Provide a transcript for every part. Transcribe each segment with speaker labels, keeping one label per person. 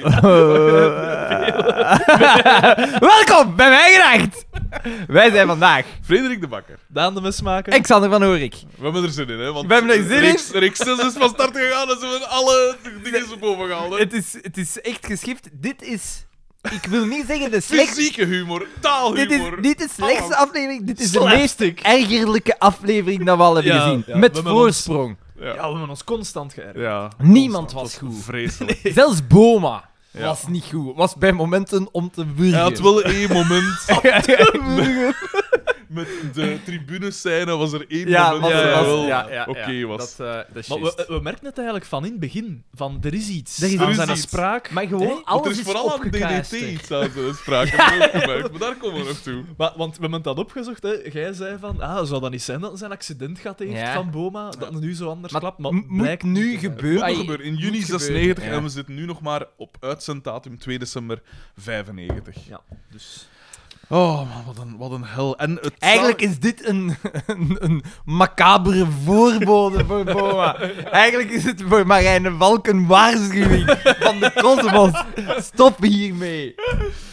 Speaker 1: Eh. Welkom bij mijn gedacht. Wij zijn vandaag
Speaker 2: Frederik de Bakker.
Speaker 3: Daan de mesmaker.
Speaker 1: Alexander van Horik.
Speaker 2: We hebben er zin in, hè? Want
Speaker 1: We hebben er zin in.
Speaker 2: Reeks- Reeks 6 is dus van start gegaan en ze hebben alle dingen zo boven gehaald. hè.
Speaker 1: Het is, het is echt geschift. Dit is, ik wil niet zeggen de slechtste.
Speaker 2: Fysieke humor, Oh.
Speaker 1: Dit is
Speaker 2: taalhumor.
Speaker 1: niet de slechtste
Speaker 2: Alles.
Speaker 1: aflevering. Dit is de meest
Speaker 3: Slapstick.
Speaker 1: ergerlijke aflevering dat we al hebben
Speaker 3: Ja,
Speaker 1: gezien.
Speaker 3: ja,
Speaker 1: Met
Speaker 3: we hebben ons-
Speaker 1: voorsprong.
Speaker 2: Ja.
Speaker 3: Ja, we hebben ons constant geërgerd.
Speaker 2: Ja.
Speaker 1: Niemand was
Speaker 2: Dat is
Speaker 1: goed.
Speaker 2: Vreselijk.
Speaker 1: Zelfs Boma
Speaker 2: Ja.
Speaker 1: was niet goed. Was bij momenten om te wurgen.
Speaker 2: Hij had wel één moment.
Speaker 1: ja,
Speaker 2: Met de tribunescène was er één
Speaker 1: ja,
Speaker 2: moment
Speaker 1: was-
Speaker 2: dat
Speaker 3: ja,
Speaker 2: hij
Speaker 1: was-
Speaker 2: wel
Speaker 1: ja, ja,
Speaker 2: oké
Speaker 1: ja.
Speaker 2: was.
Speaker 1: Dat, eh, dat is
Speaker 3: Maar we,
Speaker 1: juist.
Speaker 3: we merken het eigenlijk van in het begin. Van, er is iets.
Speaker 1: Er is-
Speaker 3: aan
Speaker 2: er is
Speaker 3: zijn
Speaker 2: iets.
Speaker 3: spraak.
Speaker 1: Maar
Speaker 3: Nee?
Speaker 1: gewoon
Speaker 3: Want
Speaker 1: alles
Speaker 2: het is vooral aan DDT
Speaker 1: opgekaasterd.
Speaker 2: iets aan de sprake van opgemerkt, maar daar komen we nog toe.
Speaker 3: Maar, want we hebben dat opgezocht. Hè. Jij zei van, ah, zou dat niet zijn dat hij een accident gehad heeft
Speaker 1: Ja.
Speaker 3: van Boma? Dat het nu zo anders
Speaker 1: Maar
Speaker 3: klapt. Maar
Speaker 1: M- moet
Speaker 3: blijkt
Speaker 1: nu
Speaker 3: niet te zijn.
Speaker 1: gebeuren.
Speaker 2: Moet nog
Speaker 1: Ai,
Speaker 2: gebeuren. In juni
Speaker 1: moet
Speaker 2: 96
Speaker 1: gebeuren,
Speaker 2: en
Speaker 1: ja.
Speaker 2: we zitten nu nog maar op uitzenddatum 2 december 95.
Speaker 3: Ja, dus...
Speaker 2: Oh man, wat een, wat een hel. En het
Speaker 1: Eigenlijk is dit een, een, een macabere voorbode voor Boma. Eigenlijk is het voor Marijn de Valk een waarschuwing van de kosmos. Stop hiermee.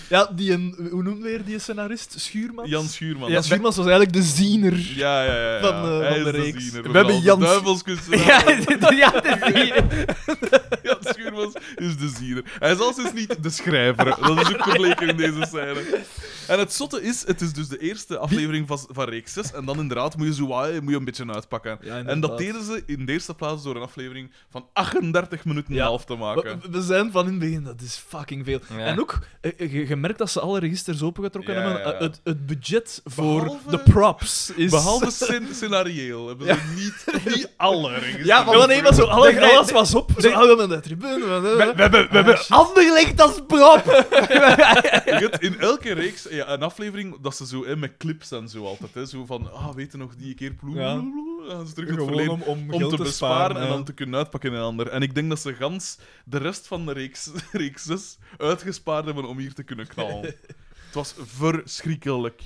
Speaker 3: Ja, die een, hoe noemt weer die scenarist? Schuurmans?
Speaker 2: Jan Schuurman.
Speaker 3: Jan Schuurmans was eigenlijk de ziener.
Speaker 2: Ja, ja, ja. ja.
Speaker 3: Van, eh,
Speaker 2: Hij
Speaker 3: van
Speaker 2: is
Speaker 3: de reeks.
Speaker 2: ziener,
Speaker 1: We hebben
Speaker 2: wel.
Speaker 1: Jan-
Speaker 2: De duivelskunst.
Speaker 1: Ja, dit- ja, dit zie je.
Speaker 2: Jan Schuurmans is de ziener. Hij is alleszins niet de schrijver. Dat is ook gebleken in deze scène. En het zotte is, het is dus de eerste aflevering van, van reeks 6. En dan inderdaad moet je zo wat, moet je een beetje uitpakken.
Speaker 3: Ja,
Speaker 2: en dat
Speaker 3: inderdaad.
Speaker 2: deden ze in de eerste plaats door een aflevering van 38 minuten en
Speaker 3: Ja.
Speaker 2: een half te maken.
Speaker 3: We, we zijn van in het begin, dat is fucking veel.
Speaker 1: Ja.
Speaker 3: En ook, eh, eh, je je merkt dat ze alle registers opengetrokken
Speaker 2: Ja,
Speaker 3: hebben.
Speaker 2: ja, ja.
Speaker 3: Eh, Het, het budget voor
Speaker 2: Behalve-
Speaker 3: de props is...
Speaker 2: Behalve scen- scenarioel hebben ze niet, niet alle regels.
Speaker 1: Ja, want-
Speaker 3: Ja, nee, maar zo, alle-
Speaker 1: Nee, nee,
Speaker 3: alles
Speaker 1: nee.
Speaker 3: was op. Zo, ah, we hebben de tribune. we hebben-
Speaker 1: We, we hebben, we
Speaker 3: Ah,
Speaker 1: hebben
Speaker 3: shit.
Speaker 1: Anderlecht als prop.
Speaker 2: Je hebt in elke reeks ja, een aflevering dat ze zo hè, met clips en zo altijd. Hè, zo van, ah, weet je nog die keer ploem,
Speaker 3: Ja.
Speaker 2: ploem, ploem, dan gaan ze terug in het
Speaker 3: Gewoon
Speaker 2: verleden.
Speaker 3: om, om,
Speaker 2: Om
Speaker 3: geld
Speaker 2: te
Speaker 3: te
Speaker 2: besparen en
Speaker 3: ja.
Speaker 2: dan te kunnen uitpakken in een ander. En ik denk dat ze gans de rest van de reeks, reeks 6 uitgespaard hebben om hier te kunnen knallen. Het was verschrikkelijk.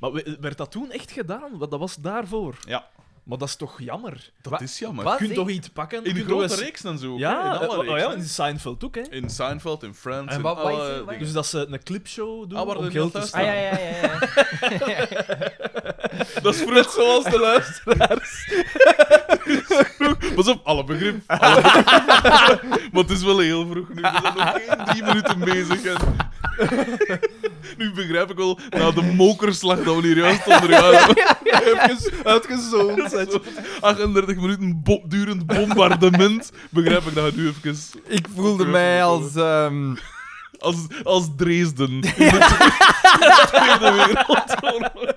Speaker 3: Maar we- werd dat toen echt gedaan? Want Dat was daarvoor.
Speaker 2: Ja.
Speaker 3: Maar dat is toch jammer?
Speaker 2: Dat
Speaker 1: Wa-
Speaker 2: is jammer.
Speaker 1: wat?
Speaker 3: Je kunt
Speaker 1: zeg-
Speaker 3: toch iets pakken?
Speaker 2: In
Speaker 3: Je
Speaker 2: de
Speaker 3: kunt toch
Speaker 2: grote
Speaker 3: eens-
Speaker 2: reeks en zo. hè,
Speaker 3: Ja,
Speaker 2: in, alle
Speaker 3: eh, oh ja,
Speaker 2: reeksen.
Speaker 3: in Seinfeld ook, hè?
Speaker 2: in Seinfeld, in Friends,
Speaker 1: En
Speaker 2: in
Speaker 1: wat- wat is
Speaker 2: alle
Speaker 1: het? Wat
Speaker 2: dingen.
Speaker 3: Dus dat ze een clipshow doen
Speaker 2: Ah, waar
Speaker 3: om
Speaker 2: de
Speaker 3: geld te
Speaker 2: thuis-
Speaker 3: sparen.
Speaker 2: Ah, ja,
Speaker 1: ja, ja.
Speaker 2: Dat is vroeg zoals de luisteraars. Pas op, alle begrip. Alle begrip. maar het is wel heel vroeg nu. We zijn nog geen drie minuten bezig. En... nu begrijp ik al, na de mokerslag dat we hier juist ondergaan,
Speaker 3: Uitges- Uitgezoomd. zijn ze.
Speaker 2: 38 minuten bo- durend bombardement, begrijp ik dat nu even.
Speaker 1: Ik voelde mij als... ehm,
Speaker 2: Als, als Dresden. In de Tweede Wereldoorlog.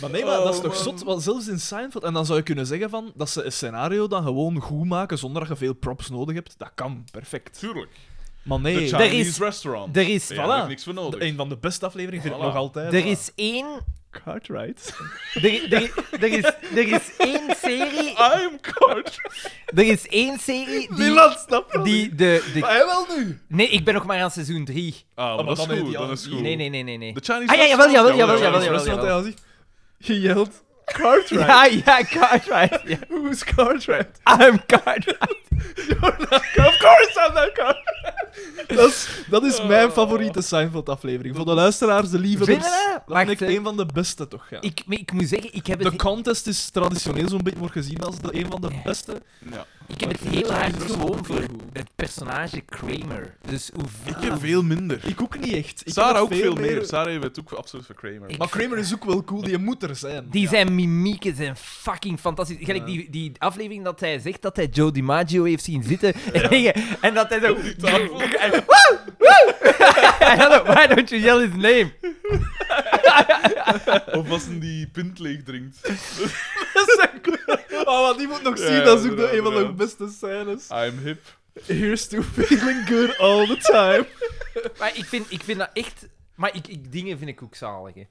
Speaker 3: Maar nee, maar dat is
Speaker 2: Oh,
Speaker 3: toch
Speaker 2: man.
Speaker 3: zot? Want zelfs in Seinfeld... En dan zou je kunnen zeggen van, dat ze een scenario dan gewoon goed maken zonder dat je veel props nodig hebt. Dat kan, perfect.
Speaker 2: Tuurlijk.
Speaker 3: Maar
Speaker 2: De
Speaker 3: nee,
Speaker 1: Chi-
Speaker 2: Chinese
Speaker 1: is-
Speaker 2: restaurant.
Speaker 1: er is...
Speaker 2: Ja,
Speaker 3: voilà.
Speaker 2: daar heb ik niks voor nodig.
Speaker 3: een van de beste afleveringen vind ik
Speaker 2: Voilà.
Speaker 3: nog altijd. Ah,
Speaker 1: Er is één...
Speaker 3: Cartwright.
Speaker 1: Er, er, er, is, er is één serie...
Speaker 2: I'm Carter.
Speaker 1: Er is één serie die...
Speaker 3: snapt dat
Speaker 1: die de, de,
Speaker 3: hij wel nu.
Speaker 1: nee, ik ben nog maar aan seizoen 3.
Speaker 2: Ah, maar
Speaker 3: maar
Speaker 2: dat is
Speaker 3: dan heeft
Speaker 2: goed,
Speaker 3: hij
Speaker 2: dat
Speaker 3: al-
Speaker 2: is goed.
Speaker 1: Nee, nee, nee, nee. nee.
Speaker 2: De Chinese
Speaker 1: Ah, ja, jawel,
Speaker 2: restaurant,
Speaker 1: jawel, jawel,
Speaker 3: Ja,
Speaker 1: jawel,
Speaker 3: dat is
Speaker 1: jawel,
Speaker 3: best wat
Speaker 1: jawel.
Speaker 3: hij al zegt. Je yelt Cartwright.
Speaker 1: Ja, ja, Cartwright. Ja.
Speaker 3: Who is Cartwright?
Speaker 1: I'm Cartwright.
Speaker 3: of course I'm not Cartwright. dat is, dat is mijn favoriete Seinfeld-aflevering. Voor de luisteraars, de
Speaker 1: Vind
Speaker 3: liefhebbers.
Speaker 1: Oh. je dat?
Speaker 3: Dat
Speaker 1: Wacht,
Speaker 3: vind ik
Speaker 1: hè.
Speaker 3: een van de beste, toch? Ja.
Speaker 1: Ik, maar ik moet zeggen, ik heb het,
Speaker 3: De contest is traditioneel zo'n beetje wordt gezien als de, een van de beste.
Speaker 2: Ja.
Speaker 1: ik heb het heel hard gewoon voor het personage Kramer. Dus hoeveel...
Speaker 2: Ik heb veel minder.
Speaker 3: Ik ook niet echt. Ik
Speaker 2: Sarah
Speaker 3: heb
Speaker 2: ook veel meer. Sarah heeft het ook absoluut voor Kramer.
Speaker 1: Ik-
Speaker 3: Maar Kramer is ook wel cool, die moet er zijn.
Speaker 1: Die zijn mimieken zijn fucking fantastisch. Gelijk
Speaker 3: Ja.
Speaker 1: die, die aflevering dat hij zegt dat hij Joe DiMaggio heeft zien zitten en liggen. En dat hij zo...
Speaker 2: Die tafel.
Speaker 1: En, woe, woe. En dan zo, Why don't you yell his name?
Speaker 2: Of als hij die pint leeg drinkt.
Speaker 3: Oh, maar die moet nog
Speaker 2: Ja,
Speaker 3: zien, dat is ook de,
Speaker 2: inderdaad,
Speaker 3: een van de
Speaker 2: inderdaad.
Speaker 3: beste scènes.
Speaker 2: I'm hip.
Speaker 3: Here's to feeling good all the time.
Speaker 1: Maar ik vind, ik vind dat echt... Maar ik, ik, dingen vind ik ook zalig, hè.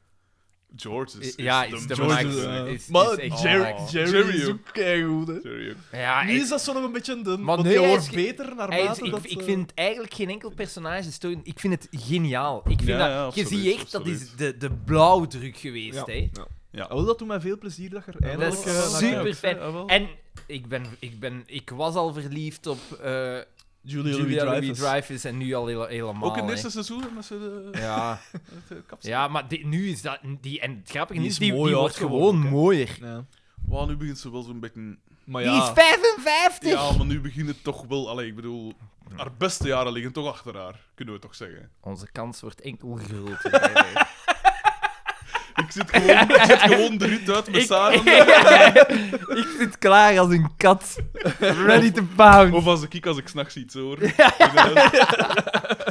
Speaker 2: George is, is
Speaker 1: Ja,
Speaker 2: de
Speaker 1: is de
Speaker 2: George
Speaker 1: max.
Speaker 2: is-
Speaker 1: eh, is-
Speaker 3: maar
Speaker 1: is echt
Speaker 3: Jerry,
Speaker 1: oh.
Speaker 3: Jerry,
Speaker 2: Jerry
Speaker 3: is
Speaker 2: ook.
Speaker 3: ook keigoed, hè.
Speaker 2: Serieus.
Speaker 1: Ja,
Speaker 3: Nu
Speaker 1: hij-
Speaker 3: is dat zo nog een beetje dun,
Speaker 1: Maar
Speaker 3: want
Speaker 1: nee,
Speaker 3: je
Speaker 1: hij
Speaker 3: hoort
Speaker 1: is ge-
Speaker 3: beter
Speaker 1: hij is-
Speaker 3: naarmate
Speaker 1: dus ik,
Speaker 3: dat...
Speaker 1: ik
Speaker 3: eh,
Speaker 1: vind eigenlijk geen enkel personage story. Ik vind het geniaal. Ik vind
Speaker 2: Ja,
Speaker 1: dat,
Speaker 2: ja, absoluut,
Speaker 1: je ziet echt, dat is
Speaker 2: absoluut.
Speaker 1: de, de blauwdruk geweest.
Speaker 3: Ja.
Speaker 1: Hè.
Speaker 3: Oh, dat doet mij veel plezier dat je er
Speaker 1: Dat
Speaker 3: eindelijk...
Speaker 1: is
Speaker 3: eh, naar
Speaker 1: super
Speaker 3: kijkt.
Speaker 1: fijn.
Speaker 3: Jawel.
Speaker 1: En ik, ben, ik, ben, ik was al verliefd op eh,
Speaker 3: Julia
Speaker 1: Julia Louis
Speaker 3: Louis-Dreyfus.
Speaker 1: Dreyfus en nu al hele- helemaal.
Speaker 2: Ook in het
Speaker 1: hè.
Speaker 2: eerste seizoen, met ze de,
Speaker 1: Ja,
Speaker 2: het kapsel.
Speaker 1: ja maar die- nu is dat... Die, en het grappige
Speaker 3: Die
Speaker 1: is,
Speaker 3: is
Speaker 1: die,
Speaker 3: mooi
Speaker 1: die wordt
Speaker 3: oud geworden
Speaker 1: gewoon
Speaker 3: ook, hè.
Speaker 1: mooier.
Speaker 3: Ja.
Speaker 2: Wauw, nu begint ze wel zo'n beetje...
Speaker 3: Maar
Speaker 1: Die is
Speaker 3: ja,
Speaker 1: 55!
Speaker 2: Ja, maar nu begint het toch wel... Allee, ik bedoel, haar beste jaren liggen toch achter haar, kunnen we toch zeggen.
Speaker 1: Onze kans wordt enkel groter. hè.
Speaker 2: Ik zit gewoon, ik zit gewoon de rut uit met
Speaker 1: ik,
Speaker 2: Sarah.
Speaker 1: ik zit klaar als een kat. Ready to pound.
Speaker 2: Of als ik, als ik s'nachts iets hoor. Inderdaad.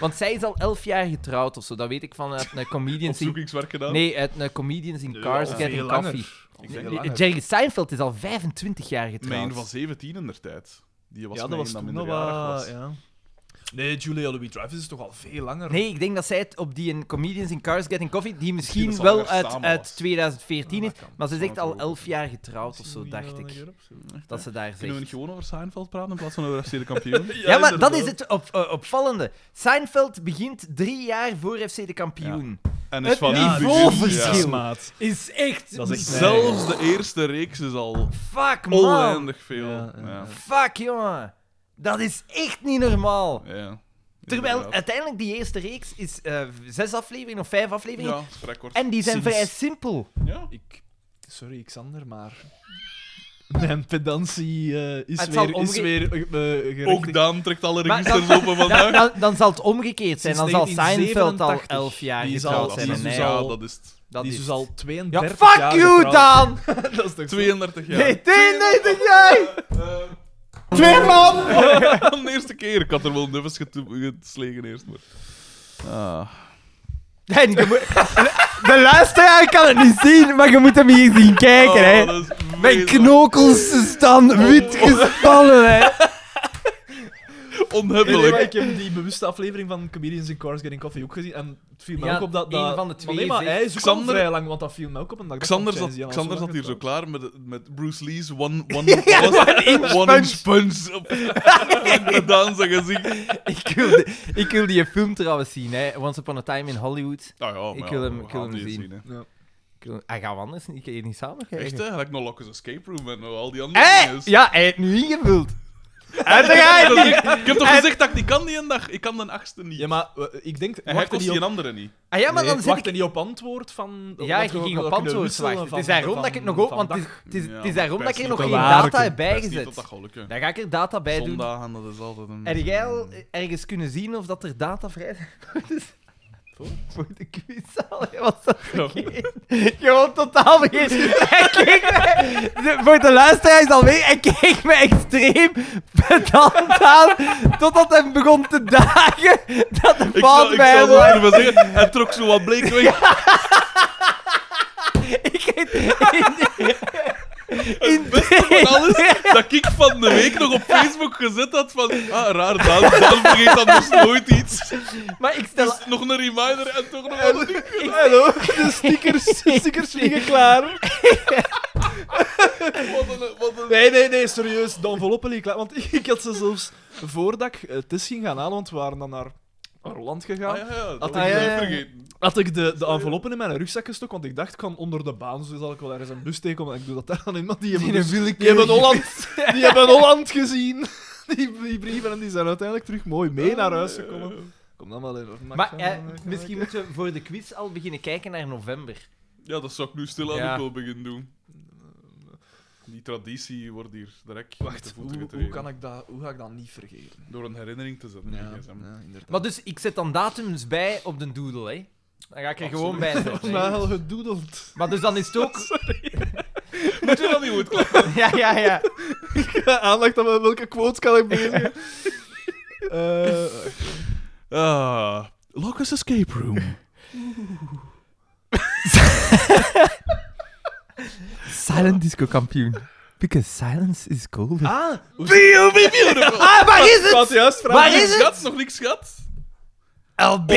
Speaker 1: Want zij is al 11 jaar getrouwd of zo. Dat weet ik vanuit een comedians in...
Speaker 2: Opzoekingswerk gedaan.
Speaker 1: Nee, uit een comedians in Cars
Speaker 3: al
Speaker 1: Getting
Speaker 3: veel
Speaker 1: Coffee.
Speaker 3: langer. Al
Speaker 2: Ik
Speaker 3: veel
Speaker 2: denk-
Speaker 1: Nee,
Speaker 3: langer.
Speaker 1: Jerry Seinfeld is al 25 jaar
Speaker 2: Met
Speaker 1: getrouwd.
Speaker 2: een van 17 in der tijd. Die was
Speaker 3: Ja, dat
Speaker 2: mee
Speaker 3: was
Speaker 2: dat
Speaker 3: toen al
Speaker 2: minderjarig
Speaker 3: wat...
Speaker 2: was.
Speaker 3: ja. Nee, Julia Louis-Dreyfus is toch al veel langer.
Speaker 1: Nee, ik denk dat zij het op die in Comedians in Cars Getting Coffee, die misschien,
Speaker 2: Misschien dat
Speaker 1: wel
Speaker 2: ze alweer
Speaker 1: uit,
Speaker 2: samen was.
Speaker 1: uit 2014
Speaker 2: Ja,
Speaker 1: is,
Speaker 2: dat kan.
Speaker 1: maar ze is
Speaker 2: Kan
Speaker 1: echt al
Speaker 2: natuurlijk ook.
Speaker 1: 11 jaar getrouwd of zo, dacht ik. Dat ze daar
Speaker 2: Kunnen we niet
Speaker 1: zegt.
Speaker 2: gewoon over Seinfeld praten in plaats van over FC de kampioen?
Speaker 1: Ja, maar dat is het op, eh, opvallende. Seinfeld begint drie jaar voor FC de kampioen.
Speaker 2: En
Speaker 1: Het
Speaker 2: die
Speaker 1: niveauverschil.
Speaker 2: begin-
Speaker 1: Ja.
Speaker 3: maat.
Speaker 1: Is echt...
Speaker 3: Dat
Speaker 2: ja.
Speaker 3: is echt
Speaker 2: Zelfs de eerste reeks is al
Speaker 1: Fuck, man.
Speaker 2: oneindig veel.
Speaker 3: Ja,
Speaker 2: Ja,
Speaker 3: ja, ja.
Speaker 1: Fuck, jongen. Dat is echt niet normaal.
Speaker 2: ja.
Speaker 1: Terwijl
Speaker 2: Inderdaad.
Speaker 1: uiteindelijk die eerste reeks is eh, zes afleveringen of vijf afleveringen.
Speaker 2: Ja, vrij kort.
Speaker 1: En die zijn
Speaker 3: Sinds-
Speaker 1: vrij simpel.
Speaker 2: Ja.
Speaker 3: Ik... Sorry, Xander, maar... Mijn pedantie eh, is,
Speaker 1: Het zal
Speaker 3: weer, is
Speaker 1: omge-
Speaker 3: weer eh, eh, gerechtig-
Speaker 2: Ook Daan trekt alle
Speaker 1: Maar
Speaker 2: registers open vandaag.
Speaker 1: Dan, dan, dan zal het omgekeerd zijn. Dan
Speaker 3: Sinds
Speaker 1: zal Seinfeld al
Speaker 3: 1987.
Speaker 1: 11 jaar
Speaker 3: Die is
Speaker 1: getrouwd
Speaker 3: al-
Speaker 2: dat
Speaker 1: zijn.
Speaker 2: is
Speaker 1: en
Speaker 2: dus
Speaker 1: hij
Speaker 3: al-
Speaker 1: al-
Speaker 2: ja, dat is het.
Speaker 1: dat
Speaker 3: die is
Speaker 1: is-
Speaker 3: dus al
Speaker 1: Ja,
Speaker 3: 32
Speaker 1: fuck
Speaker 3: jaar
Speaker 1: you,
Speaker 3: getrouwd.
Speaker 1: Dan!
Speaker 3: dat is toch zo?
Speaker 2: 32 jaar.
Speaker 1: Nee, 32 jaar!
Speaker 2: Eh,
Speaker 1: Twee man!
Speaker 2: de eerste keer. Ik had er wel nuffers gete- geslegen eerst, maar... Ah.
Speaker 1: En je moet- de luisteraar kan het niet zien, maar je moet hem hier zien kijken,
Speaker 2: Oh,
Speaker 1: hè.
Speaker 2: dat is
Speaker 1: Mijn
Speaker 2: vreselijk.
Speaker 1: knokels
Speaker 3: Oh.
Speaker 1: staan wit gespannen, hè.
Speaker 3: Nee, nee, maar
Speaker 2: Onhebbelijk.
Speaker 3: ik heb die bewuste aflevering van Comedians in Cars Getting Coffee ook gezien. En het viel mij
Speaker 1: Ja,
Speaker 3: ook op dat...
Speaker 1: één
Speaker 3: dat
Speaker 1: van de twee
Speaker 3: Maar nee, maar
Speaker 1: zegt-
Speaker 3: hij is ook
Speaker 2: Xander-
Speaker 3: al vrij lang, want dat viel mij ook op. En dat
Speaker 2: Xander zat, Xander zat hier zo klaar met, met Bruce Lee's One, one,
Speaker 1: Ja,
Speaker 2: was-
Speaker 1: one inch
Speaker 2: one inch Punch. op- op Daan zijn gezicht. Ah,
Speaker 1: Ik wil, de- ik wil die film trouwens zien, hè. Once Upon a Time in Hollywood.
Speaker 2: Nou ja, maar
Speaker 1: Ik
Speaker 2: ja,
Speaker 1: wil hem-
Speaker 2: we
Speaker 1: ik wil
Speaker 2: gaan
Speaker 1: hem
Speaker 2: die
Speaker 1: zien.
Speaker 2: hè.
Speaker 1: Ik wil, ah, gaan we anders niet, ik niet samen kijken?
Speaker 2: Echt, hè? Had ik nog Lockers Escape Room en al die andere
Speaker 1: Hé!
Speaker 2: dinges.
Speaker 1: Ja, "Ah, hij heeft nu ingevuld.
Speaker 2: Ik heb
Speaker 1: Uiteraard
Speaker 2: toch
Speaker 1: niet.
Speaker 2: gezegd- Ik heb toch gezegd dat ik niet kan die een dag? Ik kan de achtste niet.
Speaker 3: Ja, maar eh, ik denk...
Speaker 2: en hij
Speaker 3: wacht er
Speaker 2: kost
Speaker 3: niet
Speaker 2: die een
Speaker 3: op...
Speaker 2: andere niet.
Speaker 1: Ah ja, maar
Speaker 3: nee,
Speaker 1: dan zit
Speaker 3: wacht
Speaker 1: ik...
Speaker 3: er niet op antwoord van...
Speaker 1: Ja,
Speaker 3: dat
Speaker 1: je
Speaker 3: we ook
Speaker 1: ging
Speaker 3: wel
Speaker 1: op
Speaker 3: kunnen
Speaker 1: antwoord
Speaker 3: wisselen
Speaker 1: wachten. Het is
Speaker 3: van-
Speaker 1: daarom
Speaker 3: van-
Speaker 1: dat ik het nog op...
Speaker 3: van
Speaker 1: Want het is,
Speaker 3: dag.
Speaker 1: het is,
Speaker 2: Ja,
Speaker 1: het is daarom
Speaker 2: maar
Speaker 1: dat ik er
Speaker 2: prijs
Speaker 1: nog geen
Speaker 3: niet op
Speaker 1: data
Speaker 3: waarken.
Speaker 1: heb
Speaker 2: Hij is niet
Speaker 1: bijgezet.
Speaker 2: dat dat gaat lukken.
Speaker 1: Dan ga ik er data bij doen.
Speaker 2: Zondagen, dat is altijd een...
Speaker 1: Heb jij al ergens kunnen zien of dat er data vrij is?
Speaker 2: Voor?
Speaker 1: Voor de quizzaal, hè, was dat vergeten. Gewoon totaal vergeten. Hij keek mij... de- voor de luisteraar is alweer... Hij keek me extreem pedant aan, totdat hij begon te dagen dat de
Speaker 2: Ik
Speaker 1: fout
Speaker 2: zou, ik
Speaker 1: bij hem
Speaker 2: zou zo
Speaker 1: was.
Speaker 2: durven zeggen, hij trok zo wat bleek weg.
Speaker 1: Ik weet... in- In
Speaker 2: En alles dat ik van de week nog op Facebook gezet had van... Ah, raar, Daan, Daan vergeet anders nooit iets.
Speaker 1: Maar ik stel...
Speaker 2: Dus nog een reminder en toch nog wel een...
Speaker 1: Ik,
Speaker 3: Hallo, de stickers, de stickers liggen klaar.
Speaker 2: Wat een... Wat een...
Speaker 3: Nee, nee, nee, serieus, de enveloppen liggen klaar. Want ik had ze zelfs, voordat ik het is ging gaan halen, want we waren dan naar Holland gegaan,
Speaker 2: Ah, ja, ja,
Speaker 3: Had
Speaker 2: dat
Speaker 3: ik-
Speaker 2: had ik
Speaker 1: ah, ja,
Speaker 2: nooit
Speaker 1: ja.
Speaker 2: vergeten.
Speaker 3: had ik de, de enveloppen in mijn rugzak gestoken, want ik dacht, ik kan onder de baan, dus zal ik wel ergens een bus tegenkomen. En ik doe dat daar dan in, maar die hebben, dus- die hebben, Holland, die hebben Holland gezien. Die, die brieven en die zijn uiteindelijk terug mooi
Speaker 1: Ah,
Speaker 3: mee naar huis gekomen. Kom dan wel in orde.
Speaker 1: Maar eh, misschien moeten we voor de quiz al beginnen kijken naar november.
Speaker 2: Ja, dat zou ik nu stilaan
Speaker 1: Ja.
Speaker 2: ook wel beginnen doen. Die traditie wordt hier direct met de
Speaker 3: Wacht,
Speaker 2: voeten
Speaker 3: hoe,
Speaker 2: getreden.
Speaker 3: hoe, kan ik dat, hoe ga ik dat niet vergeten?
Speaker 2: Door een herinnering te zetten. in je gsm.
Speaker 3: inderdaad.
Speaker 1: Maar dus, ik zet dan datums bij op de doodle, hè. Dan ga ik er
Speaker 2: Absoluut.
Speaker 1: gewoon bij zetten. hè.
Speaker 3: Maar al gedoedeld.
Speaker 1: Maar dus dan is het ook...
Speaker 2: Moeten we dat niet goed klappen?
Speaker 1: Ja, ja, ja.
Speaker 3: Aandacht aan welke quotes kan ik bezig. Eh
Speaker 2: Ah, Locus Escape Room.
Speaker 1: Silent disco kampioen. Because silence is golden.
Speaker 3: ah,
Speaker 2: Be beautiful!
Speaker 1: Ah, waar is
Speaker 3: wat
Speaker 1: het?
Speaker 3: juist vragen.
Speaker 1: Waar is het?
Speaker 2: Schat, nog niks schat?
Speaker 1: LB!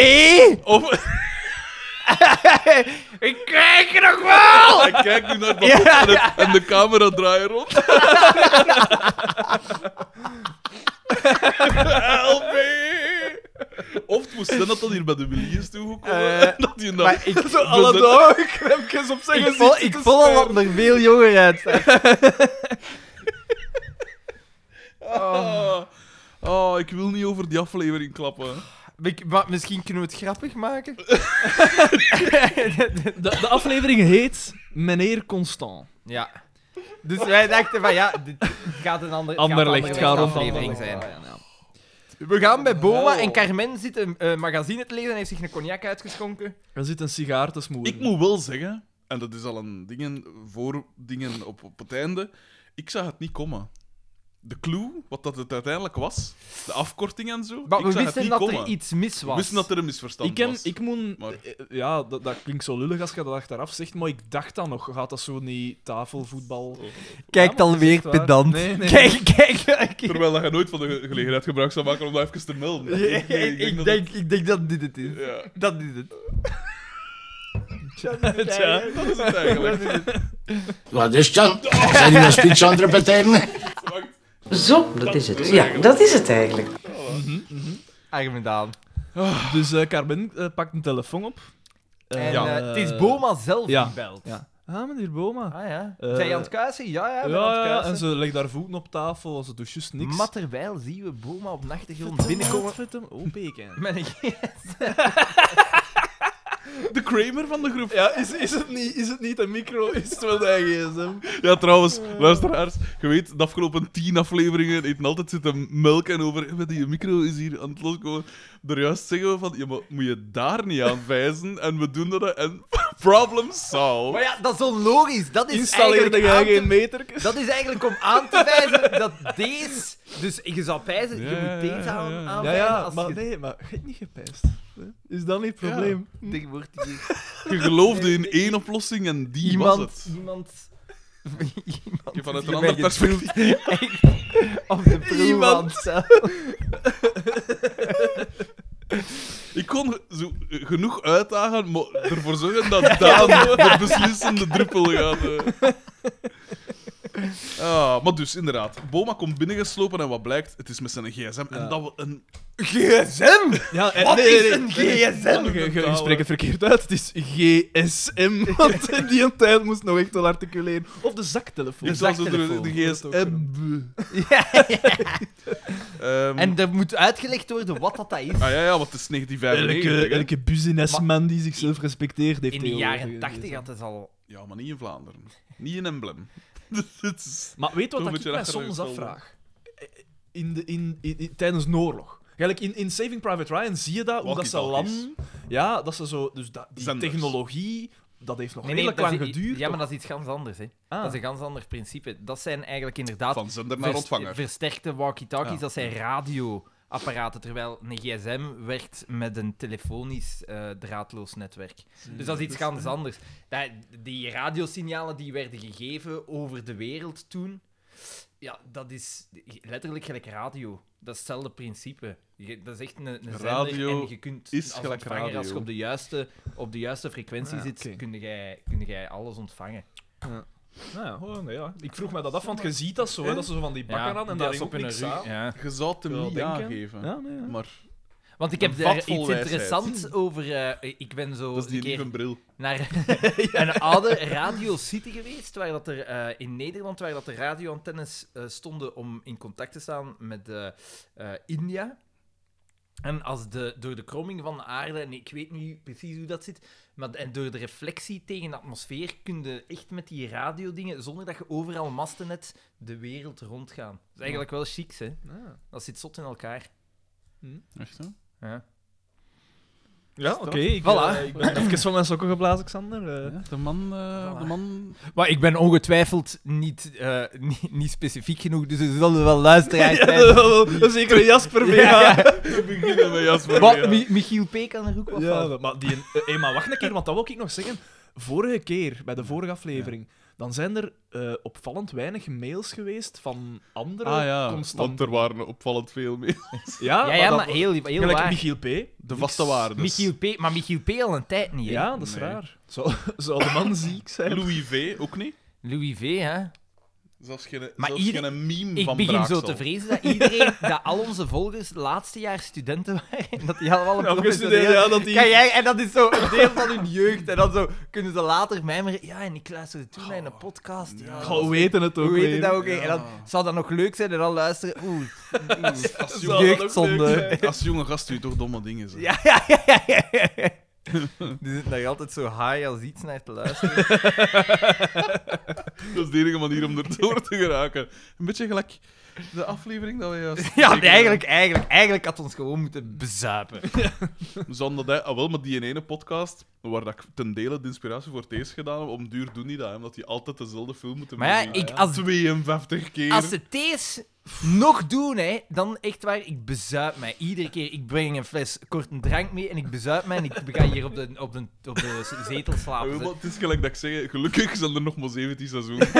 Speaker 3: Oh.
Speaker 2: Of...
Speaker 1: ik krijg je nog wel!
Speaker 2: Hij kijkt nu naar het
Speaker 1: Oh. Ja.
Speaker 2: balkon en, het- en de camera draait rond. Help me! Of het moest zijn dat dat hier bij de Willy is toegekomen.
Speaker 1: Eh,
Speaker 2: dat hij nou...
Speaker 1: Maar ik...
Speaker 3: Zo ah, alle
Speaker 2: dat-
Speaker 3: dagen krempjes op zijn
Speaker 1: Ik
Speaker 3: gezicht.
Speaker 1: voel, ik voel al dat er veel jonger uit.
Speaker 2: Ah, maar ik wil niet over die aflevering klappen.
Speaker 1: Ik- maar misschien kunnen we het grappig maken.
Speaker 3: De, de aflevering heet Meneer Constant.
Speaker 1: ja. Dus wij dachten van ja, dit gaat een andere
Speaker 3: Anderlecht,
Speaker 1: het
Speaker 3: ga rond
Speaker 1: aflevering
Speaker 3: Anderlecht.
Speaker 1: zijn. We gaan bij Boma
Speaker 2: Wel.
Speaker 1: en Carmen zit een eh, magazine te lezen en heeft zich een cognac uitgeschonken.
Speaker 3: Er zit een sigaar te smoeren.
Speaker 2: Ik moet wel zeggen, en dat is al een dingen voor dingen op, op het einde, ik zag het niet komen. De clue, wat dat het uiteindelijk was, de afkorting en zo,
Speaker 1: Maar
Speaker 2: ik
Speaker 1: we
Speaker 2: zag het
Speaker 1: wisten
Speaker 2: niet
Speaker 1: dat
Speaker 2: komen.
Speaker 1: er iets mis
Speaker 2: We
Speaker 1: was.
Speaker 2: wisten dat er een misverstand
Speaker 3: Ik, ken,
Speaker 2: was.
Speaker 3: ik moet...
Speaker 2: Maar-
Speaker 3: eh, Ja, dat, dat klinkt zo lullig als je dat achteraf zegt, maar ik dacht dan nog, gaat dat zo niet tafelvoetbal...
Speaker 1: Kijkt
Speaker 3: Ja, maar
Speaker 1: alweer
Speaker 3: dat is echt waar.
Speaker 1: pedant.
Speaker 3: Nee, nee.
Speaker 1: Kijk, kijk, kijk.
Speaker 2: Terwijl dat je nooit van de ge- gelegenheid gebruik zou maken om dat even te melden.
Speaker 1: Ja, ik, denk ik,
Speaker 2: dat
Speaker 1: denk, dat dit het is.
Speaker 2: het- ja,
Speaker 1: Dat is het.
Speaker 3: Tja.
Speaker 2: dat is het eigenlijk.
Speaker 4: Wat is dan? Zijn jullie spits aan het repeteren?
Speaker 5: Zo, dat is het. Ja, dat is het eigenlijk.
Speaker 1: Armen Daan.
Speaker 3: Dus eh, Carmen eh, pakt een telefoon op. Eh,
Speaker 1: En
Speaker 2: Ja.
Speaker 1: eh, het is Boma zelf
Speaker 3: ja.
Speaker 1: die belt.
Speaker 3: Ja. Ah, meneer Boma.
Speaker 1: Ah ja.
Speaker 3: Eh,
Speaker 1: Zijn je aan het kuisen? Ja, ja.
Speaker 3: ja,
Speaker 1: ik ben aan het
Speaker 3: ja,
Speaker 1: kuisen.
Speaker 3: en ze legt haar voeten op tafel, ze doet juist niks.
Speaker 1: Maar terwijl zien we Boma op nachtegrond
Speaker 3: Verdomme,
Speaker 1: binnenkomen.
Speaker 3: verdomme. Oh, peken.
Speaker 1: Met een
Speaker 2: De Kramer van de groep.
Speaker 3: Ja, is, is, het niet, is het niet een micro, is het wel een gsm?
Speaker 2: Ja, trouwens, luisteraars, je weet, de afgelopen tien afleveringen heeft altijd zitten melken over "Eh, die micro is hier aan het loskomen. Daar juist zeggen we van, ja, maar moet je daar niet aan wijzen? En we doen dat en problem
Speaker 1: Maar
Speaker 2: solved.
Speaker 1: ja, dat is onlogisch. Dat is
Speaker 3: Installeerde
Speaker 1: eigenlijk
Speaker 3: jij
Speaker 1: aan te-
Speaker 3: geen meter?
Speaker 1: Dat is eigenlijk om aan te wijzen dat deze... Dus je zou pijzen, je
Speaker 2: Ja, ja,
Speaker 1: moet deze
Speaker 2: ja,
Speaker 1: aan,
Speaker 2: ja.
Speaker 3: Ja,
Speaker 1: aanwijzen
Speaker 3: ja,
Speaker 1: als
Speaker 3: maar
Speaker 1: je...
Speaker 3: nee, maar je hebt niet gepijst. Is dat niet het probleem?
Speaker 1: Tegenwoordig hier.
Speaker 2: Je geloofde in één oplossing en die was
Speaker 1: Iemand...
Speaker 2: het.
Speaker 1: Iemand...
Speaker 2: Ik heb vanuit
Speaker 1: die
Speaker 2: een ander
Speaker 1: mij
Speaker 2: perspectief.
Speaker 1: Of de proef
Speaker 3: Iemand.
Speaker 1: aan zelf.
Speaker 2: Ik kon zo eh, genoeg uitdagen, maar ervoor zorgen dat Daan de beslissende druppel gaat. eh. Ah, maar dus, inderdaad. Boma komt binnengeslopen en wat blijkt? Het is met zijn gsm. En dat we een...
Speaker 1: GSM?
Speaker 3: Ja, eh,
Speaker 1: Wat
Speaker 3: nee, nee,
Speaker 1: is
Speaker 3: nee.
Speaker 1: een GSM?
Speaker 3: Je, je- je spreekt het verkeerd uit, het is GSM. Want in die tijd moest nog echt wel articuleren. Of de zaktelefoon. Eh,
Speaker 2: Ik zal zo de, de gsm... ehm,
Speaker 1: En er moet uitgelegd worden wat dat dat is.
Speaker 2: Ah ja, ja, want het is 1995.
Speaker 3: Elke,
Speaker 2: hè.
Speaker 3: elke businessman die zichzelf respecteert heeft
Speaker 1: In de jaren
Speaker 3: tegenwoordig een
Speaker 1: tachtig had het al...
Speaker 2: Ja, maar niet in Vlaanderen. Niet in emblem. Dus Het is-
Speaker 3: Maar weet
Speaker 2: Doe
Speaker 3: wat
Speaker 2: een
Speaker 3: dat
Speaker 2: beetje
Speaker 3: ik mij
Speaker 2: achteruit
Speaker 3: soms
Speaker 2: scrollen.
Speaker 3: afvraag? In de, in, in, in- tijdens een oorlog. Gelijk in, in Saving Private Ryan zie je dat, hoe dat ze
Speaker 2: Walkie-talkies.
Speaker 3: landen. Ja, dat ze zo. Dus dat, die
Speaker 2: Zenders.
Speaker 3: technologie, dat heeft nog
Speaker 1: Nee, nee,
Speaker 3: redelijk
Speaker 1: dat is
Speaker 3: lang
Speaker 1: i-
Speaker 3: geduurd.
Speaker 1: Ja, maar
Speaker 3: toch?
Speaker 1: dat is iets ganz anders. Hè.
Speaker 3: Ah.
Speaker 1: Dat is een ganz ander principe. Dat zijn eigenlijk inderdaad
Speaker 2: Van zender naar
Speaker 1: vers-
Speaker 2: ontvanger.
Speaker 1: versterkte walkie-talkies.
Speaker 2: Ja.
Speaker 1: Dat zijn radioapparaten, terwijl een gsm werkt met een telefonisch eh, draadloos netwerk. Dus dat is iets ganz anders. Dat, die radiosignalen die werden gegeven over de wereld toen, ja, dat is letterlijk gelijk radio. Dat is hetzelfde principe. Je- dat is echt een, een zender
Speaker 2: Radio
Speaker 1: en je kunt
Speaker 2: is
Speaker 1: als
Speaker 2: gelijk
Speaker 1: ontvanger, als je
Speaker 2: radio.
Speaker 1: op de juiste, op de juiste frequentie
Speaker 3: Ah,
Speaker 1: zit,
Speaker 3: oké.
Speaker 1: kun jij, kun jij alles ontvangen.
Speaker 3: Nou ja, oh, nee, ja. Ik vroeg me dat af, want je ziet dat zo, hè, dat ze zo van die bakken aan en
Speaker 1: die
Speaker 3: daar
Speaker 1: is
Speaker 3: is op hun niks aan.
Speaker 1: Ja.
Speaker 2: Je zou het hem
Speaker 3: Wel
Speaker 2: niet
Speaker 3: denken.
Speaker 2: aangeven.
Speaker 3: Ja, nee, ja.
Speaker 2: Maar
Speaker 1: Want ik
Speaker 2: Een
Speaker 1: heb
Speaker 2: vat
Speaker 1: daar iets
Speaker 2: vol wijsheid.
Speaker 1: interessants over. eh, ik ben zo
Speaker 2: dat is
Speaker 1: een
Speaker 2: die
Speaker 1: keer
Speaker 2: lieve bril.
Speaker 1: naar een oude Radio City geweest, waar dat er eh, in Nederland, waar dat de radioantennes eh, stonden om in contact te staan met eh, eh, India. En als de, door de kromming van de aarde, en ik weet niet precies hoe dat zit, maar en door de reflectie tegen de atmosfeer kun je echt met die radiodingen, zonder dat je overal masten hebt, de wereld rondgaan. Dat is eigenlijk wel chic, hè?
Speaker 3: Ja,
Speaker 1: Dat zit zot in elkaar.
Speaker 2: Echt zo?
Speaker 1: Ja.
Speaker 3: ja oké. ik,
Speaker 1: Voilà.
Speaker 3: eh, ik ben even van mijn sokken geblazen, Xander. eh.
Speaker 2: Ja, de man... eh, de man...
Speaker 1: Maar ik ben ongetwijfeld niet, eh, niet, niet specifiek genoeg, dus er zullen wel luisteraars
Speaker 3: Ja,
Speaker 1: zijn.
Speaker 3: dat wel- dat is zeker een Jasper mee.
Speaker 1: Ja, ja.
Speaker 2: We beginnen met Jasper.
Speaker 1: Wat,
Speaker 2: ja.
Speaker 1: Mi- Michiel P. kan er ook wat
Speaker 3: Ja,
Speaker 1: van.
Speaker 3: maar- maar, die, eh, hey, maar wacht een keer, want dat wil ik nog zeggen. Vorige keer, bij de vorige aflevering, dan zijn er eh, opvallend weinig mails geweest van andere
Speaker 2: Ah ja, want
Speaker 3: constant...
Speaker 2: er waren opvallend veel meer.
Speaker 1: eh, Ja, ja,
Speaker 3: dat-
Speaker 1: maar heel, heel
Speaker 3: gelijk
Speaker 1: waar.
Speaker 3: Michiel P.
Speaker 2: De vaste waarden.
Speaker 1: Michiel P. Maar Michiel P. al een tijd niet, hè?
Speaker 3: Ja, dat is
Speaker 2: Nee.
Speaker 3: raar. Zou, zou de man ziek zijn?
Speaker 2: Louis V, ook niet.
Speaker 1: Louis V, hè?
Speaker 2: Zelfs geen,
Speaker 1: Maar
Speaker 2: zelfs
Speaker 1: ieder-
Speaker 2: geen meme
Speaker 1: Ik
Speaker 2: van
Speaker 1: begin
Speaker 2: Braaksel.
Speaker 1: zo te vrezen dat iedereen, dat al onze volgers laatste jaar studenten waren. en Dat die allemaal een
Speaker 3: Afgestudeerd, ja, dat die-
Speaker 1: Kan jij, en dat is zo een deel van hun jeugd. En dan zo kunnen ze later mijmeren. Ja, en ik luisterde toen naar een podcast. Ja,
Speaker 3: Goh, hoe weten het ook
Speaker 1: Hoe heet
Speaker 3: weer?
Speaker 1: het dat ook? weer? En dan zou dat nog leuk zijn en dan luisteren. Oeh,
Speaker 2: Als,
Speaker 3: Zou
Speaker 2: jonge,
Speaker 3: dat ook leuk
Speaker 1: jeugdzonde.
Speaker 3: zijn?
Speaker 2: Eh, als jonge gast doe je toch domme dingen. Zo.
Speaker 1: Ja, ja, ja, ja, ja. ja. Die zit nog altijd zo high als iets naar te luisteren.
Speaker 2: Dat is de enige manier om er door te geraken. Een beetje gelijk de aflevering dat wij juist...
Speaker 1: Ja, nee, eigenlijk, eigenlijk, eigenlijk had ons gewoon moeten bezuipen.
Speaker 2: Zonder dat, ah, wel, maar die ene podcast, waar dat ik ten dele de inspiratie voor deze gedaan heb, om duur doen die dat, hè, omdat die altijd dezelfde film moeten
Speaker 1: Maar ja,
Speaker 2: maken.
Speaker 1: ik, als,
Speaker 2: 52 keer.
Speaker 1: als ze deze nog doen, hè, dan echt waar, ik bezuip mij. Iedere keer, ik breng een fles korte drank mee en ik bezuip mij en ik ga hier op de, op de, op de zetel
Speaker 2: Ja,
Speaker 1: slapen.
Speaker 2: maar
Speaker 1: zo.
Speaker 2: Eh, het is gelijk dat ik zeg, gelukkig zijn er nog maar 17 seizoen.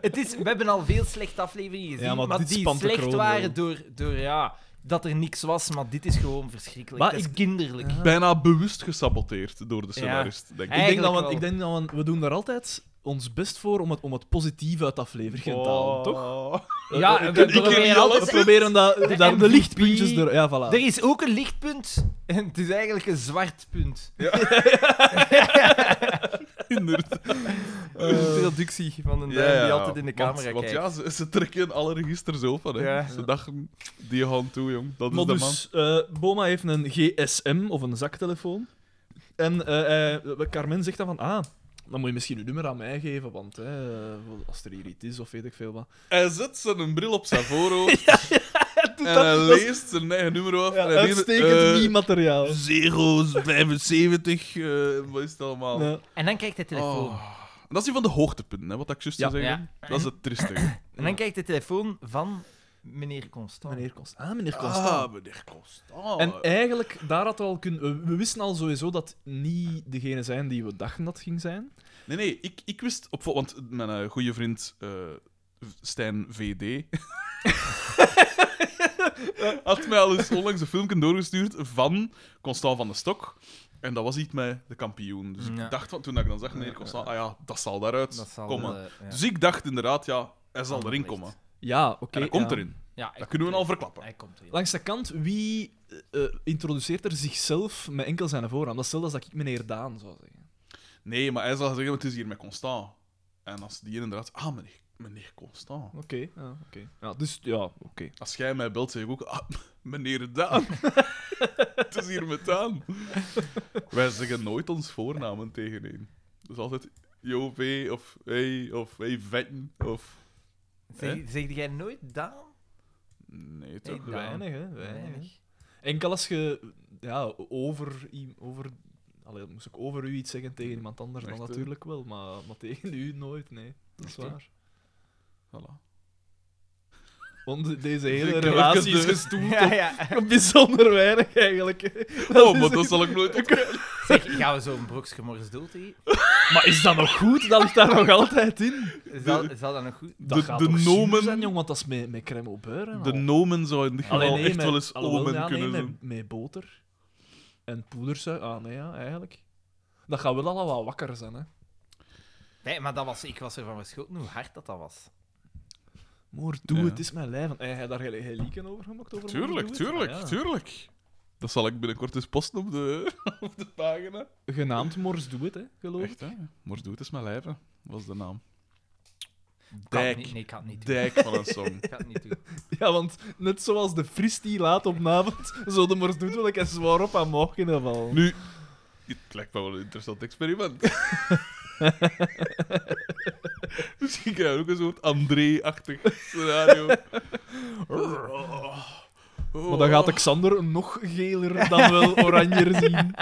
Speaker 1: Het is, we hebben al veel slechte afleveringen gezien,
Speaker 3: Ja,
Speaker 1: maar,
Speaker 3: maar dit
Speaker 1: die
Speaker 3: spant de
Speaker 1: slecht
Speaker 3: kroon,
Speaker 1: waren
Speaker 3: joh.
Speaker 1: door, door ja, dat er niks was, maar dit is gewoon verschrikkelijk.
Speaker 3: Maar
Speaker 1: Dat is
Speaker 3: ik-
Speaker 1: kinderlijk.
Speaker 2: Bijna bewust gesaboteerd door de scenarist, denk ik.
Speaker 1: Hey,
Speaker 3: Ik denk, dat
Speaker 1: Eigenlijk
Speaker 3: we, ik
Speaker 1: wel.
Speaker 3: denk dat we, we doen daar altijd ons best voor om het, om het positief uit de aflevering te halen, toch?
Speaker 2: Oh.
Speaker 1: Ja,
Speaker 3: Eh, eh,
Speaker 1: we
Speaker 3: ik- ik-
Speaker 1: proberen
Speaker 3: ik-
Speaker 1: altijd-
Speaker 3: We proberen dat,
Speaker 1: Dus De
Speaker 3: daar de
Speaker 1: MVP.
Speaker 3: lichtpuntjes door... Ja, voilà.
Speaker 1: Er is ook een lichtpunt en het is eigenlijk een zwart punt.
Speaker 2: Inderdaad. Eh.
Speaker 1: de introductie van een duim
Speaker 2: Ja,
Speaker 1: die
Speaker 2: ja,
Speaker 1: altijd in de
Speaker 2: want-
Speaker 1: camera
Speaker 2: Want
Speaker 1: kijkt.
Speaker 2: ja, ze, ze trekken alle registers open. Hè.
Speaker 1: Ja.
Speaker 2: Ze dachten, die hand toe, jong. Dat is
Speaker 3: Maar
Speaker 2: de man.
Speaker 3: dus, eh, Boma heeft een gsm of een zaktelefoon. En eh, eh, Carmen zegt dan van, ah, dan moet je misschien je nummer aan mij geven, want hè, eh, als er hier iets is of weet ik veel wat.
Speaker 2: Hij zet zijn bril op zijn voorhoofd en hij
Speaker 3: dat is-
Speaker 2: leest zijn eigen nummer af.
Speaker 3: Ja,
Speaker 2: en hij
Speaker 3: uitstekend
Speaker 2: eh,
Speaker 3: wie-materiaal.
Speaker 2: Zero's 75, eh, wat is het allemaal?
Speaker 3: Ja.
Speaker 1: En dan kijkt de telefoon.
Speaker 2: Oh. En Dat is die van de hoogtepunten, hè, wat ik juist
Speaker 3: Ja.
Speaker 2: te zeggen. Dat is het triestige.
Speaker 1: En dan kijkt de telefoon van meneer Constant.
Speaker 3: Meneer Constant. Ah, meneer Constant.
Speaker 2: Ah, meneer Constant.
Speaker 3: En eigenlijk, daar had er al kunnen... We, we wisten al sowieso dat niet degene zijn die we dachten dat ging zijn.
Speaker 2: Nee, nee, ik, ik wist... Op, vo- want mijn eh, goede vriend eh, Stijn VD... had mij al eens onlangs een filmpje doorgestuurd van Constant van de Stok. En dat was iets met de kampioen. Dus
Speaker 1: Ja.
Speaker 2: ik dacht, van, toen ik dan zag, meneer Constant, ah ja, dat zal daaruit
Speaker 1: Dat zal
Speaker 2: komen.
Speaker 1: de- ja.
Speaker 2: Dus ik dacht inderdaad, ja, hij zal erin
Speaker 1: Anderlecht.
Speaker 2: komen.
Speaker 3: Ja, oké.
Speaker 2: en hij komt
Speaker 3: ja.
Speaker 2: erin.
Speaker 1: Ja, hij
Speaker 2: Dat
Speaker 1: komt
Speaker 2: kunnen we
Speaker 1: erin.
Speaker 2: al verklappen.
Speaker 1: Hij komt erin.
Speaker 3: Langs de kant, wie eh, eh, introduceert er zichzelf met enkel zijn voornaam? Dat is hetzelfde als dat ik meneer Daan zou zeggen.
Speaker 2: Nee, maar hij zal zeggen, het is hier met Constant. En als die inderdaad, ah, meneer, meneer Constant.
Speaker 3: Oké, ja, oké. Ja, dus ja, oké.
Speaker 2: Als jij mij belt, zeg ik ook, ah, meneer Daan. het is hier met Daan. Wij zeggen nooit ons voornamen tegen hem. Dat is altijd Jo, V, of hey, of hey, Vetten, of...
Speaker 1: Zeg, zeg jij nooit Daan?
Speaker 2: Nee,
Speaker 1: Nee,
Speaker 2: toch?
Speaker 1: Daan.
Speaker 3: Weinig, hè?
Speaker 2: Eh,
Speaker 3: Weinig.
Speaker 1: Weinig.
Speaker 3: Enkel als je ja, over. i- over allee, dat moest ik over u iets zeggen tegen iemand anders
Speaker 2: Echt,
Speaker 3: dan
Speaker 2: hè?
Speaker 3: natuurlijk wel, maar, maar tegen u nooit, nee. Dat is
Speaker 2: Echt, hè?
Speaker 3: waar.
Speaker 2: Voilà.
Speaker 3: Want de- deze
Speaker 2: Ik
Speaker 3: hele
Speaker 2: heb
Speaker 3: relatie
Speaker 2: even
Speaker 3: is
Speaker 2: de-
Speaker 3: gestoeld
Speaker 1: Ja, ja.
Speaker 3: op bijzonder weinig eigenlijk. Dat
Speaker 2: Oh,
Speaker 3: is
Speaker 2: maar dat
Speaker 3: echt-
Speaker 2: zal ik nooit ontkennen.
Speaker 1: Zeg, gaan we zo'n broksgemorgens dood eten?
Speaker 3: Maar is dat nog goed? Dat ligt daar nog altijd in.
Speaker 1: Zal, zal dat nog goed...
Speaker 3: Dat
Speaker 2: De-
Speaker 3: gaat
Speaker 2: de
Speaker 3: toch zuur
Speaker 2: nomen-
Speaker 3: zijn, jong, want dat is met, met crème au beurre. en
Speaker 2: De
Speaker 3: al.
Speaker 2: nomen zou in dit geval
Speaker 3: Allee, nee,
Speaker 2: echt
Speaker 3: met-
Speaker 2: wel eens
Speaker 3: alhoewel,
Speaker 2: omen
Speaker 3: ja, nee,
Speaker 2: kunnen zijn.
Speaker 3: met, met boter en poedersuik. Ah, nee, ja, eigenlijk. Dat gaat wel allemaal wat wakker zijn, hè.
Speaker 1: Nee, maar dat was, ik was ervan verschoten hoe hard dat, dat was.
Speaker 3: Moor, doe
Speaker 2: Ja.
Speaker 3: het, is mijn lijf. Heb jij daar hele hele lieken over gemaakt? Over
Speaker 2: Tuurlijk,
Speaker 3: Moor, doe het?
Speaker 2: tuurlijk,
Speaker 3: Ah, ja.
Speaker 2: tuurlijk. Dat zal ik binnenkort eens posten op de, op de pagina.
Speaker 3: Genaamd Mors doe het, hè, geloof ik.
Speaker 2: Echt, hè? Mors doet is mijn lijven, was de naam.
Speaker 1: Kan
Speaker 2: Dijk.
Speaker 1: niet, nee, ik kan het niet doen.
Speaker 2: Dijk van een song.
Speaker 1: Ik kan het niet doen.
Speaker 3: Ja, want net zoals de fris die laat op avond, zo de Mors doet wil ik er zwaar op aan mogen kunnen vallen.
Speaker 2: Nu, het lijkt me wel een interessant experiment. Misschien krijgen we ook een soort André-achtig scenario.
Speaker 3: Maar dan gaat Xander nog geler dan wel oranjer zien.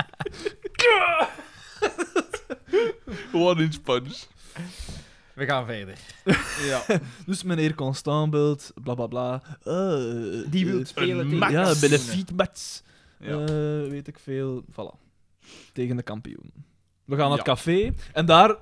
Speaker 2: One inch punch.
Speaker 1: We gaan verder.
Speaker 3: Dus meneer Constant belt, bla bla bla. Eh,
Speaker 1: Die
Speaker 3: eh,
Speaker 1: wil spelen
Speaker 2: een
Speaker 1: tegen...
Speaker 2: max.
Speaker 3: Ja, bij de feedbacks.
Speaker 2: Ja.
Speaker 3: Eh, weet ik veel. Voilà. Tegen de kampioen. We gaan naar het
Speaker 2: Ja.
Speaker 3: café en daar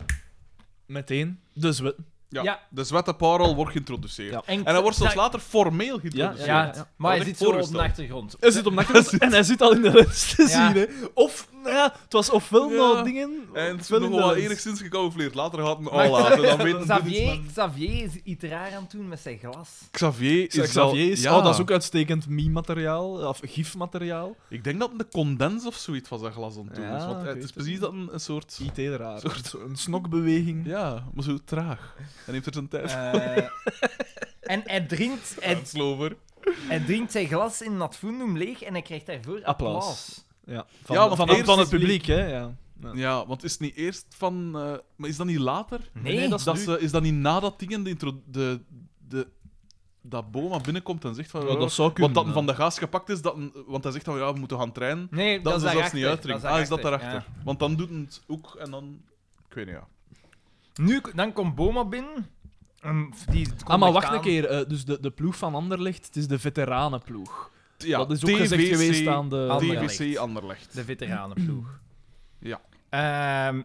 Speaker 3: meteen de zwetten.
Speaker 2: Ja.
Speaker 1: Ja.
Speaker 2: De zwette parel wordt geïntroduceerd.
Speaker 3: Ja.
Speaker 2: En hij wordt zelfs later formeel geïntroduceerd.
Speaker 1: Ja,
Speaker 3: Ja.
Speaker 1: maar hij
Speaker 2: Dat
Speaker 1: zit
Speaker 2: heb
Speaker 1: zo op de
Speaker 2: ik voorgesteld.
Speaker 1: achtergrond.
Speaker 3: Hij zit op nachtkast en hij zit al in de lens te
Speaker 1: Ja.
Speaker 3: zien. Hè. Of, nou ja, het was ofwel
Speaker 2: Ja.
Speaker 3: nou dingen...
Speaker 2: En het is
Speaker 3: ofwel
Speaker 2: nog
Speaker 3: in de
Speaker 2: wel
Speaker 3: lens.
Speaker 2: enigszins gecamoufleerd. Later gaat het
Speaker 1: Maar
Speaker 2: al laten. Dan weten we dit is
Speaker 1: Xavier,
Speaker 2: maar-
Speaker 1: Xavier is iets raar aan het doen met zijn glas.
Speaker 2: Xavier is,
Speaker 3: Xavier
Speaker 2: wel-
Speaker 3: is,
Speaker 2: ja.
Speaker 3: oh, dat is ook uitstekend meme-materiaal, of gif-materiaal.
Speaker 2: Ik denk dat het een condens of zoiets van zijn glas aan toe
Speaker 3: Ja,
Speaker 2: is. Want
Speaker 3: ik
Speaker 2: het
Speaker 3: weet
Speaker 2: is
Speaker 3: het
Speaker 2: precies
Speaker 3: niet.
Speaker 2: dat een, een soort...
Speaker 3: IT raar. Een soort- Een snokbeweging.
Speaker 2: Ja, maar zo traag. Hij neemt er zijn tijd voor.
Speaker 1: Eh, en hij drinkt, hij,
Speaker 2: Slover.
Speaker 1: hij drinkt zijn glas in Natfundum leeg en hij krijgt daarvoor
Speaker 3: Applaus.
Speaker 1: applaus.
Speaker 3: Ja, van,
Speaker 2: Ja, want
Speaker 3: van, van,
Speaker 2: eerst
Speaker 3: het
Speaker 2: is het
Speaker 3: publiek, hè. Ja. Ja.
Speaker 2: Ja, want is het niet eerst van... eh, maar is dat niet later?
Speaker 1: Nee,
Speaker 3: Nee, dat
Speaker 2: Is
Speaker 3: is
Speaker 2: dat,
Speaker 3: nu.
Speaker 2: ze, is dat niet nadat dingen de, intro, de, de dat Boma binnenkomt en zegt van...
Speaker 3: Ja, dat zou kunnen,
Speaker 2: Want dat hem
Speaker 3: ja.
Speaker 2: van de gaas gepakt is, dat, hem- want hij zegt van ja, we moeten gaan trainen.
Speaker 1: Nee,
Speaker 2: Dat,
Speaker 1: is
Speaker 2: ze zelfs
Speaker 1: daarachter,
Speaker 2: niet uitdrinkt.
Speaker 1: Hmm. dat
Speaker 2: Ah, is dat
Speaker 1: daarachter,
Speaker 2: daarachter? Want dan doet het ook en dan... Ik weet niet, ja.
Speaker 1: ja. Nu, dan komt Boma binnen. en die komt
Speaker 3: Ah, maar
Speaker 1: echt
Speaker 3: wacht
Speaker 1: aan.
Speaker 3: een keer. eh, dus de, de ploeg van Anderlecht, het is de veteranenploeg.
Speaker 2: ja
Speaker 3: dat is ook gezegd geweest aan de...
Speaker 1: Anderlecht.
Speaker 2: DVC Anderlecht.
Speaker 1: De veteranenploeg.
Speaker 2: Ja.
Speaker 1: Ehm,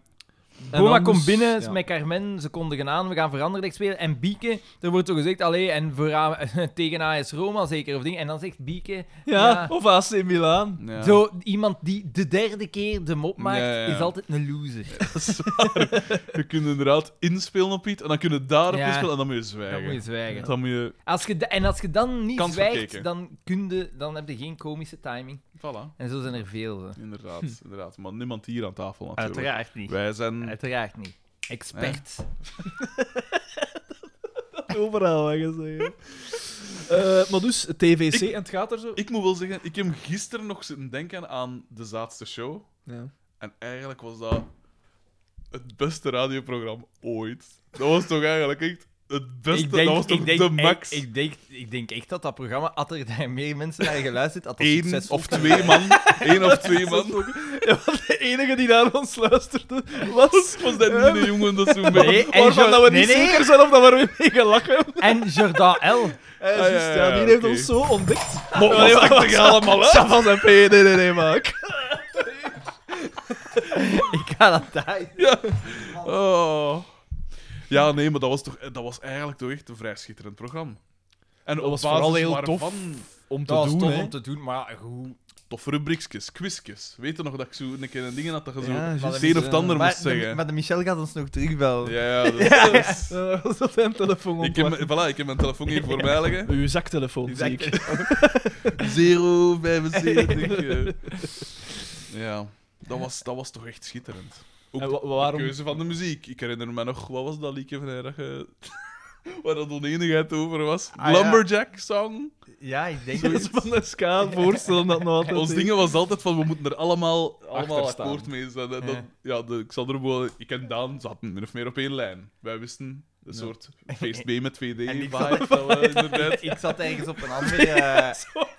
Speaker 3: En
Speaker 1: Boma
Speaker 3: anders-
Speaker 1: komt binnen
Speaker 3: ja.
Speaker 1: met Carmen, ze kondigen aan, we gaan veranderd spelen. En Bieke, er wordt zo gezegd, allee, en voor, A- tegen AS Roma zeker of ding. En dan zegt Bieke,
Speaker 3: Ja,
Speaker 1: Ja.
Speaker 3: of AC Milan.
Speaker 2: Ja.
Speaker 1: zo iemand die de derde keer de mop maakt,
Speaker 2: Ja, ja, ja.
Speaker 1: is altijd een loser.
Speaker 2: Dat is waar. je kunt inderdaad inspelen op iets en dan kun je daarop
Speaker 1: Ja.
Speaker 2: inspelen en dan moet je
Speaker 1: Dan moet je
Speaker 2: zwijgen.
Speaker 1: zwijgen.
Speaker 2: Dan moet je...
Speaker 1: Als je da- en als je dan niet
Speaker 2: Kans
Speaker 1: zwijgt,
Speaker 2: verkeken.
Speaker 1: dan, kun je, dan heb je geen komische timing.
Speaker 2: Voilà.
Speaker 1: En zo zijn er veel. hè.
Speaker 2: Inderdaad, inderdaad. Maar niemand hier aan tafel natuurlijk.
Speaker 1: Uiteraard niet.
Speaker 2: Wij zijn...
Speaker 1: Uiteraard niet. Expert.
Speaker 3: Overal, wat je zegt. Eh, maar dus, TVC, en het gaat er zo...
Speaker 2: Ik moet wel zeggen, ik heb gisteren nog zitten denken aan de zaadste show.
Speaker 3: Ja.
Speaker 2: En eigenlijk was dat het beste radioprogramma ooit. Dat was toch eigenlijk echt het beste, dat was toch de max.
Speaker 1: Ik, ik denk, ik denk echt dat dat programma, had er daar meer mensen naar geluisterd, had dat
Speaker 2: Eén
Speaker 1: succesvol
Speaker 2: of twee man, één of twee man.
Speaker 3: de enige die naar ons luisterde was...
Speaker 2: Was dat niet een jongen dat zo'n beetje...
Speaker 1: Nee, en,
Speaker 3: Waarvan
Speaker 1: Jo-
Speaker 3: dat we
Speaker 1: nee,
Speaker 3: niet
Speaker 1: nee.
Speaker 3: zeker zijn of dat we er mee gelachen hebben.
Speaker 1: en Jordan L.
Speaker 3: Eh,
Speaker 2: ja,
Speaker 3: juist,
Speaker 2: Ah, ja,
Speaker 3: ja, die
Speaker 2: ja,
Speaker 3: heeft
Speaker 2: oké.
Speaker 3: ons zo ontdekt.
Speaker 2: Mo- wat
Speaker 3: Nee,
Speaker 2: dacht je allemaal, hè?
Speaker 3: Van zijn P, nee, nee, nee, maak.
Speaker 1: Ik ga dat daar.
Speaker 2: Oh. Ja, nee, maar dat was, toch, dat was eigenlijk toch echt een vrij schitterend programma. En op
Speaker 3: was
Speaker 2: basis
Speaker 3: vooral heel
Speaker 2: waarvan...
Speaker 3: tof Om
Speaker 1: Dat was tof om te doen, maar goed.
Speaker 2: Tof rubriekjes, quizjes. Weet je nog dat ik zo een keer een ding had dat je zo
Speaker 3: Ja,
Speaker 2: het
Speaker 3: juist,
Speaker 2: Ah, een of het
Speaker 3: ja.
Speaker 2: ander
Speaker 1: Maar,
Speaker 2: moest
Speaker 1: de,
Speaker 2: zeggen?
Speaker 1: maar de Michel gaat ons nog terugbellen.
Speaker 2: Ja, ja, dat dat is...
Speaker 3: Eh, was dat zijn telefoon
Speaker 2: Ik heb,
Speaker 3: ontploft?
Speaker 2: mijn- voilà, ik heb mijn telefoon hier voor mij liggen.
Speaker 3: Uw zaktelefoon, zie ik.
Speaker 2: 075. eh. Ja, dat was, dat was toch echt schitterend. Ook
Speaker 3: En wa-
Speaker 2: de
Speaker 3: waarom-
Speaker 2: keuze van de muziek. Ik herinner me nog, wat was dat liedje vrijdag? eh, waar dat oneenigheid over was.
Speaker 1: Ah, ja.
Speaker 2: Lumberjack-song.
Speaker 1: Ja, ik denk
Speaker 3: Dat is
Speaker 1: het.
Speaker 3: van de ska voorstellen dat nou altijd.
Speaker 2: Ons
Speaker 3: is.
Speaker 2: dingen was altijd van, we moeten er allemaal, allemaal
Speaker 3: Achter staan.
Speaker 2: akkoord mee zijn. En dan, ja. de Xander Boel, ik en Daan zaten min of meer op één lijn. Wij wisten een soort feest B met 2D
Speaker 1: En ik
Speaker 2: vibe.
Speaker 1: zat-
Speaker 2: dat we inderdaad-
Speaker 1: Ik zat ergens op een andere... eh,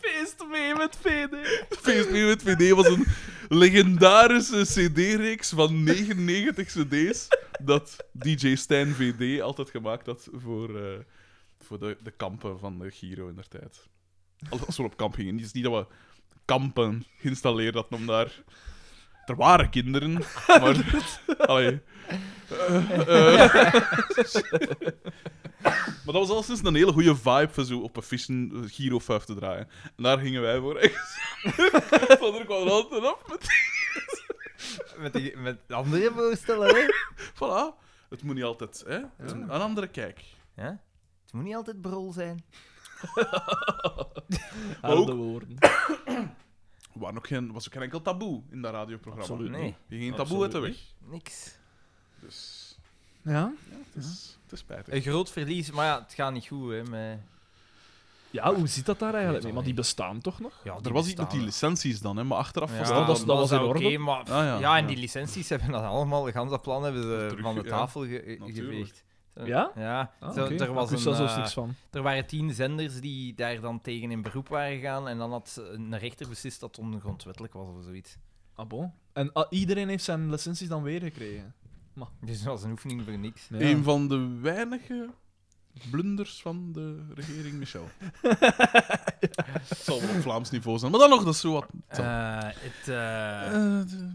Speaker 3: Feest mee met VD.
Speaker 2: Feest B met 2D was een legendarische CD-reeks van 99 CD's dat DJ Stijn VD altijd gemaakt had voor, eh, voor de, de kampen van de Giro in der tijd. Als als we op kamp gingen. Het is niet dat we kampen geïnstalleerd hadden om daar... Er waren kinderen, maar... Allee. Eh, eh. maar dat was al sinds een hele goede vibe van zo op een vissen eh, Giro 5 te draaien. En daar gingen wij voor. Van er kwam er altijd op met...
Speaker 1: met, die, met andere voorstellen, hè.
Speaker 2: Voilà. Het moet niet altijd, hè? Het is een, een andere kijk.
Speaker 1: Ja? Het moet niet altijd brol zijn.
Speaker 3: Harde woorden.
Speaker 2: Er waren ook geen, was ook geen enkel taboe in dat radioprogramma.
Speaker 3: Absoluut
Speaker 1: niet.
Speaker 2: Je ging geen taboe uit de weg.
Speaker 1: Niks.
Speaker 2: Dus
Speaker 3: Ja?
Speaker 2: het is, het is spijtig.
Speaker 1: Een groot verlies, maar ja, het gaat niet goed, hè. Met...
Speaker 3: Ja, hoe zit dat daar eigenlijk mee? Want die bestaan toch nog?
Speaker 1: Ja,
Speaker 2: er was iets met die licenties dan, hè? Maar achteraf was dat...
Speaker 3: dat was-
Speaker 2: dan-
Speaker 3: dat was in
Speaker 1: oké,
Speaker 3: orde.
Speaker 1: maar-
Speaker 2: Ah, ja.
Speaker 1: ja. en die licenties hebben dat allemaal, gans dat plan hebben ze
Speaker 2: Terug-
Speaker 1: van de
Speaker 2: ja.
Speaker 1: tafel ge-
Speaker 2: Natuurlijk.
Speaker 1: geveegd. Zo-
Speaker 3: Ja?
Speaker 1: Ja.
Speaker 3: Ah,
Speaker 1: zo,
Speaker 3: oké.
Speaker 1: er, was
Speaker 3: Ik wist daar
Speaker 1: een,
Speaker 3: zelfs
Speaker 1: eh,
Speaker 3: niks van.
Speaker 1: er waren tien zenders die daar dan tegen in beroep waren gegaan en dan had een rechter beslist dat het ongrondwettelijk was of zoiets.
Speaker 3: Ah, bon. En ah, iedereen heeft zijn licenties dan weer gekregen.
Speaker 1: Dus dat was een oefening voor niks.
Speaker 3: Ja.
Speaker 2: Een van de weinige blunders van de regering Michel. Het zal wel op Vlaams niveau zijn, maar dan nog, dat is zo wat...
Speaker 1: Eh, het, eh,
Speaker 2: Eh, de-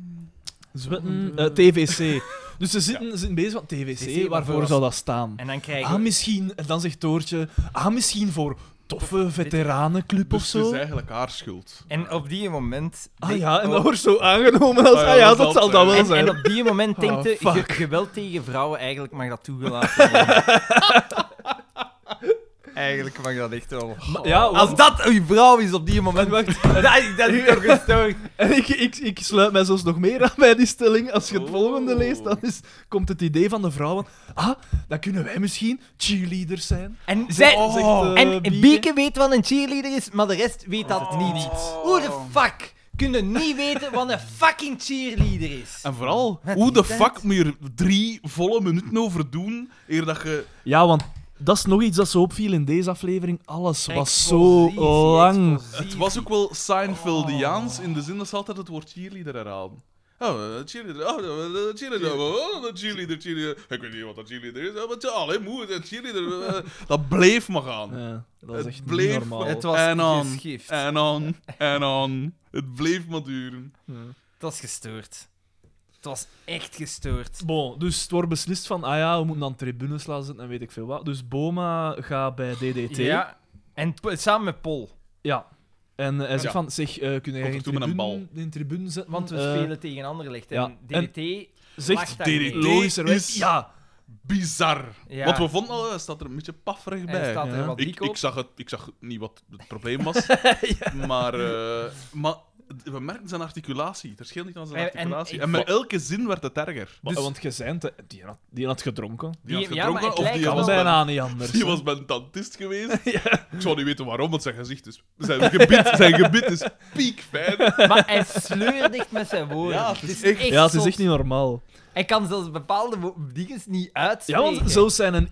Speaker 3: Zwetten. eh, TVC. Dus ze zitten, ze zijn bezig van TVC,
Speaker 1: TVC,
Speaker 3: waarvoor zou dat staan?
Speaker 1: En dan krijgen
Speaker 3: Ah,
Speaker 1: we...
Speaker 3: misschien, en dan zegt Toortje, ah, misschien voor toffe veteranenclub of
Speaker 2: Dus het is
Speaker 3: zo.
Speaker 2: eigenlijk haar schuld.
Speaker 1: En op die moment...
Speaker 3: Ah
Speaker 1: denk-
Speaker 3: ja, en
Speaker 1: oh.
Speaker 3: dat wordt zo aangenomen als,
Speaker 2: Ah ja,
Speaker 3: ah ja,
Speaker 2: dat
Speaker 3: dat
Speaker 2: zal
Speaker 3: zal dat
Speaker 2: zijn.
Speaker 3: wel
Speaker 1: En,
Speaker 3: zijn.
Speaker 1: en op die moment denkt
Speaker 3: Ah,
Speaker 1: je, ge-
Speaker 3: fuck.
Speaker 1: geweld tegen vrouwen, eigenlijk mag dat toegelaten worden. eigenlijk mag dat echt wel.
Speaker 3: Maar- ja,
Speaker 1: Als dat uw vrouw is op die moment...
Speaker 3: Wacht.
Speaker 1: dat is dat is toch gestoord.
Speaker 3: En ik, ik, ik sluit mij zelfs nog meer aan bij die stelling. Als je het
Speaker 2: Oh.
Speaker 3: volgende leest, dan is, komt het idee van de vrouw van... Ah, dan kunnen wij misschien cheerleaders zijn.
Speaker 1: En, zij,
Speaker 3: Oh, zegt, eh,
Speaker 1: en
Speaker 3: Bieke.
Speaker 1: Bieke. Oh. weet wat een cheerleader is, maar de rest weet dat niet. Hoe de fuck kunnen niet weten wat een fucking cheerleader is?
Speaker 2: En vooral,
Speaker 1: Wat
Speaker 2: hoe
Speaker 1: is dat?
Speaker 2: de fuck moet je er drie volle minuten over doen eer dat je...
Speaker 3: Ja, want dat is nog iets dat zo opviel in deze aflevering. Alles was zo
Speaker 1: Expositie,
Speaker 3: lang.
Speaker 1: expositie.
Speaker 2: Het was ook wel
Speaker 1: Oh.
Speaker 2: Seinfeldiaans in de zin dat ze altijd het woord cheerleader herhalen. Oh, eh, cheerleader, oh, eh, cheerleader, oh, eh, cheerleader, cheerleader. Ik weet niet wat dat cheerleader is, eh, maar ja, allee, moe, eh, cheerleader. eh, Dat bleef maar gaan.
Speaker 3: Ja, dat is
Speaker 2: Het
Speaker 3: echt
Speaker 2: bleef-
Speaker 3: niet normaal.
Speaker 1: Het was
Speaker 2: En on,
Speaker 1: geschift.
Speaker 2: en on, en on. Het bleef maar duren.
Speaker 1: Het was gestoord. Het was echt gestoord.
Speaker 3: Bon, dus het wordt beslist van, ah ja, we moeten aan tribunes laten zitten en weet ik veel wat. Dus Boma gaat bij DDT.
Speaker 1: Ja. En p- samen met Pol.
Speaker 3: Ja. En eh, hij zegt
Speaker 2: Ja.
Speaker 3: van, zeg, eh kunnen jij
Speaker 2: Komt
Speaker 3: in
Speaker 2: er toe met een
Speaker 3: tribune, in tribune zetten?
Speaker 1: Want we
Speaker 3: Eh,
Speaker 1: spelen tegen Anderlecht.
Speaker 3: ja.
Speaker 1: En DDT
Speaker 3: Zegt
Speaker 1: lacht daarmee.
Speaker 2: DDT.
Speaker 3: logischerwijs...
Speaker 2: is-
Speaker 3: Ja.
Speaker 2: Bizar.
Speaker 1: Ja.
Speaker 2: Want we vonden, al, hij staat er een beetje pafferig
Speaker 1: En
Speaker 2: bij.
Speaker 1: staat er
Speaker 3: Ja.
Speaker 1: wat
Speaker 2: Ik,
Speaker 1: dik
Speaker 2: ik,
Speaker 1: op.
Speaker 2: zag het, ik zag niet wat het probleem was. maar, eh, maar we merkten zijn articulatie. Er scheelt niet aan zijn
Speaker 1: Eh, En- en
Speaker 2: articulatie. En,
Speaker 1: ik-
Speaker 2: met elke zin werd het erger.
Speaker 3: Maar-
Speaker 1: Dus-
Speaker 3: Want je zei het, die had, die had gedronken.
Speaker 2: Die
Speaker 1: Die-
Speaker 2: had
Speaker 1: ja, maar
Speaker 2: gedronken
Speaker 1: het
Speaker 2: of
Speaker 1: lijkt
Speaker 2: die
Speaker 1: wel-
Speaker 2: was,
Speaker 3: Kan
Speaker 2: bij,
Speaker 3: bijna niet anders.
Speaker 2: die
Speaker 3: hè.
Speaker 2: was bij een tantist geweest. Ik zou niet weten waarom, want zijn gezicht is... Zijn gebit, zijn gebit is piekfijn.
Speaker 1: Maar hij sleurdicht met zijn woorden.
Speaker 2: Ja, het
Speaker 1: het
Speaker 2: is
Speaker 1: is
Speaker 2: echt-
Speaker 1: echt
Speaker 3: Ja, het is
Speaker 1: zot.
Speaker 3: echt niet normaal.
Speaker 1: Hij kan zelfs bepaalde wo- dingen niet
Speaker 3: Ja,
Speaker 1: uitspreken.
Speaker 3: want zelfs zijn een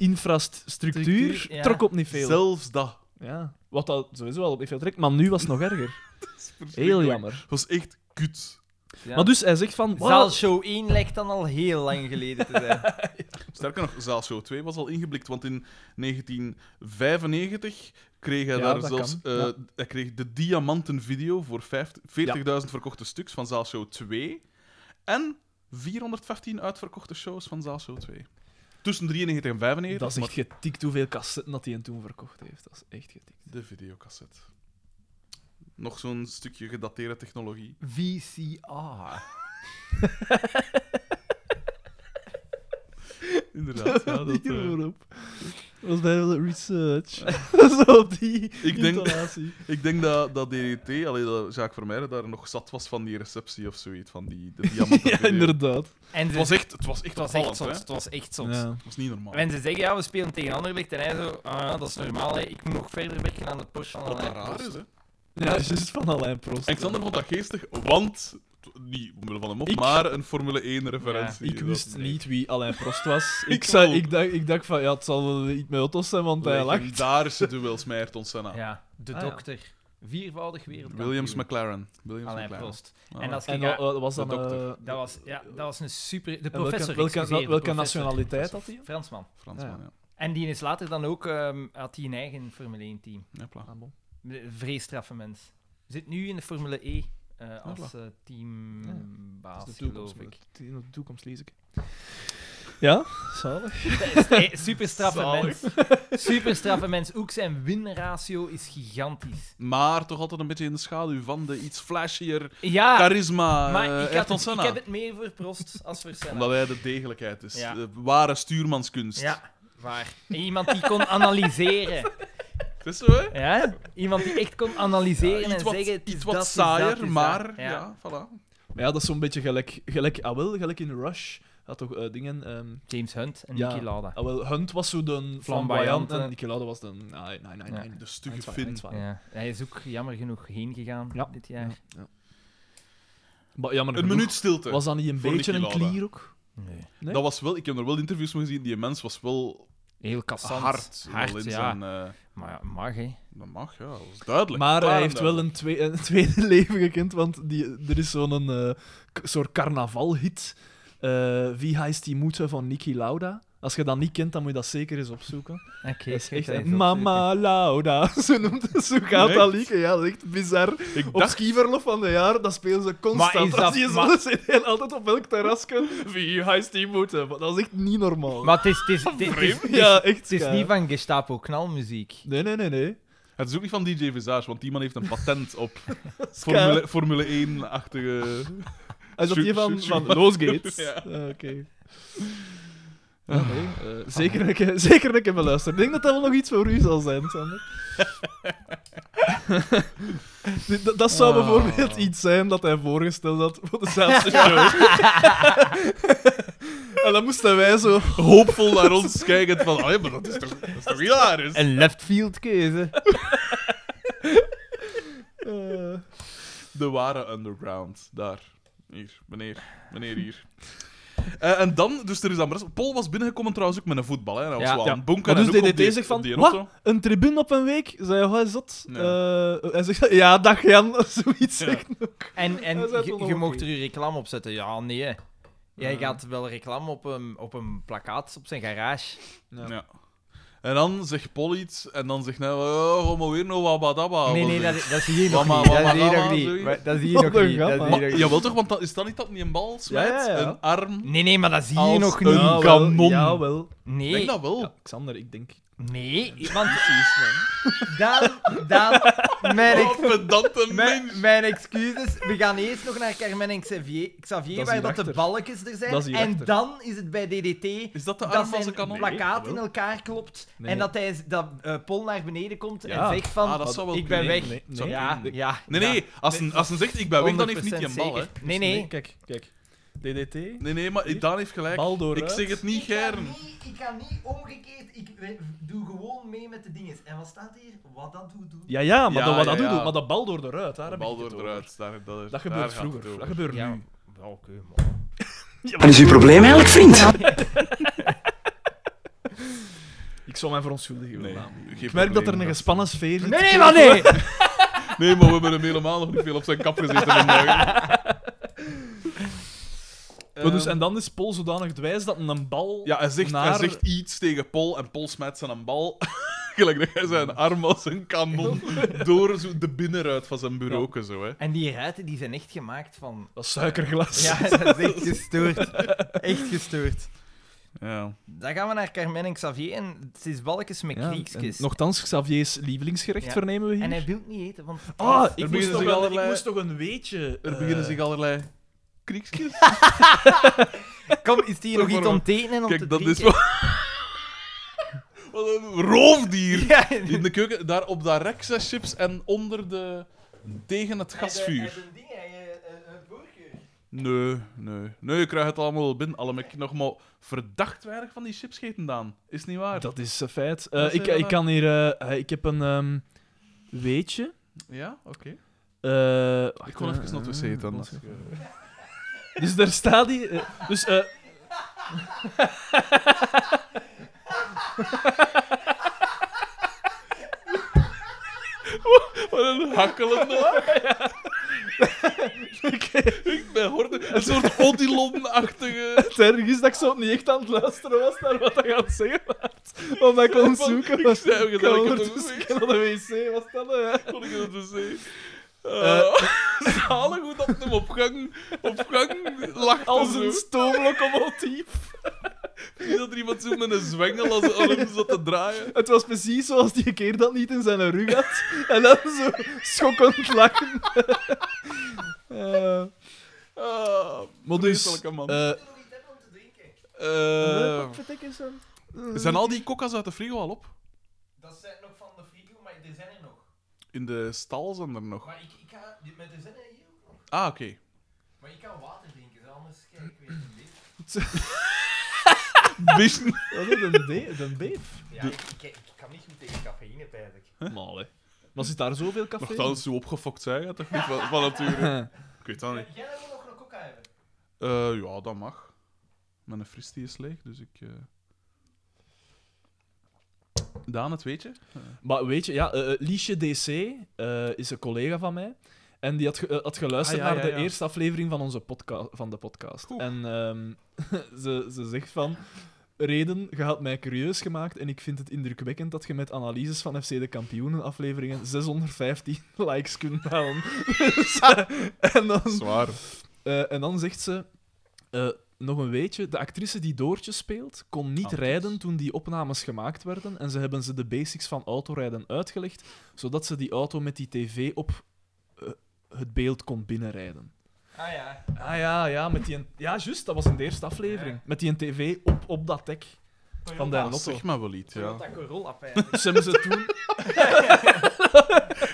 Speaker 3: infrastructuur
Speaker 1: Structuur, ja.
Speaker 3: trok op niet veel.
Speaker 2: Zelfs dat.
Speaker 3: Ja. Wat dat sowieso al op niet veel trekt, maar nu was het nog erger.
Speaker 2: is
Speaker 3: Heel
Speaker 2: verschrikkelijk.
Speaker 3: jammer.
Speaker 2: Het was echt kut.
Speaker 1: Ja.
Speaker 3: Maar dus hij zegt van... "Wow,
Speaker 1: Zaalshow 1 lijkt dan al heel lang geleden te zijn.
Speaker 2: Sterker nog, Zaalshow 2 was al ingeblikt, want in 1995 kreeg hij
Speaker 3: Ja,
Speaker 2: daar
Speaker 3: dat
Speaker 2: zelfs...
Speaker 3: kan,
Speaker 2: eh,
Speaker 3: ja.
Speaker 2: Hij kreeg de diamanten video voor 50 40.000 verkochte stuks van Zaalshow 2 en 415 uitverkochte shows van Zaalshow 2. Tussen 93 en 95,
Speaker 3: Dat is echt
Speaker 2: maar
Speaker 3: getikt hoeveel cassetten dat hij en toen verkocht heeft. Dat is echt getikt.
Speaker 2: de videocassette. Nog zo'n stukje gedateerde technologie.
Speaker 1: VCR.
Speaker 2: Inderdaad, ja, dat... eh,
Speaker 3: op. Dat was bij de research. Zo op die
Speaker 2: Ik denk-
Speaker 3: intonatie.
Speaker 2: Ik denk dat, dat DDT, alleen dat Jacques Vermeijden daar nog zat was van die receptie of zoiets, van die de diamanten
Speaker 3: ja,
Speaker 2: video.
Speaker 3: inderdaad.
Speaker 1: En
Speaker 2: Het
Speaker 1: ze-
Speaker 2: was echt, het was echt
Speaker 1: het was echt
Speaker 2: opvallend,
Speaker 1: zot.
Speaker 2: hè.
Speaker 1: Het was echt zot.
Speaker 3: Ja.
Speaker 2: Dat is niet normaal.
Speaker 1: En ze zeggen, ja, we spelen tegen Anderlecht. En hij zo, ah, dat is normaal, hè. ik moet nog verder werken aan de post van
Speaker 2: Wat
Speaker 1: Alain
Speaker 2: raar is, hè?
Speaker 3: Ja, juist van Alain Prost.
Speaker 2: En Xander vond dat geestig, want... t- Niet omwille van hem op,
Speaker 3: Ik-
Speaker 2: maar een Formule 1-referentie.
Speaker 3: Ik wist niet wie Alain Prost was. ik,
Speaker 2: Ik
Speaker 3: zei,
Speaker 2: ook.
Speaker 3: ik, dacht, ik dacht van, ja, het zal wel iets met auto's zijn, want hij lacht.
Speaker 2: Legendarische duels met ons Senna.
Speaker 1: Ja, de
Speaker 3: Ah, ja.
Speaker 1: dokter. Viervoudig wereldkampioen.
Speaker 2: Williams McLaren. Williams
Speaker 1: Alain
Speaker 2: McLaren.
Speaker 1: Prost.
Speaker 2: Ah.
Speaker 1: En als nou je
Speaker 3: En
Speaker 1: gaat-
Speaker 3: dat eh, was
Speaker 2: de
Speaker 3: dan... eh,
Speaker 2: dokter.
Speaker 1: dat, was, ja, dat was een super... De
Speaker 3: en welke-
Speaker 1: professor,
Speaker 3: welke,
Speaker 1: excuseer, de
Speaker 3: welke, welke
Speaker 1: professor.
Speaker 3: nationaliteit had hij?
Speaker 1: Fransman.
Speaker 2: Fransman,
Speaker 3: Ja.
Speaker 2: ja.
Speaker 1: En die is later dan ook... ehm, had hij een eigen Formule 1-team.
Speaker 2: ja. pla.
Speaker 3: Ah, bon.
Speaker 1: De Vreestraffe mens. Zit nu in de Formule E eh, als eh,
Speaker 3: Ah, Dat is
Speaker 1: teambaas,
Speaker 3: de
Speaker 1: geloof
Speaker 3: toekomst.
Speaker 1: ik.
Speaker 3: In de toekomst lees ik. Ja, zalig.
Speaker 1: Eh, Super straffe
Speaker 2: Zalig.
Speaker 1: mens. Super straffe mens. Ook zijn winratio is gigantisch.
Speaker 2: Maar toch altijd een beetje in de schaduw van de iets flashier
Speaker 1: Ja,
Speaker 2: charisma
Speaker 1: Ah, maar
Speaker 2: eh,
Speaker 1: ik, had
Speaker 2: Ayrton
Speaker 1: het, ik
Speaker 2: Senna.
Speaker 1: heb het meer voor Prost als voor Senna.
Speaker 2: Omdat hij de degelijkheid is.
Speaker 1: Ja.
Speaker 2: De ware stuurmanskunst.
Speaker 1: Ja, waar. En iemand die kon analyseren.
Speaker 2: Het is zo, hè?
Speaker 1: Ja? Iemand die echt kon analyseren
Speaker 2: Ja, iets
Speaker 1: en
Speaker 2: wat,
Speaker 1: zeggen... het is
Speaker 2: iets wat
Speaker 1: dat, het is
Speaker 2: saaier,
Speaker 1: dat, het is
Speaker 2: maar
Speaker 1: dat.
Speaker 2: ja. voilà.
Speaker 3: Maar ja, dat is zo'n beetje gelijk, gelijk, ah wel, gelijk in Rush. Had toch eh, dingen... ehm,
Speaker 1: James Hunt en
Speaker 3: Ja.
Speaker 1: Niki Lauda.
Speaker 3: ah wel, Hunt was zo de flamboyant
Speaker 1: Flamboyante.
Speaker 3: en Niki Lauda was de... Nee, nee, nee, nee.
Speaker 2: De stugge
Speaker 3: Eindzwaai,
Speaker 2: Finn.
Speaker 3: eindzwaai.
Speaker 1: Ja. Hij is ook jammer genoeg heen gegaan
Speaker 3: Ja.
Speaker 1: dit jaar.
Speaker 3: Maar jammer
Speaker 2: Een
Speaker 3: genoeg,
Speaker 2: minuut stilte.
Speaker 3: Was dat niet een
Speaker 2: voor
Speaker 3: beetje
Speaker 2: Niki
Speaker 3: een
Speaker 2: Lauda.
Speaker 3: klier ook?
Speaker 1: Nee.
Speaker 3: Nee?
Speaker 2: Dat was wel, ik heb er wel interviews van gezien, die mens was wel
Speaker 1: Heel kassant.
Speaker 2: hard.
Speaker 1: Hard,
Speaker 2: wel in
Speaker 1: ja.
Speaker 2: zijn, eh,
Speaker 1: Maar ja, mag, hè.
Speaker 2: dat mag, ja, dat was duidelijk.
Speaker 3: Maar eh,
Speaker 2: Klaar
Speaker 3: hij
Speaker 2: en
Speaker 3: heeft wel
Speaker 2: duidelijk.
Speaker 3: een, twee- een tweede leven gekend, want die, er is zo'n eh, k- soort carnavalhit. eh Wie heist die moeder van Niki Lauda? Als je dat niet kent, dan moet je dat zeker eens opzoeken.
Speaker 1: Oké, ik
Speaker 3: Dat is
Speaker 1: ga
Speaker 3: echt,
Speaker 1: dat
Speaker 3: hè.
Speaker 1: eens
Speaker 3: Mama Lauda, zo, noemt het, zo gaat
Speaker 2: Nee.
Speaker 3: dat liedje. Ja, dat is echt bizar.
Speaker 2: Ik
Speaker 3: Op
Speaker 2: dacht...
Speaker 3: skiverlof van de jaar, dat spelen ze
Speaker 1: Maar
Speaker 3: constant.
Speaker 1: is
Speaker 3: Dat
Speaker 1: dat-
Speaker 3: zie je zo
Speaker 1: maar-
Speaker 3: CD en altijd op elk terrasje. Wie heist die moeten? Maar dat is echt niet normaal.
Speaker 1: opzoeken. Maar het is, het is, het is, het is- het is-
Speaker 3: ja, echt.
Speaker 1: het is
Speaker 3: ja.
Speaker 1: niet van Gestapo knalmuziek.
Speaker 3: Nee, nee, nee, nee.
Speaker 2: Het is ook niet van DJ Visage, want die man heeft een patent op
Speaker 3: Ska.
Speaker 2: Formule, Formule 1-achtige...
Speaker 3: Ah, Is dat
Speaker 2: Shoot,
Speaker 3: die van,
Speaker 2: shoot,
Speaker 3: van
Speaker 2: shoot.
Speaker 3: Those Gates?
Speaker 2: Ja.
Speaker 3: Ah, Oké. Ah, nee, eh, zeker een keer- zeker een keer beluisteren. Ik denk dat dat wel nog iets voor u zal zijn, Sander. Dit- dat, dat zou
Speaker 2: Ah.
Speaker 3: bijvoorbeeld iets zijn dat hij voorgesteld had voor de Zaanse show. en dan moesten wij zo...
Speaker 2: Hoopvol naar ons kijkend van... Oh ja, maar dat is toch, dat is toch dus." hilarisch?
Speaker 1: Een leftfield keuze.
Speaker 3: eh,
Speaker 2: De ware underground. Daar. Hier, meneer. Meneer hier. Eh, en dan, dus er is dan... rest- Paul was binnengekomen trouwens ook met een voetbal. Hè. en Hij was
Speaker 1: Ja.
Speaker 2: wel
Speaker 1: Ja.
Speaker 2: aan het bonken.
Speaker 3: Maar dus
Speaker 2: en ook op
Speaker 3: DDT
Speaker 2: die-
Speaker 3: zegt
Speaker 2: op
Speaker 3: van,
Speaker 2: die
Speaker 3: wat?
Speaker 2: auto.
Speaker 3: Een tribune op een week? Zei hij, "Oh, hij is zot.
Speaker 2: Ja.
Speaker 3: Eh, hij zegt, ja, dag Jan, zoiets zegt hij ook.
Speaker 1: En, en
Speaker 3: Dat is
Speaker 1: je,
Speaker 3: wel
Speaker 1: je
Speaker 3: oké.
Speaker 1: mocht er je reclame op zetten. Ja, nee. hè. Jij
Speaker 3: Ja.
Speaker 1: gaat wel reclame op een, op een plakkaat op zijn garage.
Speaker 3: Ja.
Speaker 2: Ja. En dan zegt Paul iets. En dan zegt hij... Oh, kom maar weer nou wabadaba.
Speaker 1: nee,
Speaker 2: of
Speaker 1: nee, dat,
Speaker 2: zoiets.
Speaker 1: dat zie je nog
Speaker 2: Mama,
Speaker 1: niet. Dat
Speaker 2: mama,
Speaker 1: zie je
Speaker 2: mama,
Speaker 1: nog niet.
Speaker 2: zoiets.
Speaker 1: Maar Dat zie je
Speaker 3: Wat
Speaker 1: nog
Speaker 3: een
Speaker 1: niet. Dat
Speaker 3: grap,
Speaker 1: zie je
Speaker 3: man.
Speaker 1: nog
Speaker 2: Maar,
Speaker 1: niet.
Speaker 2: jawel toch, want dat, is dat niet dat niet een bal smijt?
Speaker 3: Ja, ja, ja.
Speaker 2: Een arm?
Speaker 1: Nee, nee, maar dat zie je
Speaker 2: Als
Speaker 1: nog
Speaker 2: een-
Speaker 1: niet.
Speaker 3: Jawel,
Speaker 2: kanon.
Speaker 3: Jawel.
Speaker 2: Ik denk nou-
Speaker 1: Nee,
Speaker 2: dat wel.
Speaker 3: Xander, ik denk...
Speaker 1: nee, want dan, dan, mijn,
Speaker 2: Oh,
Speaker 1: ex-
Speaker 2: pedante mens.
Speaker 1: mijn, mijn excuses. We gaan eerst nog naar Carmen en Xavier, Xavier
Speaker 3: Dat is
Speaker 1: waar dat de
Speaker 3: hierachter.
Speaker 1: balkjes er zijn.
Speaker 3: Dat is
Speaker 1: en
Speaker 3: hierachter.
Speaker 1: dan is het bij DDT
Speaker 2: Is dat de
Speaker 1: dat
Speaker 2: arm als een
Speaker 1: zijn
Speaker 2: kanon?
Speaker 1: plakkaat
Speaker 3: Nee,
Speaker 1: in elkaar klopt
Speaker 3: Nee.
Speaker 1: en dat, hij, dat eh, Paul naar beneden komt en
Speaker 3: Ja.
Speaker 1: zegt van,
Speaker 2: Ah, dat zou wel
Speaker 1: ik ben
Speaker 2: kunnen.
Speaker 1: weg.
Speaker 3: Nee, nee.
Speaker 1: ja,
Speaker 3: Nee.
Speaker 1: ja,
Speaker 2: Nee,
Speaker 1: ja.
Speaker 2: nee. Als een, als een zegt, ik ben weg, dan heeft niet
Speaker 1: 100%
Speaker 2: die een bal, hè.
Speaker 1: zeker. Nee, nee.
Speaker 3: Kijk, kijk. DDT.
Speaker 2: Nee, nee, maar Daan heeft gelijk.
Speaker 3: Bal door
Speaker 2: Ik
Speaker 3: uit.
Speaker 2: zeg het niet,
Speaker 1: Ik
Speaker 2: Gern.
Speaker 1: ga niet, ik ga niet omgekeerd, ik eh, doe gewoon mee met de dinges. En wat staat hier? Wat dat doet doen.
Speaker 3: Ja, ja, maar
Speaker 2: Ja,
Speaker 3: dat, wat
Speaker 2: ja,
Speaker 3: dat doet,
Speaker 2: ja.
Speaker 3: doet, maar dat bal door de ruit, daar heb
Speaker 2: Bal
Speaker 3: ik het
Speaker 2: door
Speaker 3: over.
Speaker 2: eruit. Daar, daar,
Speaker 3: Dat
Speaker 2: daar
Speaker 3: gebeurt
Speaker 2: gaat het
Speaker 3: vroeger,
Speaker 2: over.
Speaker 3: dat gebeurt
Speaker 1: Ja,
Speaker 3: nu.
Speaker 1: wel, oké, man.
Speaker 5: Wat is uw probleem eigenlijk, vriend?
Speaker 3: Ik zal mij verontschuldigen.
Speaker 2: Nee,
Speaker 3: Roland.
Speaker 2: geen
Speaker 3: Ik merk
Speaker 2: probleem.
Speaker 3: dat er een gespannen sfeer zit.
Speaker 1: Nee, nee, maar nee!
Speaker 2: Nee, maar we hebben hem helemaal nog niet veel op zijn kap gezeten vandaag.
Speaker 3: Maar dus, en dan is Paul zodanig dwijs dat een bal...
Speaker 2: Ja, hij zegt, hij
Speaker 3: naar-
Speaker 2: zegt iets tegen Paul en Paul smijt zijn een bal. Gelijk dat hij zijn arm als een kanon door zo de binnenruit van zijn bureau. Zo, hè.
Speaker 1: En die ruiten die zijn echt gemaakt van...
Speaker 3: Dat is suikerglas.
Speaker 1: Ja, dat is echt gestoord. Echt gestoord.
Speaker 2: Ja.
Speaker 1: Dan gaan we naar Carmen en Xavier en het is balkjes met
Speaker 3: Ja, en
Speaker 1: kriekjes.
Speaker 3: Nochtans, Xavier's lievelingsgerecht
Speaker 1: Ja.
Speaker 3: vernemen we hier.
Speaker 1: En hij Oh, wil het niet eten, want...
Speaker 3: Ah,
Speaker 2: beginnen
Speaker 3: ik moest,
Speaker 2: zich
Speaker 3: toch een,
Speaker 1: eh,
Speaker 2: allerlei-
Speaker 3: ik moest toch een weetje...
Speaker 2: Er
Speaker 3: eh,
Speaker 2: beginnen zich allerlei kriekjes.
Speaker 1: Kom, is die hier nog
Speaker 2: Toch
Speaker 1: iets
Speaker 2: maar-
Speaker 1: om te eten en om te
Speaker 2: Kijk, dat is
Speaker 1: drinken?
Speaker 2: wel... Wat een roofdier!
Speaker 1: Ja,
Speaker 2: In de keuken, daar op dat rek zijn chips en onder de... Tegen het
Speaker 1: eh,
Speaker 2: gasvuur. Nee, nee. Nee, je krijgt het allemaal wel binnen. Allemaal ik nog maar verdacht weinig van die chips gegeten, Daan. Is niet waar?
Speaker 3: Dat is een feit. Eh,
Speaker 2: Dat is
Speaker 3: ik,
Speaker 2: heel
Speaker 3: ik kan hier... eh, eh, ik heb een ehm, weetje.
Speaker 2: Ja, oké.
Speaker 3: Eh,
Speaker 2: Ik kon even naar het wc dan.
Speaker 3: wacht, eh, Dus daar staat die. eh, dus, eh,
Speaker 2: Wat een hakkelende. Ik ben horde. Een soort Odilon-achtige...
Speaker 3: het erg is dat ik zo niet echt aan het luisteren was naar wat hij aan het zeggen was. Omdat ik kon
Speaker 2: Van,
Speaker 3: zoeken.
Speaker 2: ik
Speaker 3: was-
Speaker 2: zei hem,
Speaker 3: ik
Speaker 2: dat ik
Speaker 3: kon
Speaker 2: het
Speaker 3: ondertussen
Speaker 2: ook
Speaker 3: ik naar de wc. Was dat nou, ja?
Speaker 2: Kon ik in het wc. Eh, zalig hoe dat hem op gang, op gang lacht.
Speaker 3: Als
Speaker 2: en
Speaker 3: een
Speaker 2: zo.
Speaker 3: stoomlocomotief.
Speaker 2: Niet dat er iemand zo met een zwengel als aan hem zat te draaien.
Speaker 3: Het was precies zoals die keer dat niet in zijn rug had. En dan zo schokkend lachen. Eh,
Speaker 2: Ah,
Speaker 3: maar dus...
Speaker 2: vreselijke man.
Speaker 3: eh,
Speaker 2: Eh,
Speaker 3: wat betekent zo'n-
Speaker 2: zijn al die kokka's uit de frigo al op?
Speaker 1: Dat zijn nog van de frigo, maar er zijn er nog.
Speaker 2: In de stal zijn er nog.
Speaker 1: Maar ik, ik ga... Met de zijn er hier ook nog.
Speaker 2: Ah, oké.
Speaker 1: Maar ik kan water drinken, zo, anders kijk ik weer een beetje.
Speaker 2: Vision.
Speaker 3: Wat is dat, een, de, een beef?
Speaker 1: Ja, ik, ik, ik kan niet goed tegen cafeïne, eigenlijk.
Speaker 3: Mal, hè. Maar zit daar zoveel café?
Speaker 2: Nogthans, zo opgefokt zijn gaat toch niet van, van nature? Ik weet dat niet.
Speaker 1: Jij wil nog een coca hebben?
Speaker 2: Eh, ja, dat mag. Mijn fris die is leeg, dus ik... eh. Daan, het weet je?
Speaker 3: Maar weet je, ja, eh, eh, Liesje DC eh, is een collega van mij. En die had, ge- eh, had geluisterd
Speaker 2: Ah, ja,
Speaker 3: naar
Speaker 2: ja,
Speaker 3: de
Speaker 2: ja.
Speaker 3: eerste aflevering van, onze podca- van de podcast.
Speaker 2: Oeh.
Speaker 3: En ehm, ze, ze zegt van... reden, je had mij curieus gemaakt en ik vind het indrukwekkend dat je met analyses van FC de kampioenen afleveringen 615 likes kunt halen. Dus, eh, en, dan,
Speaker 2: Zwaar.
Speaker 3: eh, en dan zegt ze eh, nog een weetje. De actrice die Doortje speelt, kon niet rijden toen die opnames gemaakt werden en ze hebben ze de basics van autorijden uitgelegd, zodat ze die auto met die tv op eh, het beeld kon binnenrijden.
Speaker 1: Ah ja.
Speaker 3: Ah ja, ja, met die... Ja, juist, dat was in de eerste aflevering.
Speaker 1: Ja.
Speaker 3: Met die tv op, op dat dek van de
Speaker 2: Ah,
Speaker 3: Lotto.
Speaker 2: zeg maar wel iets, ja.
Speaker 1: Toyota Corolla, eigenlijk.
Speaker 3: Dus hebben ze toen...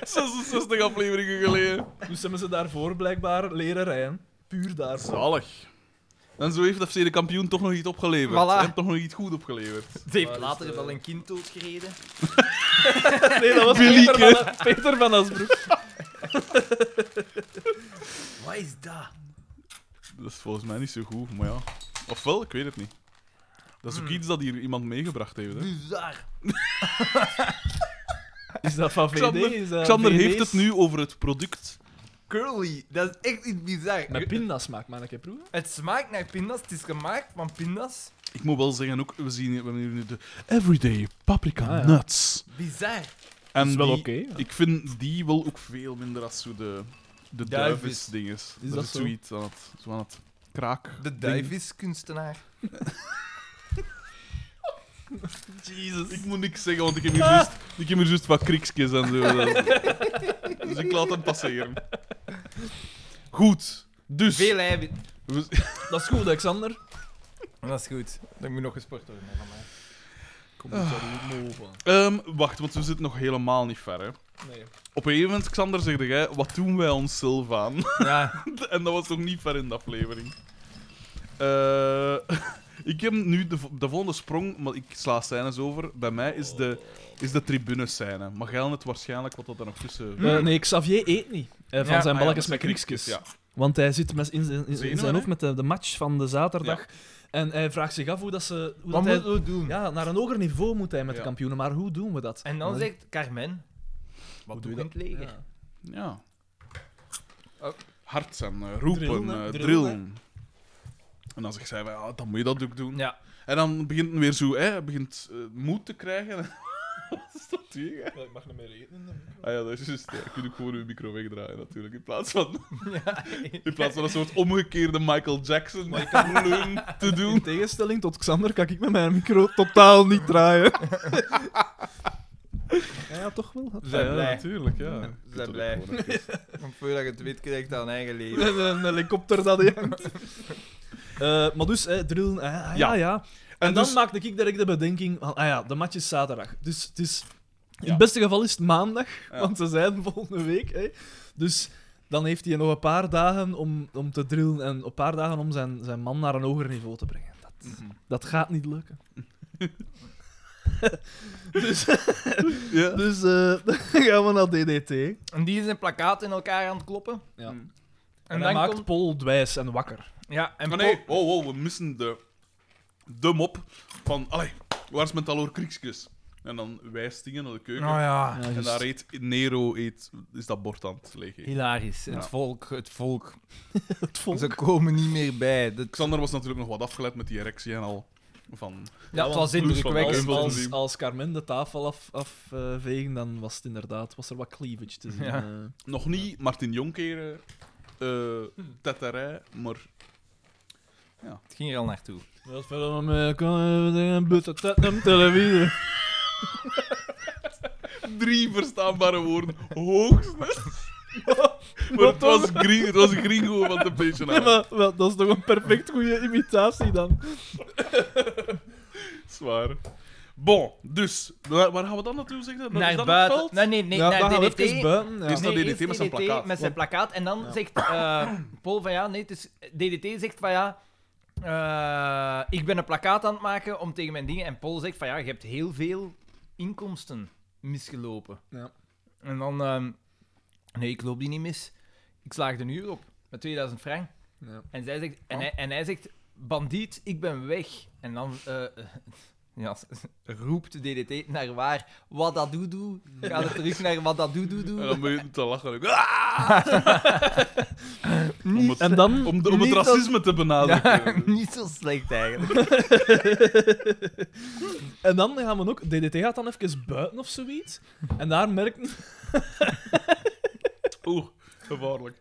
Speaker 2: 66 afleveringen geleden.
Speaker 3: Dus hebben ze daarvoor blijkbaar leren rijden. Puur daarvoor.
Speaker 2: Zalig. En zo heeft FC de kampioen toch nog iets opgeleverd.
Speaker 1: Voilà.
Speaker 2: Hij heeft toch nog iets goed opgeleverd.
Speaker 1: Ze heeft later wel een kind doodgereden.
Speaker 3: Nee, dat was Peter van, Peter van Asbroek.
Speaker 1: Wat is dat?
Speaker 2: Dat is volgens mij niet zo goed, maar ja. Ofwel, ik weet het niet. Dat is ook
Speaker 3: Hmm.
Speaker 2: iets dat hier iemand meegebracht heeft. Hè.
Speaker 1: Bizar.
Speaker 3: Is dat van VD?
Speaker 2: Xander,
Speaker 3: Is dat
Speaker 2: Xander
Speaker 3: VD's?
Speaker 2: heeft het nu over het product.
Speaker 1: Curly, dat is echt iets bizar.
Speaker 3: Met pindasmaak, maar een keer proeven.
Speaker 1: Het smaakt naar pindas, het is gemaakt van pindas.
Speaker 2: Ik moet wel zeggen, ook, we, zien, we hebben hier nu de Everyday Paprika
Speaker 3: Ah, ja.
Speaker 2: Nuts.
Speaker 1: Bizar.
Speaker 2: En
Speaker 3: is wel
Speaker 2: die-
Speaker 3: oké, ja.
Speaker 2: Ik vind die wel ook veel minder als zo de, de
Speaker 1: Duivis.
Speaker 2: duivis-ding is.
Speaker 3: Is
Speaker 2: Er
Speaker 3: dat
Speaker 2: zit
Speaker 3: zo?
Speaker 2: zoiets aan het, zo aan het kraak.
Speaker 1: De duif is kunstenaar.
Speaker 2: Jezus. Ik moet niks zeggen, want ik heb hier juist, ik heb hier juist wat kriksjes en zo. dus ik laat hem passeren. Goed. Dus...
Speaker 1: Veel eiwit.
Speaker 2: we-
Speaker 3: Dat is goed, Alexander.
Speaker 1: Dat is goed. Dan moet nog gesport worden hè, van mij.
Speaker 3: Kom niet zo goed over.
Speaker 2: Ehm, wacht, want we zitten nog helemaal niet ver. Hè.
Speaker 3: Nee.
Speaker 2: Op een gegeven moment, Xander, zegde jij: wat doen wij onszelf aan?
Speaker 1: Ja.
Speaker 2: en dat was nog niet ver in de aflevering. Eh, ik heb nu de, vo- de volgende sprong, maar ik sla scènes over. Bij mij is de, is de tribune-scène. Maar jij had het waarschijnlijk wat dat er nog tussen.
Speaker 1: Hmm.
Speaker 3: nee, Xavier eet niet. eh, van
Speaker 1: Ja,
Speaker 3: zijn
Speaker 2: Ah Hmm. ja,
Speaker 3: balkjes
Speaker 2: dat
Speaker 3: met
Speaker 2: is de
Speaker 3: kriekjes.
Speaker 2: Ja.
Speaker 3: Want hij zit met, in, zijn- in
Speaker 2: Zenuwen,
Speaker 3: zijn hoofd
Speaker 2: hè?
Speaker 3: met de, de match van de zaterdag. En hij vraagt zich af hoe dat ze... Hoe
Speaker 1: Wat
Speaker 3: dat hij,
Speaker 1: moeten we doen?
Speaker 3: ja, naar een hoger niveau moet hij met
Speaker 2: Ja.
Speaker 3: de kampioenen, maar hoe doen we dat?
Speaker 1: En dan zegt Carmen...
Speaker 3: Hoe
Speaker 1: Wat
Speaker 3: doe
Speaker 1: doe
Speaker 3: je
Speaker 1: je in het leger?
Speaker 3: Ja.
Speaker 2: ja.
Speaker 1: Oh.
Speaker 2: Hard zijn, eh, roepen,
Speaker 3: Drillen,
Speaker 2: eh,
Speaker 3: hè?
Speaker 2: drillen.
Speaker 3: Drillen.
Speaker 2: En dan zegt zij: ja, dan moet je dat ook doen.
Speaker 1: Ja.
Speaker 2: En dan begint het weer zo, hè, hij begint eh, moed te krijgen. Wat is dat hier? hè?
Speaker 3: Ik mag niet meer eten.
Speaker 2: Ah ja, dat is juist. Ja. Je kunt ook gewoon uw micro wegdraaien, natuurlijk. In plaats van, in plaats van een soort omgekeerde Michael Jackson leun te
Speaker 3: In
Speaker 2: doen.
Speaker 3: tegenstelling tot Xander kan ik met mijn micro totaal niet draaien. ja, ja, toch wel.
Speaker 1: Ze zijn
Speaker 2: Ah ja,
Speaker 1: blij.
Speaker 2: natuurlijk, ja. Je kunt dat ook
Speaker 1: blij.
Speaker 2: gewoon even-
Speaker 1: Want voordat je het weet, krijg je aan eigen leven.
Speaker 3: Een, een helikopter dat hij hangt. Eh, maar dus, eh, drillen, eh, ah,
Speaker 2: Ja.
Speaker 3: ja, ja.
Speaker 2: En,
Speaker 3: En, dan
Speaker 2: dus,
Speaker 3: maakte ik direct de bedenking van, ah ja, de match is zaterdag. Dus het is, in
Speaker 2: Ja.
Speaker 3: het beste geval is het maandag,
Speaker 2: Ja.
Speaker 3: want ze zijn volgende week. Hè. Dus dan heeft hij nog een paar dagen om, om te drillen en een paar dagen om zijn, zijn man naar een hoger niveau te brengen. Dat, dat gaat niet lukken. dus
Speaker 2: ja.
Speaker 3: dus eh, dan gaan we naar DDT.
Speaker 1: En die is een plakkaat in elkaar aan het kloppen.
Speaker 3: Ja.
Speaker 2: Mm.
Speaker 3: En,
Speaker 1: En,
Speaker 3: hij
Speaker 1: dan
Speaker 3: maakt
Speaker 1: komt...
Speaker 3: Paul dwijs en wakker.
Speaker 1: Ja, en
Speaker 2: Maar
Speaker 1: Paul-
Speaker 2: nee, oh, oh, we missen de, de mop van... Allee, waar is mijn taloor kriekskes? En dan wijst dingen naar de keuken.
Speaker 1: Nou ja.
Speaker 3: Ja,
Speaker 2: En
Speaker 3: juist.
Speaker 2: daar eet Nero eet, is dat bord aan het leeg. eten.
Speaker 1: Hilarisch.
Speaker 2: Ja.
Speaker 1: Het volk, het volk.
Speaker 3: het volk.
Speaker 1: Ze komen niet meer bij. Dat...
Speaker 2: Xander was natuurlijk nog wat afgeleid met die erectie en al. Van,
Speaker 1: Ja, het
Speaker 3: want
Speaker 1: was indrukwekkend.
Speaker 2: Bloes van
Speaker 3: Als,
Speaker 2: Wel
Speaker 3: als,
Speaker 2: gezien.
Speaker 3: als Carmen de tafel afvegen, af, eh, vegen, dan was het inderdaad was er wat cleavage te zien.
Speaker 1: Ja.
Speaker 3: eh.
Speaker 2: nog niet Martin Jonkeren, eh
Speaker 1: Hm.
Speaker 2: Tetterij, maar
Speaker 1: Het ging er al naartoe.
Speaker 3: Wat verder om eh, kan eh, een butte tetnum televisie.
Speaker 2: drie verstaanbare woorden hoogstens. maar het was, gring, het was Gringo van de
Speaker 3: Nee,
Speaker 2: pensionaris.
Speaker 3: maar wel, dat is toch een perfect goede imitatie dan.
Speaker 2: Zwaar. Bon, dus, waar, waar gaan we dan naartoe zeggen? Dat- is
Speaker 1: Naar
Speaker 2: dat
Speaker 1: buiten.
Speaker 2: het veld?
Speaker 1: Nee, nee, nee.
Speaker 3: Ja,
Speaker 1: naar
Speaker 3: dan gaan we
Speaker 1: DDT.
Speaker 3: even buiten. ja.
Speaker 2: Dus Is dat
Speaker 1: Dus Nee,
Speaker 2: DDT
Speaker 1: eerst
Speaker 2: met zijn plakkaat?
Speaker 1: Met zijn plakkaat. En dan zegt eh, Paul van ja, nee, het is, DDT zegt van ja, eh, ik ben een plakkaat aan het maken om tegen mijn dingen. En Paul zegt van ja, je hebt heel veel inkomsten misgelopen.
Speaker 3: Ja.
Speaker 1: En dan, ehm, nee, ik loop die niet mis. Ik slaag de uur op met 2000 frank.
Speaker 3: Ja. Oh.
Speaker 1: En, zij zegt, en, hij, en hij zegt, bandiet, ik ben weg. En dan, eh, Ja, s- roept DDT naar waar wat dat doe doe. Gaat het terug naar wat dat doe doe
Speaker 2: En
Speaker 1: doe.
Speaker 2: dan begint het te lachen. Ik, "Ah!"
Speaker 1: Niet
Speaker 2: het-
Speaker 1: zo-
Speaker 3: dan...
Speaker 2: Om, de- om het
Speaker 1: Niet dat-
Speaker 2: racisme te benadrukken.
Speaker 1: Ja, niet zo slecht eigenlijk.
Speaker 3: En dan gaan we ook... DDT gaat dan even buiten of zoiets. En daar merkten,
Speaker 2: Oeh, gevaarlijk.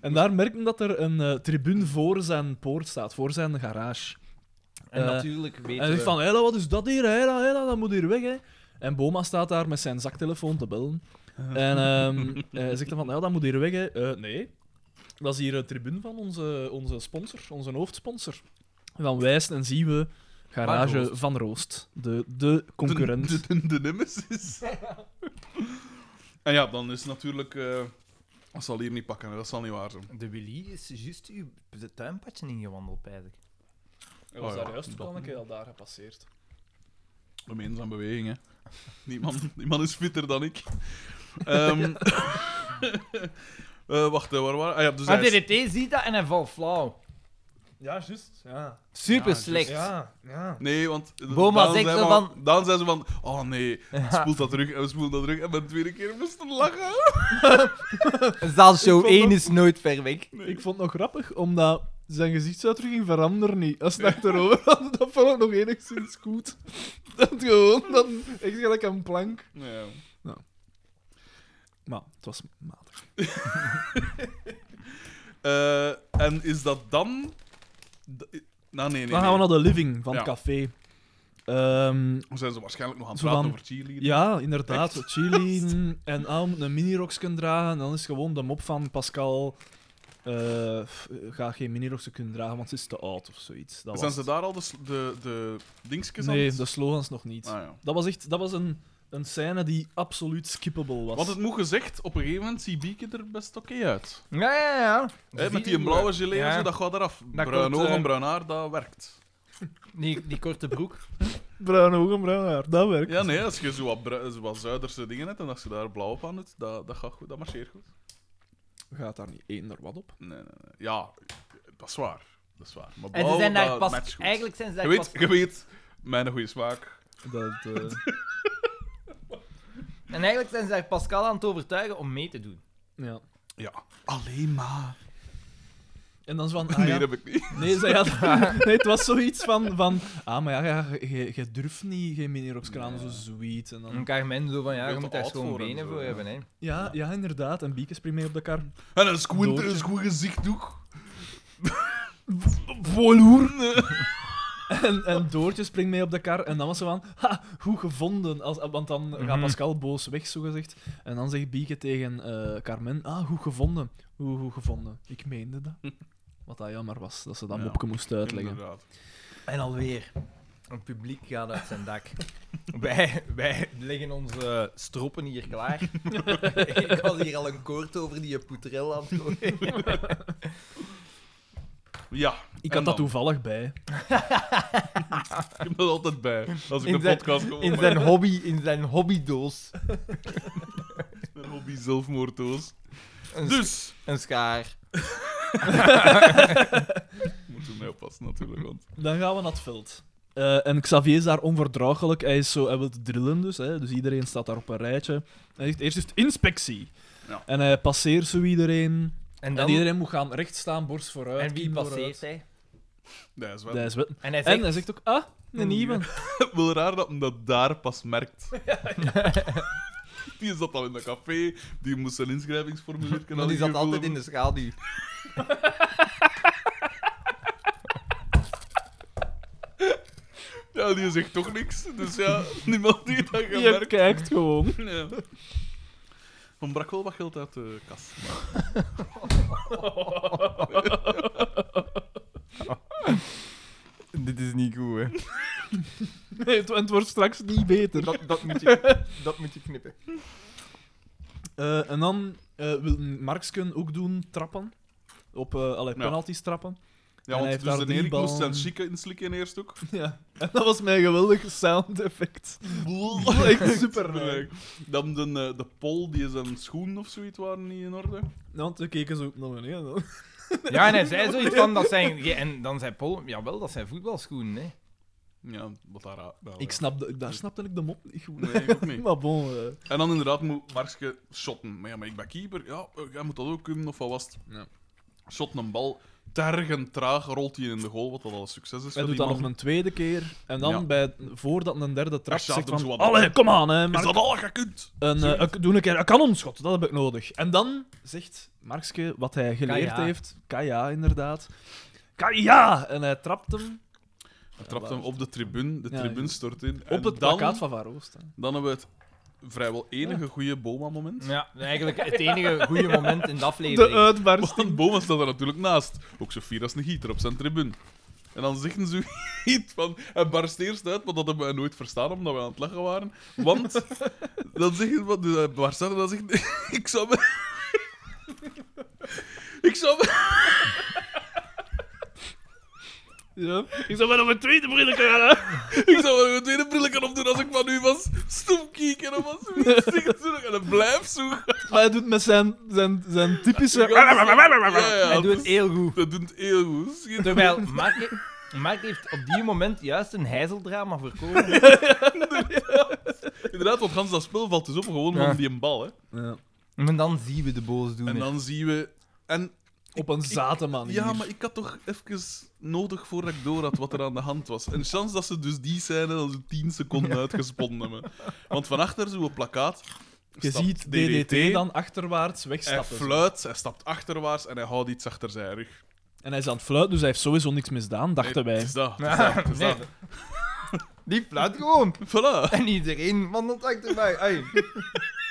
Speaker 3: en daar merkten dat er een eh, tribune voor zijn poort staat, voor zijn garage.
Speaker 1: En
Speaker 3: Eh,
Speaker 1: natuurlijk
Speaker 3: En hij
Speaker 1: weten
Speaker 3: zegt
Speaker 1: we...
Speaker 3: van, hela, wat is dat hier? Hela, hela, dat moet hier weg, hè. En Boma staat daar met zijn zaktelefoon te bellen. En ehm, hij zegt dan van, ja, dat moet hier weg, hè. Eh, nee. Dat is hier een tribune van onze, onze sponsor, onze hoofdsponsor. En dan wijst en zien we Garage
Speaker 1: Van
Speaker 3: Van
Speaker 1: Roost.
Speaker 3: Roost, de, de concurrent.
Speaker 2: De, de, de nemesis. en ja, dan is natuurlijk... eh, dat zal hier niet pakken, hè. dat zal niet waar zijn.
Speaker 1: De Willy is juist uw de tuinpadje ingewandeld, pijs ik.
Speaker 3: Hij was
Speaker 2: Oh ja,
Speaker 3: daar juist
Speaker 2: dat-
Speaker 3: ook al een keer al daar gepasseerd.
Speaker 2: Een mens aan beweging, hè. Die man, die man is fitter dan ik. Ehm, eh, wacht, hè, waar waren ah, ja, dus
Speaker 1: Maar
Speaker 2: hij is-
Speaker 1: DDT ziet dat en hij valt flauw. dus
Speaker 3: Ja, juist. Ja.
Speaker 1: Super
Speaker 2: Ja,
Speaker 1: slecht.
Speaker 3: ja.
Speaker 2: Nee, want... eh,
Speaker 1: Boma
Speaker 2: Daan
Speaker 1: zegt
Speaker 2: zei
Speaker 1: zo
Speaker 2: van-
Speaker 1: van-
Speaker 2: Daan zei ze van... Oh nee, spoelt dat terug en we spoelt dat terug. En bij de tweede keer moesten lachen.
Speaker 1: Zaalshow 1 is nooit ver weg.
Speaker 3: Ik vond het nog grappig, omdat zijn gezichtsuitdrukking veranderde niet. Als het achterover had, dat vond ik nog enigszins goed. Dat gewoon, dat echt gelijk een plank.
Speaker 2: Ja.
Speaker 3: Maar het was matig.
Speaker 2: Eh, en is dat dan... d- Nou, nee, nee.
Speaker 3: Dan gaan we
Speaker 2: nee.
Speaker 3: naar de living van het
Speaker 2: Ja.
Speaker 3: café. Ehm,
Speaker 2: Dan zijn ze waarschijnlijk nog aan het
Speaker 3: Zo
Speaker 2: praten
Speaker 3: van-
Speaker 2: over cheerleading.
Speaker 3: ja, inderdaad. Chili en ah, we moeten een miniroksken dragen. En dan is gewoon de mop van Pascal... eh, f- ga geen miniroksken kunnen dragen, want ze is te oud of zoiets. Dat
Speaker 2: Zijn
Speaker 3: was
Speaker 2: ze
Speaker 3: het.
Speaker 2: daar al de, s- de, de dingetjes aan
Speaker 3: Nee,
Speaker 2: het-
Speaker 3: de slogans nog niet.
Speaker 2: Ah, ja.
Speaker 3: Dat was echt dat was een, een scène die absoluut skippable was.
Speaker 2: Want het moet gezegd, op een gegeven moment ziet Bieke er best oké uit.
Speaker 1: Ja, ja, ja.
Speaker 2: Hè, met die blauwe gilet en
Speaker 1: Ja.
Speaker 2: zo, dat gaat eraf.
Speaker 1: Dat
Speaker 2: bruin
Speaker 1: komt,
Speaker 2: ogen,
Speaker 1: eh,
Speaker 2: bruin haar, dat werkt.
Speaker 1: Die, die korte broek.
Speaker 3: Bruine ogen, bruin haar, dat werkt.
Speaker 2: Ja, nee, als je zo wat, bru- zo wat zuiderse dingen hebt en als je daar blauw op aan doet, dat, dat gaat goed, dat marcheert goed.
Speaker 3: Gaat daar niet één er wat op?
Speaker 2: Nee, nee, nee. Ja, dat is waar. Dat is waar. Maar
Speaker 1: En
Speaker 2: blauw,
Speaker 1: ze zijn daar
Speaker 2: Oh, dat
Speaker 1: pas...
Speaker 2: matcht goed.
Speaker 1: Eigenlijk zijn ze
Speaker 2: Je
Speaker 1: daar
Speaker 2: weet,
Speaker 1: pas...
Speaker 2: je weet, mijn goede smaak.
Speaker 3: Dat, eh,
Speaker 1: En eigenlijk zijn ze daar Pascal aan het overtuigen om mee te doen.
Speaker 3: ja.
Speaker 2: Ja. Alleen maar.
Speaker 3: En dan is van, ah,
Speaker 2: Nee,
Speaker 3: ja.
Speaker 2: dat heb ik niet.
Speaker 3: nee, zij had, nee, het was zoiets van, van ah, maar ja, ja, je- je durft niet geen minirokskanaal, zo sweet. En
Speaker 1: En
Speaker 3: dan,
Speaker 1: Carmen zo van, ja,
Speaker 2: Veel
Speaker 1: je
Speaker 2: te
Speaker 1: moet daar
Speaker 2: oud
Speaker 1: schoon
Speaker 2: voor en
Speaker 1: benen
Speaker 2: zo,
Speaker 1: voor
Speaker 2: ja.
Speaker 1: hebben, hè.
Speaker 3: ja, ja, inderdaad. En Bieke springt mee op de kar.
Speaker 2: En een squinter
Speaker 3: Doortje.
Speaker 2: is goed gezicht toch?
Speaker 3: En, en Doortje springt mee op de kar. En dan was ze van, ha, goed gevonden. Als, want dan gaat
Speaker 1: Mhm.
Speaker 3: Pascal boos weg, zogezegd. En dan zegt Bieke tegen eh, Carmen, ah, goed gevonden. Hoe goed gevonden? Ik meende dat. Wat dat jammer was, dat ze dat
Speaker 2: Ja.
Speaker 3: mopje moest uitleggen.
Speaker 2: Inderdaad.
Speaker 1: En alweer. Het publiek gaat uit zijn dak. wij, wij leggen onze stroppen hier klaar. Ik was hier al een koord over die poetrel aan het gooien.
Speaker 2: Ja.
Speaker 3: Ik
Speaker 2: en
Speaker 3: had dat
Speaker 2: dan?
Speaker 3: toevallig bij.
Speaker 2: Ik heb dat altijd bij. Als ik
Speaker 1: In
Speaker 2: een
Speaker 1: zijn-
Speaker 2: podcast kom,
Speaker 1: In zijn hobby, in zijn hobbydoos.
Speaker 2: mijn hobby zelfmoorddoos.
Speaker 1: Een,
Speaker 2: Dus...
Speaker 1: een schaar.
Speaker 2: Moeten we mee oppassen natuurlijk, want...
Speaker 3: Dan gaan we naar het veld. Eh, en Xavier is daar onverdraaglijk. Hij, is zo, hij wil drillen, dus, hè, dus iedereen staat daar op een rijtje. Hij zegt eerst is het inspectie.
Speaker 2: Ja.
Speaker 3: En hij passeert zo iedereen.
Speaker 1: En, dan,
Speaker 3: En iedereen moet gaan rechtstaan, borst vooruit.
Speaker 1: en wie
Speaker 3: kiem
Speaker 1: passeert
Speaker 3: vooruit.
Speaker 1: hij?
Speaker 2: Nee, is wel...
Speaker 3: Dat is wet.
Speaker 1: En hij
Speaker 3: En
Speaker 1: zegt...
Speaker 3: hij zegt ook, ah, een nieuwe.
Speaker 2: wel raar dat men dat daar pas merkt. Die zat al in dat café, die moest zijn inschrijvingsformulier kunnen
Speaker 1: Maar die zat altijd in de schaduw.
Speaker 2: Ja, die zegt toch niks. Dus ja, niemand die dat
Speaker 3: Je
Speaker 2: gemerkt.
Speaker 3: kijkt gewoon.
Speaker 2: Ja. Van brak wel wat geld uit de kas.
Speaker 1: Dit is niet goed, hè.
Speaker 3: Nee, het, het wordt straks niet beter.
Speaker 1: Dat, dat, moet, je, dat moet je knippen.
Speaker 3: Eh, en dan eh, wil Marksken ook doen trappen. Op eh allerlei
Speaker 2: Ja.
Speaker 3: penalties trappen. En
Speaker 2: Ja,
Speaker 3: hij
Speaker 2: want
Speaker 3: heeft
Speaker 2: dus
Speaker 3: daar
Speaker 2: de
Speaker 3: die
Speaker 2: Erik moest
Speaker 3: bal-
Speaker 2: zijn chique inslikken eerst ook.
Speaker 3: Ja. En dat was mijn geweldig sound effect. Echt super leuk.
Speaker 2: Dan de, eh, de pol die zijn schoen of zoiets waren niet in orde.
Speaker 3: Ja, want we keken ze ook nog beneden. dan.
Speaker 1: Ja, en hij zei zoiets van, dat zijn... ge- En dan zei Paul, jawel, dat zijn voetbalschoenen, hè.
Speaker 2: Ja, wat daar raar. nou,
Speaker 3: Ik
Speaker 2: ja.
Speaker 3: snap de- daar snapte ik de mop niet goed.
Speaker 2: Nee, ik ook niet.
Speaker 3: maar bon, eh,
Speaker 2: En dan inderdaad moet Marske shotten. Maar ja, maar ik ben keeper. Ja, eh, jij moet dat ook kunnen, of wat was het?
Speaker 3: Ja.
Speaker 2: Shot een bal. Terg en traag rolt hij in de goal, wat dat al een succes is.
Speaker 3: hij
Speaker 2: voor
Speaker 3: doet
Speaker 2: die
Speaker 3: dat nog
Speaker 2: man.
Speaker 3: een tweede keer. En dan,
Speaker 2: Ja.
Speaker 3: bij, voordat een derde trap,
Speaker 2: schaafde
Speaker 3: zegt
Speaker 2: hem zo wat
Speaker 3: van...
Speaker 2: bij.
Speaker 3: Allee, kom aan, hè,
Speaker 2: Is
Speaker 3: Mark.
Speaker 2: dat al gekund?
Speaker 3: Een, eh, een- doe een keer een kanonschot, dat heb ik nodig. En dan zegt Markske wat hij geleerd
Speaker 1: Kaja.
Speaker 3: heeft. Kaja, inderdaad. Kaja! En hij trapt hem
Speaker 2: Hij trapt hem op de tribune. De
Speaker 3: Ja,
Speaker 2: tribune
Speaker 3: ja.
Speaker 2: stort in. En
Speaker 3: op het
Speaker 2: dan,
Speaker 3: plakkaat van Van Roost. hè.
Speaker 2: Dan hebben we het vrijwel enige goede Boma-moment.
Speaker 1: Ja, eigenlijk het enige goede moment in de
Speaker 3: De
Speaker 1: aflevering.
Speaker 3: uitbarsting.
Speaker 2: Want Boma staat er natuurlijk naast. Ook Sofia is een gieter op zijn tribune. En dan zeggen ze iets van... Hij barst eerst uit, maar dat hebben we nooit verstaan, omdat we aan het lachen waren. Want... Dan zeggen ze... Dus hij barst uit en dan zegt... Ik zou... me- Ik zou... me-
Speaker 3: Ja.
Speaker 6: Ik zou wel op mijn tweede bril gaan. hè.
Speaker 2: Ik zou wel mijn tweede brilletje opdoen als ik van u was. Stoem kieken of wat zoiets. Zegt ze nog, En dat blijft zo.
Speaker 3: Maar hij doet met zijn, zijn, zijn typische...
Speaker 2: Ja, ja,
Speaker 1: Hij doet het
Speaker 2: dat is-
Speaker 1: heel goed.
Speaker 2: Dat doet het heel goed. Schitterend.
Speaker 1: Terwijl Mark, Mark heeft op die moment juist een heizeldrama voorkomen.
Speaker 2: Inderdaad, want gans dat spel valt dus op gewoon
Speaker 1: Ja.
Speaker 2: om die een bal. Hè.
Speaker 3: Ja.
Speaker 1: Maar dan zien we de boosdoener.
Speaker 2: En dan zien we... En
Speaker 3: Op een zate manier.
Speaker 2: Ja, maar ik had toch even nodig voordat ik door had wat er aan de hand was. En chance dat ze dus die scène al zo'n 10 seconden uitgesponnen hebben. Want van achter zo'n plakkaat.
Speaker 3: Je
Speaker 2: stapt
Speaker 3: ziet DDT dan achterwaarts
Speaker 2: Hij
Speaker 3: wegstappen.
Speaker 2: fluit, hij stapt achterwaarts en hij houdt iets achter zijn rug.
Speaker 3: En hij is aan het fluiten, dus hij heeft sowieso niks misdaan, dachten
Speaker 2: Nee, het
Speaker 3: wij.
Speaker 2: is dat, het is dat, het is
Speaker 1: Nee.
Speaker 2: dat.
Speaker 1: Die fluit gewoon.
Speaker 2: Voilà.
Speaker 1: En iedereen wandelt achter mij. Ai.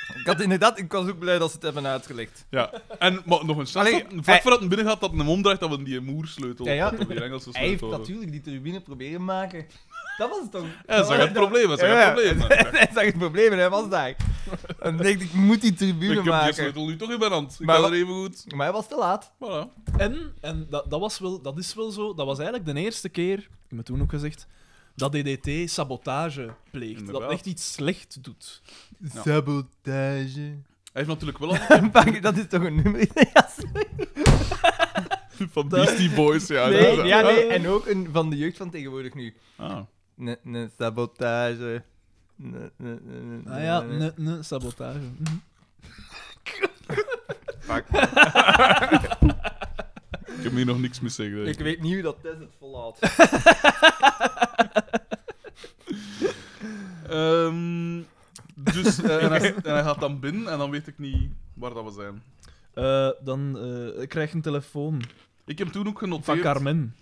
Speaker 1: Ik had inderdaad, ik was ook blij dat ze het hebben uitgelegd.
Speaker 2: Ja. En maar nog een chance.
Speaker 1: Allee,
Speaker 2: dat- vlak
Speaker 1: hij-
Speaker 2: voordat hij binnen gaat, dat hij hem omdraait, dat we die moersleutel.
Speaker 1: Ja, ja.
Speaker 2: dat we die Engelse
Speaker 1: Hij heeft
Speaker 2: sleutel.
Speaker 1: natuurlijk die turbine proberen maken. Dat was het toch?
Speaker 2: Hij zag het probleem, hij zag
Speaker 1: Ja,
Speaker 2: het probleem.
Speaker 1: Hij zag het probleem en hij was daar. En ik dacht, ik moet die
Speaker 2: Ik
Speaker 1: turbine
Speaker 2: heb die
Speaker 1: maken.
Speaker 2: sleutel nu toch in mijn hand. Ik
Speaker 1: Maar
Speaker 2: kan
Speaker 1: wat-
Speaker 2: er even goed.
Speaker 1: Maar hij was te laat.
Speaker 2: Voilà.
Speaker 3: En, en dat, dat, was wel, dat is wel zo, dat was eigenlijk de eerste keer, ik heb me toen ook gezegd, dat DDT sabotage pleegt. Dat
Speaker 2: Inderdaad.
Speaker 3: echt iets slecht doet.
Speaker 1: Sabotage.
Speaker 2: Hij heeft natuurlijk wel al
Speaker 1: Dat is toch een nummer in de jas?
Speaker 2: van Beastie Boys. Ja,
Speaker 1: Nee,
Speaker 2: dat-
Speaker 1: ja, nee. En ook een van de jeugd van tegenwoordig nu.
Speaker 2: Ah.
Speaker 1: Ne, ne, sabotage. Ne, ne, ne, ne,
Speaker 3: Nou ja,
Speaker 1: ne, ne.
Speaker 3: ne, ne, sabotage. Mhm.
Speaker 2: Ik heb hier nog niks meer zeggen.
Speaker 1: Ik weet niet hoe dat Tess het volhoudt.
Speaker 2: Ehm, dus, eh, en, hij, en hij gaat dan binnen en dan weet ik niet waar dat we zijn.
Speaker 3: Eh, dan eh, ik krijg een telefoon
Speaker 2: Ik heb toen ook
Speaker 3: van
Speaker 2: genoteerd...
Speaker 3: Carmen.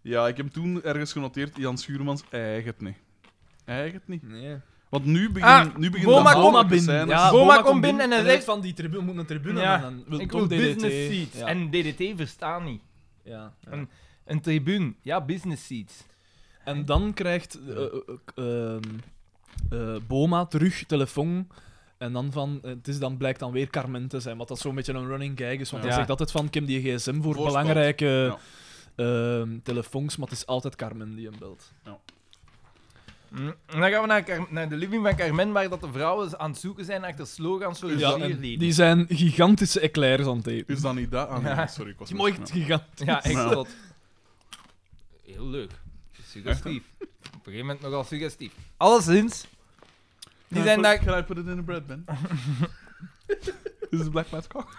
Speaker 2: Ja, ik heb toen ergens genoteerd, Jan Schuurmans, hij eigen het niet. Hij eigen het niet.
Speaker 3: Nee.
Speaker 2: Want nu begint
Speaker 1: Ah,
Speaker 2: nu begint
Speaker 1: Boma
Speaker 2: de
Speaker 1: komt
Speaker 2: mannelijke
Speaker 3: binnen.
Speaker 2: scènes.
Speaker 3: Ja,
Speaker 1: Boma komt
Speaker 3: komt
Speaker 1: binnen en hij
Speaker 3: hij
Speaker 1: zegt-
Speaker 3: van die tribune moet een tribune
Speaker 1: Ja,
Speaker 3: en dan wil
Speaker 1: ik
Speaker 3: toch
Speaker 1: wil
Speaker 3: DDT.
Speaker 1: business seats.
Speaker 3: Ja.
Speaker 1: En DDT verstaan niet.
Speaker 3: Ja, ja.
Speaker 1: En- Een tribune. Ja, business seats.
Speaker 3: En dan krijgt eh, eh, eh, ehm, eh, Boma terug telefoon. En dan van, eh, het is dan, blijkt dan weer Carmen te zijn, wat dat zo'n beetje een running gag is. Want
Speaker 1: Ja.
Speaker 3: hij zegt altijd van, ik heb die gsm voor
Speaker 2: Voorspeld.
Speaker 3: belangrijke ehm, telefoons, maar het is altijd Carmen die hem belt.
Speaker 1: Mm, En dan gaan we naar, Car- naar de living van Carmen, waar dat de vrouwen aan het zoeken zijn achter slogans
Speaker 2: Dus
Speaker 1: voor hun
Speaker 3: Ja, en
Speaker 1: cheerleading.
Speaker 3: die zijn gigantische eclairs aan het eten.
Speaker 2: Is dat niet dat? Ah, nee, sorry, ik was...
Speaker 3: Mooi
Speaker 2: Ja.
Speaker 3: gigantisch.
Speaker 1: Ja, echt
Speaker 2: Ja.
Speaker 1: zot. Heel leuk. Suggestief. Op een gegeven moment nogal suggestief. Alleszins, die zijn
Speaker 2: Can I
Speaker 1: daar...
Speaker 2: put- Can I put it in the bread, Ben? Is het Black Mass Cock?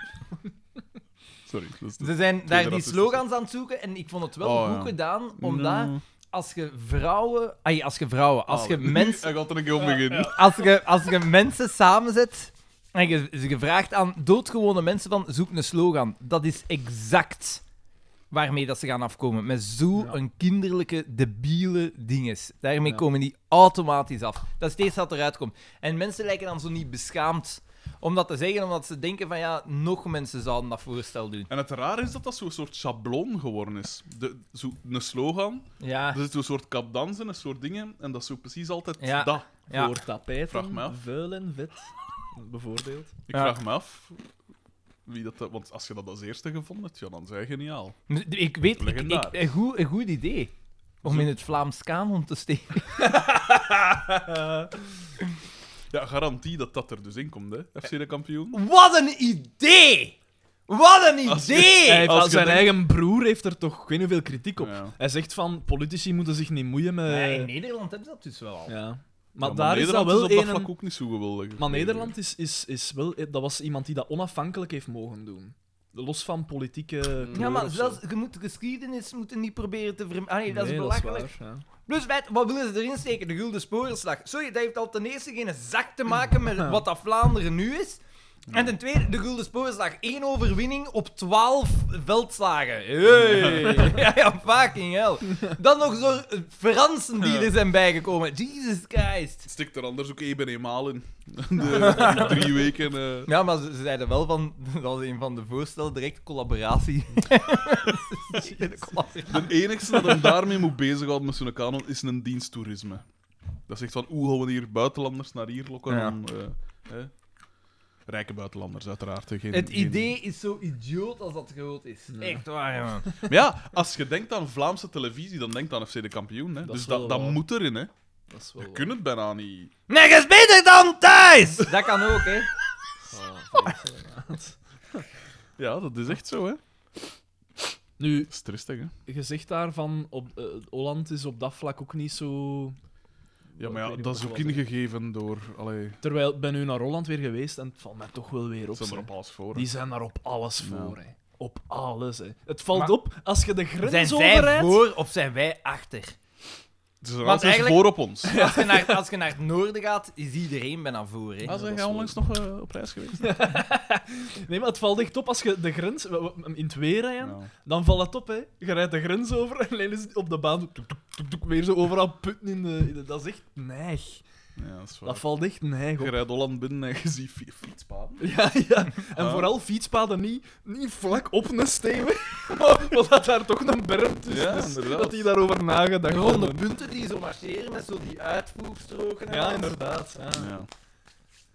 Speaker 2: Sorry, dat is...
Speaker 1: Ze zijn daar die
Speaker 2: racistische-
Speaker 1: slogans aan het zoeken en ik vond het wel
Speaker 2: Oh,
Speaker 1: goed
Speaker 2: ja.
Speaker 1: gedaan,
Speaker 2: om
Speaker 1: omdat als je vrouwen... Ai, als je vrouwen,
Speaker 2: Oh.
Speaker 1: als je mensen...
Speaker 2: Ah, Hij gaat er een keer op beginnen.
Speaker 1: als je, als je mensen samenzet en je, je vraagt aan doodgewone mensen van zoek een slogan, dat is exact waarmee dat ze gaan afkomen. Met zo'n een kinderlijke, debiele dinges. Daarmee
Speaker 3: Ja.
Speaker 1: komen die automatisch af. Dat is het eerste dat eruit komt. En mensen lijken dan zo niet beschaamd om dat te zeggen, omdat ze denken van ja, nog mensen zouden dat voorstel doen.
Speaker 2: En het raar is dat dat zo'n soort schabloon geworden is. De, zo, een slogan,
Speaker 1: Ja,
Speaker 2: er zit zo'n soort kapdans in, een soort dingen, en dat is zo precies altijd
Speaker 1: Ja.
Speaker 2: dat.
Speaker 1: ja.
Speaker 3: Voor tapijten,
Speaker 2: Vraag me af.
Speaker 3: vuil en vet, bijvoorbeeld.
Speaker 2: Ik
Speaker 1: Ja.
Speaker 2: vraag me af wie dat... Want als je dat als eerste gevonden hebt, ja, dan zijn geniaal.
Speaker 1: ik weet, ik, ik,
Speaker 2: Legendarisch.
Speaker 1: een, goed, een goed idee om
Speaker 2: Zo.
Speaker 1: in het Vlaams kanon te steken.
Speaker 2: Ja, garantie dat dat er dus in komt, hè, FC de kampioen.
Speaker 1: Wat een idee! Wat een
Speaker 2: Als je-
Speaker 1: idee!
Speaker 3: Hij heeft-
Speaker 2: Als je
Speaker 3: zijn
Speaker 2: denkt-
Speaker 3: eigen broer heeft er toch ik weet niet hoeveel kritiek op.
Speaker 2: Ja.
Speaker 3: Hij zegt van politici moeten zich niet moeien met.
Speaker 1: Nee, in Nederland hebben ze dat dus wel al.
Speaker 3: Ja. Maar daar is dat
Speaker 2: Nederland
Speaker 3: wel
Speaker 2: op dat
Speaker 3: een.
Speaker 2: vlak ook niet zo geweldig.
Speaker 3: Maar Nederland is, is, is wel. Dat was iemand die dat onafhankelijk heeft mogen doen. Los van politieke.
Speaker 1: Ja,
Speaker 3: kleur
Speaker 1: maar
Speaker 3: of zo.
Speaker 1: zelfs, je moet geschiedenis moeten niet proberen te vermijden. Ah nee, dat is
Speaker 3: Nee,
Speaker 1: belachelijk.
Speaker 3: waar, ja.
Speaker 1: Plus, wat- Dus wat willen ze erin steken? De gulden sporenslag. Sorry, dat heeft al ten eerste geen zak te maken met wat dat Vlaanderen nu is. En ten tweede, de gulden sporenslag. Eén overwinning op twaalf veldslagen. Hey. Ja, ja, fucking hell. Dan nog zo'n eh, Fransen die er zijn bijgekomen. Jesus Christ.
Speaker 2: Stikt er anders ook even eenmaal in. De drie weken. eh,
Speaker 1: Ja, maar ze, ze zeiden wel van, dat was een van de voorstellen, direct collaboratie. collaboratie.
Speaker 2: De enigste dat hem daarmee moet bezighoudt met zo'n kanon is een diensttoerisme. Dat zegt van, hoe gaan we hier buitenlanders naar hier lokken?
Speaker 1: Ja.
Speaker 2: om, eh, hè? Rijke buitenlanders, uiteraard. hè. Geen,
Speaker 1: Het
Speaker 2: geen-
Speaker 1: idee is zo idioot als dat groot is. Echt waar, jongen.
Speaker 2: Maar ja, als je denkt aan Vlaamse televisie, dan denkt aan FC de kampioen. Hè?
Speaker 3: Dat
Speaker 2: dus
Speaker 3: is wel
Speaker 2: dat, dat
Speaker 3: waar.
Speaker 2: moet erin. Hè?
Speaker 3: Dat is wel
Speaker 2: Je kunt het bijna niet.
Speaker 1: Nergens beter dan thuis! Dat kan ook, hè.
Speaker 3: waar. Ah, dat is inderdaad.
Speaker 2: Ja, dat is echt zo. Hè?
Speaker 3: Nu,
Speaker 2: Dat is tristig. Hè?
Speaker 3: gezegd daarvan, op, eh, Holland is op dat vlak ook niet zo.
Speaker 2: Ja,
Speaker 3: Ik
Speaker 2: maar ja,
Speaker 3: weet niet
Speaker 2: dat
Speaker 3: wat
Speaker 2: is ook
Speaker 3: het was, hè.
Speaker 2: ingegeven door... Allee,
Speaker 3: Terwijl ik ben nu naar Holland weer geweest en het valt mij toch wel weer op.
Speaker 2: ze zijn
Speaker 3: zeg.
Speaker 2: er op alles voor. hè.
Speaker 3: Die zijn daar op alles voor.
Speaker 2: Ja.
Speaker 3: Hè. Op alles. Hè. Het valt
Speaker 1: Maar-
Speaker 3: op als je de
Speaker 1: Zijn
Speaker 3: grens
Speaker 1: zij
Speaker 3: overrijdt.
Speaker 1: voor of zijn wij achter?
Speaker 2: Ze zijn
Speaker 1: Want
Speaker 2: altijd
Speaker 1: eigenlijk-
Speaker 2: voor op ons. Ah,
Speaker 1: Als je naar, als je naar het noorden gaat, is iedereen bijna voor, hè.
Speaker 2: Ah, zijn jij onlangs nog eh, op reis geweest?
Speaker 3: Nee, maar het valt echt op als je de grens w- w- in het weer rijdt.
Speaker 2: Ja.
Speaker 3: Dan valt het op. Hè. Je rijdt de grens over en alleen is het op de baan zo toek, toek, toek, toek, weer zo overal putten in de. in de- dat is echt neig.
Speaker 2: Ja, dat is waar.
Speaker 3: Dat valt echt neig
Speaker 2: Je
Speaker 3: op.
Speaker 2: rijdt Holland binnen en je ziet fi- fietspaden.
Speaker 3: Ja, ja. En
Speaker 2: Ah.
Speaker 3: vooral fietspaden niet, niet vlak op een steenweg, maar omdat daar toch een berm tussen
Speaker 2: Ja,
Speaker 3: is.
Speaker 2: inderdaad.
Speaker 3: Dat die daarover nagedacht
Speaker 1: Ronde
Speaker 3: hadden.
Speaker 1: punten die zo marcheren met zo die uitvoerstroken. en
Speaker 3: Ja,
Speaker 1: alles.
Speaker 3: inderdaad. Ja.
Speaker 2: Ja.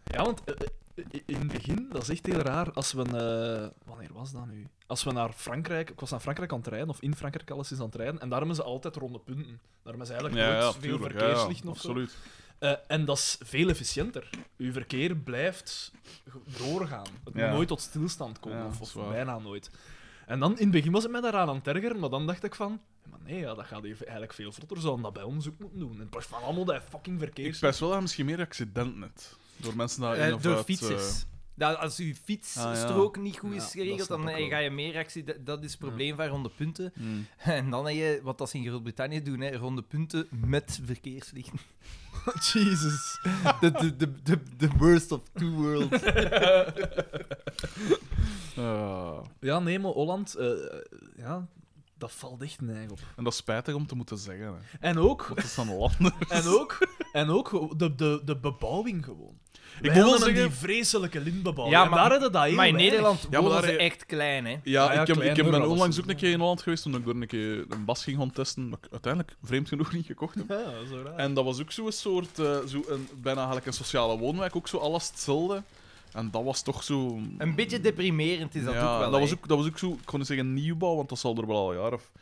Speaker 3: Ja, want eh, eh, in het begin, dat is echt heel raar, als we... eh, wanneer was dat nu? Als we naar Frankrijk... Ik was naar Frankrijk aan het rijden, of in Frankrijk alles is aan het rijden, en daarom is ze altijd ronde punten. Daarom is eigenlijk
Speaker 2: Ja,
Speaker 3: nooit
Speaker 2: ja,
Speaker 3: veel
Speaker 2: tuurlijk, ja, ja,
Speaker 3: verkeerslicht of zo.
Speaker 2: absoluut.
Speaker 3: Eh, en dat is veel efficiënter. Uw verkeer blijft ge- doorgaan. Het
Speaker 2: Ja.
Speaker 3: moet nooit tot stilstand komen,
Speaker 2: Ja,
Speaker 3: of,
Speaker 2: dat
Speaker 3: of
Speaker 2: is waar.
Speaker 3: bijna nooit. En dan, in het begin was ik mij daaraan aan het ergeren, maar dan dacht ik van... Maar nee, ja, dat gaat hier eigenlijk veel vlotter. Zouden dat bij ons ook moeten doen. In plaats van allemaal dat fucking verkeer.
Speaker 2: Ik pers wel aan misschien meer accidenten net. Door mensen daar in
Speaker 1: Eh,
Speaker 2: of
Speaker 1: door
Speaker 2: uit, eh,
Speaker 1: fietsers. Dat, als je fietsstrook niet goed
Speaker 3: Ah, Ja,
Speaker 1: is
Speaker 3: dat
Speaker 1: geregeld,
Speaker 3: snap
Speaker 1: dan
Speaker 3: ik
Speaker 1: eh,
Speaker 3: wel.
Speaker 1: ga je meer actie. Dat, dat is het probleem van ronde punten.
Speaker 2: hmm.
Speaker 1: En dan heb je, wat dat ze in Groot-Brittannië doen, hè, ronde punten met verkeerslichten.
Speaker 3: Jesus.
Speaker 1: De, de, de, de, de worst of two worlds.
Speaker 2: Ah.
Speaker 3: Ja, nee, maar Holland, eh, eh, ja, dat valt echt neig op.
Speaker 2: En dat is spijtig om te moeten zeggen. Hè.
Speaker 3: En ook,
Speaker 2: Dat is dan landen.
Speaker 3: en ook, en ook de, de, de bebouwing gewoon. Ik
Speaker 2: wil wel
Speaker 3: wil
Speaker 2: zeggen-
Speaker 3: die vreselijke lintbebouwing.
Speaker 1: Ja,
Speaker 3: En
Speaker 1: maar-
Speaker 3: daar hadden dat
Speaker 2: Ah,
Speaker 3: heel
Speaker 1: Maar in
Speaker 3: weinig.
Speaker 1: Nederland
Speaker 2: maar
Speaker 1: wonen
Speaker 2: daar
Speaker 1: ze
Speaker 2: heb je-
Speaker 1: echt klein, hè.
Speaker 2: Ja,
Speaker 3: Ah ja,
Speaker 2: ik, heb, ik heb
Speaker 3: kleiner
Speaker 2: ben
Speaker 3: dan
Speaker 2: onlangs
Speaker 3: ze
Speaker 2: ook een keer in Holland geweest toen ik daar een keer een bas ging gaan testen. Dat ik uiteindelijk vreemd genoeg niet gekocht heb.
Speaker 3: Ja, dat is wel raar.
Speaker 2: En dat was ook zo'n soort, eh, zo een, bijna eigenlijk een sociale woonwijk, ook zo alles hetzelfde. En dat was toch zo.
Speaker 1: Een beetje deprimerend is dat
Speaker 2: Ja,
Speaker 1: ook wel.
Speaker 2: dat was
Speaker 1: hè.
Speaker 2: ook, dat was ook zo, ik kon niet zeggen nieuwbouw, want dat zal er wel al een jaar of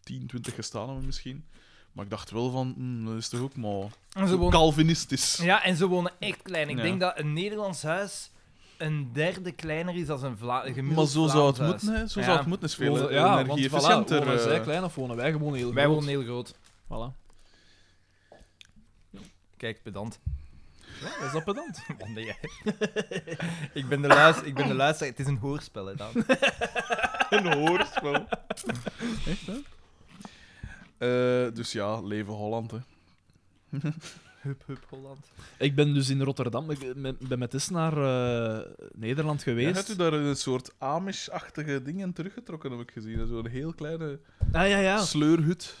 Speaker 2: 10, 20 gestaan hebben misschien. Maar ik dacht wel van, hmm, dat is toch ook maar
Speaker 1: En ze wonen,
Speaker 2: Calvinistisch.
Speaker 1: ja, en ze wonen echt klein. Ik
Speaker 2: Ja.
Speaker 1: denk dat een Nederlands huis een derde kleiner is dan een Vla een gemiddeld
Speaker 2: maar zo zou het
Speaker 1: Vlaams
Speaker 2: moeten,
Speaker 1: huis.
Speaker 2: hè? Zo
Speaker 1: Ja.
Speaker 2: zou het moeten. Is veel
Speaker 3: Wonen-
Speaker 2: eh,
Speaker 3: ja, want voilà,
Speaker 2: energie-efficiënter.
Speaker 3: wonen zij
Speaker 2: eh.
Speaker 3: klein of wonen wij gewoon heel
Speaker 1: Wij
Speaker 3: groot.
Speaker 1: wonen heel groot.
Speaker 3: Voilà.
Speaker 1: Kijk, pedant.
Speaker 3: Dat is dat pedant.
Speaker 1: Man, nee, hè. ik, ben de luis, ik ben de luisteraar. Het is een hoorspel, hè, Daan.
Speaker 2: Een hoorspel. Echt, hè? Eh, dus ja, leven Holland, hè.
Speaker 1: Hup, hup, Holland.
Speaker 3: Ik ben dus in Rotterdam, ik ben- ben met Tess naar eh, Nederland
Speaker 2: Ja,
Speaker 3: geweest.
Speaker 2: hebt u daar een soort Amish-achtige dingen teruggetrokken, heb ik gezien. Zo'n heel kleine
Speaker 3: ah ja, ja.
Speaker 2: sleurhut.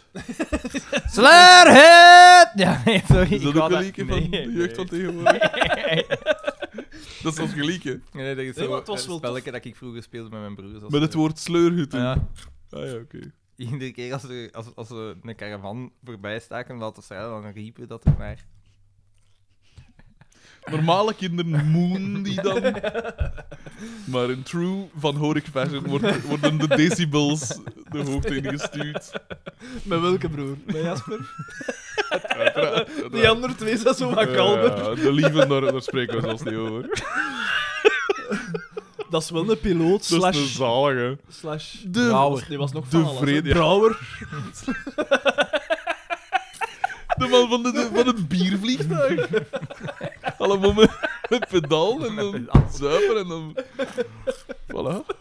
Speaker 1: Slaarhead! Ja, nee, sorry.
Speaker 2: Is
Speaker 1: ik
Speaker 2: dat
Speaker 1: wou
Speaker 2: ook een liedje van
Speaker 1: nee,
Speaker 2: de jeugd van tegenwoordig? Dat is ons gelieke.
Speaker 1: Nee, nee, dat is
Speaker 3: Nee,
Speaker 1: zo
Speaker 3: maar het was
Speaker 1: een
Speaker 3: wel tof.
Speaker 1: spelletje dat ik vroeger speelde met mijn broers. als
Speaker 2: Met
Speaker 1: we-
Speaker 2: het woord sleurhut in.
Speaker 1: Ja.
Speaker 2: Ah ja, oké.
Speaker 1: Iedere keer als, er, als, als we een caravan voorbij staken, laten staan, dan riepen we dat er maar.
Speaker 2: Normale kinderen moon die dan. Maar in true van Horik fashion wordt- worden de decibels de hoogte ingestuurd.
Speaker 3: Met welke broer? Met Jasper?
Speaker 2: Uiteraard.
Speaker 3: Die andere twee zijn zo wat kalmer.
Speaker 2: Ja, de lieve, daar, daar spreken we zelfs niet over.
Speaker 3: Dat is wel een piloot
Speaker 2: Dat is een
Speaker 3: slash...
Speaker 2: zalige.
Speaker 3: slash
Speaker 2: De-
Speaker 3: Brouwer. Die was nog
Speaker 2: De
Speaker 3: van alles, hè.
Speaker 2: vrede- ja.
Speaker 3: Brouwer.
Speaker 2: De man van, de, de- van het biervliegtuig. Allemaal met een pedaal en dan zuipen en dan... Voilà.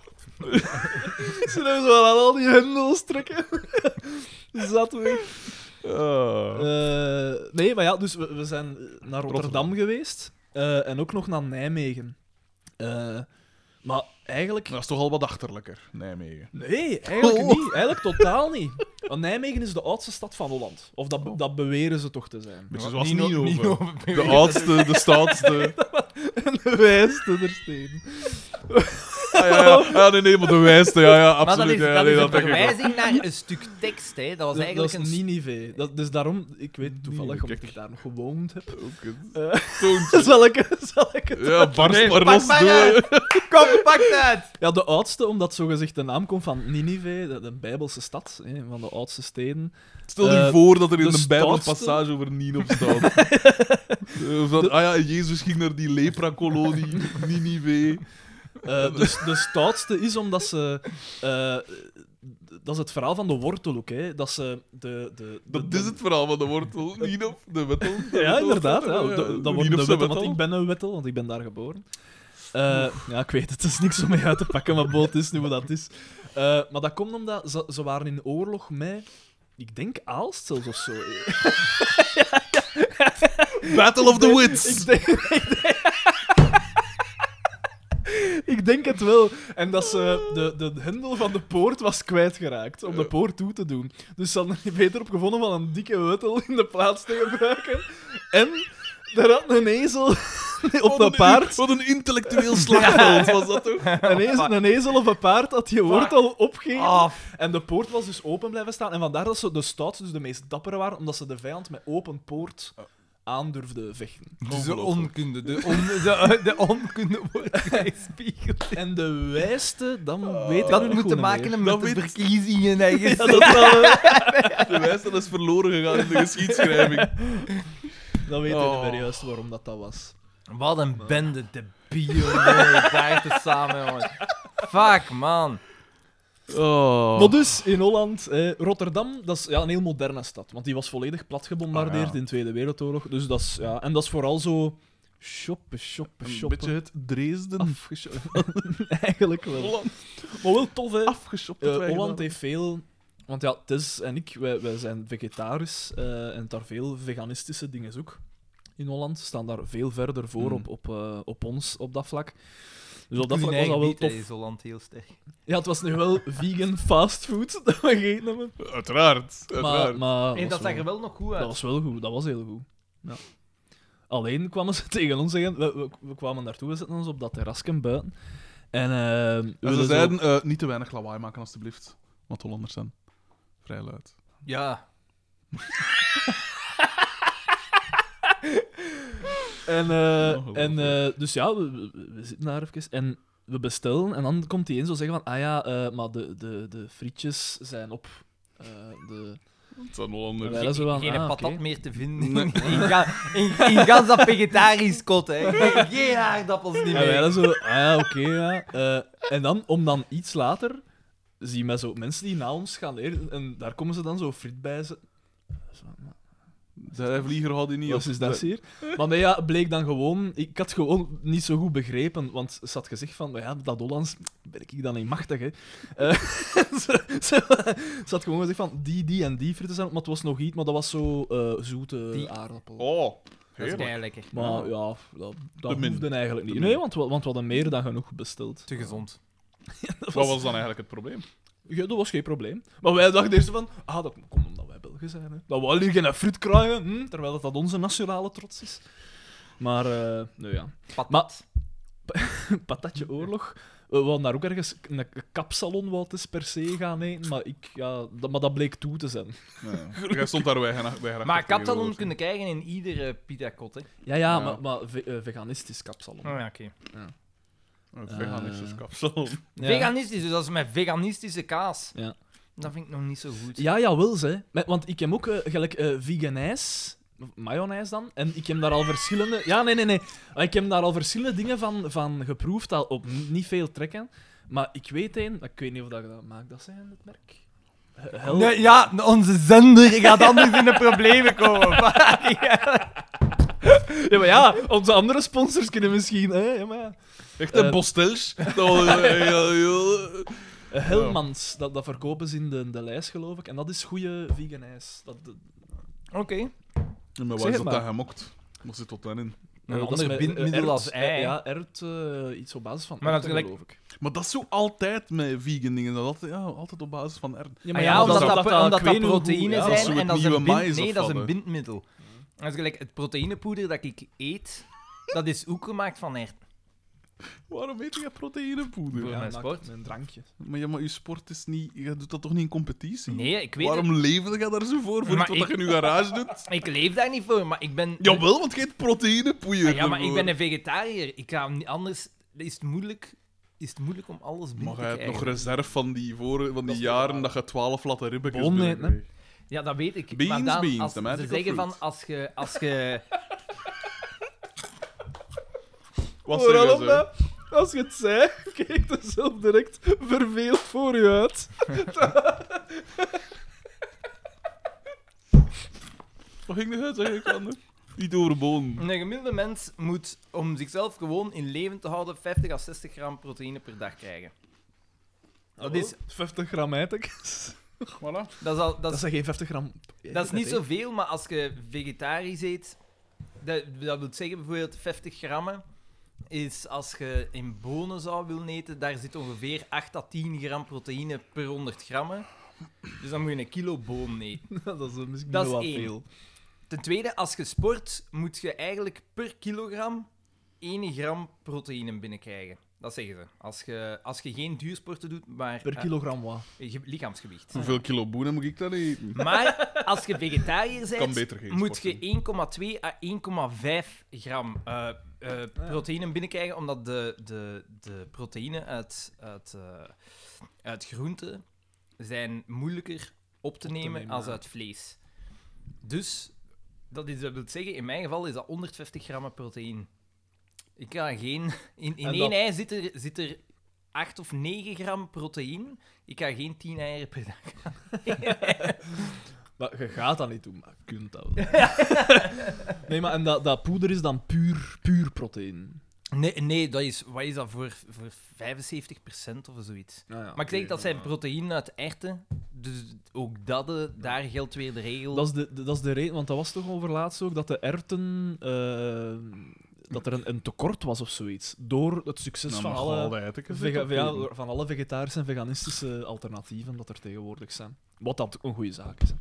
Speaker 3: Ze hebben zo aan al die hendels trekken. Zat weg.
Speaker 2: Ah.
Speaker 3: Eh, nee, maar ja, dus we, we zijn naar Rotterdam,
Speaker 2: Rotterdam.
Speaker 3: geweest. eh, en ook nog naar Nijmegen. Eh, maar eigenlijk...
Speaker 2: Dat is toch al wat achterlijker, Nijmegen.
Speaker 3: Nee, eigenlijk
Speaker 2: Oh.
Speaker 3: niet. Eigenlijk totaal niet. Want Nijmegen is de oudste stad van Holland. Of dat,
Speaker 2: Oh.
Speaker 3: dat beweren ze toch te zijn.
Speaker 2: Beetje zoals
Speaker 1: Nino-
Speaker 2: Nino.
Speaker 1: Nino-
Speaker 2: De oudste, de stoutste.
Speaker 3: De wijste der steden.
Speaker 2: Ah, ja, ja. ja, nee, nee, maar de wijste. Ja, ja,
Speaker 1: Maar dat
Speaker 2: absoluut.
Speaker 1: is,
Speaker 2: ja,
Speaker 1: dat
Speaker 2: nee,
Speaker 1: is een
Speaker 2: dat denk ik wel.
Speaker 1: verwijzing naar een stuk tekst, hè. Dat was
Speaker 3: Dat, dat
Speaker 1: eigenlijk
Speaker 3: is
Speaker 1: een...
Speaker 3: Ninive. Dat, dus daarom, ik weet toevallig
Speaker 2: Ninive,
Speaker 3: omdat
Speaker 2: kijk.
Speaker 3: ik daar nog gewoond heb.
Speaker 2: Ook een
Speaker 3: Eh.
Speaker 2: toontje.
Speaker 3: zal, ik, zal ik het
Speaker 2: Ja, barst
Speaker 1: Nee,
Speaker 2: maar
Speaker 1: pak
Speaker 2: los
Speaker 1: maar
Speaker 2: door.
Speaker 1: uit. Kom, pak het uit!
Speaker 3: Ja, de oudste, omdat zogezegd de naam komt van Ninive, de, de Bijbelse stad, hè, van de oudste steden.
Speaker 2: Stel je
Speaker 3: Eh,
Speaker 2: voor dat er in
Speaker 3: de
Speaker 2: de Bijbel een
Speaker 3: stoutste-
Speaker 2: passage over Nino staat. Eh, of dat, ah ja, Jezus ging naar die lepra-kolonie, Ninive.
Speaker 3: Eh, dus de stoutste is omdat ze... eh, dat is het verhaal van de wortel ook, hè. Dat ze de... de,
Speaker 2: Dat
Speaker 3: de-
Speaker 2: is het verhaal van de wortel. Nino, de wettel. de
Speaker 3: Ja,
Speaker 2: wettel.
Speaker 3: inderdaad. Ja.
Speaker 2: Eh,
Speaker 3: Dat, dat
Speaker 2: Nino
Speaker 3: wordt de
Speaker 2: zijn
Speaker 3: wettel, want ik ben een wettel, want ik ben daar geboren. Eh, ja, ik weet het, het is niks om mee uit te pakken, maar boot is nu wat dat is. Eh, maar dat komt omdat ze, ze waren in oorlog met, ik denk Aalst zelfs of zo.
Speaker 2: Battle of the Wits.
Speaker 3: Ik denk, ik denk, ik denk het wel. En dat ze de, de hendel van de poort was kwijtgeraakt om de poort toe te doen. Dus ze hadden er beter op gevonden van een dikke wettel in de plaats te gebruiken. En er had een ezel op
Speaker 2: Wat een-
Speaker 3: dat paard.
Speaker 2: Wat een intellectueel slagveld was dat toch?
Speaker 3: Een ezel, een ezel of een paard had je wortel opgegeven.
Speaker 1: Af.
Speaker 3: En de poort was dus open blijven staan. En vandaar dat ze de stoutste, dus de meest dappere waren, omdat ze de vijand met open poort aan durfden vechten.
Speaker 1: Dus de onkunde. De, on, de, de onkunde wordt gespiegeld.
Speaker 3: En de wijste, dan
Speaker 2: Oh.
Speaker 3: weet ik
Speaker 1: Dat
Speaker 3: nu
Speaker 1: moet
Speaker 3: goed
Speaker 1: te
Speaker 3: niet
Speaker 1: maken
Speaker 3: meer.
Speaker 1: hebben
Speaker 2: Dat
Speaker 1: met de
Speaker 2: weet-
Speaker 1: verkiezingen eigenlijk.
Speaker 3: Ja, dat, wel, eh,
Speaker 2: De wijsheid is verloren gegaan in de geschiedschrijving.
Speaker 3: dat weet ik
Speaker 2: Oh.
Speaker 3: niet meer juist waarom dat, dat was.
Speaker 1: Wat een bende debielen. jongen, Daar te samen, jongen. Fuck, man.
Speaker 2: Oh.
Speaker 3: Maar dus, in Holland, eh, Rotterdam, dat is ja, een heel moderne stad. Want die was volledig plat gebombardeerd
Speaker 2: Ah, ja.
Speaker 3: in de Tweede Wereldoorlog. Dus dat is, ja, en dat is vooral zo... Shoppen, shoppen,
Speaker 2: Een
Speaker 3: shoppen.
Speaker 2: beetje het Dresden
Speaker 3: afgeschopt. Eigenlijk wel. Maar wel tof, hè?
Speaker 2: afgeschopt.
Speaker 3: Eh, Holland heeft veel. Want ja, Tess en ik, wij, wij zijn vegetarisch eh, en daar veel veganistische dingen ook. In Holland staan daar veel verder voor
Speaker 2: Mm.
Speaker 3: op, op, eh, op ons op dat vlak. Dus op dat vlak was dat wel tof.
Speaker 1: is Holland heel sterk.
Speaker 3: Ja, het was nu wel vegan fastfood dat we gegeten hebben.
Speaker 2: Uiteraard.
Speaker 3: Maar,
Speaker 2: uiteraard.
Speaker 3: maar
Speaker 1: En
Speaker 3: was
Speaker 1: dat zag
Speaker 3: wel-
Speaker 1: er wel nog goed
Speaker 3: dat
Speaker 1: uit.
Speaker 3: was wel goed, dat was heel goed. Ja. Alleen kwamen ze tegen ons zeggen, we, we, we kwamen naartoe, we zetten ons op dat terrasje buiten. En, eh,
Speaker 2: En
Speaker 3: wilden
Speaker 2: ze
Speaker 3: zo-
Speaker 2: zeiden, eh, niet te weinig lawaai maken alstublieft. Want Hollanders zijn vrij luid.
Speaker 1: Ja.
Speaker 3: En, eh,
Speaker 2: Oh,
Speaker 3: en eh, dus ja, we, we- we zitten daar even en we bestellen. En dan komt hij in zo zeggen van, ah ja, eh, maar de, de, de frietjes zijn op. eh de...
Speaker 2: Het zijn Hollanders.
Speaker 3: Ja, dat is wel aan-
Speaker 1: Geen
Speaker 3: ah,
Speaker 1: patat
Speaker 3: oké.
Speaker 1: meer te vinden. In, ga, in, in gans dat vegetarisch kot, hè. Geen- Geen aardappels niet
Speaker 3: En wij
Speaker 1: meer.
Speaker 3: dan zo, ah ja, oké, ja. Eh, en dan, om dan iets later, zie je zo mensen die na ons gaan leren. En daar komen ze dan zo friet bij ze.
Speaker 2: De vlieger had hij niet.
Speaker 3: Wat
Speaker 2: of-
Speaker 3: is dat hier? Maar nee, ja, bleek dan gewoon... Ik had gewoon niet zo goed begrepen, want ze had gezegd van, "Maar ja, dat Hollands ben ik dan niet machtig, hè. Eh, ze, ze, ze had gewoon gezegd van, die, die en die frieten zijn, op, maar het was nog iets, maar dat was zo eh, zoete
Speaker 1: Die-
Speaker 3: aardappel.
Speaker 2: Oh,
Speaker 1: Dat is
Speaker 2: heerlijk.
Speaker 1: kei lekker.
Speaker 3: Maar ja, dat, dat
Speaker 2: Te min.
Speaker 3: hoefde eigenlijk niet.
Speaker 2: Te
Speaker 3: Nee,
Speaker 2: min.
Speaker 3: want, we- want we hadden meer dan genoeg besteld.
Speaker 1: Te gezond.
Speaker 2: Wat was dan eigenlijk het probleem?
Speaker 3: Ja, dat was geen probleem. Maar wij dachten eerst van, ah, dat komt omdat wij Belgen zijn. Hè. Dat we hier geen fruit krijgen, hm, terwijl dat, dat onze nationale trots is. Maar, eh nou ja.
Speaker 1: Patat.
Speaker 3: patatje oorlog. We hadden daar ook ergens een kapsalon wou het eens per se gaan eten, maar, ik, ja, dat, maar dat bleek toe te zijn.
Speaker 2: Ja. Jij stond daar weigerachtig tegen.
Speaker 1: Maar kapsalon kunnen krijgen in iedere pita kot, hè.
Speaker 3: Ja, ja, maar, maar ve- eh, veganistisch kapsalon.
Speaker 1: Oh, ja, oké.
Speaker 2: Een veganistische
Speaker 3: Eh.
Speaker 2: kapsalon.
Speaker 3: Ja.
Speaker 1: Veganistisch, dus dat is met veganistische kaas.
Speaker 3: Ja.
Speaker 1: Dat vind ik nog niet zo goed.
Speaker 3: Ja, jawel, ze. Met- Want ik heb ook eh, gelijk eh vegan ijs mayonaise dan. En ik heb daar al verschillende... Ja, nee, nee, nee. Maar Ik heb daar al verschillende dingen van, van geproefd, al op niet veel trekken. Maar ik weet één, maar ik weet niet of dat je dat maakt, dat zijn het merk. Hel...
Speaker 1: Nee, ja, onze zender gaat anders in de problemen komen.
Speaker 3: Ja, maar ja, onze andere sponsors kunnen misschien... Hè? Ja, maar ja.
Speaker 2: Echt een
Speaker 3: Eh.
Speaker 2: bostels. Dat was- ja, ja.
Speaker 3: Eh, Helmans, dat, dat verkopen ze in de, de lijst, geloof ik. En dat is goede vegan ijs. Dat, dat,
Speaker 1: Oké.
Speaker 2: Ja, Maar
Speaker 1: Zeg
Speaker 2: waar is
Speaker 1: het
Speaker 2: dat
Speaker 1: maar.
Speaker 2: dan gemokt? Wat zit tot dan in?
Speaker 1: Een
Speaker 3: dat
Speaker 1: ander
Speaker 3: met, eh,
Speaker 1: bindmiddel
Speaker 3: erwt,
Speaker 1: als
Speaker 3: eh,
Speaker 1: ei.
Speaker 3: Ja, ert, eh, iets op basis van
Speaker 1: Maar
Speaker 3: erwten,
Speaker 1: natuurlijk-
Speaker 3: geloof ik.
Speaker 2: Maar dat is zo altijd met vegan dingen. Dat altijd, ja, altijd op basis van erwt.
Speaker 1: Ja, ja, omdat,
Speaker 3: is
Speaker 1: dat,
Speaker 3: al-
Speaker 1: omdat
Speaker 3: ik
Speaker 1: dat
Speaker 3: weet niet hoe goed-
Speaker 1: proteïnen
Speaker 3: ja,
Speaker 2: dat is
Speaker 1: zijn
Speaker 2: zo
Speaker 1: en
Speaker 2: het
Speaker 1: dat is een,
Speaker 2: nieuwe
Speaker 1: bind-
Speaker 2: maïs
Speaker 1: nee,
Speaker 2: of
Speaker 1: dat is
Speaker 2: wat,
Speaker 1: een
Speaker 2: hè?
Speaker 1: bindmiddel. Dat is gelijk het proteïnepoeder dat ik eet, dat is ook gemaakt van erwten.
Speaker 2: Waarom eet je proteïnepoeder?
Speaker 1: Ja.
Speaker 3: Ja,
Speaker 1: mijn
Speaker 3: maakt
Speaker 1: sport.
Speaker 3: Een drankje.
Speaker 2: Maar ja, maar je sport is niet... Je doet dat toch niet in competitie?
Speaker 1: Nee, ik weet
Speaker 2: Waarom leven je daar zo voor? Voor
Speaker 1: Maar
Speaker 2: iets wat
Speaker 1: ik-
Speaker 2: je in je garage doet?
Speaker 1: het. Ik leef daar niet voor, maar ik ben...
Speaker 2: Jawel, want je eet proteïnepoeier.
Speaker 1: Ah ja, maar ik ben
Speaker 2: ervoor.
Speaker 1: een vegetariër. Ik ga niet anders... Is het moeilijk, is het moeilijk om alles binnen
Speaker 2: Maar
Speaker 1: te
Speaker 2: jij hebt
Speaker 1: krijgen?
Speaker 2: nog reserve van die, voor, van die jaren dat je twaalf latte ribbetjes
Speaker 3: Bon
Speaker 2: binnen
Speaker 3: eten, hè?
Speaker 2: kreeg.
Speaker 1: Ja, dat weet ik.
Speaker 2: Beans,
Speaker 1: maar dan,
Speaker 2: beans,
Speaker 1: als,
Speaker 2: the
Speaker 1: ze
Speaker 2: magical
Speaker 1: zeggen van,
Speaker 2: fruit.
Speaker 1: als je... Als je
Speaker 2: Wat
Speaker 3: Vooral
Speaker 2: zeggen ze?
Speaker 3: omdat, als je het zei, keek er zelf direct verveeld voor je uit.
Speaker 2: Wat ging eruit, zeg ik dan? Niet overboden.
Speaker 1: een gemiddelde mens moet, om zichzelf gewoon in leven te houden, 50 à 60 gram proteïne per dag krijgen. Dat is,
Speaker 3: 50 gram eitek.
Speaker 2: Voilà.
Speaker 1: dat is, al, dat
Speaker 3: Dat
Speaker 1: is,
Speaker 3: zijn geen 50 gram. eitek,
Speaker 1: dat is niet
Speaker 3: hè.
Speaker 1: zoveel, maar als je vegetarisch eet... Dat, dat wil zeggen bijvoorbeeld 50 grammen is als je in bonen zou willen eten, daar zit ongeveer 8 à 10 gram proteïne per 100 grammen. Dus dan moet je een kilo boon eten.
Speaker 3: dat is eh, misschien
Speaker 1: Dat
Speaker 3: wel
Speaker 1: is
Speaker 3: wat
Speaker 1: één.
Speaker 3: veel.
Speaker 1: Ten tweede, als je sport, moet je eigenlijk per kilogram 1 gram proteïne binnenkrijgen. Dat zeggen ze. Als je, als je geen duursporten doet, maar
Speaker 3: Per
Speaker 1: eh,
Speaker 3: kilogram wat.
Speaker 1: ge- lichaamsgewicht.
Speaker 2: Hoeveel kilo boenen moet ik dan eten?
Speaker 1: Maar als je vegetariër
Speaker 2: Kan
Speaker 1: bent,
Speaker 2: beter geen Nou,
Speaker 1: moet
Speaker 2: sport
Speaker 1: je 1,2 à 1,5 gram eh, eh, proteïne binnenkrijgen, omdat de, de, de proteïne uit, uit, eh, uit groenten zijn moeilijker op te nemen
Speaker 3: nemen,
Speaker 1: als
Speaker 3: ja.
Speaker 1: uit vlees. Dus, dat, is, dat wil zeggen, in mijn geval is dat 150 gram proteïne. Ik kan geen... In, in
Speaker 3: En
Speaker 1: één
Speaker 3: dat-
Speaker 1: ei zit er, zit er 8 of 9 gram proteïne. Ik ga geen 10 eieren per dag.
Speaker 3: Maar je gaat dat niet doen, maar je kunt dat wel. nee, maar en dat, dat poeder is dan puur, puur proteïne.
Speaker 1: Nee, nee dat is, wat is dat voor, voor 75% of zoiets?
Speaker 2: Ah,
Speaker 1: Maar ik denk dat zijn proteïne uit erwten, dus ook dat, eh, daar geldt weer de regel.
Speaker 3: Dat is de, de- dat is de reden, want dat was toch overlaatst ook, dat de erten... eh, dat er een, een tekort was of zoiets. Door het succes
Speaker 2: Nou,
Speaker 3: van,
Speaker 2: mag
Speaker 3: alle
Speaker 2: wel eten, zeg
Speaker 3: vega-
Speaker 2: dat
Speaker 3: ja,
Speaker 2: even.
Speaker 3: van alle vegetarische en veganistische alternatieven dat er tegenwoordig zijn. Wat dat een goede zaak is. hè.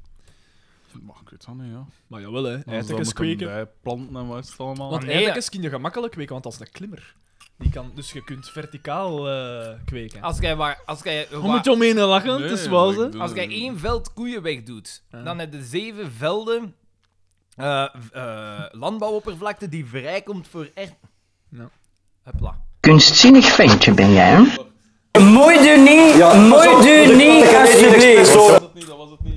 Speaker 2: Mag ik het dan, hè, ja.
Speaker 3: Maar jawel, hè.
Speaker 2: Nou, Dan zou
Speaker 3: Eitekens
Speaker 2: ik hem
Speaker 3: kweken.
Speaker 2: bij Planten en wat is het allemaal?
Speaker 3: Want
Speaker 1: Oh, Nee,
Speaker 3: eitekens kun je gemakkelijk kweken, want dat is een klimmer. Die kan, dus je kunt verticaal eh, kweken.
Speaker 1: Als jij waar- als jij
Speaker 3: Om
Speaker 1: waar-
Speaker 3: het omheen lachen,
Speaker 2: Nee,
Speaker 3: het is
Speaker 2: maar
Speaker 3: wel
Speaker 2: ik
Speaker 3: ze.
Speaker 2: doe
Speaker 1: als
Speaker 2: er-
Speaker 1: jij één veld koeien wegdoet,
Speaker 3: Ja.
Speaker 1: dan heb je zeven velden eh, v- eh, landbouwoppervlakte die vrijkomt voor erwten.
Speaker 3: Ja.
Speaker 1: Hopla.
Speaker 7: Kunstzinnig ventje ben jij, hè?
Speaker 5: Mooi doen niet, mooi doen niet, alsjeblieft.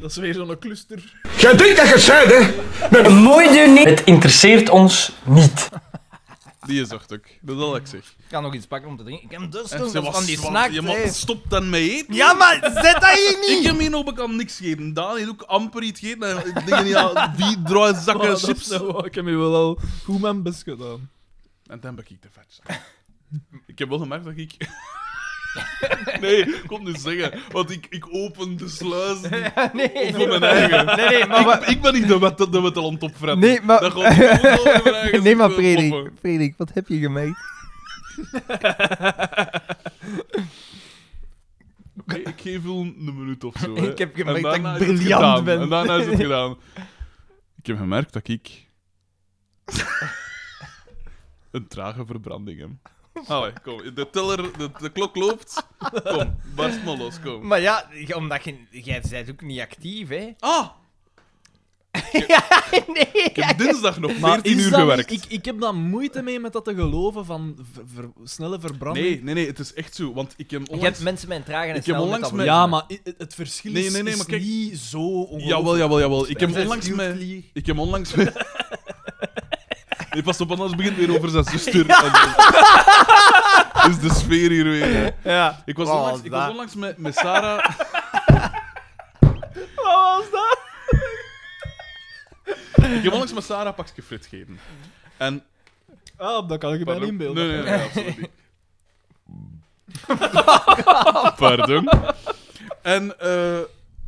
Speaker 3: Dat is weer zo'n cluster.
Speaker 8: Jij denkt dat je zei, hè?
Speaker 5: Mooi doen niet.
Speaker 7: Het interesseert ons niet.
Speaker 2: Die is echt ook. Dat is al ik zeg.
Speaker 1: Ik kan nog iets pakken om te drinken. Ik heb dorst,
Speaker 2: En
Speaker 1: jongens,
Speaker 2: ze
Speaker 1: dat is
Speaker 2: was
Speaker 1: van die
Speaker 2: zwart.
Speaker 1: snack.
Speaker 2: Ja, maar stop dan mee eten.
Speaker 1: Ja, maar zet dat hier niet!
Speaker 2: Ik heb hier nog bekend niks gegeten. Daan heeft ook amper iets gegeten. En ik denk niet aan die draai
Speaker 3: Maar
Speaker 2: zakken
Speaker 3: dat
Speaker 2: chips.
Speaker 3: is nou- ik heb je wel al goed mijn best gedaan.
Speaker 2: En dan ben ik de vetzak. ik heb wel gemerkt dat ik... nee, kom nu zeggen. Want ik, ik open de sluizen
Speaker 1: nee,
Speaker 2: voor mijn eigen.
Speaker 1: nee, nee, maar...
Speaker 2: ik, ik ben niet de wet, de wet al aan het opfretten.
Speaker 1: Nee, maar-
Speaker 2: Dat gaat gewoon over mijn eigen
Speaker 1: Nee, maar
Speaker 2: zak, eh,
Speaker 1: Frederik,
Speaker 2: poppen.
Speaker 1: Frederik, wat heb je gemerkt?
Speaker 2: Nee, ik geef wel een minuut of zo. hè.
Speaker 1: Ik heb
Speaker 2: En
Speaker 1: gemerkt dat
Speaker 2: daarna
Speaker 1: ik
Speaker 2: is het
Speaker 1: briljant
Speaker 2: gedaan.
Speaker 1: ben.
Speaker 2: En daarna is het gedaan. Ik heb gemerkt dat ik... een trage verbranding heb. Allee, kom. De teller, de, de klok loopt. Kom, barst maar los, kom.
Speaker 1: Maar Ah! ja, omdat je, jij bent ook niet actief, hè?
Speaker 2: Ah!
Speaker 1: nee.
Speaker 2: Ik heb dinsdag nog 14
Speaker 3: Maar is
Speaker 2: uur
Speaker 3: dat
Speaker 2: gewerkt.
Speaker 3: niet- ik, ik heb daar moeite mee met dat te geloven van ver- ver- snelle verbranding.
Speaker 2: Nee, nee, nee, het is echt zo. Ah, Want ik heb
Speaker 1: Ik
Speaker 2: onlangs...
Speaker 1: heb mensen met een trage en
Speaker 2: Ik heb
Speaker 1: snel
Speaker 2: onlangs met-
Speaker 3: Ja, maar i- het verschil
Speaker 2: Nee,
Speaker 3: is-
Speaker 2: nee, nee,
Speaker 3: is
Speaker 2: maar kijk-
Speaker 3: niet zo ongelooflijk.
Speaker 2: Jawel, jawel, jawel. Ik heb
Speaker 1: Zijn
Speaker 2: onlangs
Speaker 1: Field
Speaker 2: met...
Speaker 1: Lee.
Speaker 2: Ik heb onlangs met... Nee, pas op, anders begint het weer over zijn zuster. Dus de sfeer hier weer. hè.
Speaker 1: Ja.
Speaker 2: Ik was
Speaker 1: Wat
Speaker 2: onlangs,
Speaker 1: was
Speaker 2: ik was
Speaker 1: dat?
Speaker 2: onlangs met, met Sarah...
Speaker 1: was dat?
Speaker 2: Ik heb onlangs met Sarah een pakje frit gegeven. En...
Speaker 3: Ah, dat kan ik je bijna
Speaker 2: Pardon.
Speaker 3: inbeelden.
Speaker 2: Nee, nee, nee, absoluut niet. Pardon. En, eh,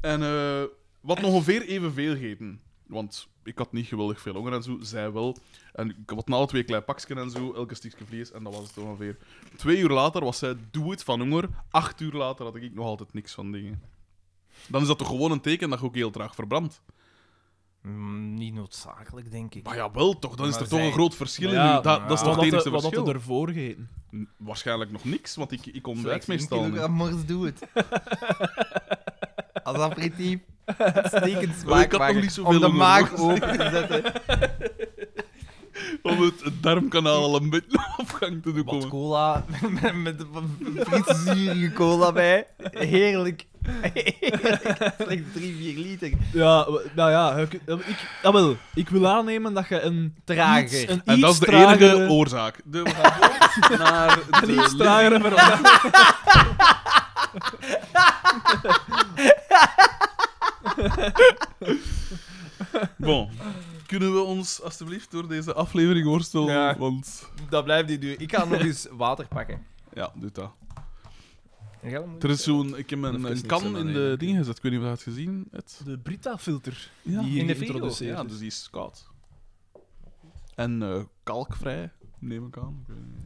Speaker 2: en eh, wat nog ongeveer evenveel gegeten. Want ik had niet geweldig veel honger en zo, zij wel. En ik had na twee klein pakjes en zo, elke stukje vlees, en dat was het ongeveer. Twee uur later was zij doe het van honger. Acht uur later had ik nog altijd niks van dingen. Dan is dat toch gewoon een teken dat je ook heel traag verbrandt.
Speaker 1: Mm, niet noodzakelijk, denk ik.
Speaker 2: Maar ja, wel toch, dan is
Speaker 1: Maar
Speaker 2: er toch
Speaker 1: zij-
Speaker 2: een groot verschil in.
Speaker 3: Ja,
Speaker 2: u. Dat, Ah, dat is toch
Speaker 3: Wat
Speaker 2: het
Speaker 3: had
Speaker 2: enige
Speaker 3: je- wat had
Speaker 2: verschil?
Speaker 3: je ervoor gegeten?
Speaker 2: N- Waarschijnlijk nog niks, want ik, ik ontbijt meestal niet.
Speaker 1: mors doe het. Als aperitief. Stekend
Speaker 2: Oh, ik had nog
Speaker 1: smaakmaker.
Speaker 2: niet zoveel
Speaker 1: Om de
Speaker 2: honger,
Speaker 1: maag
Speaker 2: hoor.
Speaker 1: open te zetten.
Speaker 2: Om het, het darmkanaal al een beetje op gang te doen
Speaker 1: Wat
Speaker 2: komen.
Speaker 1: cola. Met, met frietzurige cola bij. Heerlijk. Heerlijk. Slechts drie, vier liter.
Speaker 3: Ja, w- nou ja, ik, ik, jawel, ik wil aannemen dat je een
Speaker 1: Trager.
Speaker 3: iets- een
Speaker 2: En
Speaker 3: iets
Speaker 2: dat is de
Speaker 3: tragere,
Speaker 2: enige oorzaak. De, we gaan door naar de
Speaker 3: Iets tragere verbranding.
Speaker 2: Bon. Kunnen we ons alsjeblieft door deze aflevering worstelen?
Speaker 1: Ja.
Speaker 2: Want
Speaker 1: Dat blijft niet duur. Ik ga nog eens water pakken.
Speaker 2: ja, doe dat.
Speaker 1: En jij, moet-
Speaker 2: Er is zo'n. Ik heb een,
Speaker 1: Even
Speaker 2: een
Speaker 1: niks aan
Speaker 2: kan in de
Speaker 1: nemen.
Speaker 2: dingen gezet. Ik weet niet of je dat hebt gezien. Het.
Speaker 3: De Brita-filter
Speaker 2: Ja.
Speaker 3: die hier
Speaker 1: In de frigo,
Speaker 3: geïntroduceerd
Speaker 2: Ja,
Speaker 3: is.
Speaker 2: dus die is koud. En eh, kalkvrij, neem ik aan. Ik weet niet.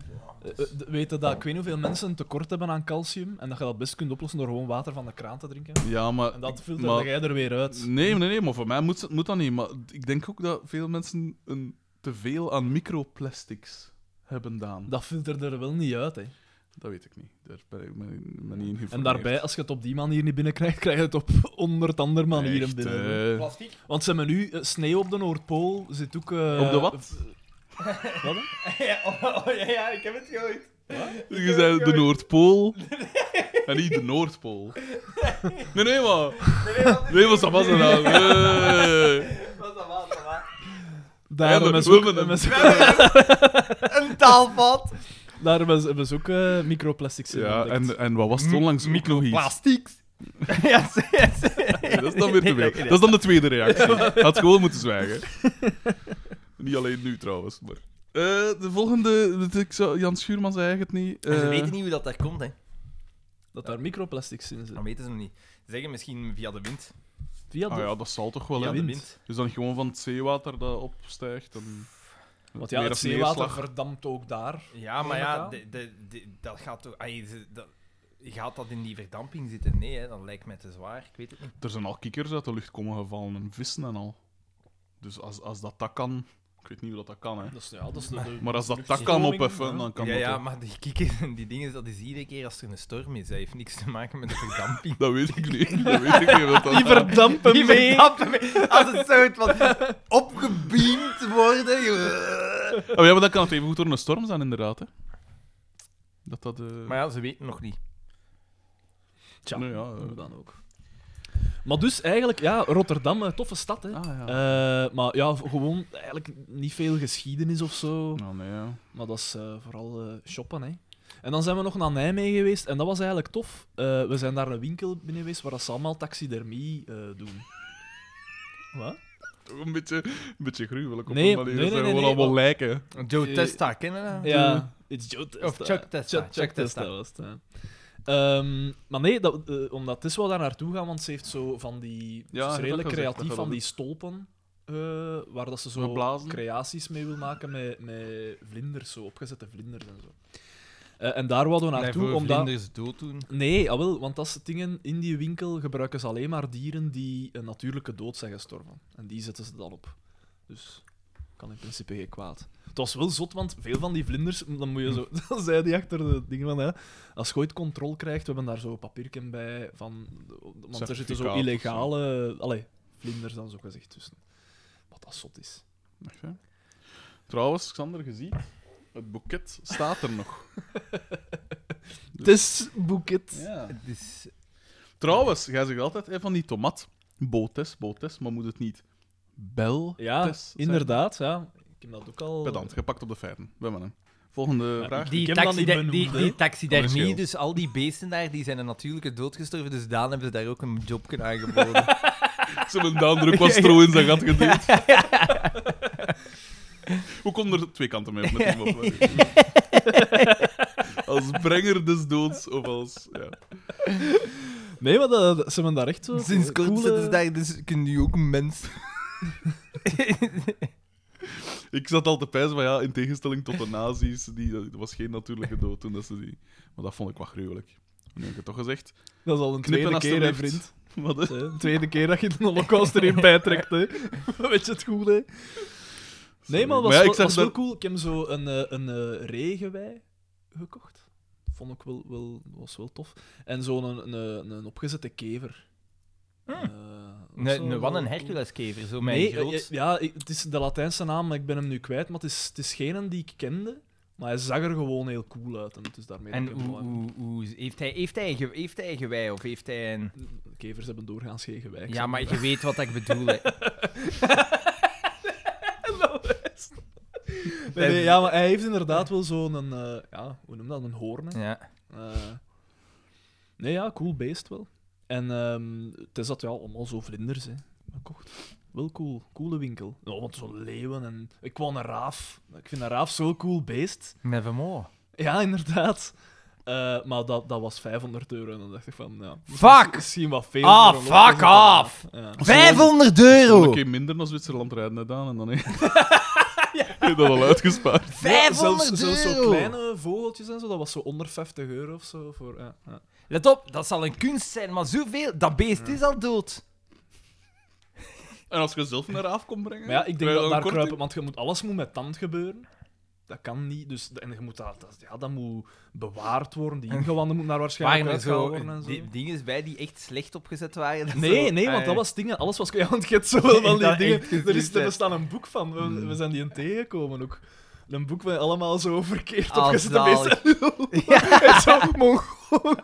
Speaker 2: Dus-
Speaker 3: Eh, eh, d- weet je dat ik weet niet hoeveel mensen een tekort hebben aan calcium en dat je dat best kunt oplossen door gewoon water van de kraan te drinken?
Speaker 2: Ja, maar.
Speaker 3: En dat filtert
Speaker 2: maar-
Speaker 3: jij er weer uit.
Speaker 2: Nee, nee, nee, maar voor mij moet, ze- moet dat niet. Maar ik denk ook dat veel mensen een teveel aan microplastics hebben gedaan.
Speaker 3: Dat filtert er wel niet uit, hè.
Speaker 2: Dat weet ik niet. Daar ben ik me, me niet in geïnformeerd.
Speaker 3: En daarbij, als je het op die manier niet binnenkrijgt, krijg je het op honderd andere manieren
Speaker 2: Echt,
Speaker 3: binnen.
Speaker 2: eh,
Speaker 3: Want ze hebben nu eh, sneeuw op de Noordpool, zit ook... eh,
Speaker 2: Op de wat?
Speaker 3: Wat? hè?
Speaker 1: Ja, oh, ja, ja, ik heb het gehoord.
Speaker 2: Je zei de Noordpool. En niet de Noordpool. Nee, nee, maar. Nee, maar dat was het nou. Nee.
Speaker 1: Wat dat water, maar.
Speaker 3: Daar
Speaker 2: Hebben-
Speaker 3: hebben ze ook-
Speaker 2: we hebben
Speaker 3: hebben ze-
Speaker 1: Een taalvat.
Speaker 3: Daar hebben ze, hebben ze ook eh, microplastics in.
Speaker 2: Ja,
Speaker 3: ontdekt.
Speaker 2: en, en wat was het onlangs? ook nog Eh. iets?
Speaker 1: Plastieks. ja, ze- ze-
Speaker 2: Nee, dat is dan weer te veel. Dat is dan de tweede reactie. Had gewoon moeten zwijgen. niet alleen nu trouwens, maar. Eh, de volgende, dat ik zou, Jan Schuurman zei eigenlijk het niet.
Speaker 1: En ze
Speaker 2: eh,
Speaker 1: weten niet hoe dat daar komt, hè.
Speaker 3: Dat daar microplastics in
Speaker 1: Dat
Speaker 3: zitten.
Speaker 1: weten ze nog niet. Ze Zeggen misschien via de wind.
Speaker 3: Via
Speaker 2: Ah
Speaker 3: de-
Speaker 2: ja, dat zal toch wel,
Speaker 1: Via
Speaker 2: hè?
Speaker 1: de
Speaker 3: wind.
Speaker 1: wind.
Speaker 2: Dus dan gewoon van het zeewater dat opstijgt. En...
Speaker 3: Want ja,
Speaker 2: meer
Speaker 3: het
Speaker 2: of
Speaker 3: zeewater
Speaker 2: neerslag.
Speaker 3: verdampt ook daar.
Speaker 1: Ja, maar ja,
Speaker 3: Normaal.
Speaker 1: de, de, de- dat gaat toch... ai, ze- dat, gaat dat in die verdamping zitten? Nee, hè, dat lijkt mij te zwaar. Ik weet het niet.
Speaker 2: Er zijn al kikkers uit de lucht komen gevallen en vissen en al. Dus als, als dat dat kan... Ik weet niet hoe dat, dat kan, hè.
Speaker 3: Dat is, ja, dat is de- de-
Speaker 2: Maar als dat dat kan
Speaker 3: luchtstroming,
Speaker 2: opheffen,
Speaker 3: ja.
Speaker 2: dan kan
Speaker 1: ja,
Speaker 2: dat
Speaker 1: ja,
Speaker 2: ook.
Speaker 1: maar die kikkers en die dingen, dat is iedere keer als er een storm is. Dat heeft niks te maken met de verdamping.
Speaker 2: Dat weet ik niet. Dat weet ik niet. Wat dat
Speaker 3: Die verdampen
Speaker 1: Die
Speaker 3: mee.
Speaker 1: verdampen mee. Als het soort van opgebeamd worden. je-
Speaker 2: Oh, ja, maar dat kan het even goed door een storm zijn, inderdaad, hè. Dat dat... eh,
Speaker 1: Maar ja, ze weten nog niet.
Speaker 3: Tja,
Speaker 2: nou ja, eh,
Speaker 3: hoe dan ook. Maar dus eigenlijk, ja, Rotterdam, een toffe stad, hè.
Speaker 2: Ah, ja.
Speaker 3: Eh, maar ja, v- gewoon eigenlijk niet veel geschiedenis of zo.
Speaker 2: Nou, nee, ja.
Speaker 3: Maar dat is eh, vooral eh, shoppen, hè. En dan zijn we nog naar Nijmegen geweest en dat was eigenlijk tof. Eh, we zijn daar een winkel binnen geweest waar dat ze allemaal taxidermie eh, doen. Wat?
Speaker 2: Toch een beetje, een beetje gruwelijk op
Speaker 3: Nee,
Speaker 2: een manier.
Speaker 3: nee,
Speaker 2: Nee,
Speaker 3: nee,
Speaker 2: zijn
Speaker 3: nee,
Speaker 2: gewoon
Speaker 3: nee,
Speaker 2: allemaal
Speaker 3: maar-
Speaker 2: lijken.
Speaker 1: Joe
Speaker 3: Eh,
Speaker 1: Testa, kennen we dat?
Speaker 3: Ja, it's Joe Testa.
Speaker 1: Of Chuck Testa,
Speaker 3: Chuck,
Speaker 1: Chuck
Speaker 3: Testa
Speaker 1: Testa.
Speaker 3: was het, ja. Ehm, maar nee, dat, eh, omdat het is wel daar naartoe gaan, want ze heeft zo van die...
Speaker 2: Ja,
Speaker 3: ze is
Speaker 2: dat
Speaker 3: redelijk
Speaker 2: gezegd, dat
Speaker 3: creatief
Speaker 2: je
Speaker 3: van
Speaker 2: dat
Speaker 3: die stolpen, eh, waar dat ze
Speaker 2: Met
Speaker 3: zo
Speaker 2: blazen.
Speaker 3: creaties mee wil maken met, met vlinders, zo opgezette vlinders en zo. Eh, en daar wouden we naartoe, omdat...
Speaker 1: dood doen.
Speaker 3: Nee, jawel, want dat soort dingen in die winkel gebruiken ze alleen maar dieren die een natuurlijke dood zijn gestorven. En die zetten ze dan op. Dus kan in principe geen kwaad. Het was wel zot, want veel van die vlinders, dan moet je zo, dan zei die achter de dingen van, hè, als je ooit controle krijgt, we hebben daar zo'n papierken bij van, want er zitten zo
Speaker 2: Certificaat of zo.
Speaker 3: illegale, allee, vlinders dan zo gezegd tussen. Wat dat zot is.
Speaker 2: Echt, hè? Trouwens, Xander, je ziet, het boeket staat er nog.
Speaker 3: Het is boeket.
Speaker 2: Ja.
Speaker 1: Het is...
Speaker 2: Trouwens, jij zegt altijd hè, van die tomat. Botes, botes, maar moet het niet bel
Speaker 3: Ja,
Speaker 2: tes zijn?
Speaker 3: inderdaad. Ja. Ik heb dat ook al...
Speaker 2: Pedant, gepakt op de feiten. We hebben hem. Volgende vraag.
Speaker 1: Die,
Speaker 3: ken dat
Speaker 1: taxi-
Speaker 3: niet,
Speaker 1: die,
Speaker 3: mijn
Speaker 1: die,
Speaker 3: moeder.
Speaker 1: die
Speaker 2: Kan
Speaker 1: taxidermie,
Speaker 2: het
Speaker 1: dus al die beesten daar, die zijn natuurlijk doodgestorven, dus Daan hebben ze daar ook een jobje aangeboden.
Speaker 2: Ze hebben de druk was stro in zijn gat geduwd. Hoe kon er twee kanten mee op met die mop? Als brenger des doods of als... Ja.
Speaker 3: Nee, maar dat, dat- ze hebben daar echt zo...
Speaker 1: Sinds kort
Speaker 3: coole-
Speaker 1: zitten ze daar, dus kunnen nu ook een mens.
Speaker 2: Ik zat al te pijzen, maar ja, in tegenstelling tot de nazi's, die, dat was geen natuurlijke dood toen dat ze die... Maar dat vond ik wel gruwelijk. Nu heb ik het toch gezegd.
Speaker 3: Dat is al een
Speaker 2: Knippen
Speaker 3: tweede
Speaker 2: als
Speaker 3: keer, hè, vriend.
Speaker 2: Wat, hè?
Speaker 3: Hè, De tweede keer dat je de holocaust erin bijtrekt, hè. Weet je het goed, hè? Nee, maar
Speaker 2: Maar
Speaker 3: was,
Speaker 2: ja, ik
Speaker 3: wel-
Speaker 2: zag
Speaker 3: was wel
Speaker 2: dat-
Speaker 3: cool. Ik heb zo een, eh, een eh, regenwei gekocht. Vond ik wel, wel, was wel tof. En zo'n een, een, een opgezette kever. Eh, was
Speaker 1: Ne,
Speaker 3: wel-
Speaker 1: ne,
Speaker 3: wel
Speaker 1: wat Ah. een
Speaker 3: cool.
Speaker 1: Herculeskever, zo mijn
Speaker 3: nee,
Speaker 1: groot.
Speaker 3: eh, Ja, ik- het is de Latijnse naam, maar ik ben hem nu kwijt. Maar het is, het is geen een die ik kende, maar hij zag er gewoon heel cool uit. En dus daarmee
Speaker 1: en
Speaker 3: dat ik hem
Speaker 1: hoe,
Speaker 3: wel heb.
Speaker 1: hoe, hoe- heeft, hij, heeft, hij, ge- heeft hij gewei of heeft hij een...
Speaker 3: Kevers hebben doorgaans geen gewijk.
Speaker 1: Ja, maar je weet wat ik bedoel. hè.
Speaker 3: Nee, nee, ja, maar hij heeft inderdaad wel zo'n, eh, ja, hoe noem je dat, een hoorn. hè?
Speaker 1: Ja.
Speaker 3: Eh, nee, ja, cool beest wel. En ehm, het is dat ja, allemaal zo vlinders, hè. Gekocht. Wel cool, coole winkel. Ja, want zo'n leeuwen en... Ik kwam een raaf. Ik vind een raaf zo'n cool beest.
Speaker 1: Nevermore.
Speaker 3: Ja, inderdaad. Eh, maar dat, dat was 500 euro en dan dacht ik van, ja...
Speaker 1: Fuck!
Speaker 3: Misschien wat veel.
Speaker 1: Ah,
Speaker 3: voor een opgezette
Speaker 1: fuck
Speaker 3: raaf.
Speaker 1: off!
Speaker 3: Ja.
Speaker 1: 500
Speaker 2: Gewoon een
Speaker 1: euro!
Speaker 2: keer minder naar Zwitserland rijden gedaan en dan... Heb je dat al uitgespaard.
Speaker 3: Ja,
Speaker 1: 500
Speaker 3: zelfs, zelfs
Speaker 1: euro!
Speaker 3: zo kleine vogeltjes en zo, dat was zo onder 50 euro of zo. Voor, ja, ja.
Speaker 1: Let op, dat zal een kunst zijn, maar zoveel... Dat beest is al dood.
Speaker 2: En als je zelf een raaf kon brengen...
Speaker 3: Maar ja, ik denk
Speaker 2: krijg je
Speaker 3: dat
Speaker 2: dan
Speaker 3: daar
Speaker 2: een
Speaker 3: kruipen,
Speaker 2: korting?
Speaker 3: want je moet, alles moet met tand gebeuren. Dat kan niet. Dus, en je moet dat, dat, ja, dat moet bewaard worden. Die ingewanden moeten daar waarschijnlijk
Speaker 1: Waren er
Speaker 3: uit gaan worden
Speaker 1: zo
Speaker 3: en zo.
Speaker 1: di- dingen bij die echt slecht opgezet waren? Dat
Speaker 3: Nee,
Speaker 1: zo-
Speaker 3: nee, want
Speaker 1: Ah,
Speaker 3: dat was dingen. Alles was. Ja, want je hebt zoveel van die
Speaker 1: Dat
Speaker 3: dingen.
Speaker 1: echt
Speaker 3: Er, is, Hmm.
Speaker 1: gezien,
Speaker 3: er
Speaker 1: hè.
Speaker 3: bestaat een boek van. We, we zijn die een tegengekomen ook. Een boek met allemaal zo verkeerd
Speaker 1: Ah,
Speaker 3: opgezette
Speaker 1: zalig.
Speaker 3: beesten. En zo Mongolen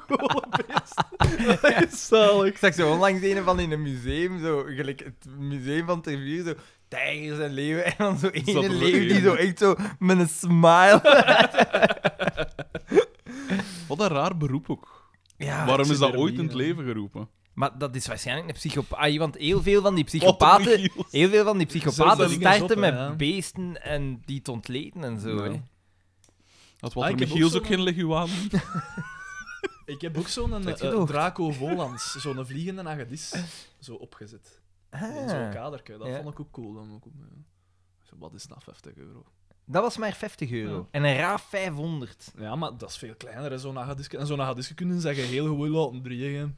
Speaker 3: beesten. Dat is zalig.
Speaker 1: Ik zag zo onlangs een van in een museum, zo, gelijk het museum van Tervuur, zo tijgers en leeuwen. En dan zo
Speaker 2: Zat
Speaker 1: ene
Speaker 2: er
Speaker 1: leeuw
Speaker 2: ook
Speaker 1: die
Speaker 2: in.
Speaker 1: zo echt zo met een smile.
Speaker 2: Wat een raar beroep ook.
Speaker 1: Ja,
Speaker 2: Waarom is dat
Speaker 3: Ah, er
Speaker 2: ooit
Speaker 3: niet eh.
Speaker 2: in het
Speaker 3: in.
Speaker 2: leven geroepen?
Speaker 1: maar dat is waarschijnlijk een psychopaat. Want heel veel van die psychopaten,
Speaker 2: Michiels.
Speaker 3: Ah,
Speaker 1: heel veel van die psychopaten
Speaker 3: Zelfs dat ding is
Speaker 1: starten
Speaker 3: op, hè,
Speaker 1: met
Speaker 3: ja.
Speaker 1: beesten en die te ontleden en zo.
Speaker 2: Ja.
Speaker 1: hè.
Speaker 2: Had
Speaker 3: Ah,
Speaker 2: Walter
Speaker 3: ik heb ook
Speaker 2: Michiels ook,
Speaker 3: zo'n-
Speaker 2: geen leguaan?
Speaker 3: Ik heb ook zo'n eh,
Speaker 1: Zet je
Speaker 3: eh,
Speaker 1: door.
Speaker 3: Draco Volans, zo'n vliegende nagedis, zo opgezet. In zo'n
Speaker 1: Ah,
Speaker 3: kaderke. Dat
Speaker 1: Ja.
Speaker 3: vond ik ook cool. Dat vond ik ook, ja. Zo, wat is dat, 50 euro?
Speaker 1: dat was maar 50 euro. En een raaf 500.
Speaker 3: Ja, maar dat is veel kleiner, hè, zo'n nagadiske. En zo'n nagadiske kunnen zeggen heel gewoon laten drieën.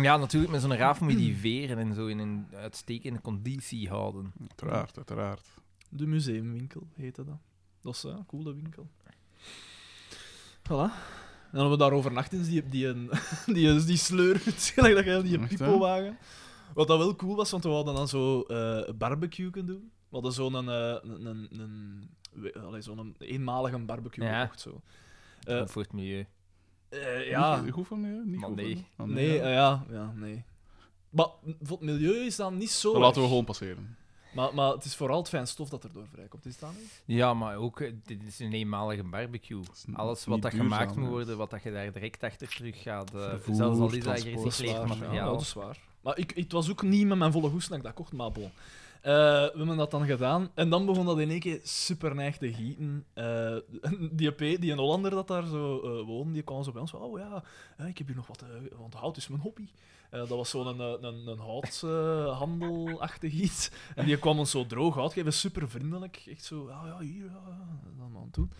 Speaker 1: Ja, natuurlijk, met zo'n raaf moet je die veren en zo in een uitstekende conditie houden.
Speaker 2: Uiteraard, uiteraard.
Speaker 3: De museumwinkel heette dat. Dat is ja, een coole winkel. Voilà. En dan hebben we daar overnacht in die, die, een- die, die, die sleurhut, gelijk dat jij, die
Speaker 2: Echt, hè?
Speaker 3: pipowagen. Wat dat wel cool was, want we hadden dan zo eh barbecue kunnen doen. We hadden zo'n een, een, een, een, we- allee, zo'n eenmalige barbecue
Speaker 1: Ja.
Speaker 3: gekocht. Zo. Eh,
Speaker 1: Goed voor het milieu.
Speaker 3: eh, ja,
Speaker 2: Niet goed van nee, niet
Speaker 1: Maar
Speaker 2: goed van
Speaker 1: nee.
Speaker 2: nee. Ah,
Speaker 3: nee,
Speaker 2: ja.
Speaker 3: eh, ja, ja, nee. Maar m, voor het milieu is dat niet zo.
Speaker 2: Dan laten we
Speaker 3: erg.
Speaker 2: gewoon passeren.
Speaker 3: Maar, maar het is vooral het fijn stof dat er door vrijkomt. Is dat niet?
Speaker 1: Ja, maar ook, eh, dit is een eenmalige barbecue.
Speaker 2: is n-
Speaker 1: Alles
Speaker 2: niet
Speaker 1: wat dat
Speaker 2: duurzaam,
Speaker 1: gemaakt moet
Speaker 2: hè.
Speaker 1: worden, wat dat je daar direct achter terug gaat. eh,
Speaker 2: Vervoer,
Speaker 1: zelfs al is dat
Speaker 2: transport,
Speaker 1: gerecycleerd
Speaker 2: zwaar,
Speaker 3: Ja,
Speaker 1: materiaal.
Speaker 3: dat is waar. Maar ik, het was ook niet met mijn volle goesting dat ik dat kocht, maar bon. Eh, we hebben dat dan gedaan. En dan begon dat in één keer super neig te gieten. Eh, die, P, die een Hollander dat daar zo eh woonde, die kwam zo bij ons. van, Oh ja, eh, ik heb hier nog wat... eh, want hout is mijn hobby. Eh, dat was zo'n een, een, een houthandelachtig iets. En die kwam ons zo droog hout geven, super vriendelijk. Echt zo, "Ah, ja, ja, hier, ja, ja. En dan aan het doen.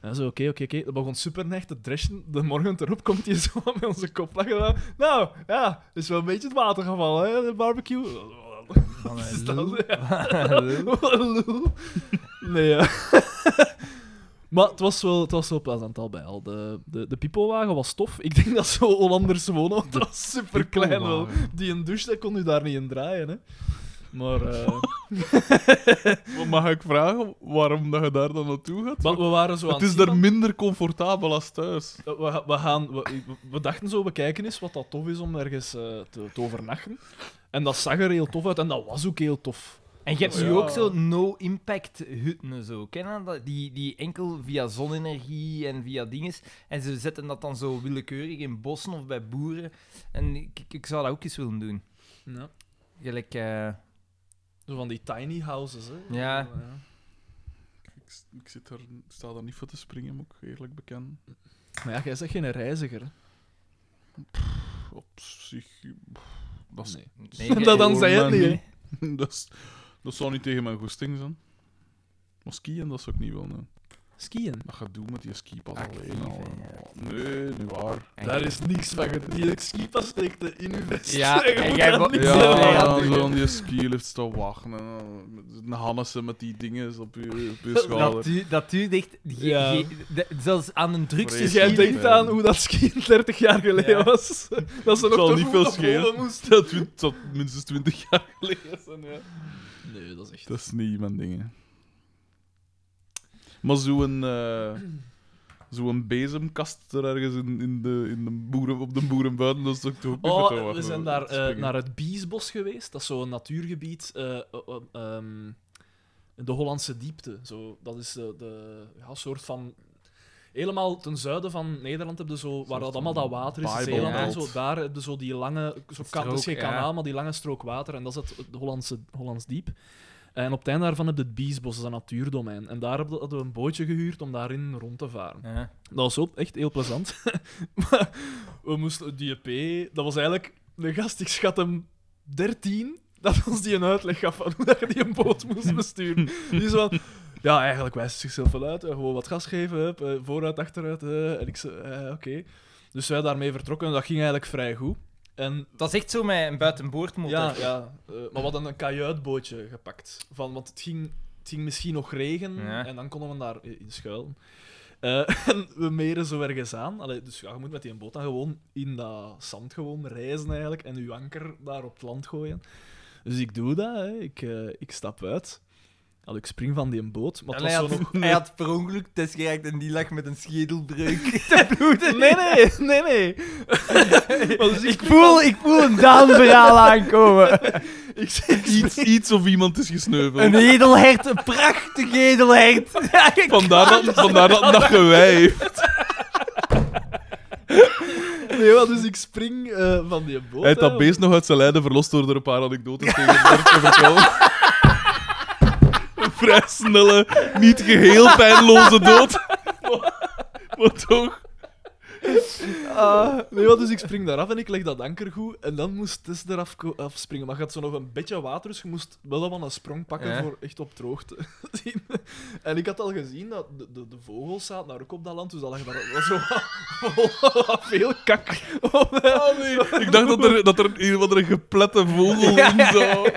Speaker 3: En zo, oké, oké, oké. Dat begon super neig te dreschen. De morgen erop komt hij zo met onze kop lachen. aan. Nou, ja, is wel een beetje het water gevallen, hè, de barbecue.
Speaker 1: Van, eh,
Speaker 3: Is dat-
Speaker 1: Lou.
Speaker 3: Lul. Nee, ja. Maar het was wel, het was wel plezant al bij al. De, de, de pipowagen was tof. Ik denk dat zo Hollanders wonen, want dat was super klein wel.
Speaker 2: pipowagen.
Speaker 3: Die een douche, dat kon u daar niet in draaien. Hè. Maar eh,
Speaker 2: Mag ik vragen waarom dat je daar dan naartoe gaat?
Speaker 3: maar we waren zo aan
Speaker 2: het is
Speaker 3: zien
Speaker 2: daar minder comfortabel als thuis.
Speaker 3: van, eh, we, we, gaan, we, we dachten zo, we kijken eens wat dat tof is om ergens eh, te, te overnachten. En dat zag er heel tof uit en dat was ook heel tof.
Speaker 1: En je hebt nu
Speaker 3: Ja.
Speaker 1: ook zo no-impact hutten en zo. Ken je dat? Die, die enkel via zonne-energie en via dinges. En ze zetten dat dan zo willekeurig in bossen of bij boeren. En ik, ik- ik zou dat ook eens willen doen.
Speaker 3: Ja.
Speaker 1: Gelijk, eh,
Speaker 3: Zo van die tiny houses, hè.
Speaker 1: Ja.
Speaker 2: Ik, s- ik zit daar, ik sta daar niet voor te springen, moet ik eerlijk bekennen.
Speaker 3: Maar ja, jij bent geen reiziger.
Speaker 2: Op zich... pff, Dat, is,
Speaker 1: nee, je-
Speaker 3: Dat dan zei het
Speaker 2: Hoor mij
Speaker 3: niet,
Speaker 2: dat, is- dat zou niet tegen mijn goesting zijn. Maar skiën, dat zou ik niet willen.
Speaker 3: Skiën.
Speaker 2: Dat gaat doen met die skipas
Speaker 3: Ah,
Speaker 1: Actief,
Speaker 2: alleen al.
Speaker 1: hè,
Speaker 2: hè. Nee, niet waar.
Speaker 3: Daar is niks van. ge- Die skipas steekt in uw vest.
Speaker 1: Ja,
Speaker 3: Je
Speaker 1: en
Speaker 3: moet
Speaker 1: jij
Speaker 3: daar
Speaker 1: wo-
Speaker 3: niks
Speaker 1: Ja,
Speaker 3: aan
Speaker 1: ja,
Speaker 3: doen.
Speaker 2: Ja,
Speaker 1: natuurlijk.
Speaker 2: zo aan die skilift staan wachten. En dan met- met Hannessen met die dingen op je, op je
Speaker 1: Dat,
Speaker 2: schouder.
Speaker 1: du dat duurt echt... ge-
Speaker 3: dus Ja.
Speaker 1: ge- de- zelfs aan een drukste
Speaker 2: Vreselijk.
Speaker 3: Jij
Speaker 1: skiën-
Speaker 3: denkt aan hoe dat skiën 30 jaar geleden
Speaker 1: Ja.
Speaker 3: was. Dat ze nog
Speaker 2: zal
Speaker 3: te
Speaker 2: niet
Speaker 3: voet
Speaker 2: veel
Speaker 3: op
Speaker 2: schelen.
Speaker 3: Polen moesten.
Speaker 2: Dat zou minstens 20 jaar geleden zijn, ja.
Speaker 3: Nee, dat is echt...
Speaker 2: Dat is niet mijn ding. hè. Maar zo'n eh zo'n bezemkast er ergens in, in de, in de boeren, op de boerenbuiten, dat is toch toch ook niet wat te
Speaker 3: Oh, we
Speaker 2: wachten,
Speaker 3: zijn
Speaker 2: hoor.
Speaker 3: daar eh,
Speaker 2: Springen.
Speaker 3: naar het Biesbos geweest. Dat is zo'n natuurgebied. eh, eh, eh, ehm, in de Hollandse diepte. Zo, dat is eh, de ja, soort van... Helemaal ten zuiden van Nederland heb je zo, waar dat
Speaker 2: van
Speaker 3: allemaal dat water is, in
Speaker 2: Bijbel
Speaker 3: Zeeland en
Speaker 1: belt.
Speaker 3: zo, daar heb je zo die lange, zo
Speaker 1: Strook,
Speaker 3: kan, dat is geen
Speaker 1: ja.
Speaker 3: kanaal, maar die lange strook water. En dat is het, het Hollandse, Hollands Diep. En op het einde daarvan heb je het Biesbos, dat is een natuurdomein. En daar hadden we een bootje gehuurd om daarin rond te varen.
Speaker 1: Ja.
Speaker 3: Dat was ook echt heel plezant. maar we moesten die EP... Dat was eigenlijk... De gast, ik schat hem 13, dat ons die een uitleg gaf van hoe dat je die een boot moest besturen. Die zo van... Ja, eigenlijk wijst het zichzelf wel uit. hè. Gewoon wat gas geven, hup, eh, vooruit, achteruit. eh." en ik zei, eh, oké. Dus wij daarmee vertrokken en dat ging eigenlijk vrij goed. En
Speaker 1: Dat is echt zo met een buitenboordmotor.
Speaker 3: ja, ja. eh, maar we hadden een kajuitbootje gepakt. Van, want het ging, het ging misschien nog regen
Speaker 1: Ja.
Speaker 3: en dan konden we daar i- in schuilen. Eh, en we meren zo ergens aan. Allee, dus ja, je moet met die boot dan gewoon in dat zand gewoon reizen eigenlijk en uw anker daar op het land gooien. Dus ik doe dat, hè. Ik, eh, ik stap uit. Al ik spring van die boot, maar het
Speaker 1: En
Speaker 3: was
Speaker 1: hij,
Speaker 3: zo
Speaker 1: had,
Speaker 3: nog...
Speaker 1: hij had per ongeluk test geraakt en die lag met een schedelbreuk te bloeden.
Speaker 3: Nee, nee, nee, nee. Maar dus
Speaker 1: Ik voel, ik voel een Daan-verhaal aankomen.
Speaker 3: ik, ik
Speaker 2: Iets, iets of iemand is gesneuveld.
Speaker 1: Een edelhert, een prachtig edelhert.
Speaker 2: Vandaar dat, vandaar dat, dat gewijf.
Speaker 3: Nee, maar dus ik spring eh, van die boot.
Speaker 2: Hij heeft
Speaker 3: hè,
Speaker 2: dat beest nog uit zijn lijden verlost door er een paar anekdotes tegen hem te vertellen. Een vrij snelle, niet geheel pijnloze dood. Maar toch...
Speaker 3: Nee, wat, dus ik spring daar af en ik leg dat anker goed. En dan moest Tess eraf ko- afspringen. Maar je had zo nog een beetje water, dus je moest wel allemaal een sprong pakken
Speaker 1: Ja.
Speaker 3: voor echt op droogte te zien. En ik had al gezien dat de, de, de vogels zaten daar ook op dat land, dus dat lag daar was zo wat- wat veel kak. op, eh.
Speaker 2: Ik dacht dat er, dat er een of andere geplette vogel in zou.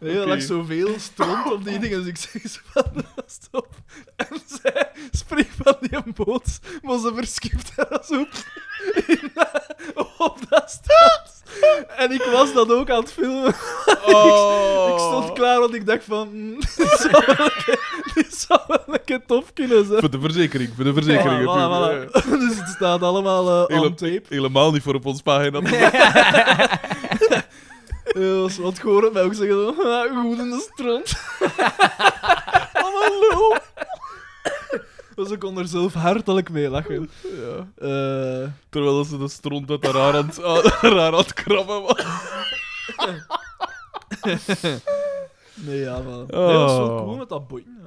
Speaker 3: Nee, er
Speaker 2: Oké.
Speaker 3: lag zoveel stront op die dingen, dus ik zeg ze van, "Ah, stop. En zij springt van die boot, maar ze verskipt haar zo in dat- op dat strand. En ik was dat ook aan het filmen.
Speaker 2: Oh.
Speaker 3: Ik stond klaar, want ik dacht van, mm, dit zou wel een keer, dit zou wel een keer tof kunnen zijn.
Speaker 2: Voor de verzekering, voor de verzekering.
Speaker 3: Voilà, voilà, voilà. Dus het staat allemaal eh on
Speaker 2: Hele-
Speaker 3: tape.
Speaker 2: helemaal niet voor op ons pagina.
Speaker 3: Ja, dat is wat gehoord mij ook zeggen zo, "Ah, goed in de strand. Wat een lul. Dus ik kon er zelf hartelijk mee lachen.
Speaker 2: Ja.
Speaker 3: Eh,
Speaker 2: Terwijl dat ze de stront uit haar haar aan het- haar haar aan het krabben was.
Speaker 3: nee, ja, man. Nee, dat was wel cool met dat boeien.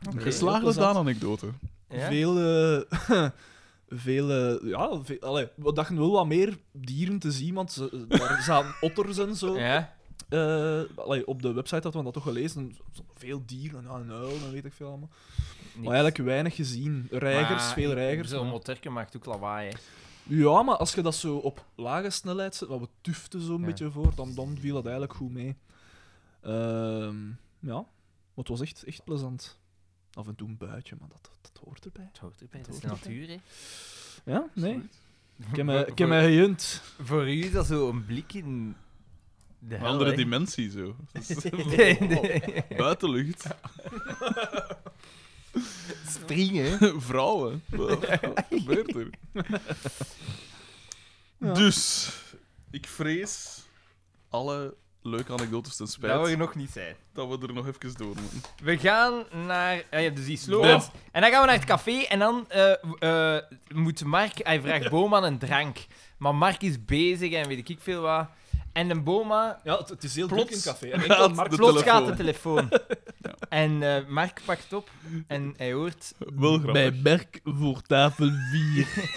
Speaker 3: Ja.
Speaker 2: Geslaagde Daan-anekdote.
Speaker 3: Veel, eh, veel, eh, ja, veel, allee, we dachten wel wat meer dieren te zien, want ze, eh, daar zaten otters en zo.
Speaker 1: Ja.
Speaker 3: Eh, allee, op de website hadden we dat toch gelezen. Veel dieren, ja, een uil, en weet ik veel allemaal. Maar eigenlijk weinig gezien. Reigers, veel reigers.
Speaker 1: Zo'n
Speaker 3: maar-
Speaker 1: motorke maakt ook lawaai. hè.
Speaker 3: Ja, maar als je dat zo op lage snelheid zet, wat we tuften zo'n
Speaker 1: Ja.
Speaker 3: beetje voor, dan, dan viel dat eigenlijk goed mee. Ehm, ja, maar het was echt, echt plezant. Af en toe een buitje, maar dat, dat hoort erbij.
Speaker 1: Het hoort erbij,
Speaker 3: Het
Speaker 1: dat is de
Speaker 3: hoort erbij.
Speaker 1: natuur. Hè.
Speaker 3: Ja, nee. Ik heb mij-
Speaker 1: Voor-
Speaker 3: ik heb mij gejunt.
Speaker 1: Voor u is dat zo'n blik in De
Speaker 2: Een
Speaker 1: hel,
Speaker 2: andere
Speaker 1: hè.
Speaker 2: dimensie zo. Dus-
Speaker 1: Nee, nee.
Speaker 2: Buitenlucht.
Speaker 1: Springen.
Speaker 2: Vrouwen. Wat gebeurt er? Dus, ik vrees alle leuke anekdotes ten spijt
Speaker 1: Dat we er nog niet zijn.
Speaker 2: dat we er nog even door moeten.
Speaker 1: We gaan naar... Ah ja, dus die
Speaker 2: Ben.
Speaker 1: slogans. En dan gaan we naar het café en dan eh, w- eh, moet Mark... Hij vraagt Boma een drank. Maar Mark is bezig en weet ik veel wat. En de Boma...
Speaker 3: Ja, het, het is heel
Speaker 2: Plots
Speaker 3: druk in het café. En enkel
Speaker 2: gaat
Speaker 3: Mark
Speaker 2: de
Speaker 1: Plots
Speaker 2: telefoon.
Speaker 1: gaat de telefoon. En eh, Mark pakt op en hij hoort...
Speaker 2: Wel grappig.
Speaker 3: merk voor tafel 4.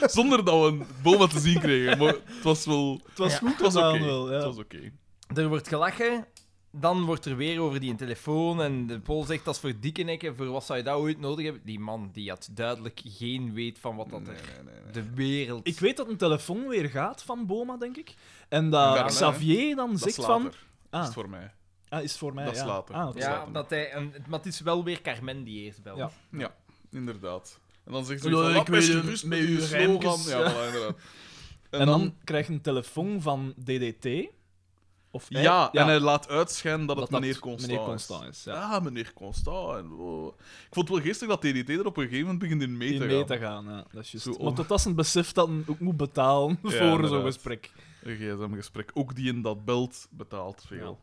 Speaker 2: Zonder dat we een boma te zien kregen. Maar het was wel...
Speaker 3: Het was
Speaker 1: Ja.
Speaker 3: goed
Speaker 2: Het was oké.
Speaker 3: gedaan wel, ja.
Speaker 2: Het was oké.
Speaker 1: Er wordt gelachen. Dan wordt er weer over die telefoon. En de Pool zegt, dat is voor dikkenekken. Voor wat zou je dat ooit nodig hebben? Die man, die had duidelijk geen weet van wat dat er... De wereld...
Speaker 3: Ik weet dat een telefoon weer gaat van Boma, denk ik. En dat
Speaker 2: Daarna, hè.
Speaker 3: Xavier dan
Speaker 2: Dat is
Speaker 3: zegt van...
Speaker 2: later. Dat
Speaker 3: Ah,
Speaker 2: is voor mij.
Speaker 3: ah, is het voor mij,
Speaker 2: Dat is
Speaker 3: ja.
Speaker 2: later.
Speaker 3: Ah, oké.
Speaker 1: Ja, dat hij, en, maar het is wel weer Carmen die eerst belt.
Speaker 3: Ja.
Speaker 2: Ja, inderdaad. En dan zegt ze
Speaker 3: Ja,
Speaker 2: van,
Speaker 3: ik
Speaker 2: "Laat mij
Speaker 3: weet het,
Speaker 2: gerust
Speaker 3: met
Speaker 2: met
Speaker 3: uw
Speaker 2: uw slogan.
Speaker 3: rijmpjes,
Speaker 2: Ja,
Speaker 3: ja.
Speaker 2: voilà, inderdaad.
Speaker 3: En, dan, krijg je een telefoon van DDT. Of
Speaker 2: Ja, en hij laat uitschijnen dat het meneer Constant
Speaker 3: meneer
Speaker 2: is.
Speaker 3: Constant is. Ja.
Speaker 2: Ja, meneer Constant. en wow. Ik vond het wel geestig dat DDT er op een gegeven moment begint in mee te
Speaker 3: In
Speaker 2: gaan.
Speaker 3: mee te gaan, ja. Dat is juist.
Speaker 2: Zo, oh.
Speaker 3: Maar tot dat ze het besef dat hij ook moet betalen voor
Speaker 2: inderdaad.
Speaker 3: zo'n gesprek.
Speaker 2: Een gsm-gesprek. Ook die in dat belt betaalt veel.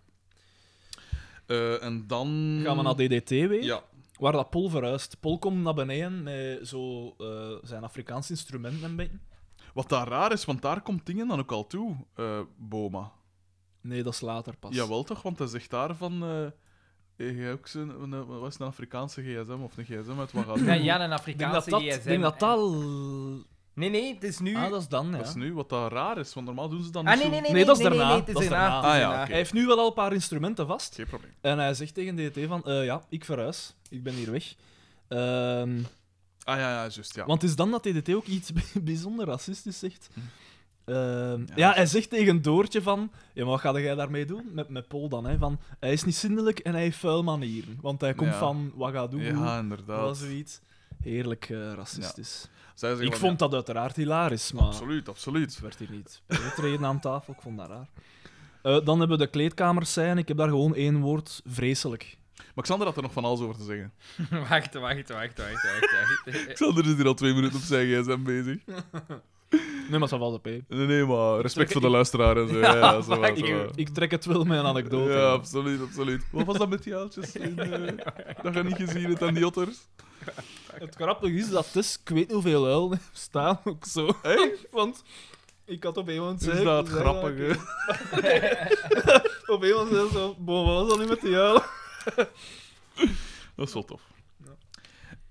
Speaker 2: Eh, en dan...
Speaker 3: Gaan we naar DDT weer,
Speaker 2: Ja,
Speaker 3: waar dat Pol verhuist. Pol komt naar beneden met zo, eh, zijn Afrikaans instrument een beetje.
Speaker 2: Wat daar raar is, want daar komt dingen dan ook al toe, eh, Boma.
Speaker 3: Nee, dat is later pas.
Speaker 2: Jawel toch, want hij zegt daar van... eh, heb jij ook zo'n... een- Wat is het, een Afrikaanse gsm of een gsm uit wat gaat
Speaker 1: Ja, ja, een
Speaker 3: Ik denk dat
Speaker 1: Afrikaanse
Speaker 3: dat...
Speaker 1: gsm.
Speaker 3: Ik denk dat
Speaker 1: hè.
Speaker 3: dat...
Speaker 1: Nee, nee, het is nu...
Speaker 3: Ah, dat is dan, ja.
Speaker 2: Dat is nu wat daar raar is, want normaal doen ze dan
Speaker 1: Ah, nee, nee, nee.
Speaker 3: Nee, dat is daarna.
Speaker 1: het is
Speaker 3: Dat is
Speaker 1: daarna.
Speaker 3: daarna.
Speaker 1: het is
Speaker 2: Ah, ja,
Speaker 1: daarna.
Speaker 2: oké.
Speaker 3: Hij heeft nu wel al een paar instrumenten vast.
Speaker 2: Geen probleem.
Speaker 3: En hij zegt tegen DDT van, eh, ja, ik verhuis. Ik ben hier weg. Ehm,
Speaker 2: Ah ja, ja, juist, ja.
Speaker 3: Want het is dan dat DDT ook iets bijzonder racistisch zegt. Ehm, ja,
Speaker 2: Hm. dat
Speaker 3: hij zegt tegen Doortje van... Ja, maar wat ga jij daarmee doen? Met, met Paul dan, hè. Van, hij is niet zindelijk en hij heeft vuil manieren. Want hij komt
Speaker 2: Ja.
Speaker 3: van, wat ga doen?
Speaker 2: ja,
Speaker 3: wel
Speaker 2: inderdaad.
Speaker 3: zoiets. Heerlijk eh, racistisch.
Speaker 2: Zij zeggen
Speaker 3: Ik
Speaker 2: van,
Speaker 3: vond
Speaker 2: ja,
Speaker 3: dat uiteraard hilarisch, maar...
Speaker 2: Absoluut, absoluut.
Speaker 3: werd hier niet betreden aan tafel. Ik vond dat raar. Eh, dan hebben we de kleedkamers zijn. Ik heb daar gewoon één woord. Vreselijk.
Speaker 2: Maar Xander had er nog van alles over te zeggen.
Speaker 1: Wacht, wacht, wacht, wacht, wacht. wacht.
Speaker 2: Xander is dus hier al twee minuten op zijn gsm bezig.
Speaker 3: Nee, maar dat valt op.
Speaker 2: Nee, nee, maar respect voor de luisteraar en zo. Ja, ja, zo waar, zo waar.
Speaker 3: Ik trek het wel met een anekdote.
Speaker 2: Ja, absoluut, absoluut. Wat was dat met die aaltjes? in, eh, dat je niet gezien hebt aan die otters?
Speaker 3: Het grappige is dat dus, ik weet niet hoeveel uilen er staan ook zo. Want ik had op een moment
Speaker 2: Is
Speaker 3: zeggen-
Speaker 2: dat
Speaker 3: zeggen
Speaker 2: grappig, hè?
Speaker 3: ik- Op een moment zei zo, "Bo, wat was dat nu met die uilen?
Speaker 2: Dat is wel tof.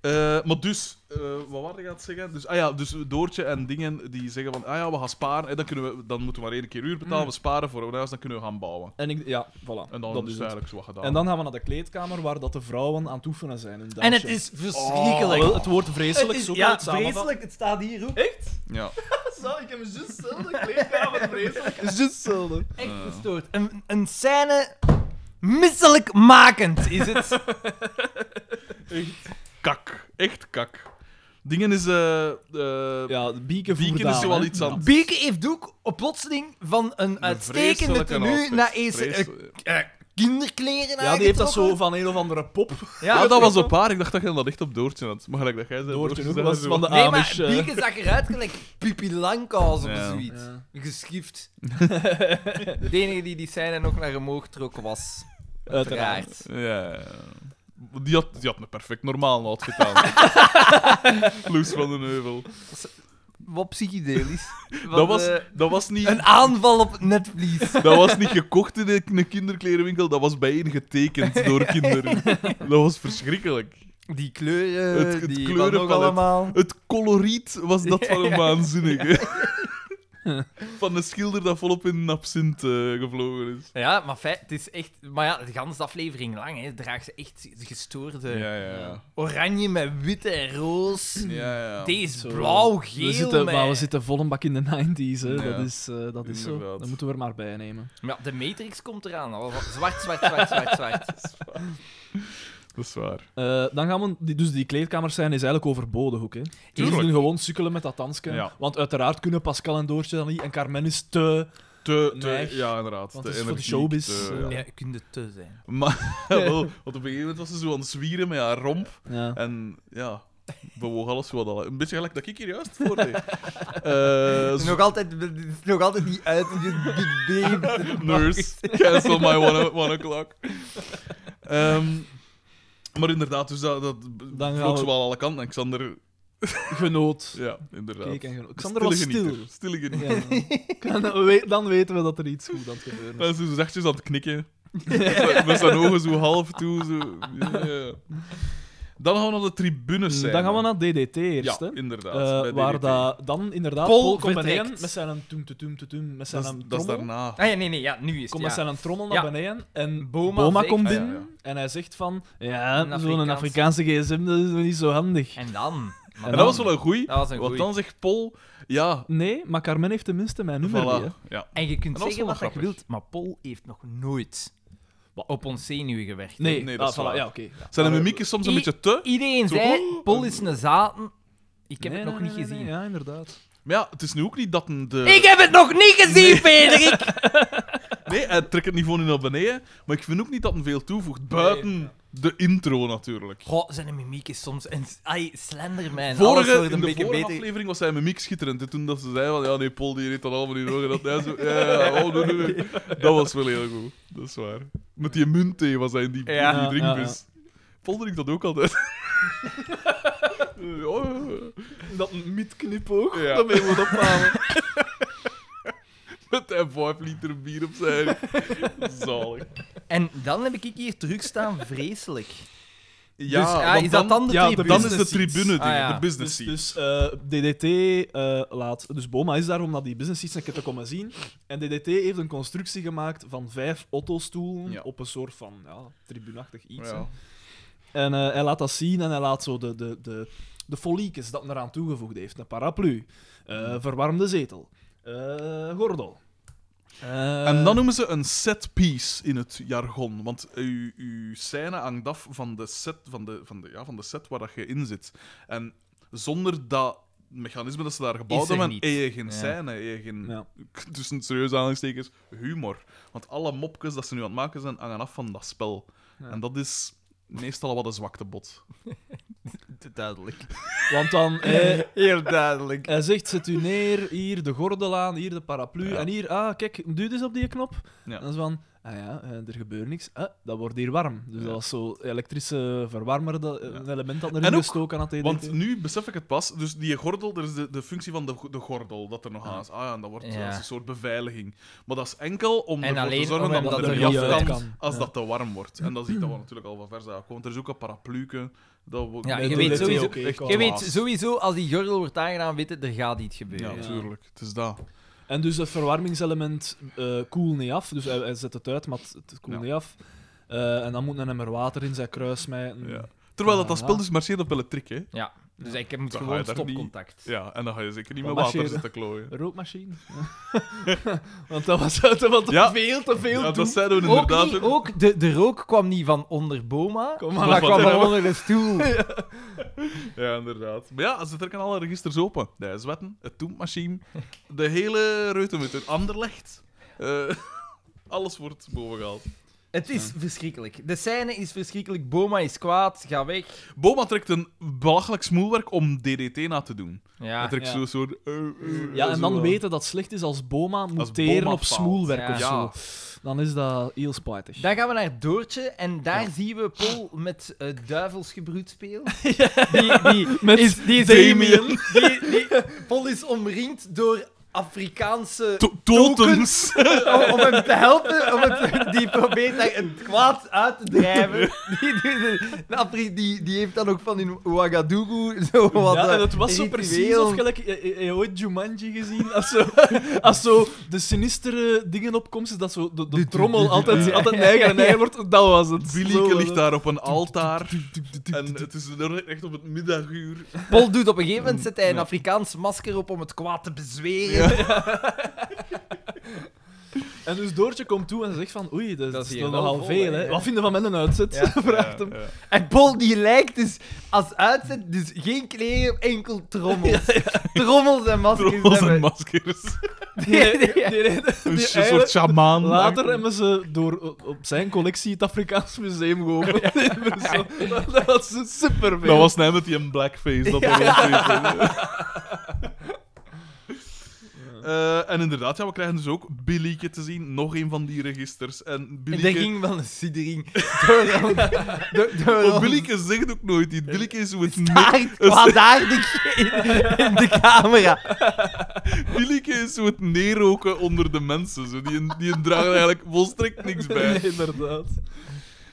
Speaker 2: Eh, maar dus, eh, wat waren we aan het zeggen? Dus, ah ja, dus Doortje en dingen die zeggen van, ah ja, we gaan sparen. En dan, kunnen we, dan moeten we maar één keer uur betalen, we sparen voor een huis, dan kunnen we gaan bouwen.
Speaker 3: En ik, ja, voilà.
Speaker 2: En dan
Speaker 3: dat
Speaker 2: is
Speaker 3: is
Speaker 2: het
Speaker 3: het.
Speaker 2: eigenlijk zo wat gedaan.
Speaker 3: En dan gaan we naar de kleedkamer waar dat de vrouwen aan het oefenen zijn. hun
Speaker 1: En
Speaker 3: dansje.
Speaker 1: het
Speaker 3: Oh.
Speaker 1: is verschrikkelijk.
Speaker 3: Wel, het woord
Speaker 1: Het
Speaker 3: vreselijk
Speaker 1: is,
Speaker 3: zo
Speaker 1: ja, vreselijk. Het staat hier ook.
Speaker 3: Echt?
Speaker 2: Ja.
Speaker 3: Zo, ik heb me juist zelden kleedkamer vreselijk. Juist zelden.
Speaker 2: Eh.
Speaker 1: Echt gestoord. Een, een scène... Misselijkmakend is het.
Speaker 2: Kak. Echt kak. Dingen is... eh eh,
Speaker 3: Ja, de bieken voer
Speaker 2: Bieken is
Speaker 3: daan,
Speaker 2: zo wel
Speaker 3: hè.
Speaker 2: iets aan-
Speaker 3: Ja.
Speaker 1: Bieke heeft ook op plotseling van een
Speaker 2: een
Speaker 1: uitstekende
Speaker 2: vreselijke
Speaker 1: tenue
Speaker 2: outfit.
Speaker 1: naar eens eh,
Speaker 2: Vreselijk.
Speaker 1: kinderkleren
Speaker 3: Ja, die heeft dat zo
Speaker 1: aangetrokken.
Speaker 3: van een of andere pop.
Speaker 2: Ja, dat was
Speaker 1: op.
Speaker 2: op haar. Ik dacht dat je dat echt op Doortje had. Maar gelijk dat jij zei...
Speaker 3: Doortje ook
Speaker 2: zei
Speaker 3: was
Speaker 2: zo.
Speaker 3: van de
Speaker 1: Nee,
Speaker 3: Amish.
Speaker 1: maar
Speaker 3: eh.
Speaker 1: Bieke zag eruit gelijk Pipi Langkous of
Speaker 2: Ja.
Speaker 1: zoiets. Geschift. De enige die die scène nog naar omhoog trok was.
Speaker 3: Uiteraard.
Speaker 1: Raard.
Speaker 2: Ja. ja. Die had, die had me perfect normaal outfit aan. Loes van den Heuvel.
Speaker 1: Wat psychedelisch. Wat,
Speaker 2: Dat was,
Speaker 1: eh,
Speaker 2: dat was niet...
Speaker 1: een aanval op het netvlies.
Speaker 2: Dat was niet gekocht in een een kinderklerenwinkel, dat was bijeen getekend door kinderen. Dat was verschrikkelijk.
Speaker 1: Die kleuren,
Speaker 2: Het- het
Speaker 1: die wat
Speaker 2: kleurenpalet.
Speaker 1: nog allemaal.
Speaker 2: Het coloriet was dat van een waanzinnige. Van een schilder dat volop in een absint eh, gevlogen is.
Speaker 1: Ja, maar feit, het is echt... Maar ja, de ganse aflevering lang, hè, draagt ze echt gestoorde...
Speaker 2: ja, ja.
Speaker 1: Oranje met witte en roos.
Speaker 2: ja,
Speaker 1: Deze is
Speaker 3: Zo.
Speaker 1: blauw, geel,
Speaker 3: we zitten,
Speaker 1: met-
Speaker 3: Maar we zitten vol een bak in de 90s, hè.
Speaker 2: Ja.
Speaker 3: dat is, eh, dat is zo.
Speaker 2: Inderdaad.
Speaker 3: Dat moeten we er maar bij nemen.
Speaker 1: Maar ja, de Matrix komt eraan. al. Zwart, zwart, zwart, zwart, zwart.
Speaker 2: Dat is waar.
Speaker 3: Eh, dan gaan we, die- dus die kleedkamers zijn is eigenlijk overbodig ook. Hè. Dus Ze
Speaker 2: Tuurlijk.
Speaker 3: doen gewoon sukkelen met dat dansken.
Speaker 2: Ja.
Speaker 3: Want uiteraard kunnen Pascal en Doortje dat niet. En Carmen is te
Speaker 2: Te, te,
Speaker 3: Nee,
Speaker 2: ja, inderdaad.
Speaker 3: want
Speaker 2: te
Speaker 3: het is voor de
Speaker 2: energiek,
Speaker 3: showbiz,
Speaker 2: te-
Speaker 3: eh,
Speaker 2: ja.
Speaker 1: Ja, je kunt het te zijn.
Speaker 2: Maar, wel, want op een gegeven moment was ze zo aan het zwieren met haar romp.
Speaker 3: Ja.
Speaker 2: En ja, bewoog alles wat al. Een beetje gelijk dat ik hier juist voor deed. Eh,
Speaker 1: Het is
Speaker 2: zo-
Speaker 1: nog altijd, het is nog altijd niet uit. Je- je beeft.
Speaker 2: Nurse, cancel my one, one o'clock. Ehm, maar inderdaad, dus dat, dat
Speaker 3: gaan
Speaker 2: vloog ze
Speaker 3: we-
Speaker 2: wel alle kanten. En Xander,
Speaker 3: Genoot.
Speaker 2: ja, inderdaad.
Speaker 3: Kijk en genoot. Xander was
Speaker 2: Stille
Speaker 3: stil.
Speaker 2: genieter, Stille genieter.
Speaker 3: Ja. Dan we- Dan weten we dat er iets goed aan het gebeuren
Speaker 2: Hij
Speaker 3: is.
Speaker 2: is zo zachtjes aan het knikken. Met- Met zijn ogen zo half toe. Zo. Ja, ja. Dan gaan we naar de tribunes zijn.
Speaker 3: Hmm, Dan gaan we naar DDT eerst, hè.
Speaker 2: Ja, inderdaad.
Speaker 3: Eh,
Speaker 2: bij
Speaker 3: waar
Speaker 2: DDT.
Speaker 3: dat dan inderdaad
Speaker 1: Paul
Speaker 3: Paul, komt beneden
Speaker 1: vertrekt.
Speaker 3: met zijn toem toem toem toem met zijn
Speaker 2: Dat is,
Speaker 3: trommel.
Speaker 2: dat is daarna.
Speaker 1: Ah ja, nee, nee, ja, nu is het.
Speaker 3: Komt
Speaker 1: Ja.
Speaker 3: met zijn trommel naar
Speaker 1: Ja.
Speaker 3: beneden en
Speaker 1: Boma
Speaker 3: Boma,
Speaker 1: zegt-
Speaker 3: komt
Speaker 2: Ah, ja,
Speaker 3: binnen en hij zegt van ja,
Speaker 1: Een
Speaker 3: zo'n Afrikaanse gsm dat is nog niet zo handig.
Speaker 1: En dan?
Speaker 2: En dat was wel een goeie.
Speaker 1: Dat was een
Speaker 2: Want
Speaker 1: goeie.
Speaker 2: dan zegt Paul, ja,
Speaker 3: Nee, maar Carmen heeft tenminste mijn nummer weer,
Speaker 2: voilà.
Speaker 3: hè.
Speaker 2: Ja.
Speaker 1: En je kunt
Speaker 2: En dat was
Speaker 1: zeggen
Speaker 2: wel
Speaker 1: wat je
Speaker 2: grappig.
Speaker 1: wilt, maar Paul heeft nog nooit op ons zenuwen gewerkt.
Speaker 3: Nee,
Speaker 2: Nee, dat
Speaker 3: dat
Speaker 2: is waar.
Speaker 3: Ja, oké. Ja.
Speaker 2: Zijn mimiek is soms een
Speaker 1: Eh, I-
Speaker 2: beetje te...
Speaker 1: Iedereen
Speaker 2: Zo,
Speaker 1: zei,
Speaker 2: oh,
Speaker 1: Paul is een zaten. Ik heb
Speaker 3: Nee,
Speaker 1: het nog
Speaker 3: nee,
Speaker 1: niet
Speaker 3: nee,
Speaker 1: gezien.
Speaker 3: nee, Ja, inderdaad.
Speaker 2: Maar ja, het is nu ook niet dat een de...
Speaker 1: Ik heb het nog niet gezien, Frederik!
Speaker 2: Nee, hij trekt het niveau nu naar beneden. Maar ik vind ook niet dat een veel toevoegt. Buiten de intro natuurlijk.
Speaker 1: Goh, zijn mimiek is soms... En, ai, Slenderman. alles
Speaker 2: Vorige,
Speaker 1: wordt
Speaker 2: in
Speaker 1: een
Speaker 2: de
Speaker 1: beetje
Speaker 2: vorige
Speaker 1: beter.
Speaker 2: aflevering was zijn mimiek schitterend. En toen dat ze zei van, ja nee, Paul die reed dat allemaal niet door. En dat hij zo, ja, ja, ja, oh, nee, nee, nee. Dat was wel heel goed. Dat is waar. Met die muntthee was hij in
Speaker 1: Ja.
Speaker 2: die, in die
Speaker 3: Ja, ja,
Speaker 2: drinkbus. Paul drinkt dat ook altijd. Oh, ja.
Speaker 3: Dat midknipoog,
Speaker 2: Ja.
Speaker 3: dat mee moet ophalen.
Speaker 2: Met een 5 liter bier op zijn. Zalig.
Speaker 1: En dan heb ik hier terugstaan, vreselijk.
Speaker 2: Ja,
Speaker 1: dus, ah,
Speaker 2: want
Speaker 1: is dat dan de
Speaker 3: ja,
Speaker 1: tribune?
Speaker 2: dan is
Speaker 3: business
Speaker 2: de
Speaker 3: seats?
Speaker 2: tribune ding,
Speaker 1: Ah, ja.
Speaker 2: de business
Speaker 3: Dus,
Speaker 2: seat.
Speaker 3: dus eh, DDT eh, laat. Dus Boma is daar om naar die business seats een keer te komen zien. En DDT heeft een constructie gemaakt van vijf Otto-stoelen
Speaker 2: Ja.
Speaker 3: op een soort van ja, tribuneachtig dus iets. hè.
Speaker 2: Ja.
Speaker 3: En eh, hij laat dat zien en hij laat zo de, de, de, de foliekes dat men eraan toegevoegd heeft. Een paraplu, eh,
Speaker 2: Mm.
Speaker 3: verwarmde zetel, eh, gordel. Eh,
Speaker 2: En dan noemen ze een set piece in het jargon. Want uw, uw scène hangt af van de set, van de, van de, ja, van de set waar dat je in zit. En zonder dat mechanisme dat ze daar gebouwd
Speaker 1: Is er
Speaker 2: hebben,
Speaker 1: niet.
Speaker 2: heb je geen
Speaker 1: Ja.
Speaker 2: scène, heb je geen,
Speaker 3: Ja.
Speaker 2: tussen serieuze aanhalingstekens, humor. Want alle mopjes dat ze nu aan het maken zijn, hangen af van dat spel. En dat is meestal wat een zwakte bot.
Speaker 1: Duidelijk.
Speaker 3: Want dan, eh,
Speaker 1: Heel duidelijk.
Speaker 3: hij zegt, zet u neer, hier de gordel aan, hier de paraplu.
Speaker 2: Ja.
Speaker 3: En hier, ah, kijk, duw dus op die knop.
Speaker 2: Ja.
Speaker 3: En dan is van, ah ja, eh, er gebeurt niks. Ah, dat wordt hier warm. Dus
Speaker 2: Ja.
Speaker 3: dat was zo elektrische verwarmer, dat, eh,
Speaker 2: Ja.
Speaker 3: een element dat
Speaker 2: En
Speaker 3: erin
Speaker 2: ook-
Speaker 3: gestoken had. DDT.
Speaker 2: Want nu besef ik het pas, dus die gordel, er is de, de functie van de, go- de gordel dat er nog aan is. Ah ja, en dat wordt
Speaker 1: Ja.
Speaker 2: als een soort beveiliging. Maar dat is enkel om
Speaker 1: En
Speaker 2: ervoor te
Speaker 1: alleen
Speaker 2: zorgen
Speaker 1: omdat
Speaker 2: dat
Speaker 1: het
Speaker 2: er
Speaker 1: er
Speaker 2: niet
Speaker 1: niet
Speaker 2: af
Speaker 1: uit
Speaker 2: kan
Speaker 3: kan.
Speaker 2: als
Speaker 3: Ja.
Speaker 2: dat te warm wordt. En dat ziet dat we natuurlijk al van vers uit komt. Er is ook een parapluke. Dat wordt
Speaker 1: Ja,
Speaker 2: met
Speaker 1: je
Speaker 2: de-
Speaker 1: weet
Speaker 2: de-
Speaker 1: sowieso-
Speaker 2: echt
Speaker 3: je
Speaker 2: dwaas.
Speaker 1: Eh, Je weet sowieso, als die gordel wordt aangedaan, weet het, er gaat iets
Speaker 2: Ja,
Speaker 1: gebeuren.
Speaker 2: natuurlijk. Het is dat.
Speaker 3: En dus het verwarmingselement eh koelt niet af. Dus hij, hij zet het uit, maar het, het koelt
Speaker 2: Ja.
Speaker 3: niet af. Eh, en dan moet een emmer water in zijn kruis smijten.
Speaker 2: Ja. Terwijl dat, dat
Speaker 3: Ah.
Speaker 2: spel dus marcheert op elektriek, hè.
Speaker 1: Ja, dus ik heb moet
Speaker 2: Dan ga
Speaker 1: gewoon
Speaker 2: je daar niet-
Speaker 1: stopcontact.
Speaker 2: Ja, en dan ga je zeker niet
Speaker 3: Wat
Speaker 2: met water
Speaker 3: marcheren?
Speaker 2: zitten klooien.
Speaker 3: Een Rookmachine. want dat was uit, want dat
Speaker 2: Ja.
Speaker 3: veel te veel
Speaker 2: Ja,
Speaker 3: toe.
Speaker 2: dat zeiden we
Speaker 1: Ook,
Speaker 2: inderdaad.
Speaker 1: niet-
Speaker 2: hè.
Speaker 1: ook de, de rook kwam niet van onder Boma,
Speaker 3: Kom
Speaker 1: maar
Speaker 3: maar,
Speaker 1: dat
Speaker 2: wat
Speaker 1: kwam
Speaker 2: dan?
Speaker 1: van onder de stoel.
Speaker 2: Ja, inderdaad. Maar ja, ze trekken alle registers open. De zwetten, het toempmachine, de hele reutemut, het anderlecht. Eh, alles wordt bovengehaald.
Speaker 1: Het is verschrikkelijk. De scène is verschrikkelijk. Boma is kwaad, ga weg.
Speaker 2: Boma trekt een belachelijk smoelwerk om DDT na te doen. Hij
Speaker 1: Ja,
Speaker 2: trekt
Speaker 3: Ah, ja.
Speaker 2: zo'n soort... eh, eh,
Speaker 3: Ja, en
Speaker 2: zo,
Speaker 3: dan
Speaker 2: eh,
Speaker 3: weten dat het slecht is als Boma moet
Speaker 2: Als
Speaker 3: teren
Speaker 2: Boma
Speaker 3: op
Speaker 2: faalt.
Speaker 3: smoelwerk
Speaker 1: Ja.
Speaker 3: of
Speaker 2: Ja.
Speaker 3: zo. Dan is dat heel spijtig.
Speaker 1: dan gaan we naar Doortje en daar zien we Paul met eh duivelsgebroed spelen. Die, die,
Speaker 3: Met
Speaker 1: is, die is
Speaker 2: Damien.
Speaker 1: Die, die, Paul is omringd door Afrikaanse eh,
Speaker 2: to- totems.
Speaker 1: om, om hem te helpen, om het, die probeert daar het kwaad uit te drijven. Die, die, die- Afri- die, die heeft dan ook van in Ouagadougou zo wat...
Speaker 3: ja,
Speaker 1: eh,
Speaker 3: en het was zo precies
Speaker 1: ritueel.
Speaker 3: of gelijk... eh, eh, eh, ooit Jumanji gezien? Als zo, als zo de sinistere dingen opkomst is, dat zo de, de trommel altijd, altijd neiger en neiger wordt. Dat was het. Zo
Speaker 2: Willieke
Speaker 3: was
Speaker 2: ligt
Speaker 3: het.
Speaker 2: daar op een altaar. En het is er echt op het middaguur.
Speaker 1: Paul doet op een gegeven moment, zet hij een Afrikaans masker op om het kwaad te bezweren.
Speaker 3: En dus Doortje komt toe en zegt van... Oei, dat,
Speaker 1: Dat
Speaker 3: is
Speaker 1: is hier
Speaker 3: nog
Speaker 1: wel
Speaker 3: nogal
Speaker 1: vol,
Speaker 3: veel,
Speaker 1: hè,
Speaker 3: hè.
Speaker 1: ja.
Speaker 3: Wat vinden van mijn uitzet?
Speaker 1: Ja.
Speaker 3: Vraagt hem.
Speaker 2: Ja,
Speaker 1: En Paul die lijkt dus als uitzet, dus geen kleren, enkel trommels. Trommels en maskers.
Speaker 2: Trommels en
Speaker 1: hebben.
Speaker 2: maskers.
Speaker 3: Nee, nee, nee, nee,
Speaker 2: Een
Speaker 3: die eieren-
Speaker 2: soort shamaan.
Speaker 3: Later hebben ze door op- op zijn collectie het Afrikaans Museum geopend. in Brussel. Dat was super
Speaker 2: Dat was net met die een blackface. Dat er rondliep. Eh, en inderdaad, ja, we krijgen dus ook Billyke te zien. Nog een van die registers. En
Speaker 1: De
Speaker 2: Billyke...
Speaker 1: ging van de siddering door ons- door- door
Speaker 2: Maar
Speaker 1: ons
Speaker 2: Oh, Billyke zegt ook nooit iets. Billyke is zo het
Speaker 1: taart kwaadaardig in, in de camera.
Speaker 2: Billyke is zo het neerroken onder de mensen. Zo. Die, die draagt eigenlijk volstrekt niks bij.
Speaker 3: inderdaad.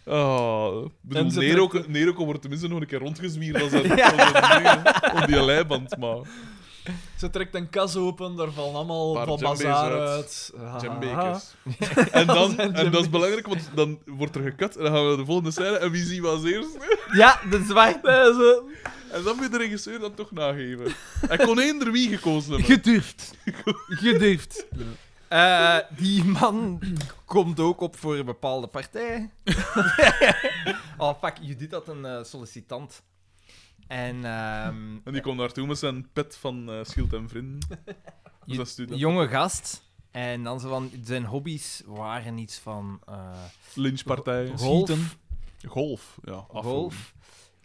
Speaker 2: Oh, ik bedoel,
Speaker 3: En ze
Speaker 2: neerroken, neerroken wordt tenminste nog een keer rondgezwierd als dat
Speaker 1: Ja.
Speaker 2: op die leiband. Maar
Speaker 3: Ze trekt een kas open, daar vallen allemaal
Speaker 2: Paar
Speaker 3: van
Speaker 2: djembe's
Speaker 3: bazaar
Speaker 2: uit.
Speaker 3: uit.
Speaker 2: jambekers. En, dan,
Speaker 3: zijn
Speaker 2: en dat is
Speaker 3: jambekers.
Speaker 2: belangrijk, want dan wordt er gekut en dan gaan we naar de volgende scène. En wie zien we als eerste?
Speaker 1: Ja, de zwarte.
Speaker 3: Nee, ze...
Speaker 2: En dan moet de regisseur dat toch nageven. Hij kon eender wie gekozen hebben.
Speaker 1: Gedurfd. Gedurfd. Eh, die man komt ook op voor een bepaalde partij. oh, fuck. Judith had een eh, sollicitant. En ehm,
Speaker 2: En die komt naartoe met zijn pet van eh, Schild en Vrienden. Dus dat
Speaker 1: een
Speaker 2: student.
Speaker 1: jonge gast. En dan zo van, zijn hobby's waren iets van eh
Speaker 2: Lynchpartij.
Speaker 1: golf,
Speaker 2: Golf. Ja, afronden.
Speaker 1: golf,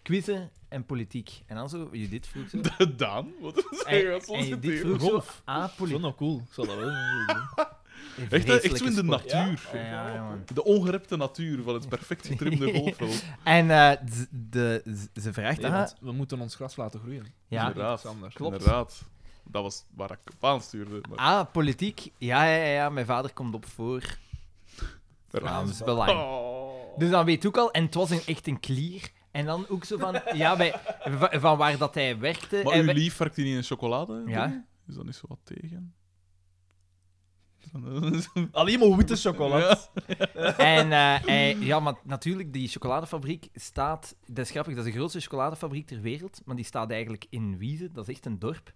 Speaker 1: quizzen en politiek. En dan zo, Judith vroeg zo...
Speaker 2: Daan? Wat is
Speaker 1: En,
Speaker 2: dat?
Speaker 1: en
Speaker 2: Zo'n
Speaker 1: Judith vroeg
Speaker 2: theorie.
Speaker 1: zo,
Speaker 3: Golf.
Speaker 1: apolitiek.
Speaker 3: nou cool, ik zal dat wel doen.
Speaker 2: Echt, hè? echt zo in de natuur.
Speaker 1: Ja, ja, jongen.
Speaker 2: De ongerepte natuur van het perfect getrimde golfveld.
Speaker 1: En eh, z- de, z- ze vraagt
Speaker 3: Nee,
Speaker 1: aan haar-
Speaker 3: want we moeten ons gras laten groeien.
Speaker 1: Ja,
Speaker 2: inderdaad.
Speaker 3: Sander.
Speaker 1: klopt.
Speaker 2: Inderdaad. Dat was waar ik op aanstuurde. Maar
Speaker 1: Ah, politiek. Ja, ja, ja, ja, mijn vader komt op voor Vlaams Belang.
Speaker 2: Oh.
Speaker 1: Dus dan weet ik ook al, en het was een, echt een klier. En dan ook zo van, ja, bij, va- van waar dat hij werkte.
Speaker 2: Maar
Speaker 1: en
Speaker 2: uw
Speaker 1: we-
Speaker 2: lief werkt hij niet in chocolade?
Speaker 1: Ja.
Speaker 2: Is dat niet zo wat tegen?
Speaker 3: Alleen maar witte chocolade.
Speaker 1: En eh, hij- ja, maar natuurlijk, die chocoladefabriek staat... Dat is grappig, dat is de grootste chocoladefabriek ter wereld. Maar die staat eigenlijk in Wiezen, dat is echt een dorp.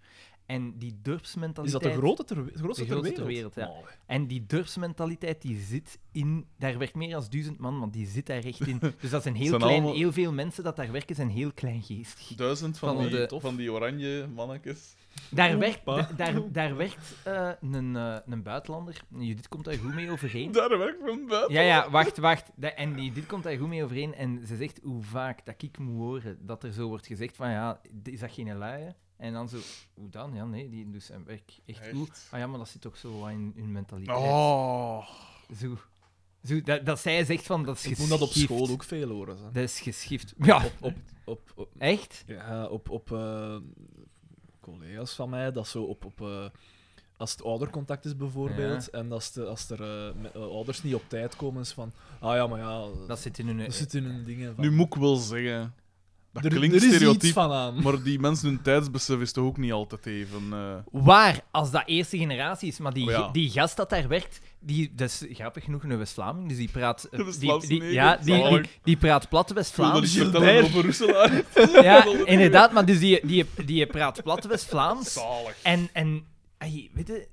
Speaker 1: En die
Speaker 3: Is
Speaker 1: dorpsmentaliteit...
Speaker 3: dat de grote ter, de grootste,
Speaker 1: De grootste ter
Speaker 3: ter wereld?
Speaker 1: wereld,
Speaker 3: Oh,
Speaker 1: En die dorpsmentaliteit, die zit in... Daar werkt meer dan duizend man, want die zit daar echt in. Dus dat zijn heel,
Speaker 2: Zijn
Speaker 1: klein,
Speaker 2: allemaal-
Speaker 1: heel veel mensen dat daar werken, zijn heel kleingeestig.
Speaker 2: Duizend van,
Speaker 1: Van
Speaker 2: die,
Speaker 1: de-
Speaker 2: tof, van die oranje mannetjes.
Speaker 1: Daar werkt,
Speaker 3: Opa.
Speaker 1: da- daar, daar werkt eh, een, eh, een buitenlander. Judith komt daar goed mee overeen.
Speaker 2: Daar werkt van buiten.
Speaker 1: Ja, ja, wacht, wacht. Da- en die, dit komt daar goed mee overeen. En ze zegt hoe vaak dat ik moet horen dat er zo wordt gezegd van, ja, d- is dat geen luie? En dan zo, hoe dan? Ja, nee, die doet zijn werk echt,
Speaker 2: Echt?
Speaker 1: goed. Ah ja, maar dat zit ook zo wat in hun mentaliteit.
Speaker 2: Oh.
Speaker 1: Zo, zo dat, dat zij zegt van, dat is
Speaker 3: Ik moet
Speaker 1: geschift.
Speaker 3: dat op school ook veel horen. Hè.
Speaker 1: Dat is geschift. Ja,
Speaker 3: Op, op, op, op,
Speaker 1: echt?
Speaker 3: ja, op, op eh, collega's van mij, dat zo op... op eh, als het oudercontact is bijvoorbeeld, en als, de, als er eh, me- eh, ouders niet op tijd komen, is van... Ah ja, maar ja, eh,
Speaker 1: Dat zit in hun...
Speaker 3: dat zit in hun dingen van...
Speaker 2: Nu moet ik wel zeggen... Dat
Speaker 3: er,
Speaker 2: klinkt
Speaker 3: er is
Speaker 2: stereotyp,
Speaker 3: iets van aan.
Speaker 2: maar die mensen hun tijdsbesef is toch ook niet altijd even... eh,
Speaker 1: Waar, als dat eerste generatie is, maar die,
Speaker 2: Oh ja.
Speaker 1: die gast dat daar werkt, die, dat is grappig genoeg een West-Vlaming, dus die praat... eh,
Speaker 2: Een
Speaker 1: die,
Speaker 2: West-Vlaamse
Speaker 1: die,
Speaker 2: neger,
Speaker 1: ja, die, die,
Speaker 2: zalig.
Speaker 1: die praat plat
Speaker 2: Ik wil dat
Speaker 1: West-Vlaams.
Speaker 2: iets vertellen over Roeselaar.
Speaker 1: Ja, inderdaad, maar dus die, die, die praat plat West-Vlaams.
Speaker 2: Zalig.
Speaker 1: En, en ey, weet je,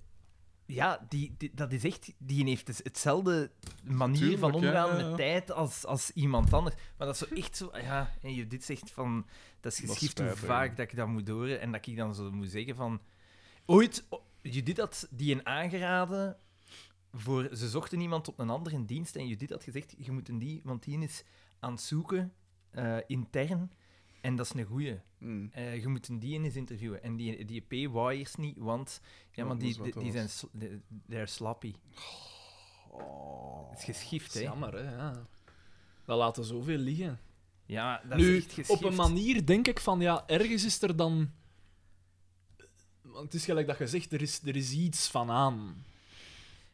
Speaker 1: ja, die, die- dat is echt, die heeft dus hetzelfde manier van
Speaker 2: Tuurlijk, ja,
Speaker 1: omgaan
Speaker 2: ja, ja.
Speaker 1: met tijd als, als iemand anders. Maar dat is zo echt zo, ja, en je dit zegt van, dat is
Speaker 2: Dat is
Speaker 1: geschikt hoe
Speaker 2: spijtig,
Speaker 1: vaak dat ik dat moet horen en dat ik dan zo moet zeggen van, ooit, o- Judith had die een aangeraden voor, ze zochten iemand op een andere dienst en Judith had gezegd, je moet een die, want die is aan het zoeken eh, intern en dat is een goeie.
Speaker 2: Hmm.
Speaker 1: Eh, je moet een die eens interviewen. En die, die P wou eerst niet, want ja,
Speaker 2: Ja,
Speaker 1: maar
Speaker 2: dat
Speaker 1: die,
Speaker 2: is wat
Speaker 1: die,
Speaker 2: dat
Speaker 1: die zijn
Speaker 2: was.
Speaker 1: sl- de- they're sloppy.
Speaker 2: Oh.
Speaker 1: Het is geschift,
Speaker 3: Dat is
Speaker 1: hè?
Speaker 3: jammer, hè. Ja. Dat laten zoveel liggen.
Speaker 1: Ja, dat
Speaker 3: nu,
Speaker 1: is echt geschift.
Speaker 3: op een manier denk ik van, ja, ergens is er dan... Want het is gelijk dat je zegt, er is, er is iets van aan.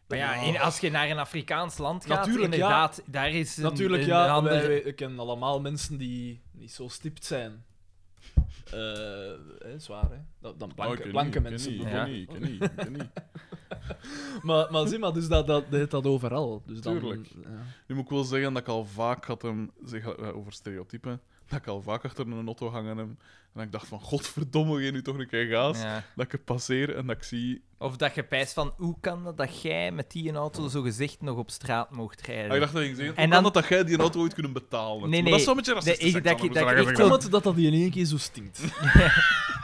Speaker 1: Maar ja, in- als je naar een Afrikaans land gaat,
Speaker 3: Natuurlijk, ja.
Speaker 1: inderdaad, daar is een,
Speaker 3: Natuurlijk,
Speaker 1: een
Speaker 3: ja,
Speaker 1: andere...
Speaker 3: wij, wij- we kennen allemaal mensen die niet zo stipt zijn. Eh, hè, zwaar, hè. Dat, dan
Speaker 2: Oh, ik
Speaker 3: blanke,
Speaker 2: ken
Speaker 3: blanke
Speaker 2: niet, ik
Speaker 3: mensen.
Speaker 2: ken
Speaker 1: Ja.
Speaker 2: niet, Ik ken niet, ik ken niet.
Speaker 3: Maar, maar zie maar, dus dat, dat, dat, dat overal. Dus dan,
Speaker 2: Tuurlijk.
Speaker 3: ja.
Speaker 2: Nu moet ik wel zeggen dat ik al vaak had hem zich eh, over stereotypen. dat ik al vaak achter een auto hangen heb. En dat ik dacht van, godverdomme, je nu toch een keer gaas.
Speaker 1: Ja.
Speaker 2: Dat ik het passeer en dat ik zie...
Speaker 1: Of dat je pijst van, hoe kan dat dat jij met die auto zo gezegd nog op straat mocht rijden?
Speaker 2: Ah, ik dacht dat je ging zeggen,
Speaker 1: En
Speaker 2: hoe
Speaker 1: dan-
Speaker 2: kan dat dat jij die auto ooit kunnen betalen?
Speaker 1: Nee, nee.
Speaker 2: Maar dat is wel een beetje
Speaker 1: Nee,
Speaker 2: racistisch.
Speaker 1: ik-
Speaker 2: zijn,
Speaker 1: dat ik-
Speaker 2: Xander,
Speaker 1: dat
Speaker 2: moet
Speaker 1: ik
Speaker 2: ik
Speaker 1: echt
Speaker 2: zeggen.
Speaker 1: wel-
Speaker 3: dat dat die in één keer zo stinkt.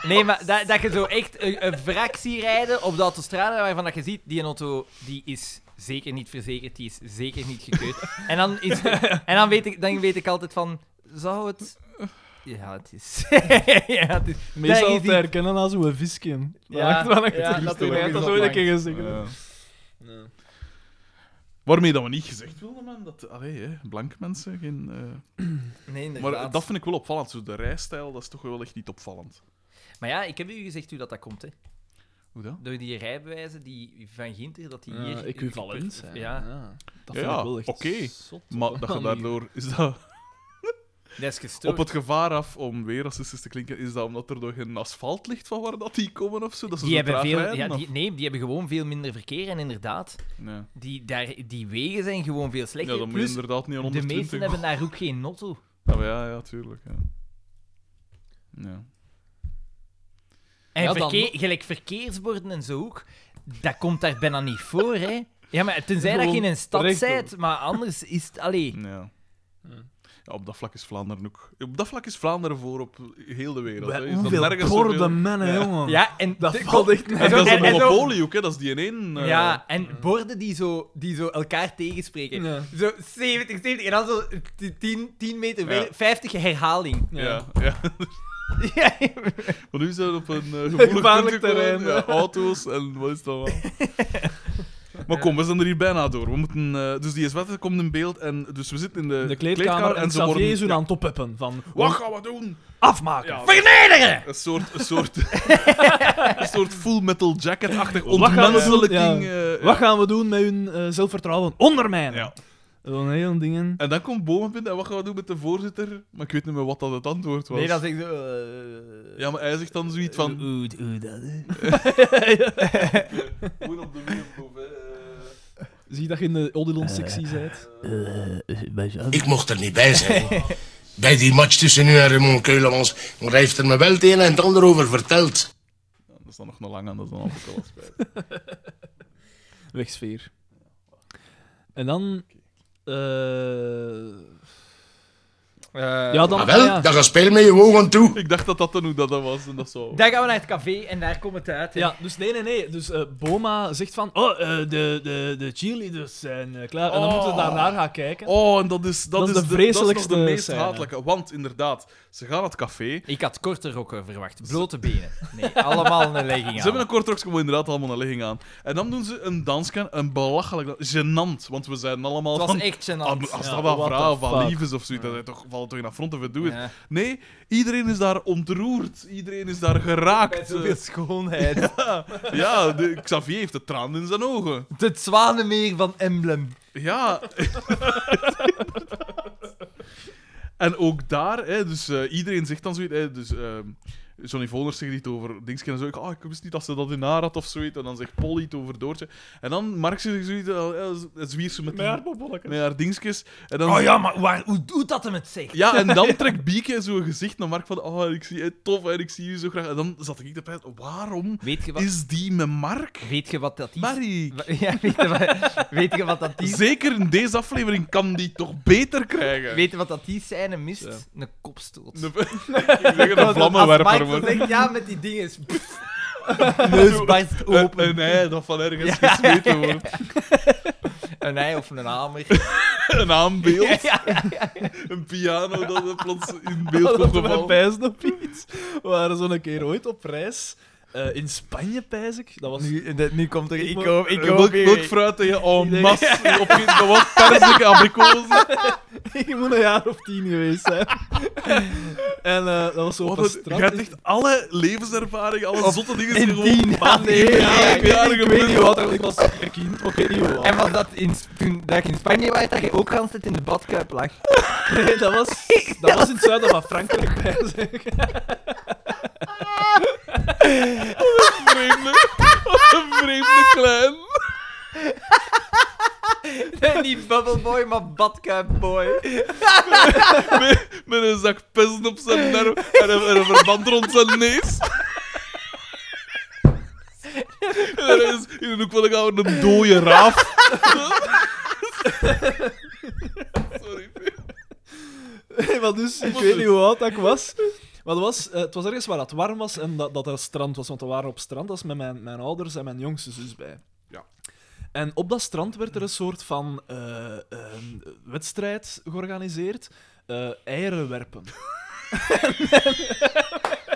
Speaker 1: Nee, maar dat, dat je zo echt een, een wrak ziet rijden op de autostrade waarvan dat je ziet, die auto die is zeker niet verzekerd, die is zeker niet gekeurd. En dan, is, en dan, weet, ik, dan weet ik altijd van, zou het... Ja, het is... ja, het is
Speaker 3: Meestal
Speaker 1: Daar is
Speaker 3: te
Speaker 1: die-
Speaker 3: herkennen als een visje.
Speaker 1: Ja, ja,
Speaker 3: ja,
Speaker 1: dat
Speaker 3: dat
Speaker 1: doe ik
Speaker 3: dat
Speaker 1: ook
Speaker 3: ooit een
Speaker 1: lang.
Speaker 3: keer gezegd. heb.
Speaker 2: Ja. Waarmee dat we niet gezegd wilden, man, dat... Allee, hè, blanke mensen, geen... eh,
Speaker 1: Nee, inderdaad.
Speaker 2: Maar dat vind ik wel opvallend. Zo de rijstijl, dat is toch wel echt niet opvallend.
Speaker 1: Maar ja, ik heb u gezegd hoe dat, dat komt, hè.
Speaker 2: Hoe dat?
Speaker 1: Door die rijbewijzen die van Ginter, dat die hier...
Speaker 3: equivalent
Speaker 1: Ja.
Speaker 3: zijn.
Speaker 1: Ja,
Speaker 3: Dat
Speaker 2: Ja,
Speaker 3: vind ik wel echt
Speaker 2: oké.
Speaker 3: zot.
Speaker 2: Maar dat je daardoor... Is dat
Speaker 1: dat is gestoord.
Speaker 2: op het gevaar af om weer racistisch te klinken, is dat omdat er door geen asfalt ligt van waar dat die komen of zo? Dat ze
Speaker 1: Die
Speaker 2: zo
Speaker 1: hebben
Speaker 2: traag
Speaker 1: veel,
Speaker 2: rijden,
Speaker 1: ja,
Speaker 2: of-
Speaker 1: die, nee, die hebben gewoon veel minder verkeer. En inderdaad,
Speaker 2: Nee.
Speaker 1: die, daar, die wegen zijn gewoon veel
Speaker 2: Ja,
Speaker 1: slechter.
Speaker 2: dan moet je
Speaker 1: Plus,
Speaker 2: inderdaad niet aan
Speaker 1: de
Speaker 2: 120
Speaker 1: meesten hebben daar ook geen notto.
Speaker 2: Ja, maar Oh, ja, ja, tuurlijk. Ja. Ja.
Speaker 1: En
Speaker 3: Ja, dan-
Speaker 1: verkeer, gelijk verkeersborden en zo ook, dat komt daar bijna niet voor, hè. Ja, maar tenzij dat je in
Speaker 3: Gewoon
Speaker 1: een stad
Speaker 3: rechtdoor.
Speaker 1: bent, maar anders is het... Allee,
Speaker 2: Ja. Ja, op dat vlak is Vlaanderen ook. Op dat vlak is Vlaanderen voor op heel de wereld. hè. Is dat nergens zoveel-
Speaker 3: mannen, jongen.
Speaker 1: ja, en...
Speaker 3: Dat valt echt
Speaker 2: En dat is een
Speaker 1: En- en zo-
Speaker 2: monopolie ook, hè? dat is die in één. eh,
Speaker 1: Ja, en borden die zo, die zo elkaar tegenspreken.
Speaker 3: Ja.
Speaker 1: Zo 70, 70, en dan zo 10, 10 meter,
Speaker 2: Ja.
Speaker 1: verder, 50 herhaling.
Speaker 2: Ja, ja.
Speaker 1: Ja,
Speaker 2: Maar nu zijn we op een eh,
Speaker 3: Gevaarlijk
Speaker 2: gevoelig
Speaker 3: terrein,
Speaker 2: terrein. Ja,
Speaker 3: hè.
Speaker 2: auto's en wat is dat allemaal. Maar kom, we zijn er hier bijna door. We moeten, eh, dus die zwette komt in beeld en dus we zitten in de,
Speaker 3: De kleedkamer en
Speaker 2: ze
Speaker 3: Xavier is
Speaker 2: worden-
Speaker 3: hun aan het opheppen van...
Speaker 2: Wat gaan we doen?
Speaker 3: Afmaken!
Speaker 2: Ja,
Speaker 1: Vernederen!
Speaker 2: Een soort, een soort, een soort full metal jacket-achtig
Speaker 3: Wat gaan we doen?
Speaker 2: ontmenselijking.
Speaker 3: Ja.
Speaker 2: eh,
Speaker 3: Wat gaan we doen met hun eh, zelfvertrouwen? Ondermijnen!
Speaker 2: ja.
Speaker 3: Zo'n heel dingen.
Speaker 2: En dan komt Bomen binnen en wat gaan we doen met de voorzitter? Maar ik weet niet meer wat dat het antwoord was.
Speaker 1: Nee, dan zeg ik zo... eh,
Speaker 2: Ja, maar hij zegt dan zoiets van...
Speaker 3: Eh,
Speaker 1: Oeh, oeh, dat is...
Speaker 3: eh,
Speaker 2: Gewoon op de weerproef, hè.
Speaker 3: Zie dat je in de Odilon-sectie bent.
Speaker 2: Eh,
Speaker 4: Ik mocht er niet bij zijn. Bij die match tussen u en Raymond Keulemans. Maar hij heeft er me wel het een en het ander over verteld.
Speaker 2: Dat is dan nog een lang aan, dat is dan altijd wel wat spijt.
Speaker 3: Wegsfeer. En dan... eh, ja, dan...
Speaker 4: Maar Ah, wel,
Speaker 3: ja.
Speaker 4: dan ga spelen met je ogen toe.
Speaker 2: Ik dacht dat dat dan hoe dat, dat was en dat zo.
Speaker 1: Dan gaan we naar het café en daar komt het uit. hè.
Speaker 3: Ja, dus nee, nee, nee. Dus eh, Boma zegt van, oh, eh, de, de, de cheerleaders zijn eh, klaar. En dan
Speaker 2: Oh.
Speaker 3: moeten we daarnaar gaan kijken.
Speaker 2: Oh, en dat is, dat
Speaker 3: Dat is
Speaker 2: is,
Speaker 3: de
Speaker 2: de, dat is
Speaker 3: vreselijkste
Speaker 2: nog de meest
Speaker 3: scène.
Speaker 2: hatelijke. Want inderdaad, ze gaan naar het café.
Speaker 1: Ik had korte rokken verwacht. Blote benen. Nee, allemaal een legging aan.
Speaker 2: Ze hebben een kort rokje, maar inderdaad allemaal een ligging aan. En dan doen ze een danscan, een belachelijk dans. Gênant, want we zijn allemaal
Speaker 1: Het was
Speaker 2: van...
Speaker 1: echt
Speaker 2: Ah,
Speaker 1: gênant.
Speaker 2: Als
Speaker 3: Ja,
Speaker 2: dat wel
Speaker 3: what the
Speaker 2: vrouwen van
Speaker 3: fuck.
Speaker 2: lief is of zoiets, dan toch, valt het toch in affront en verdoe het.
Speaker 1: Ja.
Speaker 2: Nee, iedereen is daar ontroerd. Iedereen is daar geraakt.
Speaker 1: Zoveel schoonheid.
Speaker 2: Ja, de, Xavier heeft de traan in zijn ogen.
Speaker 1: Het zwanenmeer van Emblem.
Speaker 2: Ja. en ook daar, hè, dus eh, iedereen zegt dan zoiets. Hè, dus, ehm, Johnny Voners zegt iets over Dingske en zo. Ik, ah, ik wist niet dat ze dat in haar had of zoiets. En dan zegt Polly iets over Doortje. En dan Mark zegt zoiets. eh, ja, z- zwier ze met, die- met haar dingetjes. En dan,
Speaker 1: Oh ja, maar waar, hoe doet dat hem het zeg?
Speaker 2: Ja, en dan trekt Bieke zo'n gezicht naar Mark van... Oh, ik zie je tof en ik zie je zo graag. En dan zat ik erbij. Waarom
Speaker 1: Weet je wat,
Speaker 2: is die met Mark?
Speaker 1: weet je wat dat is?
Speaker 2: Marie,
Speaker 1: Wa- Ja, weet, je wat, weet je wat dat is?
Speaker 2: zeker in deze aflevering kan die toch beter krijgen?
Speaker 1: Weet je wat dat die scène mist? Een kopstoot.
Speaker 2: De, ik zeg het, een
Speaker 1: Als
Speaker 2: vlammenwerper
Speaker 1: Mike
Speaker 2: wordt.
Speaker 1: zo zegt, ja, met die dingen. Neus barst
Speaker 2: Een,
Speaker 1: open.
Speaker 2: een ei dat van ergens gesmeten wordt.
Speaker 1: Een ei of een hamer.
Speaker 2: Een aanbeeld.
Speaker 1: Ja,
Speaker 2: Een piano dat er plots in beeld komt te
Speaker 3: we
Speaker 2: vallen.
Speaker 3: pijzen op iets. We waren zo'n keer ooit op reis. eh, in Spanje, pijs ik. Dat was...
Speaker 1: Nu, de- nu komt er... Ik
Speaker 3: moet-
Speaker 1: hoop, ik hoop
Speaker 2: Welk,
Speaker 1: hier-
Speaker 2: welk fruit tegen oh,
Speaker 3: denk-
Speaker 2: mas op je wat perziken, abrikozen.
Speaker 3: ik moet een jaar of tien geweest zijn. en eh, dat was zo op
Speaker 2: Wat
Speaker 3: een
Speaker 2: een- Je
Speaker 3: straat.
Speaker 2: hebt echt alle levenservaring, alle zotte dingen
Speaker 1: in
Speaker 2: die gewoon
Speaker 1: tien jaar.
Speaker 3: Nee, ja, ik, weet,
Speaker 2: Ja,
Speaker 3: niet, ik weet niet wat. Ik was een kind, maar ik weet niet hoe oud.
Speaker 1: En was dat in, toen dat je in Spanje was, dat je ook gans in de badkuip lag?
Speaker 3: Nee, dat was, dat was in het zuiden van Frankrijk, pijs ik.
Speaker 2: vreemde, wat een vreemde klein.
Speaker 1: Nee, niet bubbleboy, maar badkuipboy.
Speaker 2: Met, met een zak pissen op zijn darm en een, en een verband rond zijn neus. En er is in een hoek van de kamer een dode raaf. Sorry.
Speaker 3: Nee, maar dus, ik weet niet hoe oud dat ik was. Maar dat was, eh, het was ergens waar het warm was en dat, dat er strand was. Want we waren op strand, dat was met mijn, mijn ouders en mijn jongste zus bij.
Speaker 2: Ja.
Speaker 3: En op dat strand werd er een soort van eh, ehm, wedstrijd georganiseerd. eh eieren werpen.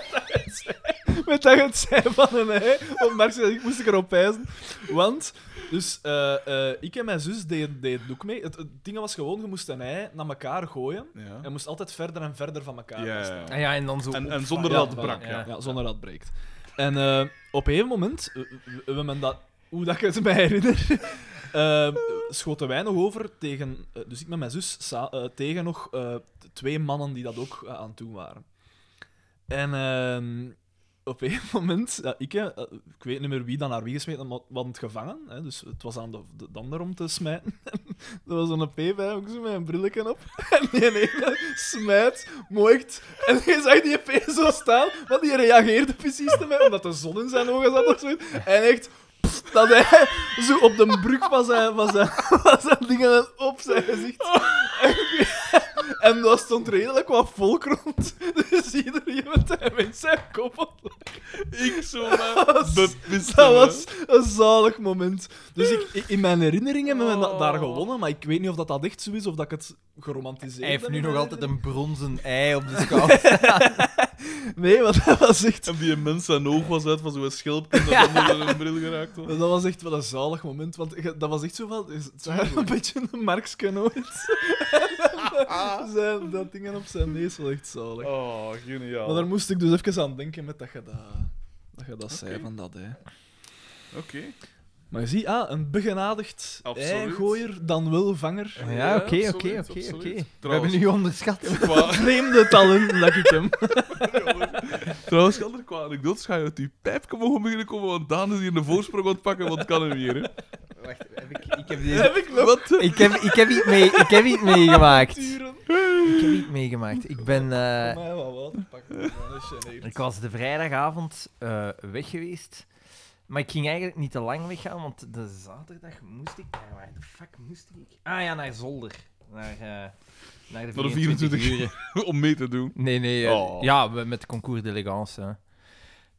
Speaker 3: Met dat je het zei van een ei, op Marx, ik moest ik erop wijzen. Want, dus eh, eh, ik en mijn zus deden deed het ook mee. Het, het ding was gewoon, je moest een ei naar elkaar gooien.
Speaker 2: Ja.
Speaker 3: En moest altijd verder en verder van elkaar
Speaker 2: Ja,
Speaker 3: gaan staan.
Speaker 2: ja, ja.
Speaker 1: En Ah ja, en dan zo...
Speaker 2: En, en zonder
Speaker 3: Ja,
Speaker 2: dat het
Speaker 3: voilà.
Speaker 2: brak, ja.
Speaker 1: Ja.
Speaker 3: Ja, zonder dat het breekt. En eh, op een moment, eh, eh, we hebben dat, hoe dat ik het mij herinner, eh, schoten wij nog over tegen, eh, dus ik met mijn zus, sa- eh, tegen nog eh, t- twee mannen die dat ook eh, aan het doen waren. En ehm, op een moment, ja, ik, eh, eh, ik weet niet meer wie dan naar wie gesmeten, maar we hadden het gevangen, hè, dus het was aan de, de dander om te smijten. er was een P bij, ook zo met een brilletje op. En die ene smijt, mooit. En je zag die P zo staan, want die reageerde precies te mij, omdat de zon in zijn ogen zat of zoiets. En echt, pff, dat hij zo op de brug van zijn, van zijn, van zijn dingen op zijn gezicht. En, en daar stond redelijk wat volk rond. Dus iedereen met hij met zijn kop op.
Speaker 2: Ik zo
Speaker 1: eh,
Speaker 2: maar bepissen,
Speaker 3: Dat
Speaker 2: hè.
Speaker 3: was een zalig moment. Dus ik, i- in mijn herinneringen hebben we da- daar
Speaker 1: Oh.
Speaker 3: gewonnen, maar ik weet niet of dat, dat echt zo is of dat ik het geromantiseerd
Speaker 1: Hij heeft
Speaker 3: heb
Speaker 1: nu
Speaker 3: in
Speaker 1: nog
Speaker 3: mijn
Speaker 1: altijd een bronzen ei op de schouder.
Speaker 3: Nee, want dat was echt...
Speaker 2: En die mens zijn oog was uit van zo'n schildpad dat onder een bril geraakt was.
Speaker 3: Dat was echt wel een zalig moment, want ge- dat was echt zo van... Het zag er een beetje een Markske nooit. zijn, dat dingen op zijn neus was echt zalig.
Speaker 2: Oh, geniaal.
Speaker 3: Maar daar
Speaker 2: Oké.
Speaker 3: moest ik dus even aan denken met dat je dat... Dat je dat zei van dat, hè. Maar je ziet, ah, een begenadigd
Speaker 2: Absoluut.
Speaker 3: gooier dan wel vanger.
Speaker 1: Ja, oké,
Speaker 2: absoluut,
Speaker 1: oké, oké,
Speaker 2: absoluut.
Speaker 1: oké. We
Speaker 2: Trouwens-
Speaker 1: hebben nu onderschat.
Speaker 2: Qua-
Speaker 3: Vreemde talent, dat ik hem.
Speaker 2: Trouwens, Gelder, qua anekdotes ga je uit die pijpje mogen beginnen komen, want Daan is hier de voorsprong aan het pakken, want het kan hem hier, hè.
Speaker 1: Wacht, heb ik, ik heb deze...
Speaker 2: ik Wat?
Speaker 1: Ik heb, ik heb, iets, mee, ik heb iets meegemaakt. Ik heb iets meegemaakt. Ik ben... eh,
Speaker 3: mij wat water pakken. Dat is geneerd.
Speaker 1: Ik was de vrijdagavond eh, weg geweest. Maar ik ging eigenlijk niet te lang weggaan, want de zaterdag moest ik. Naar waar de fuck moest ik? Ah ja, naar Zolder. Naar, eh, naar de 24,
Speaker 2: Naar de 24
Speaker 1: uur.
Speaker 2: Om mee te doen.
Speaker 1: Nee, nee. eh,
Speaker 2: Oh.
Speaker 1: Ja, we- met Concours d'Elegance. hè. We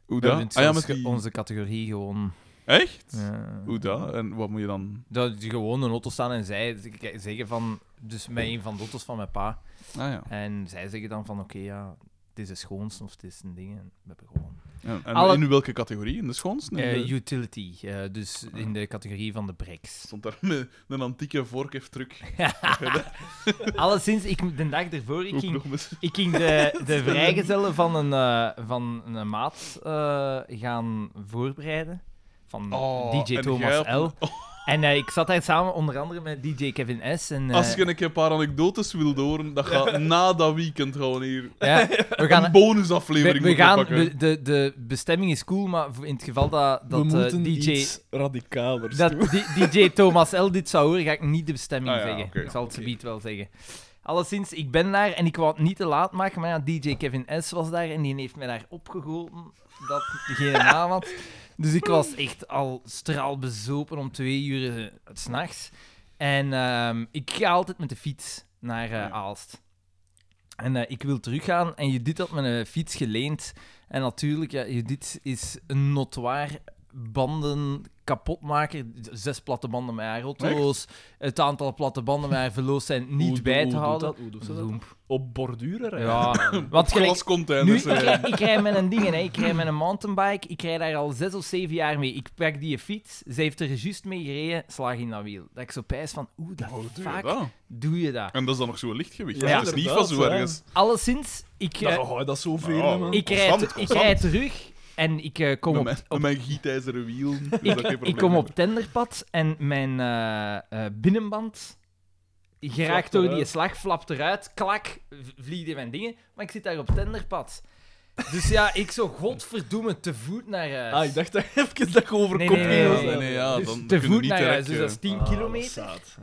Speaker 2: Hoe
Speaker 1: hebben
Speaker 2: dat?
Speaker 1: het
Speaker 2: Ah ja,
Speaker 1: zelfs
Speaker 2: met
Speaker 1: ge-
Speaker 2: die-
Speaker 1: onze categorie gewoon.
Speaker 2: Echt?
Speaker 1: eh,
Speaker 2: Hoe dat? En wat moet je dan...
Speaker 1: Dat die gewoon een auto staan en zij z- zeggen van. Dus met een van de auto's van mijn pa.
Speaker 2: Ah ja.
Speaker 1: En zij zeggen dan van: oké, ja, dit is de schoonste of dit is een ding. En we hebben gewoon.
Speaker 2: En, en
Speaker 1: Alle-
Speaker 2: in welke categorie? In de schoonste? In de-
Speaker 1: Eh, utility. eh, dus in de categorie van de Brex.
Speaker 2: Stond daar met een antieke vorkheftruck.
Speaker 1: Alleszins, ik, de dag ervoor, ik
Speaker 2: Ook
Speaker 1: ging,
Speaker 2: nog met...
Speaker 1: ik ging de, de vrijgezellen van een, eh, van een maat eh, gaan voorbereiden. Van
Speaker 2: Oh,
Speaker 1: DJ
Speaker 2: en
Speaker 1: Thomas
Speaker 2: jij op-
Speaker 1: L. En eh, ik zat daar samen onder andere met DJ Kevin S. En, eh,
Speaker 2: Als je een keer een paar anekdotes wil horen, dat gaat na dat weekend gewoon hier
Speaker 1: ja, we
Speaker 2: een
Speaker 1: gaan... We,
Speaker 2: bonusaflevering
Speaker 1: we gaan
Speaker 2: moeten pakken.
Speaker 1: we- de, de bestemming is cool, maar voor- in het geval dat,
Speaker 3: we
Speaker 1: dat eh,
Speaker 3: moeten
Speaker 1: DJ,
Speaker 3: iets radicalers
Speaker 1: dat
Speaker 3: doen.
Speaker 1: di- DJ Thomas L. dit zou horen, ga ik niet de bestemming
Speaker 2: Ah ja,
Speaker 1: zeggen.
Speaker 2: oké.
Speaker 1: ik zal het gebied wel zeggen. Alleszins, ik ben daar en ik wou het niet te laat maken, maar ja, DJ Kevin S. was daar en die heeft mij daar opgegoten dat geen naam had. Dus ik was echt al straalbezopen om twee uur eh, 's s'nachts. En ehm, ik ga altijd met de fiets naar eh, Aalst. En eh, ik wil teruggaan en Judith had me een fiets geleend. En natuurlijk, ja, Judith is een notoir banden kapotmaker. Zes platte banden met haar auto's. Het aantal platte banden met haar verloos zijn niet
Speaker 3: Hoe-
Speaker 1: bij
Speaker 3: hoe
Speaker 1: te
Speaker 3: doet
Speaker 1: houden.
Speaker 3: dat? Hoe doet ze dat?
Speaker 1: Loemp.
Speaker 3: Op borduren rijden.
Speaker 1: Ja, want gelijk- nu,
Speaker 3: dus,
Speaker 2: Glascontainers.
Speaker 1: ik, rij,
Speaker 3: eh,
Speaker 1: ik rij met een ding, hè. ik rij met een mountainbike, ik rij daar al zes of zeven jaar mee. Ik pak die fiets, ze heeft er juist mee gereden, slaag in dat wiel. Dat ik zo pijs van, oeh,
Speaker 3: Oh,
Speaker 1: dat vaak doe, je dat.
Speaker 2: En dat is dan nog zo'n lichtgewicht.
Speaker 3: Ja,
Speaker 2: Ja, dat is niet van
Speaker 3: inderdaad,
Speaker 2: zo
Speaker 3: ja.
Speaker 2: ergens.
Speaker 1: Alleszins, ik, eh,
Speaker 3: Nou, hou je dat zoveel,
Speaker 2: Nou,
Speaker 3: hè, man.
Speaker 1: ik, rijd,
Speaker 2: constant,
Speaker 1: ik
Speaker 2: constant.
Speaker 1: rijd terug en ik eh, kom
Speaker 2: Met
Speaker 1: op,
Speaker 2: mijn,
Speaker 1: op
Speaker 2: met mijn gietijzeren wiel. is dat geen
Speaker 1: ik,
Speaker 2: probleem
Speaker 1: ik kom
Speaker 2: meer.
Speaker 1: op tenderpad en mijn eh, eh, binnenband geraakt
Speaker 3: Flapt
Speaker 1: door die
Speaker 3: eruit.
Speaker 1: slag, flapt eruit, klak, v- vliegt in mijn dingen. Maar ik zit daar op tenderpad. Dus ja, ik zo godverdomme te voet naar huis.
Speaker 3: Ah, ik dacht dat even dat je over
Speaker 1: Nee,
Speaker 3: kop
Speaker 1: nee,
Speaker 3: ging.
Speaker 1: nee,
Speaker 2: Eh, nee, nee, ja,
Speaker 1: Dus
Speaker 2: dan
Speaker 1: te
Speaker 2: kunnen
Speaker 1: voet
Speaker 2: niet
Speaker 1: naar huis,
Speaker 2: direct.
Speaker 1: dus
Speaker 2: eh,
Speaker 1: dat is 10
Speaker 3: Ah,
Speaker 1: kilometer.
Speaker 3: dat is zaad.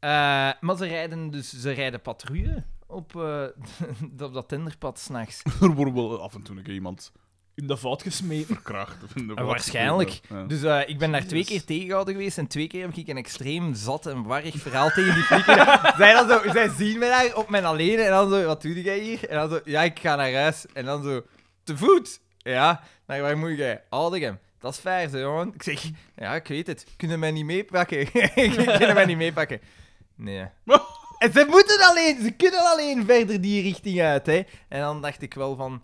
Speaker 1: Eh, maar ze rijden, dus, ze rijden patrouille op, eh, op dat tinderpad s'nachts.
Speaker 2: Er wordt wel af en toe een keer iemand
Speaker 3: In de fout gesmeten.
Speaker 2: kracht. Of in de
Speaker 1: Eh,
Speaker 2: wat.
Speaker 1: waarschijnlijk.
Speaker 2: Ja.
Speaker 1: Dus eh, ik ben daar twee keer tegengehouden geweest en twee keer heb ik een extreem zat en warrig verhaal tegen die flikken. zij, dan zo, zij zien mij daar op mijn alleen en dan zo, wat doe jij hier? En dan zo, ja, ik ga naar huis. En dan zo, te voet? Ja, naar waar moet jij? Aldegem. Dat is ver, zo, jongen. Ik zeg, ja, ik weet het. Kunnen mij niet meepakken? kunnen mij niet meepakken? Nee. En ze moeten alleen, ze kunnen alleen verder die richting uit, hè. En dan dacht ik wel van,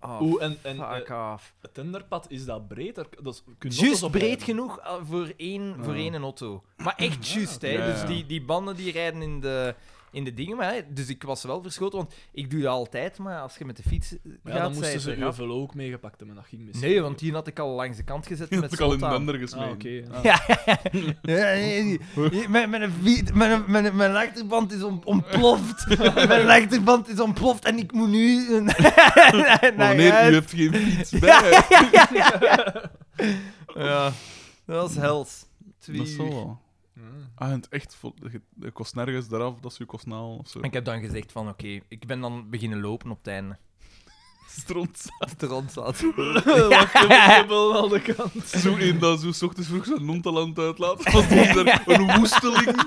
Speaker 1: oh,
Speaker 3: Oeh, en, en
Speaker 1: fuck
Speaker 3: eh,
Speaker 1: off.
Speaker 3: het tenderpad, is dat breed? Daar- Dat is, kun je auto's
Speaker 1: Juist
Speaker 3: op
Speaker 1: breed
Speaker 3: rijden.
Speaker 1: genoeg eh, voor één, voor één een auto. Maar echt juist, hè.
Speaker 2: Ja,
Speaker 1: Dus
Speaker 2: ja.
Speaker 1: die, die banden die rijden in de, in de dingen. Maar, hè, dus ik was wel verschoten, want ik doe dat altijd, maar als je met de fiets eh,
Speaker 3: Maar
Speaker 1: gaat,
Speaker 3: Ja, dan
Speaker 1: zij
Speaker 3: moesten
Speaker 1: het
Speaker 3: ze
Speaker 1: eraf.
Speaker 3: uw velo ook meegepakt hebben, dat ging mis.
Speaker 1: Nee, want die had ik al langs de kant gezet
Speaker 2: Die
Speaker 1: met
Speaker 2: had ik al in de
Speaker 1: slot aan.
Speaker 2: ander gesmeten.
Speaker 3: Ah, oké. Ah.
Speaker 1: Ja, nee, nee, nee. Mijn, mijn, fiets- mijn, mijn, mijn achterband is om- ontploft. mijn achterband is ontploft en ik moet nu... eh, naar- naar
Speaker 2: Maar meneer, u
Speaker 3: eh,
Speaker 1: huis.
Speaker 2: hebt geen fiets bij.
Speaker 1: Ja, dat was hels. Twee
Speaker 2: Dat zal
Speaker 1: uur.
Speaker 2: wel. Ah, en het echt vol- je- je kost nergens eraf, dat is je kost naal of zo.
Speaker 1: En Ik heb dan gezegd van, oké, ik ben dan beginnen lopen op het einde.
Speaker 2: Stront.
Speaker 1: Als er rond zat.
Speaker 3: Dubbel aan de kant.
Speaker 2: Zo in dat zo 's ochtends vroeg zijn nonteland uitlaat. Was die er een woesteling.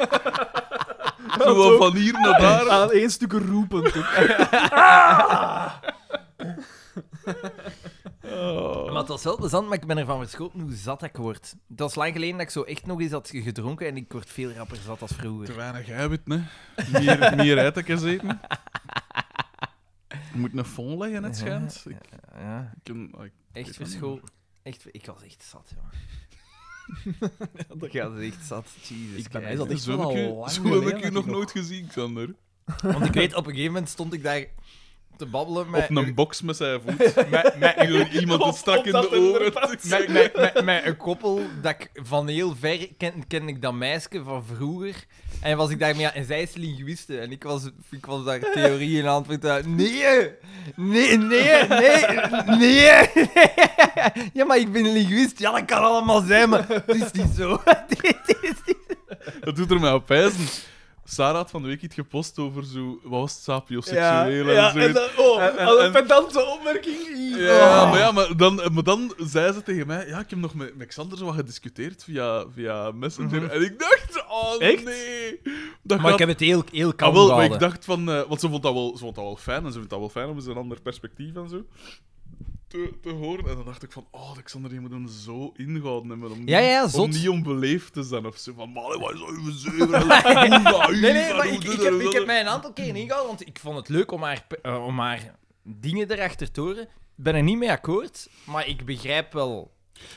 Speaker 2: Zo wat van hier naar
Speaker 1: Ah.
Speaker 2: daar.
Speaker 3: Aan Ah, één stuk roepend. ook.
Speaker 1: Maar het was wel plezant, maar ik ben ervan verschoten hoe zat ik word. Dat is lang geleden dat ik zo echt nog eens had gedronken en ik word veel rapper zat als
Speaker 2: Te
Speaker 1: vroeger.
Speaker 2: weinig eiwit, hè. Meer, meer eitjes eten. Je moet een fond leggen, het schijnt. Ik,
Speaker 1: Ja,
Speaker 2: ik ken- ah, ik-
Speaker 1: echt
Speaker 2: weet dat
Speaker 1: verschoten. Echt, ik was echt zat, jongen. ik was echt zat, Jesus
Speaker 3: Ik ben
Speaker 1: Christ.
Speaker 3: is dat echt
Speaker 2: zo
Speaker 3: wel
Speaker 2: heb ik
Speaker 3: al lang
Speaker 2: u, zo heb ik
Speaker 3: geleden
Speaker 2: u
Speaker 3: dat
Speaker 2: nog
Speaker 3: ik
Speaker 2: nooit gezien, Xander.
Speaker 1: Want ik weet, op een gegeven moment stond ik daar te babbelen met...
Speaker 2: Op een box met zijn voet.
Speaker 1: met- met-
Speaker 2: Iemand het strak in de
Speaker 1: met,
Speaker 2: oren.
Speaker 1: met, met, met een koppel dat ik van heel ver ken, ken ik dat meisje van vroeger. En was ik daarmee aan, en zij is linguïste. En ik was, ik was daar theorieën aan het vertellen. Nee, nee, nee, nee, nee. Ja, maar ik ben linguïst. Ja, dat kan allemaal zijn, maar het is niet zo. Dit is niet-
Speaker 2: Dat doet er mij op wijzen. Sarah had van de week iets gepost over zo... Wat was het? Sapioseksueel en zo.
Speaker 3: dan- oh,
Speaker 2: En- en-
Speaker 3: al
Speaker 2: en-
Speaker 3: pedante opmerking.
Speaker 2: Ja,
Speaker 1: Oh.
Speaker 2: maar, ja maar, dan, maar dan zei ze tegen mij... Ja, ik heb nog met, met Xander zo wat gediscuteerd via, via Messenger. En ik dacht... Oh,
Speaker 3: Echt?
Speaker 2: nee. Dat
Speaker 1: Maar ik
Speaker 2: gaat-
Speaker 1: heb het heel, heel
Speaker 2: Ah,
Speaker 1: kalm
Speaker 2: wel, maar
Speaker 1: gehouden.
Speaker 2: ik dacht van... eh, want ze vond, dat wel, ze vond dat wel fijn. En ze vindt dat wel fijn om eens een ander perspectief en zo te, te horen. En dan dacht ik van... Oh, Xander, je moet hem zo ingehouden hebben. Om,
Speaker 1: Ja, ja,
Speaker 2: niet-
Speaker 1: zot.
Speaker 2: om niet onbeleefd te zijn of zo. Van, man, wat is dat uw zeven?
Speaker 1: Nee, nee, maar ik, ik, heb, ik heb mij een aantal keren ingehouden, want ik vond het leuk om haar, pe- eh, om haar dingen erachter te horen. Ik ben er niet mee akkoord, maar ik begrijp wel...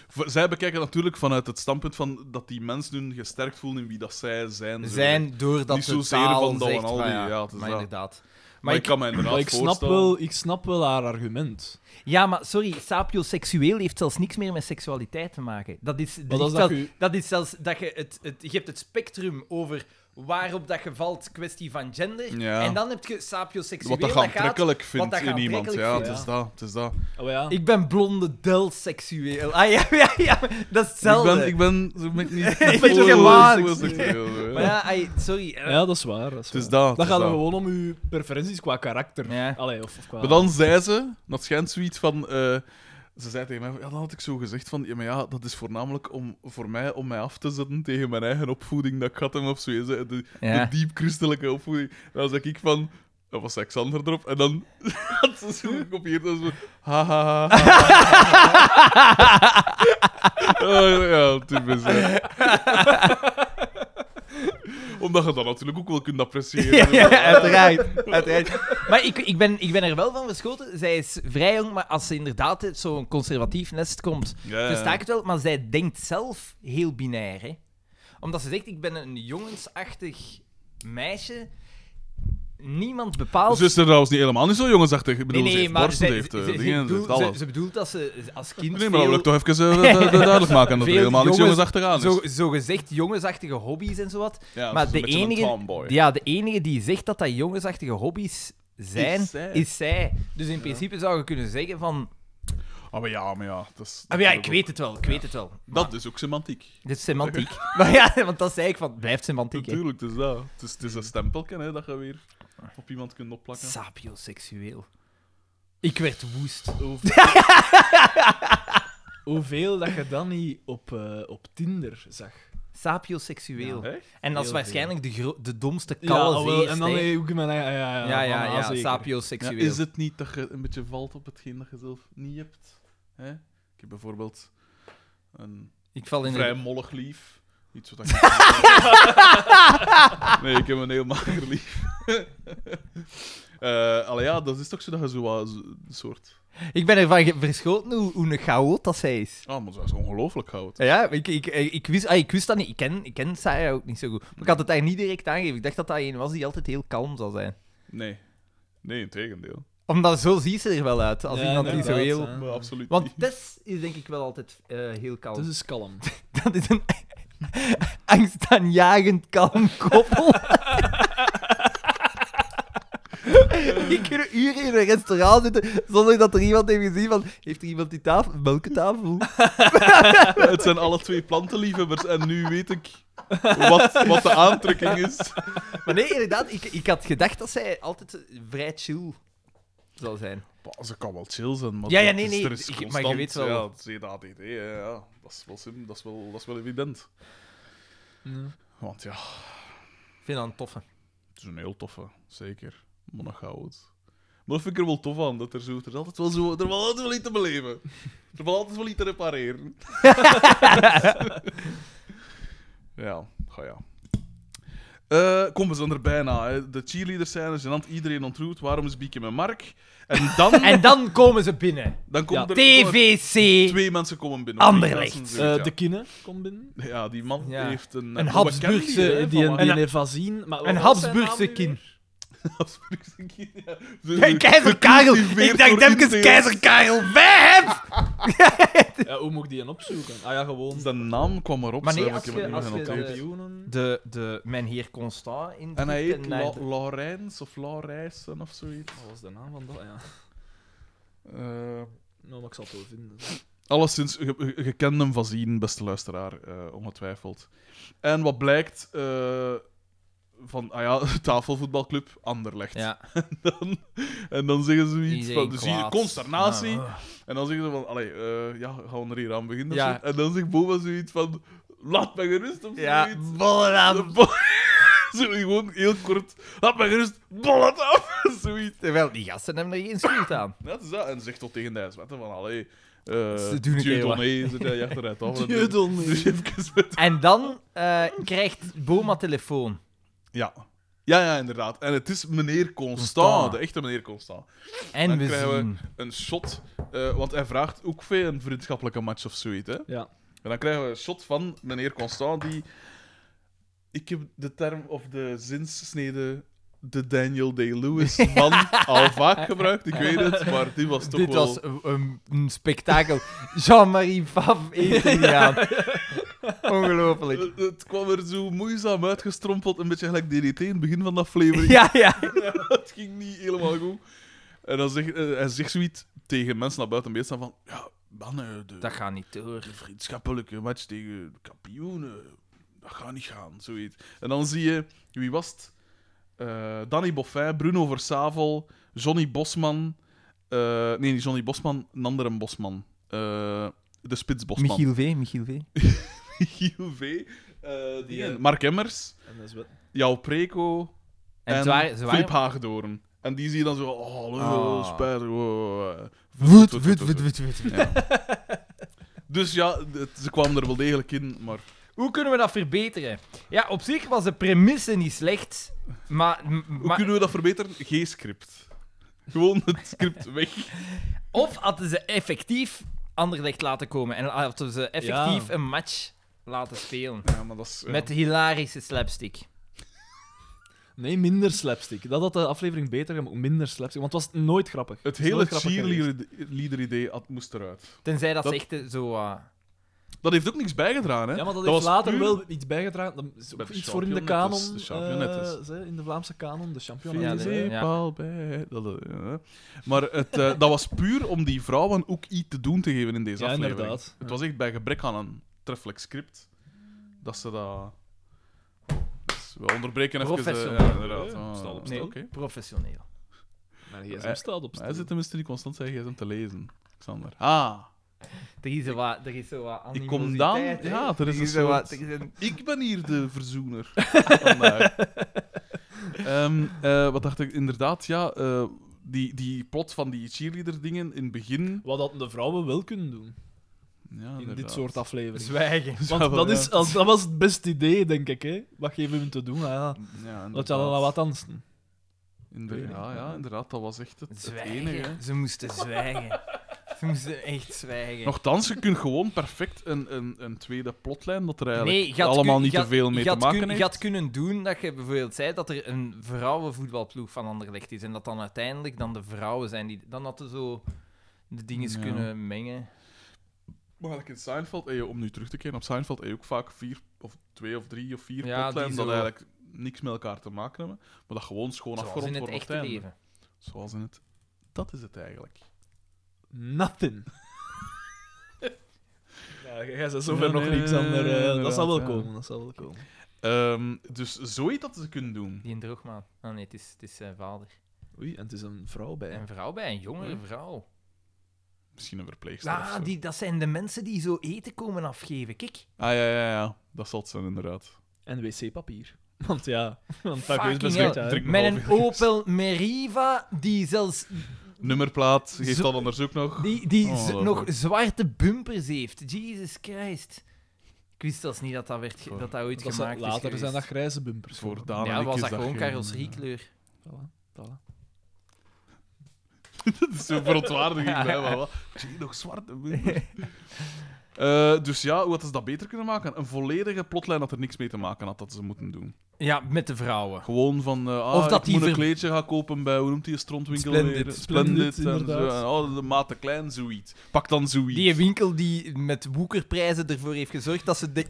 Speaker 2: V- Zij bekijken natuurlijk vanuit het standpunt van dat die mensen hun gesterkt voelen in wie dat zij zijn. zo.
Speaker 1: zijn doordat
Speaker 2: Niet
Speaker 1: de
Speaker 2: zozeer
Speaker 1: taal
Speaker 2: van dat en
Speaker 1: zegt,
Speaker 2: al
Speaker 1: van
Speaker 2: die-
Speaker 1: ja,
Speaker 2: ja, het is
Speaker 1: maar
Speaker 2: dat.
Speaker 1: inderdaad. Maar,
Speaker 2: Maar, ik
Speaker 1: ik,
Speaker 2: kan mij inderdaad
Speaker 3: Maar ik snap,
Speaker 2: voorstellen-
Speaker 3: wel, ik snap wel haar argument.
Speaker 1: ja, maar sorry, sapioseksueel heeft zelfs niks meer met seksualiteit te maken. Dat is, dat
Speaker 3: dat
Speaker 1: is,
Speaker 3: is
Speaker 1: zelfs,
Speaker 3: dat je-
Speaker 1: dat is zelfs dat je het, het, je hebt het spectrum over waarop dat je valt, kwestie van gender.
Speaker 2: Ja.
Speaker 1: En dan heb je sapioseksueel.
Speaker 2: Wat dat je
Speaker 1: gaat-
Speaker 2: aantrekkelijk vindt
Speaker 1: dat je
Speaker 2: in iemand. Ja,
Speaker 1: aantrekkelijk
Speaker 2: het is dat. Het is dat.
Speaker 3: Oh, ja.
Speaker 1: Ik ben blonde delseksueel. Ah ja, ja, ja, dat is
Speaker 2: Ik
Speaker 1: hetzelfde.
Speaker 2: ben, ik ben, zo ben ik niet.
Speaker 1: Ik ben
Speaker 2: Zo-
Speaker 1: gemaakt.
Speaker 2: zo is het heel, zo, ja.
Speaker 1: Maar ja, ai, sorry. eh,
Speaker 3: ja, dat is waar. Dat, is
Speaker 2: Het is
Speaker 3: waar.
Speaker 2: dat.
Speaker 3: dat
Speaker 2: het is
Speaker 3: gaat
Speaker 2: dat.
Speaker 3: dan gewoon om uw preferenties qua karakter.
Speaker 1: Ja.
Speaker 3: Allee, of, of qua...
Speaker 2: Maar dan zei ze, dat schijnt zoiets van. eh, ze zei tegen mij, van, ja, dan had ik zo gezegd van, ja, maar ja, dat is voornamelijk om, voor mij om mij af te zetten tegen mijn eigen opvoeding dat ik had hem of zo. hè, De, de
Speaker 1: Ja.
Speaker 2: diep christelijke opvoeding. Dan zeg ik van, dat was Alexander erop. En dan had ze zo gekopieerd en zo, ha, ha, ha, ha. Oh, ja, typisch, ja. Omdat je dat natuurlijk ook wel kunt appreciëren.
Speaker 1: Ja, ja, uiteraard. uiteraard. Maar ik, ik, ben, ik ben er wel van verschoten. Zij is vrij jong, maar als ze inderdaad uit zo'n conservatief nest komt,
Speaker 2: Ja, ja.
Speaker 1: versta ik het wel. Maar zij denkt zelf heel binair. Hè? Omdat ze zegt, ik ben een jongensachtig meisje. Niemand bepaalt...
Speaker 2: Ze is er trouwens niet helemaal niet zo jongensachtig. Ik
Speaker 1: nee,
Speaker 2: bedoel,
Speaker 1: nee,
Speaker 2: ze heeft
Speaker 1: maar
Speaker 2: borsten,
Speaker 1: zij-
Speaker 2: ze heeft eh,
Speaker 1: ze- ze
Speaker 2: dingen, ze
Speaker 1: bedoelt-
Speaker 2: heeft alles.
Speaker 1: ze- ze bedoelt dat ze als kind
Speaker 2: Nee, maar dat wil
Speaker 1: veel-
Speaker 2: ik toch even eh, du- du- du- duidelijk maken dat er
Speaker 1: Veel
Speaker 2: helemaal niks
Speaker 1: jongens-
Speaker 2: jongens achteraan is.
Speaker 1: zo, zo gezegd jongensachtige hobby's en zowat.
Speaker 2: Ja, ze
Speaker 1: maar
Speaker 2: is
Speaker 1: de
Speaker 2: een beetje een
Speaker 1: enige,
Speaker 2: tomboy.
Speaker 1: ja, de enige die zegt dat dat jongensachtige hobby's zijn,
Speaker 2: Is zij.
Speaker 1: is zij. Dus in principe zou je kunnen zeggen van...
Speaker 2: Ah, maar ja, maar ja. Dat is,
Speaker 1: Ah, maar ja, ik weet het wel, ik weet het wel.
Speaker 2: Dat is ook semantiek.
Speaker 1: Dit is semantiek. maar ja, want dat zei ik van, het blijft semantiek, hè.
Speaker 2: Natuurlijk, het is dat. Het is, het is een stempelken hè, dat je weer op iemand kunt opplakken.
Speaker 1: Sapioseksueel. Ik werd woest.
Speaker 3: Hoeveel dat je dan niet op, eh, op Tinder zag.
Speaker 1: Sapioseksueel.
Speaker 2: Echt?
Speaker 1: en dat is
Speaker 3: Heel
Speaker 1: waarschijnlijk de, gro- de domste kalle
Speaker 3: ah, wel,
Speaker 1: zeest,
Speaker 3: En dan
Speaker 1: hè.
Speaker 3: eh, ook in mijn eigen... Ja, ja,
Speaker 1: Ja, ja,
Speaker 3: ah,
Speaker 1: ja,
Speaker 3: zeker.
Speaker 2: Ja,
Speaker 1: sapioseksueel.
Speaker 2: is het niet dat je een beetje valt op hetgeen dat je zelf niet hebt? Hè? Ik heb bijvoorbeeld een
Speaker 1: Ik val in
Speaker 2: vrij
Speaker 1: een...
Speaker 2: mollig lief. Iets wat ik- nee, ik heb een heel mager lief. Eh allee, ja, dat is toch zo dat je zo wat z- een soort...
Speaker 1: Ik ben ervan ge- verschoten hoe, hoe een chaot dat zij is.
Speaker 2: Ah, maar dat is ongelooflijk goud.
Speaker 1: Ja, ik, ik, ik, ik wist, ah, ik wist dat niet. Ik ken, ik ken Sarah ook niet zo goed. Maar ik had het daar niet direct aangegeven. Ik dacht dat dat een was die altijd heel kalm zou zijn.
Speaker 2: Nee. Nee, in tegendeel.
Speaker 1: Omdat zo ziet ze er wel uit. Als
Speaker 3: Ja,
Speaker 1: iemand die zo
Speaker 3: inderdaad,
Speaker 1: heel...
Speaker 3: hè.
Speaker 2: Maar absoluut
Speaker 1: Ah. Want
Speaker 2: niet.
Speaker 1: Tess is denk ik wel altijd eh, heel kalm.
Speaker 3: Dus is kalm.
Speaker 1: Dat is een angstaanjagend kalm koppel. Die kunnen uren in een restaurant zitten zonder dat er iemand heeft gezien van... Heeft er iemand die tafel? Welke tafel?
Speaker 2: Het zijn alle twee plantenliefhebbers en nu weet ik wat, wat de aantrekking is.
Speaker 1: Maar nee, inderdaad. Ik, ik had gedacht dat zij altijd eh, vrij chill zou zijn.
Speaker 2: Bah, ze kan wel chill zijn, maar
Speaker 1: Ja, ja,
Speaker 2: dat
Speaker 1: nee,
Speaker 2: is-
Speaker 1: nee,
Speaker 2: er
Speaker 1: ik-
Speaker 2: is
Speaker 1: maar je
Speaker 2: constant,
Speaker 1: weet wel-
Speaker 2: Ja, CDADD, hè, ja, dat is wel sim, dat is wel, dat is wel evident. Want ja,
Speaker 1: Ik vind dat een toffe.
Speaker 2: het is een heel toffe, zeker. Maar nog goud. Maar dat vind ik er wel tof aan, dat er zo... Er is altijd wel zo... Er valt altijd wel iets te beleven. Er valt altijd wel iets te repareren. ja, ga ja. Eh, kom, we zijn er bijna. Hè. De cheerleaders zijn er, gênant iedereen ontroerd. Waarom is Bieke met Mark? En dan,
Speaker 1: En dan komen ze binnen.
Speaker 2: dan komt er...
Speaker 1: TVC.
Speaker 2: Twee mensen komen binnen.
Speaker 1: Anderlecht.
Speaker 2: Dat is een
Speaker 3: Eh,
Speaker 2: zoiets,
Speaker 3: de kinne komt binnen.
Speaker 2: ja. ja, die man
Speaker 1: Ja.
Speaker 2: heeft een...
Speaker 1: Een
Speaker 2: eh,
Speaker 1: Habsburgse,
Speaker 2: bekende hier, hè,
Speaker 3: Die, die,
Speaker 2: van-
Speaker 3: die heeft Azien,
Speaker 1: Een
Speaker 3: maar wat was zijn naam
Speaker 1: Habsburgse
Speaker 3: nu
Speaker 1: kin.
Speaker 2: Habsburgse kind, ja.
Speaker 1: Hey, Keizer Karel!
Speaker 2: Gecultiveerd
Speaker 1: Ik dacht
Speaker 2: door
Speaker 1: even
Speaker 2: incels.
Speaker 1: Keizer Karel weg!
Speaker 3: weer? Ja, hoe moet ik die een opzoeken? Ah ja, gewoon...
Speaker 2: Zijn naam kwam erop,
Speaker 1: Maar nee,
Speaker 2: zo,
Speaker 1: als
Speaker 2: ik
Speaker 1: je-
Speaker 2: heb het niet
Speaker 1: als
Speaker 2: meer
Speaker 1: je
Speaker 2: genoteerd.
Speaker 1: de-
Speaker 3: Kampioenen.
Speaker 1: De, de, mijn heer Constant in
Speaker 2: En hij heet
Speaker 1: naar
Speaker 2: La
Speaker 1: de-
Speaker 2: Laurijns of Laurijsen of zoiets.
Speaker 3: Wat was de naam van dat? Ja.
Speaker 2: Eh
Speaker 3: Nou, maar ik zal het wel vinden.
Speaker 2: alleszins, je, je- je kent hem van zien, beste luisteraar, eh, ongetwijfeld. En wat blijkt... eh, van, ah ja, tafelvoetbalclub Anderlecht.
Speaker 1: Ja.
Speaker 2: Dan- en dan zeggen ze iets
Speaker 1: Iedereen
Speaker 2: van... Dus hier,
Speaker 1: kwaad.
Speaker 2: consternatie.
Speaker 1: Ah, ah.
Speaker 2: En dan zeggen ze van, allee, eh, ja, gaan we er hier aan beginnen? of
Speaker 1: Ja.
Speaker 2: zo? En dan zegt Boba zoiets van, laat me gerust of
Speaker 1: Ja,
Speaker 2: zoiets.
Speaker 1: bollen
Speaker 2: De bo- zo gewoon heel kort, laat me gerust, bol het af, zoiets.
Speaker 1: Terwijl die gasten hebben er geen schuld aan.
Speaker 2: Ja, Dat is dat. En zegt tot tegen de ijswetten van, allee, eh
Speaker 1: Ze doen het
Speaker 2: Dieu
Speaker 1: heel
Speaker 2: donné, zit hij achteruit af.
Speaker 3: Dieu donné.
Speaker 2: Dus even met...
Speaker 1: En dan eh, krijgt Boma telefoon.
Speaker 2: Ja. Ja, ja, inderdaad. En het is meneer Constant,
Speaker 1: Constant.
Speaker 2: de echte meneer Constant.
Speaker 1: En
Speaker 2: Dan
Speaker 1: we
Speaker 2: krijgen
Speaker 1: zien.
Speaker 2: we een shot, eh, want hij vraagt ook veel een vriendschappelijke match of zoiets, hè.
Speaker 3: Ja.
Speaker 2: En dan krijgen we een shot van meneer Constant die... Ik heb de term of de zinssnede de Daniel Day-Lewis man al vaak gebruikt, ik weet het, maar die was toch
Speaker 1: Dit
Speaker 2: wel...
Speaker 1: was een, een- een spektakel. Jean-Marie Paf eten gaan. Ongelooflijk.
Speaker 2: Het- Eh, Het kwam er zo moeizaam uitgestrompeld, een beetje gelijk DDT in het begin van de aflevering.
Speaker 1: Ja, ja.
Speaker 2: dat ging niet helemaal goed. En dan zegt, eh, hij zegt zoiets tegen mensen naar buiten beeld staan van... Ja, mannen, de,
Speaker 1: Dat gaat niet door.
Speaker 2: de vriendschappelijke match tegen de kampioenen, dat gaat niet gaan, zoiets. En dan zie je, wie was het? Eh, Danny Boffin, Bruno Versavel, Johnny Bosman... eh, nee, niet Johnny Bosman, een andere Bosman. Eh, de spits Bosman.
Speaker 1: Michiel V, Michiel V.
Speaker 2: Michiel V. eh, die, Mark Emmers.
Speaker 3: En dat is wat.
Speaker 2: Jouw Preco
Speaker 1: En
Speaker 2: en,
Speaker 1: het waren- ze
Speaker 2: Filip
Speaker 1: waren...
Speaker 2: Hagedoorn. En die zie je dan zo, oh, hallo,
Speaker 1: Ah.
Speaker 2: spijtig. oh, eh.
Speaker 1: Woed,
Speaker 2: Toet,
Speaker 1: woed,
Speaker 2: toet,
Speaker 1: woed,
Speaker 2: toet.
Speaker 1: woed, woed, woed.
Speaker 2: Dus ja, het- ze kwamen er wel degelijk in, maar
Speaker 1: Hoe kunnen we dat verbeteren? Ja, op zich was de premisse niet slecht, maar... m-
Speaker 2: hoe
Speaker 1: maar
Speaker 2: kunnen we dat verbeteren? Geen script. Gewoon het script weg.
Speaker 1: Of hadden ze effectief Anderlecht laten komen en hadden ze effectief
Speaker 3: Ja.
Speaker 1: een match laten spelen.
Speaker 2: Ja, maar dat is... ja.
Speaker 1: Met hilarische slapstick.
Speaker 3: Nee, minder slapstick. Dat had de aflevering beter gemaakt. Minder slapstick. Want het was nooit grappig.
Speaker 2: Het
Speaker 3: is
Speaker 2: hele
Speaker 3: nooit grappig geweest.
Speaker 2: cheerleader-idee moest eruit.
Speaker 1: Tenzij dat,
Speaker 2: Dat-
Speaker 1: ze echt eh, zo... eh,
Speaker 2: Dat heeft ook niks bijgedragen, hè?
Speaker 3: Ja, maar dat,
Speaker 2: was
Speaker 3: heeft later
Speaker 2: puur-
Speaker 3: wel iets bijgedragen. Dat is ook
Speaker 2: Bij de
Speaker 3: iets voor in de
Speaker 2: championettes,
Speaker 3: kanon.
Speaker 2: de championettes.
Speaker 3: eh, ze- in de Vlaamse kanon, de championettes.
Speaker 1: Ja,
Speaker 2: Ja,
Speaker 1: de-
Speaker 2: bij. Dat, eh, ja. Maar het, eh, dat was puur om die vrouwen ook iets te doen te geven in deze
Speaker 3: Ja,
Speaker 2: aflevering.
Speaker 3: inderdaad.
Speaker 2: Het was echt bij gebrek aan een treffelijk script dat ze dat. Dus we onderbreken even. eh,
Speaker 1: Professioneel.
Speaker 2: ja, inderdaad. Ah,
Speaker 3: staal op
Speaker 2: nee,
Speaker 1: Nee,
Speaker 2: Oké.
Speaker 1: professioneel.
Speaker 3: Mijn
Speaker 2: Eh,
Speaker 3: gsm staat op
Speaker 2: Maar Hij zit tenminste niet constant zijn gsm te lezen, Xander. Ah,
Speaker 1: Er is zo wat, er is zo wat
Speaker 2: Ik kom dan-
Speaker 1: animositeit, hè.
Speaker 2: ja, er is een
Speaker 1: zo
Speaker 2: soort-
Speaker 1: wat- er is een-
Speaker 2: ik ben hier de verzoener vandaag. Ehm, eh, wat dacht ik? Inderdaad, ja, eh, die, die plot van die cheerleader-dingen in het begin.
Speaker 3: Wat hadden de vrouwen wel kunnen doen
Speaker 2: Ja,
Speaker 3: in dit
Speaker 2: inderdaad.
Speaker 3: soort afleveringen.
Speaker 1: Zwijgen.
Speaker 2: Ja,
Speaker 3: Want
Speaker 2: wel,
Speaker 3: dat,
Speaker 2: ja.
Speaker 3: is, als, dat was het beste idee, denk ik. Hè? Wat geven we hem te doen? Ah, ja.
Speaker 2: Ja,
Speaker 1: eh,
Speaker 3: Laat je dan
Speaker 2: inderdaad.
Speaker 3: wat dansen.
Speaker 2: Inderdaad, ja, ja, inderdaad, dat was echt het, het enige. hè.
Speaker 1: Zwijgen. Ze moesten zwijgen. Ze moesten echt zwijgen.
Speaker 2: Nochtans, je kunt gewoon perfect een, een, een tweede plotlijn dat er eigenlijk
Speaker 1: je had
Speaker 2: allemaal
Speaker 1: kun-
Speaker 2: niet
Speaker 1: je
Speaker 2: te
Speaker 1: had-
Speaker 2: veel mee
Speaker 1: je
Speaker 2: te
Speaker 1: had
Speaker 2: maken
Speaker 1: kun-
Speaker 2: heeft.
Speaker 1: Je had kunnen doen dat je bijvoorbeeld zei dat er een vrouwenvoetbalploeg van Anderlecht is en dat dan uiteindelijk dan de vrouwen zijn die... Dan hadden zo de dingen
Speaker 2: Ja.
Speaker 1: kunnen mengen.
Speaker 2: Maar eigenlijk in Seinfeld, eh, om nu terug te keren op Seinfeld, heb je ook vaak vier of twee of drie of vier
Speaker 1: Ja, die
Speaker 2: plotlijnen dat
Speaker 1: zo-
Speaker 2: eigenlijk niks met elkaar te maken hebben, maar dat gewoon schoon
Speaker 1: Zoals
Speaker 2: afgerond
Speaker 1: in het
Speaker 2: wordt op
Speaker 1: echte
Speaker 2: het einde.
Speaker 1: leven.
Speaker 2: Zoals in het... Dat is het eigenlijk.
Speaker 3: Nothing. Ja, jij zei zover
Speaker 2: Ja,
Speaker 3: nog
Speaker 2: nee,
Speaker 3: niks aan.
Speaker 2: nee,
Speaker 3: dat
Speaker 2: inderdaad,
Speaker 3: zal wel
Speaker 2: ja.
Speaker 3: komen. Dat zal wel komen.
Speaker 2: Ehm, dus zoiets dat ze kunnen doen.
Speaker 1: Die een droogmaat. Ah nee, het is, het is zijn vader.
Speaker 3: Oei, en het is een vrouw bij.
Speaker 1: Een vrouw bij, een jongere vrouw.
Speaker 2: Misschien een verpleegster of
Speaker 1: Ah,
Speaker 2: zo.
Speaker 1: die, dat zijn de mensen die zo eten komen afgeven. Kijk.
Speaker 2: Ah, ja, ja, ja. Dat zal het zijn, inderdaad.
Speaker 3: En wc-papier. Want ja, want Paco is
Speaker 1: Fucking
Speaker 3: best
Speaker 1: hell.
Speaker 3: goed, hè.
Speaker 2: Drink-
Speaker 1: Met
Speaker 2: half
Speaker 1: een Opel Meriva die zelfs
Speaker 2: Nummerplaat, geeft
Speaker 1: Zo-
Speaker 2: dat anders ook nog.
Speaker 1: die, die
Speaker 2: Oh,
Speaker 1: z-
Speaker 2: dat is
Speaker 1: nog
Speaker 2: goed.
Speaker 1: zwarte bumpers heeft. Jesus Christ. Ik wist zelfs niet dat dat, werd ge-
Speaker 2: Voor-
Speaker 1: dat, dat ooit
Speaker 3: Dat zal-
Speaker 1: gemaakt is
Speaker 3: later
Speaker 1: geweest.
Speaker 3: zijn dat grijze bumpers.
Speaker 2: Voor
Speaker 3: geworden.
Speaker 2: Daan en
Speaker 1: Ja,
Speaker 2: Ah, ik
Speaker 1: was
Speaker 2: is
Speaker 1: dat gewoon
Speaker 2: geen- eh,
Speaker 1: carrosseriekleur.
Speaker 3: Voilà, voilà.
Speaker 2: Dat is zo'n verontwaardiging bij maar wat. Zie je nog zwarte wimpers? Eh, dus ja, hoe hadden ze dat beter kunnen maken? Een volledige plotlijn dat er niks mee te maken had dat ze moeten doen.
Speaker 1: Ja, met de vrouwen.
Speaker 2: Gewoon van, eh, ah,
Speaker 1: Of dat
Speaker 2: ik
Speaker 1: die
Speaker 2: moet een
Speaker 1: ver-
Speaker 2: kleedje gaan kopen bij, hoe noemt die strontwinkel
Speaker 1: Splendid.
Speaker 2: weer?
Speaker 3: Splendid,
Speaker 2: en zo.
Speaker 3: inderdaad.
Speaker 2: En, oh, de maat te klein, zoiets. Pak dan zoiets.
Speaker 1: Die winkel die met woekerprijzen ervoor heeft gezorgd dat ze de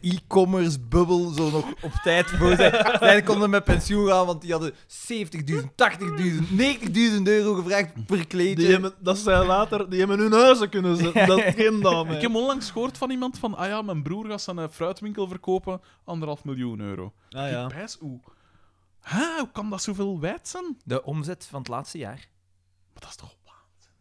Speaker 1: e-commerce-bubbel zo nog op tijd voor zijn. Zij konden met pensioen gaan, want die hadden 70.000, 80.000, 90.000 euro gevraagd per
Speaker 3: Die
Speaker 1: kleedje.
Speaker 3: hebben, dat zijn later, die hebben hun huizen kunnen zetten. Dat geen dan, hè.
Speaker 2: Ik heb onlangs gehoord van iemand van, ah ja, mijn broer gaat zijn eh, fruitwinkel verkopen, anderhalf miljoen euro.
Speaker 3: Ah ja.
Speaker 2: Ik pijs, hoe? Hè, hoe kan dat zoveel wijd zijn?
Speaker 1: De omzet van het laatste jaar.
Speaker 2: Maar dat is toch waanzin?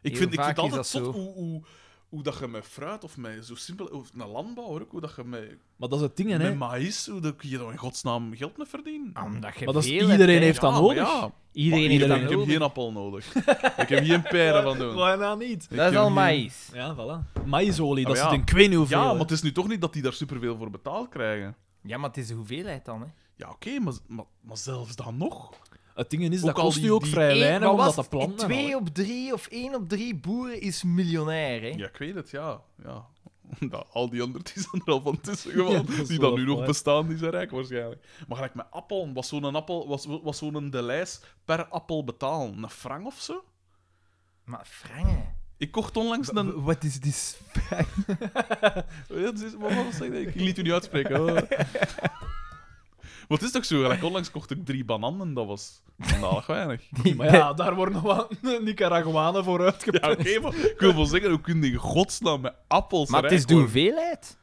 Speaker 2: Ik
Speaker 1: Heel
Speaker 2: vind, ik
Speaker 1: vaak
Speaker 2: vind
Speaker 1: is
Speaker 2: altijd
Speaker 1: dat
Speaker 2: zot
Speaker 1: zo.
Speaker 2: hoe, hoe, hoe dat je met fruit of met zo simpel... Of naar landbouw hoor ook, hoe dat je met,
Speaker 3: Maar dat is het ding, hè.
Speaker 2: met maïs... Hoe dat je daar in godsnaam geld mee verdient.
Speaker 1: Omdat je
Speaker 3: Maar dat is,
Speaker 1: veel
Speaker 3: iedereen
Speaker 1: hebt, hè.
Speaker 3: heeft dat
Speaker 2: maar
Speaker 3: nodig.
Speaker 2: ja. Maar
Speaker 1: Iedereen heeft
Speaker 2: iedereen-
Speaker 1: dat dus
Speaker 2: ik heb
Speaker 1: nodig.
Speaker 2: geen appel nodig. ik heb geen peren van doen.
Speaker 3: Waarna nou niet?
Speaker 2: Ik
Speaker 1: Dat
Speaker 2: heb
Speaker 1: is al
Speaker 2: geen-
Speaker 1: maïs.
Speaker 3: Ja, voilà. Maïsolie,
Speaker 2: Ah,
Speaker 3: dat
Speaker 2: ja.
Speaker 3: zit in ik weet niet hoeveel.
Speaker 2: Ja,
Speaker 3: hè.
Speaker 2: maar het is nu toch niet dat die daar superveel voor betaald krijgen.
Speaker 1: Ja, maar het is de hoeveelheid dan, hè.
Speaker 2: Ja, oké, maar, maar, maar zelfs dan nog.
Speaker 3: het ding is,
Speaker 2: ook
Speaker 3: dat
Speaker 2: al
Speaker 3: kost
Speaker 2: die-
Speaker 3: u ook
Speaker 2: die-
Speaker 3: vrij
Speaker 1: Eén-
Speaker 3: weinig,
Speaker 1: wat was
Speaker 3: omdat dat
Speaker 1: het?
Speaker 3: plant...
Speaker 1: Twee op drie of één op drie boeren is miljonair, hè.
Speaker 2: Ja, ik weet het, ja. ja. Dat, al die anderen die zijn er al van tussen
Speaker 3: Ja,
Speaker 2: gewoon.
Speaker 3: dat is
Speaker 2: die
Speaker 3: wel
Speaker 2: dan nu nog
Speaker 3: waar.
Speaker 2: bestaan, die zijn rijk waarschijnlijk. Maar gelijk met appel, was zo'n appel, was, was zo'n delijs per appel betalen? Een frank of zo?
Speaker 1: Maar frangen...
Speaker 2: Ik kocht onlangs een...
Speaker 1: W- Wat is dit?
Speaker 2: Ja, dat is- wat was dat? Ik liet u niet uitspreken. hoor. Wat is toch zo? Gelijk onlangs kocht ik drie bananen, dat was schandalig weinig.
Speaker 3: Maar ja, daar worden wat Nicaraguanen voor uitgepakt.
Speaker 2: Ja, oké, maar ik wil wel zeggen, hoe kun je in godsnaam met appels
Speaker 1: Maar het is
Speaker 2: rijk
Speaker 1: de
Speaker 2: worden?
Speaker 1: hoeveelheid.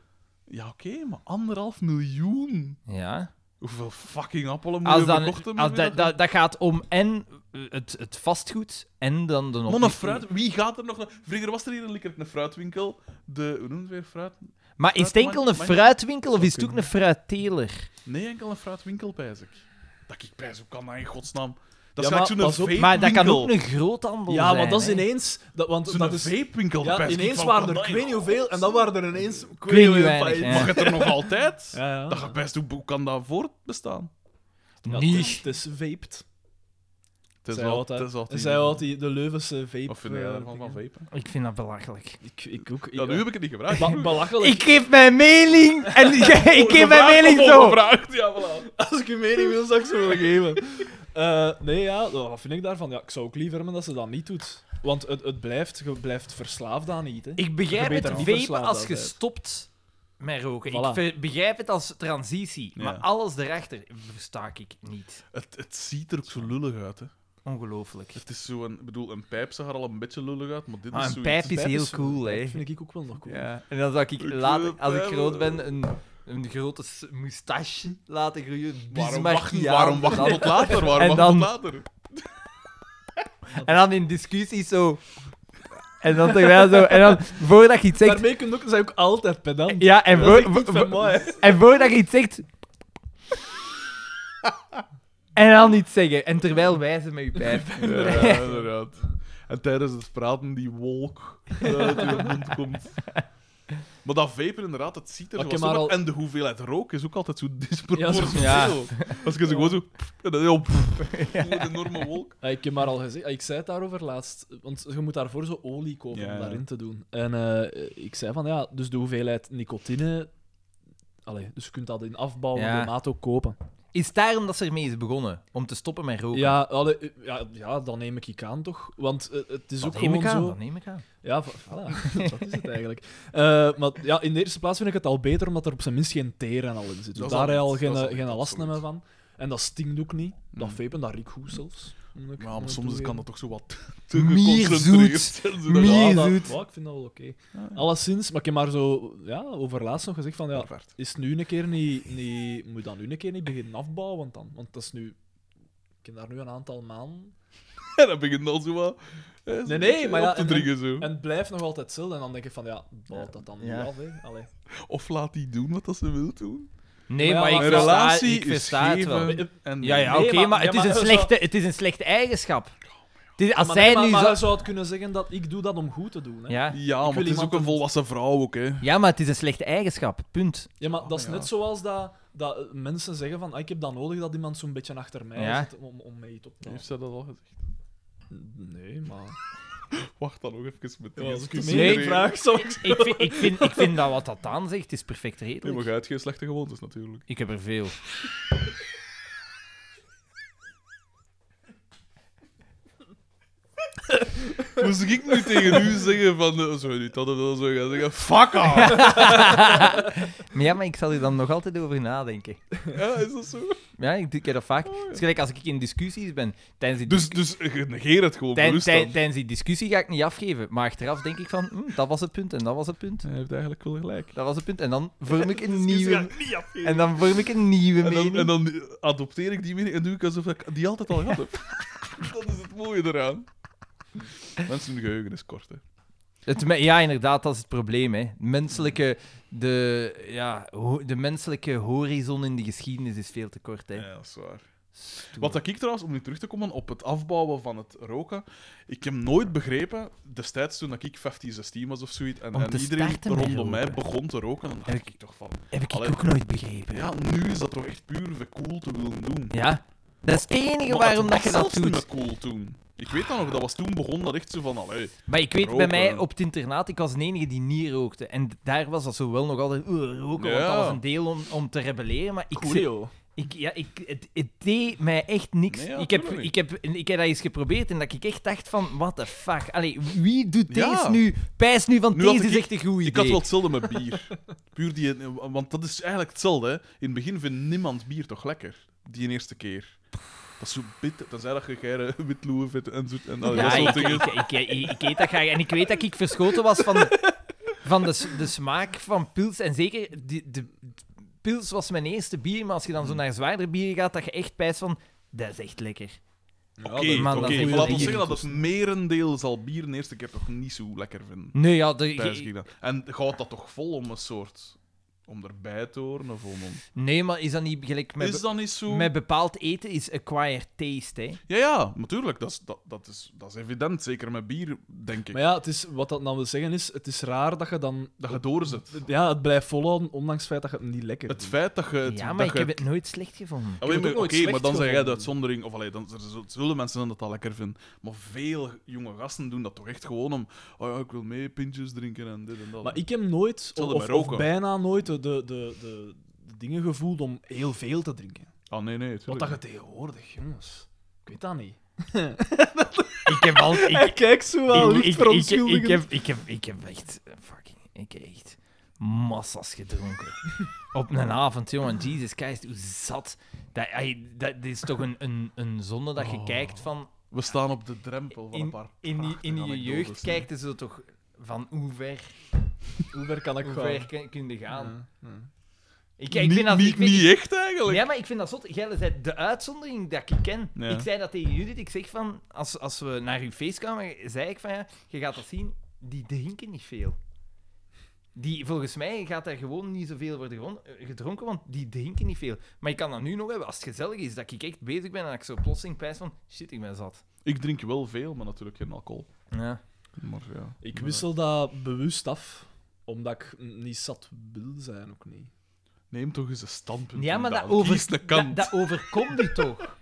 Speaker 2: Ja, oké, maar anderhalf miljoen.
Speaker 1: Ja.
Speaker 2: Hoeveel fucking appelen moet
Speaker 1: Als
Speaker 2: je
Speaker 1: dan,
Speaker 2: verkocht hebben?
Speaker 1: als dat, dat, dat gaat om en eh, het, het vastgoed en dan de
Speaker 2: Mannen,
Speaker 1: opnieuw-
Speaker 2: fruit, wie gaat er nog naar... Vroeger was er hier een lekker een fruitwinkel. De, hoe noemt het weer fruit?
Speaker 1: Maar is het enkel een
Speaker 2: fruitmarkt-
Speaker 1: fruitwinkel of
Speaker 2: Zou
Speaker 1: is het ook een
Speaker 2: kunnen.
Speaker 1: fruitteler?
Speaker 2: Nee, enkel een fruitwinkel, pijs ik. Dat ik pijs, hoe kan dat in godsnaam? Dat
Speaker 3: Ja,
Speaker 2: is
Speaker 3: maar
Speaker 2: gelijk zo'n
Speaker 3: pas op,
Speaker 2: vape
Speaker 1: Maar dat kan ook een groothandel
Speaker 3: Ja,
Speaker 1: zijn.
Speaker 3: maar dat is
Speaker 1: hè.
Speaker 3: ineens... Dat, want dat
Speaker 2: Zo'n
Speaker 3: is,
Speaker 2: vape-winkel,
Speaker 3: ja,
Speaker 2: pijs ik,
Speaker 3: ineens
Speaker 2: van,
Speaker 3: waren
Speaker 2: kan
Speaker 3: er
Speaker 2: dat
Speaker 3: ik
Speaker 2: in
Speaker 3: weet niet hoeveel, en dan waren er ineens... Ik
Speaker 1: weet niet
Speaker 3: weet niet
Speaker 1: weinig,
Speaker 3: hoeveel.
Speaker 1: ja.
Speaker 2: Mag het er nog altijd?
Speaker 3: Ja, ja.
Speaker 2: Dat gaat best hoe- hoe kan dat voortbestaan?
Speaker 3: Ja,
Speaker 1: Nee.
Speaker 3: het is- Het is vaped.
Speaker 2: Het is
Speaker 3: Zij
Speaker 2: al...
Speaker 3: altijd,
Speaker 2: Het is altijd...
Speaker 3: zij altijd die, de Leuvense vape...
Speaker 2: Wat vind jij
Speaker 3: eh,
Speaker 2: daarvan, van
Speaker 3: dingen.
Speaker 2: vapen?
Speaker 1: Ik vind dat belachelijk.
Speaker 3: Ik, ik ook.
Speaker 2: Ja,
Speaker 3: ik-
Speaker 2: nu heb ik het niet gevraagd.
Speaker 3: Ba- belachelijk.
Speaker 1: Ik geef mijn mailing en ik geef mijn
Speaker 2: Gevraagd
Speaker 1: mailing
Speaker 2: of
Speaker 1: zo.
Speaker 2: ongevraagd? Ja, voilà.
Speaker 3: Als ik je mening wil, zou ik ze wel geven. Eh, nee, ja, wat vind ik daarvan? Ja, ik zou ook liever hebben dat ze dat niet doet. Want het, het blijft, je blijft verslaafd aan iets. Hè.
Speaker 1: Ik
Speaker 3: Je
Speaker 1: begrijp
Speaker 3: bent
Speaker 1: het
Speaker 3: er niet
Speaker 1: vapen
Speaker 3: verslaafd
Speaker 1: als
Speaker 3: aan,
Speaker 1: je
Speaker 3: hè.
Speaker 1: stopt met roken.
Speaker 3: Voilà.
Speaker 1: Ik ver- begrijp het als transitie,
Speaker 2: Ja.
Speaker 1: maar alles erachter versta ik niet.
Speaker 2: Het, het ziet er ook zo lullig uit, hè.
Speaker 1: Ongelooflijk.
Speaker 2: Het is zo een... Ik bedoel, een pijp zag er al een beetje lullig uit, maar dit
Speaker 3: Ah,
Speaker 1: Maar
Speaker 2: is
Speaker 1: een
Speaker 2: zoiets...
Speaker 1: pijp is heel cool, hè.
Speaker 3: Dat vind ik ook wel nog cool.
Speaker 1: Ja. En dan zou ik
Speaker 2: Ik
Speaker 1: later,
Speaker 2: wil
Speaker 1: als ik
Speaker 2: pijpen.
Speaker 1: groot ben, een, een grote s- moustache laten groeien.
Speaker 2: Waarom wachten,
Speaker 1: Bismarckiaan.
Speaker 2: waarom wachten tot later? Waarom
Speaker 1: En
Speaker 2: wachten
Speaker 1: dan-
Speaker 2: tot later?
Speaker 1: En dan in discussies zo... En dan terwijl zo... En dan, voordat je iets zegt...
Speaker 3: Daarmee kun je ook, zijn ook altijd pedant.
Speaker 1: Ja, en,
Speaker 3: dat is
Speaker 1: voor,
Speaker 3: echt iets
Speaker 1: vo-
Speaker 3: van
Speaker 1: vo-
Speaker 3: mij, hè.
Speaker 1: en voordat je iets zegt... En dan iets zeggen. En terwijl wijzen met je pijp.
Speaker 2: Ja, inderdaad. En tijdens het praten die wolk die uit je mond komt. Maar dat vapen inderdaad, het ziet er
Speaker 3: Oké,
Speaker 2: zo
Speaker 3: maar
Speaker 2: uit.
Speaker 3: al-
Speaker 2: En de hoeveelheid rook is ook altijd zo disproportioneel.
Speaker 1: Ja,
Speaker 2: Als je zo gewoon zo... En dan heel... Een enorme wolk.
Speaker 3: Ja, Ah, Ik heb maar al gezegd, ik zei het daarover laatst, want je moet daarvoor zo olie kopen
Speaker 2: Ja.
Speaker 3: om daarin te doen. En eh, ik zei van ja, dus de hoeveelheid nicotine, allee, dus je kunt dat in afbouwen,
Speaker 1: Ja.
Speaker 3: ja. de maat ook kopen.
Speaker 1: Is daarom dat ze ermee is begonnen? Om te stoppen met roken?
Speaker 3: Ja, allee, eh, ja, ja, dan neem ik ik aan toch, want eh, het is
Speaker 1: dat
Speaker 3: ook
Speaker 1: neem
Speaker 3: gewoon
Speaker 1: ik aan.
Speaker 3: zo.
Speaker 1: Dat neem ik aan.
Speaker 3: Ja, vo- voilà, dat is het eigenlijk. Eh, maar ja, in de eerste plaats vind ik het al beter omdat er op zijn minst geen teer en al in zit.
Speaker 2: Dat
Speaker 3: Dus
Speaker 2: is
Speaker 3: daar
Speaker 2: al
Speaker 3: heb je
Speaker 2: iets, dat is
Speaker 3: al geen,
Speaker 2: al
Speaker 3: eh,
Speaker 2: iets,
Speaker 3: geen last
Speaker 2: absoluut.
Speaker 3: meer van. En dat stinkt ook niet. Dat
Speaker 2: Mm.
Speaker 3: vapen, dat riekt goed zelfs. moet ik-
Speaker 2: Ja,
Speaker 3: moet
Speaker 2: maar
Speaker 3: ik
Speaker 2: soms
Speaker 3: toegeven.
Speaker 2: kan dat toch zo wat te
Speaker 1: Meer
Speaker 2: geconcentreerd
Speaker 1: zoet.
Speaker 2: zijn, zodat-
Speaker 1: Meer-
Speaker 3: Ja,
Speaker 1: Is
Speaker 3: dat-
Speaker 1: het?
Speaker 3: ja, ik vind dat wel oké.
Speaker 1: Ah,
Speaker 3: Alleszins, maar ik heb maar zo ja, overlaatst nog gezegd van ja,
Speaker 2: Perfect.
Speaker 3: is het nu een keer niet, niet moet je dat nu een keer niet beginnen afbouwen want dan, want dat is nu ik heb daar nu een aantal maanden
Speaker 2: En dan begint al zo wat... hè, zo
Speaker 3: Nee, nee, maar ja,
Speaker 2: Op te
Speaker 3: en-
Speaker 2: drinken zo.
Speaker 3: en het blijft nog altijd hetzelfde en dan denk ik van ja, bouw dat dan nu
Speaker 1: Ja.
Speaker 3: af hè. Allee.
Speaker 2: Of laat die doen wat dat ze wil doen.
Speaker 1: Nee,
Speaker 3: Maar
Speaker 1: maar,
Speaker 3: ja,
Speaker 1: ik
Speaker 2: Een
Speaker 3: versta-
Speaker 1: versta,
Speaker 2: relatie
Speaker 1: ik versta
Speaker 2: is
Speaker 1: het wel.
Speaker 2: geven en
Speaker 1: Ja, ja,
Speaker 3: Nee,
Speaker 1: oké,
Speaker 3: maar-
Speaker 1: maar,
Speaker 3: ja,
Speaker 1: het, is
Speaker 3: maar
Speaker 1: een
Speaker 3: zo-
Speaker 1: slechte, het is een slechte eigenschap. Het is- als
Speaker 3: Maar
Speaker 1: zij
Speaker 3: nee, maar-
Speaker 1: nu
Speaker 3: maar
Speaker 1: zo...
Speaker 3: je zou het kunnen zeggen dat ik doe dat om goed te doen hè.
Speaker 1: Ja.
Speaker 2: Ja,
Speaker 3: wil
Speaker 2: maar het is
Speaker 3: iemand
Speaker 2: ook een
Speaker 3: een-
Speaker 2: volwassen vrouw ook, hè.
Speaker 1: ja, maar het is een slechte eigenschap. Punt.
Speaker 3: Oh, Ja, maar dat is
Speaker 2: ja.
Speaker 3: net zoals dat, dat eh, mensen zeggen van ah, ik heb dat nodig dat iemand zo'n beetje achter mij
Speaker 1: Ja.
Speaker 3: zit om, om mij te op te
Speaker 2: Heeft zij dat al gezegd?
Speaker 3: Nee, maar...
Speaker 2: Wacht dan nog even met die
Speaker 3: Ja, als ik u
Speaker 2: discussie.
Speaker 1: mee-
Speaker 3: meer vraag, zou ik
Speaker 1: Ik vind, ik vind, ik vind dat wat dat aan zegt, is perfect
Speaker 2: Nee, maar
Speaker 1: redelijk.
Speaker 2: jij hebt geen slechte gewoontes natuurlijk.
Speaker 1: Ik heb er veel.
Speaker 2: Moest Dus ik nu tegen u zeggen van... eh, Zo, nu dat en dat, zo gaan zeggen... Fuck off!
Speaker 1: Maar ja, maar ik zal er dan nog altijd over nadenken.
Speaker 2: Ja, is dat zo?
Speaker 1: Ja, ik, ik heb dat vaak. Het is gelijk als ik in discussies ben. Tijdens die,
Speaker 2: Oh, Dus, dus eh, negeer het gewoon
Speaker 1: tij-
Speaker 2: bewust
Speaker 1: tij-
Speaker 2: dan.
Speaker 1: tijdens die discussie ga ik niet afgeven. Maar achteraf denk ik van, hm, dat was het punt en dat was het punt.
Speaker 2: Hij heeft eigenlijk wel gelijk.
Speaker 1: Dat was het punt. En dan vorm ik een
Speaker 6: Discussie ga
Speaker 1: nieuwe...
Speaker 6: ik niet afgeven.
Speaker 1: En dan vorm ik een nieuwe
Speaker 2: En dan,
Speaker 1: mening.
Speaker 2: en dan eh, adopteer ik die mening en doe ik alsof ik die altijd al had. heb. dat is het mooie eraan. Mensen, hun geheugen is kort, hè.
Speaker 1: Het, me- ja, inderdaad, dat is het probleem. Hè. Menselijke, de, ja, ho- de menselijke horizon in de geschiedenis is veel te kort. Hè.
Speaker 2: Ja, dat is waar. Wat dat ik trouwens, om nu terug te komen op het afbouwen van het roken, ik heb nooit begrepen, destijds toen dat ik 15, 16 was of zoiets, en,
Speaker 1: Om
Speaker 2: en
Speaker 1: te
Speaker 2: iedereen
Speaker 1: starten met
Speaker 2: rondom mij
Speaker 1: roken.
Speaker 2: begon te roken, dan dacht
Speaker 1: Heb ik-
Speaker 2: ik toch van,
Speaker 1: Heb ik
Speaker 2: Allee.
Speaker 1: ook nooit begrepen.
Speaker 2: ja, nu is dat toch echt puur we cool te willen doen.
Speaker 1: Ja? Dat is het enige
Speaker 2: Maar
Speaker 1: waarom
Speaker 2: het
Speaker 1: dat je
Speaker 2: was
Speaker 1: dat
Speaker 2: zelfs
Speaker 1: doet.
Speaker 2: niet meer cool toen. Ik weet dan nog, dat was toen begon dat echt zo van, allee,
Speaker 1: Maar ik weet, bij
Speaker 2: Roken.
Speaker 1: mij op het internaat, ik was de enige die niet rookte. En d- daar was dat zo wel nog altijd, "Oeh, roken, want
Speaker 2: Ja.
Speaker 1: dat was een deel om, om te rebelleren. Maar ik, zit-
Speaker 3: Coolio.
Speaker 1: ik, ja, ik, het, het deed mij echt niks.
Speaker 2: Nee, ja,
Speaker 1: ik, heb,
Speaker 2: tuurlijk
Speaker 1: ik,
Speaker 2: niet.
Speaker 1: heb, ik heb dat eens geprobeerd en dat ik echt dacht van, what the fuck. Allee, wie doet deze
Speaker 2: Ja.
Speaker 1: nu? Pijs nu, want
Speaker 2: Nu had
Speaker 1: deze
Speaker 2: ik-
Speaker 1: is echt een goed idee.
Speaker 2: ik had wel hetzelfde met bier. Puur die, want dat is eigenlijk hetzelfde, hè. In het begin vindt niemand bier toch lekker, die eerste keer. Dat is zo bitter, tenzij dat je geire witloeven vindt en zo. En, allee, Oh, dat
Speaker 1: Ja,
Speaker 2: soort
Speaker 1: ik,
Speaker 2: dingen.
Speaker 1: ik, ik, ik- ik eet dat graag. En ik weet dat ik verschoten was van de, van de, s- de smaak van pils. En zeker, de, de, pils was mijn eerste bier. Maar als je dan zo
Speaker 2: Mm.
Speaker 1: naar zwaardere bieren gaat, dat je echt pijst van... Dat is echt lekker.
Speaker 2: Oké,
Speaker 1: dat- man,
Speaker 2: oké.
Speaker 1: dat is
Speaker 2: maar
Speaker 1: een
Speaker 2: laat
Speaker 1: goeie
Speaker 2: ons zeggen dat
Speaker 1: kost.
Speaker 2: het merendeel zal bier de eerste keer toch niet zo lekker vinden.
Speaker 1: Nee, ja, de-
Speaker 2: Thuis
Speaker 1: ge-
Speaker 2: ging dat. En houdt dat toch vol om een soort... Om erbij te horen of om... om-
Speaker 1: nee, maar is dat niet gelijk met,
Speaker 2: Is
Speaker 1: be-
Speaker 2: dat niet zo...
Speaker 1: met bepaald eten? Is acquired taste, hè?
Speaker 2: Ja, ja, natuurlijk. Dat is, dat, dat, is, dat is evident. Zeker met bier, denk ik.
Speaker 3: Maar ja, het is, wat dat nou wil zeggen is, het is raar dat je dan...
Speaker 2: Dat je doorzet.
Speaker 3: Ja, het blijft volhouden, ondanks het feit dat je het niet lekker
Speaker 2: Het
Speaker 3: doet.
Speaker 2: feit dat je... Het,
Speaker 1: Ja, maar
Speaker 2: dat
Speaker 1: ik
Speaker 2: je
Speaker 1: heb het nooit slecht gevonden.
Speaker 2: Ah, weet
Speaker 3: Ik heb het
Speaker 2: je,
Speaker 3: ook nooit
Speaker 2: Oké, maar
Speaker 3: slecht
Speaker 2: dan zeg jij de
Speaker 3: gevonden.
Speaker 2: uitzondering. Of allee, dan er z- zullen mensen zijn dat dat lekker vinden. Maar veel jonge gasten doen dat toch echt gewoon om... Oh ja, ik wil mee pintjes drinken en dit en dat.
Speaker 3: Maar ik heb nooit, of,
Speaker 2: Hetzelfde
Speaker 3: of
Speaker 2: bij roken.
Speaker 3: bijna nooit, de, de, de, de, de dingen gevoeld om heel veel te drinken.
Speaker 2: Ah, nee, nee.
Speaker 3: Wat
Speaker 2: tuurlijk
Speaker 3: dat
Speaker 2: niet.
Speaker 3: je tegenwoordig, jongens. Ik weet dat niet.
Speaker 1: Ik heb al... Ik,
Speaker 3: Kijk zo
Speaker 1: ik,
Speaker 3: wel, licht
Speaker 1: ik, ik, ik,
Speaker 3: verontschuldigend.
Speaker 1: heb, ik, heb, ik heb echt... Fucking... Ik heb echt... massas gedronken. Op een avond, jongen. Jesus Christ, hoe zat. Dat, ai, dat, dit is toch een, een, een zonde dat
Speaker 3: Oh,
Speaker 1: je kijkt van...
Speaker 2: We staan op de drempel van een
Speaker 1: Ah, In,
Speaker 2: paar.
Speaker 1: in, die- in je
Speaker 2: anekdotes,
Speaker 1: jeugd
Speaker 2: hè.
Speaker 1: kijkt ze toch van hoe ver,
Speaker 3: Hoe ver kan ik
Speaker 1: hoe
Speaker 3: gaan?
Speaker 1: ver kun- kun je gaan. Ik, ik
Speaker 2: niet,
Speaker 1: vind dat...
Speaker 2: niet,
Speaker 1: ik vind-
Speaker 2: niet echt eigenlijk.
Speaker 1: Ja, maar ik vind dat zot. Jij bent de uitzondering dat ik ken.
Speaker 2: Ja.
Speaker 1: Ik zei dat tegen Judith. Ik zeg van, als, als we naar uw feest kwamen, zei ik van, ja, je gaat dat zien, die drinken niet veel. Die, volgens mij gaat daar gewoon niet zoveel worden gewon- eh, gedronken, want die drinken niet veel. Maar je kan dat nu nog hebben als het gezellig is, dat ik echt bezig ben en dat ik zo plotseling pijs van, shit, ik ben zat.
Speaker 2: Ik drink wel veel, maar natuurlijk geen alcohol.
Speaker 1: Ja.
Speaker 2: Maar ja. eh,
Speaker 3: Ik wissel dat bewust af, omdat ik n- niet zat wil zijn, ook niet.
Speaker 2: Neem toch eens een standpunt.
Speaker 1: Ja, maar
Speaker 2: Daan.
Speaker 1: dat, over,
Speaker 2: Kies de kant.
Speaker 1: dat, dat overkomt u toch?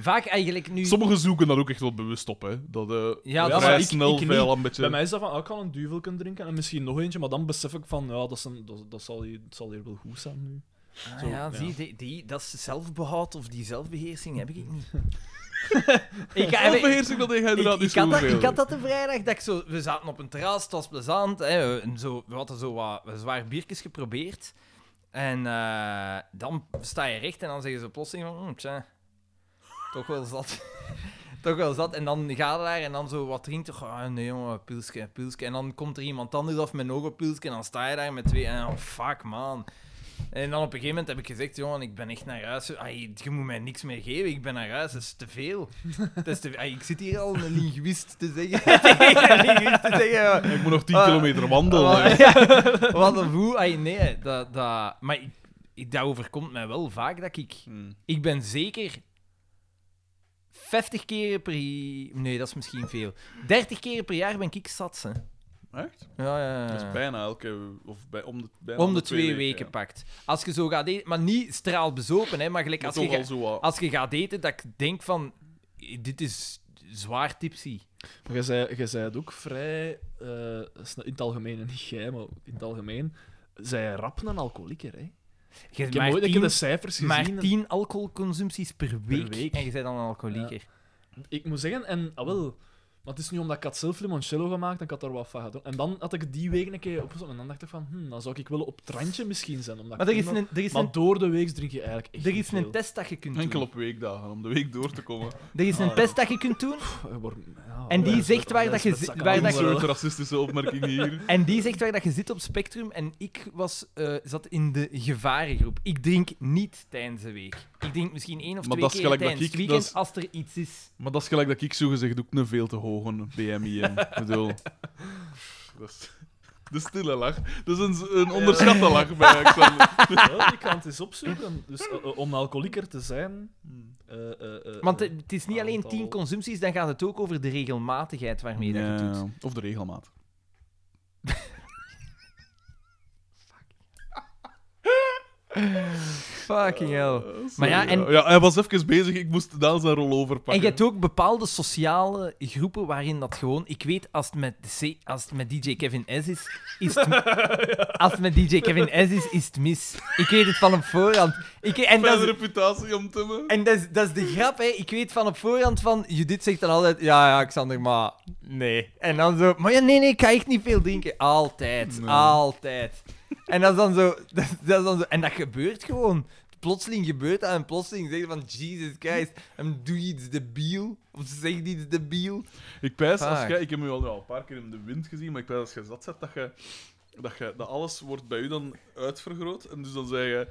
Speaker 1: Vaak eigenlijk nu...
Speaker 2: Sommigen zoeken daar ook echt wel bewust op, hè. Dat eh
Speaker 1: Ja,
Speaker 2: vrij
Speaker 1: maar ik-
Speaker 2: snel
Speaker 3: ik
Speaker 2: veel
Speaker 3: niet.
Speaker 2: een beetje...
Speaker 3: Bij mij is dat van, ah, ik kan een duvel kunnen drinken en misschien nog eentje, maar dan besef ik van, ja, dat, is een, dat, dat zal, hier, dat zal hier wel goed zijn nu.
Speaker 1: Ah,
Speaker 3: Zo,
Speaker 1: ja,
Speaker 3: ja.
Speaker 1: zie, die, die, dat is zelfbehoud of die zelfbeheersing heb ik niet. ik, ga-
Speaker 2: Zelfbeheersing, dat deed jij
Speaker 1: ik,
Speaker 2: inderdaad
Speaker 1: ik
Speaker 2: niet
Speaker 1: had dat,
Speaker 2: zoveel.
Speaker 1: ik had dat de vrijdag, dat ik zo, we zaten op een terras, het was plezant, hè, en zo, we hadden zo wat zwaar biertjes geprobeerd. En eh, dan sta je recht en dan zeggen ze plotseling van, "Hm, tja, toch wel zat. toch wel zat. En dan ga je daar en dan zo wat drinkt. toch, Ah, nee jongen, pilsje, pilsje. En dan komt er iemand anders af met nog een pilsje en dan sta je daar met twee en oh fuck man. En dan op een gegeven moment heb ik gezegd, jongen, ik ben echt naar huis. Ai, je moet mij niks meer geven, ik ben naar huis, dat is te veel. Dat is te- ai, ik zit hier al een linguist te zeggen. Tegen een linguist te zeggen.
Speaker 2: Ik moet nog 10
Speaker 1: Ah.
Speaker 2: kilometer wandelen. hè.
Speaker 1: Wat- ja, Wat een voe. Ai, nee, dat, dat, maar ik, ik, dat overkomt mij wel vaak dat ik...
Speaker 2: Hmm.
Speaker 1: Ik ben zeker 50 keer per... i- Nee, dat is misschien veel. 30 keer per jaar ben ik zat, hè.
Speaker 2: Echt?
Speaker 1: Ja, ja, ja.
Speaker 2: Dat is bijna elke... Of bij, om de, bijna
Speaker 1: Eh. Om de twee weken
Speaker 2: ja.
Speaker 1: pakt. Als je zo gaat eten... Maar niet straalbezopen, hè. Maar gelijk
Speaker 2: Maar
Speaker 1: als
Speaker 2: toch
Speaker 1: je,
Speaker 2: al
Speaker 1: ga-
Speaker 2: zo wat.
Speaker 1: als je gaat eten, dat ik denk van... Dit is zwaar tipsy.
Speaker 3: Maar jij zei, jij zei het ook vrij, eh, sne- in het algemeen, en niet jij, maar in het algemeen, zij je rap een alcoholieker, hè?
Speaker 1: Je
Speaker 3: Ik
Speaker 1: maar
Speaker 3: heb ooit een keer
Speaker 1: tien-
Speaker 3: de cijfers gezien.
Speaker 1: maar
Speaker 3: en-
Speaker 1: 10 alcoholconsumpties per week,
Speaker 3: week.
Speaker 1: en je bent dan een alcoholieker.
Speaker 3: Ik moet zeggen, en ah, wel, want het is nu omdat ik had zelf limoncello gemaakt en ik had daar wat van gedaan. En dan had ik die week een keer opgezocht en dan dacht ik van, hm, dan zou ik wel op het randje misschien zijn. Omdat
Speaker 1: Maar
Speaker 3: ik
Speaker 1: er is
Speaker 3: toen
Speaker 1: een, er is
Speaker 3: maar
Speaker 1: een,
Speaker 3: door de week drink je eigenlijk echt
Speaker 1: er
Speaker 3: niet
Speaker 1: is een
Speaker 3: veel.
Speaker 1: test dat je kunt doen.
Speaker 2: Enkel op weekdagen, om de week door te komen.
Speaker 1: Er is een
Speaker 3: Ah.
Speaker 1: test dat je kunt doen
Speaker 3: Pff, je wordt- ja,
Speaker 1: En die
Speaker 3: dat is
Speaker 1: zegt
Speaker 3: met-
Speaker 1: waar
Speaker 3: dat
Speaker 1: dat
Speaker 3: is
Speaker 1: je
Speaker 3: met
Speaker 1: zi-
Speaker 3: zakken
Speaker 1: waar
Speaker 2: Een
Speaker 1: dat je-
Speaker 3: onder
Speaker 2: soort
Speaker 3: wel.
Speaker 2: racistische opmerking hier.
Speaker 1: en die zegt waar dat je zit op spectrum en ik was, eh, zat in de gevarengroep. Ik drink niet tijdens de week. Ik drink misschien één of
Speaker 2: Maar
Speaker 1: twee
Speaker 2: dat is
Speaker 1: keer
Speaker 2: gelijk dat
Speaker 1: tijdens het
Speaker 2: ik- dus- dat
Speaker 1: weekend
Speaker 2: is-
Speaker 1: als er iets is.
Speaker 2: Maar dat is gelijk dat ik zo gezegd ook een veel te hoge BMI heb. Ik bedoel... Dat is... De stille lach. Dat is een, een onderschatte lach bij Alexander.
Speaker 3: Wel, ik kan het eens opzoeken. Dus eh, eh, om alcoholieker te zijn... eh, eh, eh,
Speaker 1: Want
Speaker 3: eh,
Speaker 1: eh, het is niet alleen tien
Speaker 3: aantal-
Speaker 1: consumpties, dan gaat het ook over de regelmatigheid waarmee dat je het doet.
Speaker 2: Ja, Of de regelmaat.
Speaker 1: Fucking hell.
Speaker 2: Sorry,
Speaker 1: ja, en-
Speaker 2: ja, hij was even bezig, ik moest Daan zijn rol overpakken.
Speaker 1: En je hebt ook bepaalde sociale groepen waarin dat gewoon... Ik weet, als het met, C, als het met DJ Kevin S is, is het... Als het met DJ Kevin S is, is het mis. Ik weet het van op voorhand. Ik, en dat
Speaker 2: Fijne
Speaker 1: is,
Speaker 2: reputatie om te me.
Speaker 1: en dat is, dat is de grap, hè. Ik weet van op voorhand van... Judith zegt dan altijd... Ja, ja, Xander, maar... Nee. En dan zo... Maar ja, nee, nee, ik ga echt niet veel drinken. Altijd. Altijd. En dat is dan zo... Dat, is- dat is dan zo en dat gebeurt gewoon. Plotseling gebeurt dat en plotseling zeg je van... Jesus Christ, hem doe iets debiel. Of zeg iets debiel.
Speaker 2: Ik pijs, als
Speaker 1: Vaak.
Speaker 2: jij, ik heb je al, al een paar keer in de wind gezien, maar ik pijs als je zat zet, dat, je, dat, je, dat alles wordt bij u dan uitvergroot. En dus dan zeg je,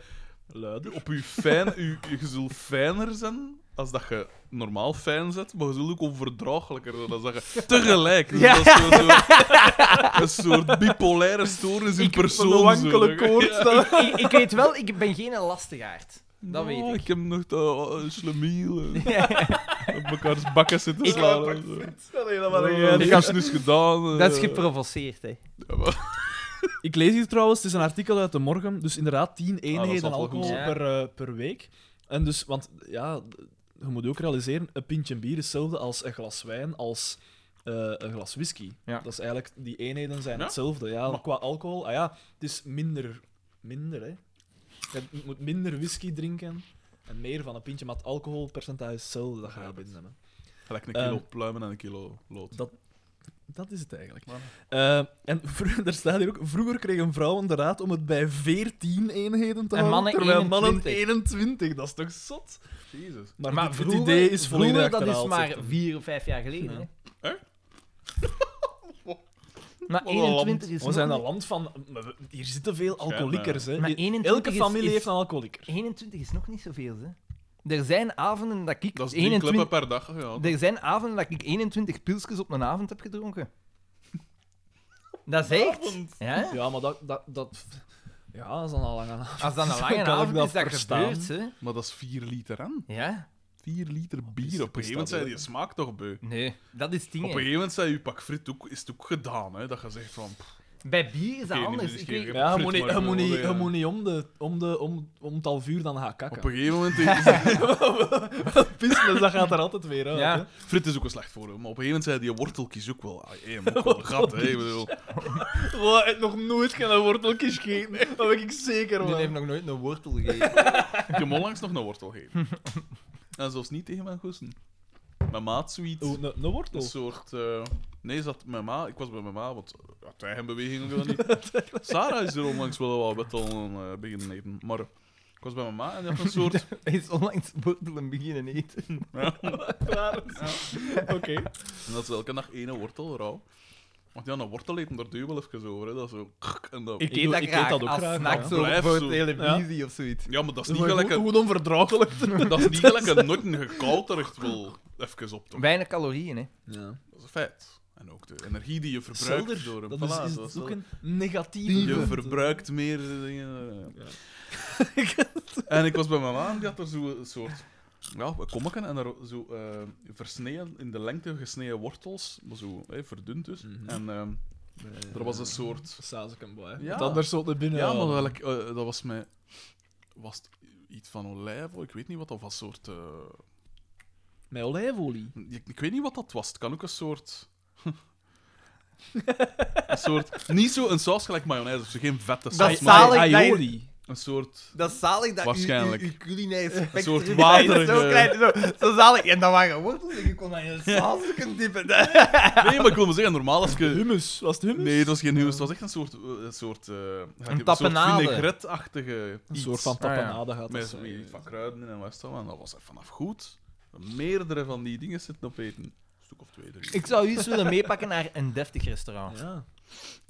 Speaker 2: luider, op je fijn, je, je zult fijner zijn als dat je normaal fijn zet, maar je zult ook onverdraaglijker zijn dan dat je tegelijk. Dus dat is zo, zo, een soort bipolaire stoornis in persoon.
Speaker 3: Een
Speaker 2: zo,
Speaker 3: wankele
Speaker 2: hè.
Speaker 3: koorts. dat-
Speaker 1: ik, ik weet wel, ik ben geen lastigaard. Dat
Speaker 2: Ja,
Speaker 3: Oh.
Speaker 1: weet ik.
Speaker 2: Ik heb nog de uh, slemiel. Op mekaars bakken zitten slaan. en zo.
Speaker 3: Allee, dat was een
Speaker 2: Ja,
Speaker 3: gein.
Speaker 2: Ik heb ze dus gedaan. eh.
Speaker 1: Dat is geprovoceerd, hè.
Speaker 2: Ja, maar-
Speaker 3: Ik lees hier trouwens, het is een artikel uit de morgen, dus inderdaad 10
Speaker 2: dat
Speaker 3: eenheden
Speaker 2: zal wel
Speaker 3: alcohol
Speaker 1: goed zijn.
Speaker 3: per, eh, per week. En dus, want ja, je moet ook realiseren, een pintje bier is hetzelfde als een glas wijn, als eh, een glas whisky.
Speaker 1: Ja.
Speaker 3: Dat is eigenlijk, die eenheden zijn
Speaker 2: Ja?
Speaker 3: hetzelfde. Ja, maar qua alcohol, ah ja, het is minder, minder hè. Je moet minder whisky drinken en meer van een pintje, maar het alcoholpercentage is hetzelfde dat je gaat binnen.
Speaker 2: Gelijk een kilo
Speaker 3: Ehm,
Speaker 2: pluimen en een kilo lood.
Speaker 3: Dat- Dat is het eigenlijk.
Speaker 2: Maar-
Speaker 3: Eh, en vro- daar staat hier ook, vroeger kregen vrouwen de raad om het bij 14 eenheden te
Speaker 1: En
Speaker 3: houden,
Speaker 1: mannen
Speaker 3: terwijl
Speaker 1: 21.
Speaker 3: mannen 21. Dat is toch zot?
Speaker 2: Jezus.
Speaker 3: Maar,
Speaker 1: Maar
Speaker 3: dit-
Speaker 1: vroeger,
Speaker 3: het idee is volledig
Speaker 1: vroeger, dat is
Speaker 3: achterhaald,
Speaker 1: maar
Speaker 3: zegt hij.
Speaker 1: vier of vijf jaar geleden.
Speaker 3: Ja.
Speaker 1: Hè?
Speaker 2: Hè?
Speaker 1: maar
Speaker 2: een land.
Speaker 1: 21 is
Speaker 3: We zijn
Speaker 1: nog
Speaker 3: een land van... maar we- Hier zitten veel alcoholiekers, hè.
Speaker 1: Maar
Speaker 3: Die-
Speaker 1: 21
Speaker 3: Elke
Speaker 1: is-
Speaker 3: familie
Speaker 1: is-
Speaker 3: heeft een alcoholieker.
Speaker 1: niet- 21 is nog niet zoveel. Hè? Er zijn avonden dat ik
Speaker 2: Dat is drie
Speaker 1: 21...
Speaker 2: kleppen per dag. Ja.
Speaker 1: Er zijn avonden dat ik 21 pilsjes op een avond heb gedronken. Dat is echt.
Speaker 2: Avond.
Speaker 1: Ja?
Speaker 3: Ja, maar dat... dat, dat ja, dat is dan al lang aan.
Speaker 1: Als dat een
Speaker 3: Zo
Speaker 1: lange
Speaker 3: kan ik
Speaker 1: avond
Speaker 3: dat
Speaker 1: is, dat
Speaker 3: verstaan.
Speaker 1: gebeurt. Hè?
Speaker 2: Maar dat is 4 liter aan.
Speaker 1: Ja?
Speaker 2: 4 liter
Speaker 3: is-
Speaker 2: bier. Op een gegeven moment
Speaker 3: is dat
Speaker 2: zijn je smaak toch beu.
Speaker 1: Nee, dat is het ding.
Speaker 2: Op een
Speaker 1: hè.
Speaker 2: gegeven moment zijn je pak frit ook, is het ook gedaan. Hè, dat je zegt van... pff,
Speaker 1: Bij bier is dat
Speaker 2: Geen
Speaker 1: anders.
Speaker 2: is
Speaker 1: Ik
Speaker 2: geen
Speaker 1: weet-
Speaker 2: grap.
Speaker 3: Ja, je
Speaker 2: Frit
Speaker 3: moet niet-
Speaker 2: maar
Speaker 3: je moet niet-
Speaker 2: wel,
Speaker 3: je
Speaker 2: ja.
Speaker 3: moet niet om de- om de- om- om het half uur dan gaan kakken.
Speaker 2: Op een gegeven moment... Is,
Speaker 3: Pissen, dus dat gaat er altijd weer uit.
Speaker 1: Ja.
Speaker 3: hè.
Speaker 2: frit is ook een slecht voorbeeld. Maar op een gegeven moment zijn die worteltjes ook wel... Ah, hey, ook wel een gat, hè. ik bedoel.
Speaker 3: Wow, ik heb nog nooit geen worteltjes gegeten. Dat weet ik zeker
Speaker 1: Die heeft
Speaker 3: van.
Speaker 1: nog nooit een wortel gegeten.
Speaker 2: Ik heb onlangs nog een wortel gegeven. En zelfs niet tegen mijn goesten. Mijn maat zoiets.
Speaker 3: Oeh, een- Een
Speaker 2: Een
Speaker 3: wortel?
Speaker 2: soort... eh, nee, zat mijn ma... Ik was bij mijn ma, want ja, tijgenbewegingen doen dat niet. Sarah is er onlangs wel wat wortel eh beginnen eten. Maar ik was bij mijn ma en die had een soort...
Speaker 1: Hij is onlangs wortelen beginnen eten.
Speaker 3: Klaar. Oké.
Speaker 2: En dat is elke dag één wortel, rauw. Want ja, een wortel eten, daar duw je wel even over. Hè. Dat is zo... En dat...
Speaker 3: Ik eet dat graag als snack
Speaker 2: zo voor
Speaker 3: televisie
Speaker 1: of zoiets.
Speaker 2: Ja, maar dat is
Speaker 3: Hoe
Speaker 2: niet gelijk een...
Speaker 3: Goed onverdraaglijk.
Speaker 2: Dat is niet gelijk een noten gekoud er echt wel even op toch?
Speaker 1: Weinig calorieën, hè.
Speaker 3: Ja.
Speaker 2: Dat is een feit. En ook de energie die je verbruikt door hem.
Speaker 3: Dat
Speaker 2: Voilà,
Speaker 3: is, is
Speaker 2: zo
Speaker 3: het
Speaker 2: is
Speaker 3: ook
Speaker 2: dat.
Speaker 3: een negatieve...
Speaker 2: Je verbruikt meer eh, dingen. eh. en ik was bij mijn ma en die had er zo een soort. Ja, een kommeken en daar zo eh, versneden, in de lengte gesneden wortels, maar zo eh, verdund dus. En ehm, er was een soort.
Speaker 3: Saus ik hem bij.
Speaker 2: Ja.
Speaker 3: Dat daar zo naar binnen.
Speaker 2: Ja, maar welk, eh, dat was mij. Was het iets van olijfolie? Ik weet niet wat dat was. Soort, eh,
Speaker 3: Met olijfolie.
Speaker 2: ik, ik weet niet wat dat was. Het kan ook een soort. een soort. Niet zo een saus gelijk mayonaise of zo, geen vette
Speaker 3: Ah,
Speaker 2: saus.
Speaker 1: is
Speaker 2: maar
Speaker 1: zalig dat je-
Speaker 3: Aioli.
Speaker 2: Een soort.
Speaker 1: Dat is zalig dat
Speaker 2: Waarschijnlijk.
Speaker 1: uw culinair spectrum...
Speaker 2: soort eh.
Speaker 1: is
Speaker 2: waterige-
Speaker 1: Zo klein, zo, zo zalig. En dan waren wortels en je kon dan in een saus kunnen dippen.
Speaker 2: Nee, maar ik wil maar zeggen, normaal als je.
Speaker 3: Hummus. Was het hummus?
Speaker 2: Nee, het was geen hummus. Het was echt een soort... eh, Een soort, eh,
Speaker 1: tapenade.
Speaker 2: een soort vinaigrette-achtige
Speaker 3: Een
Speaker 2: iets. Ah,
Speaker 3: soort van tapenade gaat
Speaker 2: Met
Speaker 3: dat
Speaker 2: zo
Speaker 3: zijn.
Speaker 2: iets van kruiden in en wat is dat, En dat was er vanaf goed. Meerdere van die dingen zitten op eten. Een stuk of twee, drie. Ik,
Speaker 1: Ik zou u eens willen meepakken naar een deftig restaurant.
Speaker 3: Ja.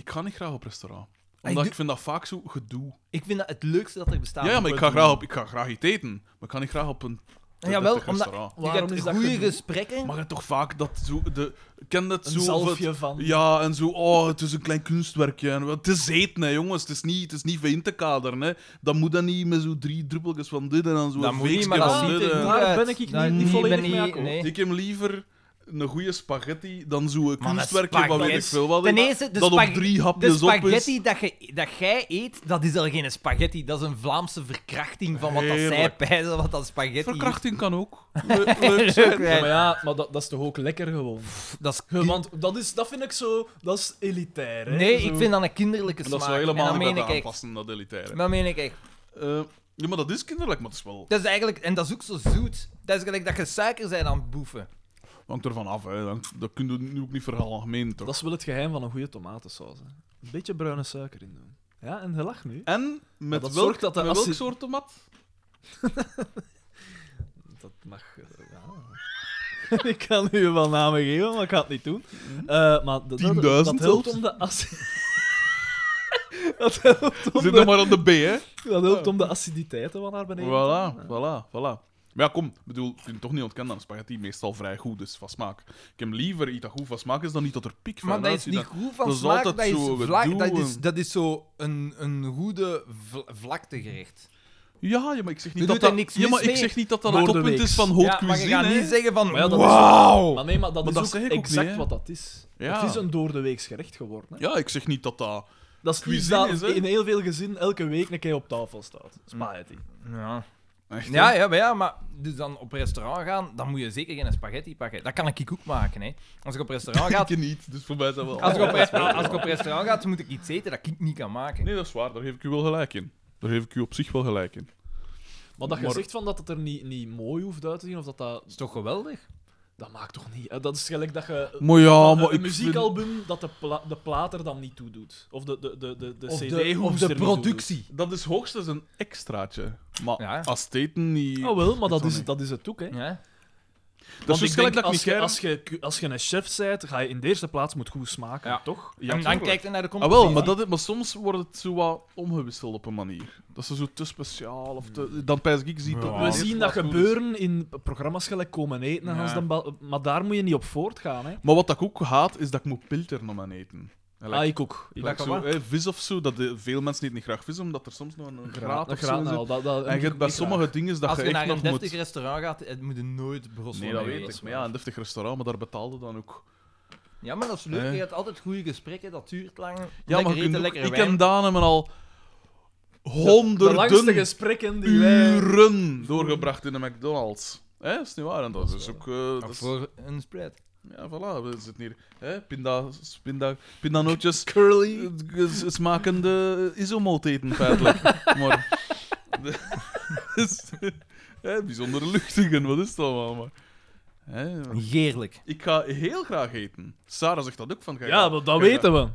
Speaker 2: ga niet graag op restaurant.
Speaker 1: Ah,
Speaker 2: Omdat
Speaker 1: ik
Speaker 2: ik vind dat vaak zo gedoe.
Speaker 1: Ik vind dat het leukste Ah, dat er bestaat.
Speaker 2: Ja, ja maar ik ga, graag op, ik ga graag iets eten. Maar ik ga niet graag op een
Speaker 1: Jawel,
Speaker 2: deftig
Speaker 1: omdat
Speaker 2: restaurant.
Speaker 1: je
Speaker 3: Waarom
Speaker 1: hebt
Speaker 3: is dat
Speaker 1: goede
Speaker 3: gedoe?
Speaker 1: gesprekken.
Speaker 2: Maar het toch vaak dat zo... De, ken dat
Speaker 3: Een
Speaker 2: zo... of het-
Speaker 3: zalfje van...
Speaker 2: Ja, en zo, oh, het is een klein kunstwerkje. En wat- het is eten, hè, jongens. Het is niet, het is niet voor in te kaderen. Hè. Dan moet dat niet met zo drie druppeltjes van dit en dan zo
Speaker 1: Dat
Speaker 2: een
Speaker 1: moet niet, maar
Speaker 2: weekje
Speaker 1: dat
Speaker 2: van
Speaker 1: ziet
Speaker 2: dit.
Speaker 1: er
Speaker 2: en-
Speaker 1: goed uit.
Speaker 3: Daar ben ik niet-
Speaker 1: Daar
Speaker 3: niet volledig
Speaker 1: ben
Speaker 3: mee
Speaker 1: ik-
Speaker 3: akkoord.
Speaker 1: nee.
Speaker 2: Ik heb liever een goede spaghetti dan zo'n
Speaker 1: Maar dat
Speaker 2: kunstwerkje van weet ik
Speaker 1: spaghetti-
Speaker 2: veel wat.
Speaker 1: Ten eerste, de
Speaker 2: dat op
Speaker 1: spag-
Speaker 2: drie
Speaker 1: De
Speaker 2: hapjes op is.
Speaker 1: spaghetti dat, je, dat jij eet, dat is al geen spaghetti. Dat is een Vlaamse verkrachting van wat dat zij
Speaker 2: Heerlijk.
Speaker 1: pijzen, wat dat spaghetti is.
Speaker 2: Verkrachting kan ook. Le- leuk zijn.
Speaker 3: Ja, maar ja, maar dat, dat is toch ook lekker gewoon.
Speaker 1: Dat is
Speaker 3: Ge- Want dat, is, dat vind ik zo... Dat is elitair, hè.
Speaker 1: Nee,
Speaker 3: Zo-
Speaker 1: ik vind dat een kinderlijke
Speaker 2: En
Speaker 1: smaak.
Speaker 2: dat is wel
Speaker 1: En
Speaker 2: helemaal
Speaker 1: dat
Speaker 2: niet
Speaker 1: meen
Speaker 2: bij
Speaker 1: ik
Speaker 2: te
Speaker 1: echt.
Speaker 2: aanpassen, dat elitaire.
Speaker 1: Dat meen ik echt.
Speaker 2: Eh, ja, maar dat is kinderlijk, maar het is wel...
Speaker 1: Dat is eigenlijk, en dat is ook zo zoet. Dat is gelijk dat je suiker zijn aan het boeven.
Speaker 2: hangt ervan af, hè. Dat, dat kun je nu ook niet verhalen gemeen, toch?
Speaker 3: Dat is wel het geheim van een goede tomatensaus. Hè. Een beetje bruine suiker in doen. Ja, en je lacht nu.
Speaker 2: En met
Speaker 3: dat
Speaker 2: welk,
Speaker 3: zorgt dat de
Speaker 2: met welk
Speaker 3: acid-
Speaker 2: soort tomat?
Speaker 3: Dat mag. eh, ja. ik kan u wel namen geven, maar ik ga het niet doen. Eh, maar dat, dat,
Speaker 2: 10.000
Speaker 3: dat helpt
Speaker 2: Mhm. zelfs.
Speaker 3: om de acid. dat, helpt om
Speaker 2: Zit nog
Speaker 3: de,
Speaker 2: maar aan de B, hè?
Speaker 3: dat helpt om de aciditeiten wat naar beneden.
Speaker 2: Voilà, voilà, voilà. Maar ja, kom, ik bedoel, je kunt het toch niet ontkennen dat spaghetti meestal vrij goed is van smaak. Ik heb liever iets dat goed van smaak is dan niet dat er piek van
Speaker 1: Maar dat is
Speaker 2: uitziet.
Speaker 1: niet goed van
Speaker 2: dat is
Speaker 1: smaak,
Speaker 2: altijd
Speaker 1: dat is,
Speaker 2: zo
Speaker 1: vla-
Speaker 2: gedoe,
Speaker 1: dat is,
Speaker 2: en-
Speaker 1: dat is zo een, een goede vl vlaktegerecht.
Speaker 2: Ja, ja, maar ik zeg niet
Speaker 1: Je
Speaker 2: dat
Speaker 1: doet
Speaker 2: dat...
Speaker 1: er niks
Speaker 2: ja, maar
Speaker 1: mis
Speaker 2: ik
Speaker 1: mee.
Speaker 2: zeg niet dat dat
Speaker 3: Maar
Speaker 2: het
Speaker 3: de
Speaker 2: toppunt
Speaker 3: weeks.
Speaker 2: is van haute
Speaker 1: ja, maar je
Speaker 2: cuisine,
Speaker 1: gaat
Speaker 2: hè.
Speaker 1: niet zeggen van,
Speaker 3: Maar ja, dat is-
Speaker 1: wauw!
Speaker 3: Maar nee, maar dat
Speaker 2: Maar
Speaker 3: is
Speaker 2: dat zeg
Speaker 3: ook
Speaker 2: ik ook
Speaker 3: exact
Speaker 2: niet, hè.
Speaker 3: wat dat is.
Speaker 2: Ja.
Speaker 3: Het is een door de weeks gerecht geworden. Hè.
Speaker 2: Ja, ik zeg niet dat dat...
Speaker 3: Dat is iets
Speaker 2: Cuisine
Speaker 3: dat
Speaker 2: is, hè.
Speaker 3: in heel veel gezinnen elke week een keer op tafel staat. Spaghetti.
Speaker 2: Mm.
Speaker 1: Ja.
Speaker 2: Echt,
Speaker 1: Ja,
Speaker 2: hè.
Speaker 1: ja, maar ja, maar dus dan op restaurant gaan, dan moet je zeker geen spaghetti pakken. Dat kan ik ook maken, hè. Als ik op restaurant ga,
Speaker 2: Ik je niet, dus voor mij is dat wel...
Speaker 1: als ik op, restaurant- als ik op restaurant ga, dan moet ik iets eten dat ik niet kan maken.
Speaker 2: Nee, dat is waar, daar geef ik u wel gelijk in. Daar geef ik u op zich wel gelijk in.
Speaker 3: Maar dat je
Speaker 2: Maar-
Speaker 3: zegt van dat het er niet, niet mooi hoeft uit te zien, of dat dat...
Speaker 1: Dat is toch geweldig?
Speaker 3: Dat maakt toch niet... eh, Dat is gelijk dat je
Speaker 2: Maar ja, maar
Speaker 3: een
Speaker 2: ik
Speaker 3: muziekalbum dat de, pla de plaat er dan niet toe doet. Of de, de, de, de, de
Speaker 1: Of
Speaker 3: cd
Speaker 1: de, of
Speaker 3: hoes
Speaker 1: de
Speaker 3: er niet toe
Speaker 1: productie.
Speaker 2: vind- dat is hoogstens een extraatje. Maar
Speaker 1: Ja.
Speaker 2: als teten niet...
Speaker 3: doet. Oh wel, maar dat
Speaker 2: weet
Speaker 3: is,
Speaker 2: niet.
Speaker 3: dat is het ook, hè.
Speaker 1: Ja.
Speaker 2: dat is
Speaker 3: ik
Speaker 2: zo gelijk
Speaker 3: denk,
Speaker 2: dat ik
Speaker 3: als,
Speaker 2: niet
Speaker 3: je,
Speaker 2: ken.
Speaker 3: als, je, als je een chef bent, ga je in de eerste plaats moet goed smaken,
Speaker 1: Ja.
Speaker 3: toch?
Speaker 1: en dan kijkt hij naar de
Speaker 2: Ah
Speaker 1: competitie.
Speaker 2: wel, maar, dat, is- maar soms wordt het zo wat omgewisseld op een manier. Dat ze zo te speciaal of te... Dan pijs ik, zie dat...
Speaker 3: We zien dat gebeuren in programma's gelijk komen eten, en
Speaker 1: Ja.
Speaker 3: Hans den Bal- maar daar moet je niet op voortgaan. Hè.
Speaker 2: Maar wat ik ook haat, is dat ik moet pilteren om aan eten. En like-
Speaker 3: Ah, ik ook. Ik
Speaker 2: like
Speaker 1: kan
Speaker 2: zo,
Speaker 1: wel.
Speaker 2: hè, vis of zo, dat de, veel mensen eten niet graag vis, omdat er soms nog een, een graad of
Speaker 3: dat
Speaker 2: zo
Speaker 3: graad
Speaker 2: in
Speaker 3: nou,
Speaker 2: zit.
Speaker 3: dat, dat,
Speaker 2: En je hebt bij sommige dingen dat
Speaker 1: Als
Speaker 2: je
Speaker 1: je
Speaker 2: echt
Speaker 1: naar een
Speaker 2: nog
Speaker 1: deftig
Speaker 2: moet...
Speaker 1: restaurant gaat, het moet je nooit brosselen.
Speaker 2: Nee, dat weet ik. Maar ja, een deftig restaurant, maar daar betaalde dan ook...
Speaker 1: Ja, maar dat is leuk.
Speaker 2: Eh.
Speaker 1: Je hebt altijd goede gesprekken, dat duurt lang.
Speaker 2: Ja,
Speaker 1: lekker
Speaker 2: maar je
Speaker 1: eten,
Speaker 2: kunt ook-
Speaker 1: lekker
Speaker 2: ik
Speaker 1: wijn.
Speaker 2: en Daan hebben al
Speaker 3: De langste
Speaker 2: honderden
Speaker 3: gesprekken die wij...
Speaker 2: uren doorgebracht in de McDonald's. Hè, dat is niet waar. En dat is ook... eh, dat is-
Speaker 1: Voor een spread.
Speaker 2: Ja, voilà, we zitten hier. Hè? Pinda, pinda, pindanootjes. Curly. Smakende isomoot eten, feitelijk. maar... dus, hè, bijzondere luchtingen, wat is dat allemaal? Maar, hè,
Speaker 1: Geerlijk.
Speaker 2: ik ga heel graag eten. Sarah zegt dat ook van... ga-
Speaker 3: Ja, maar dat
Speaker 2: ga-
Speaker 3: weten we.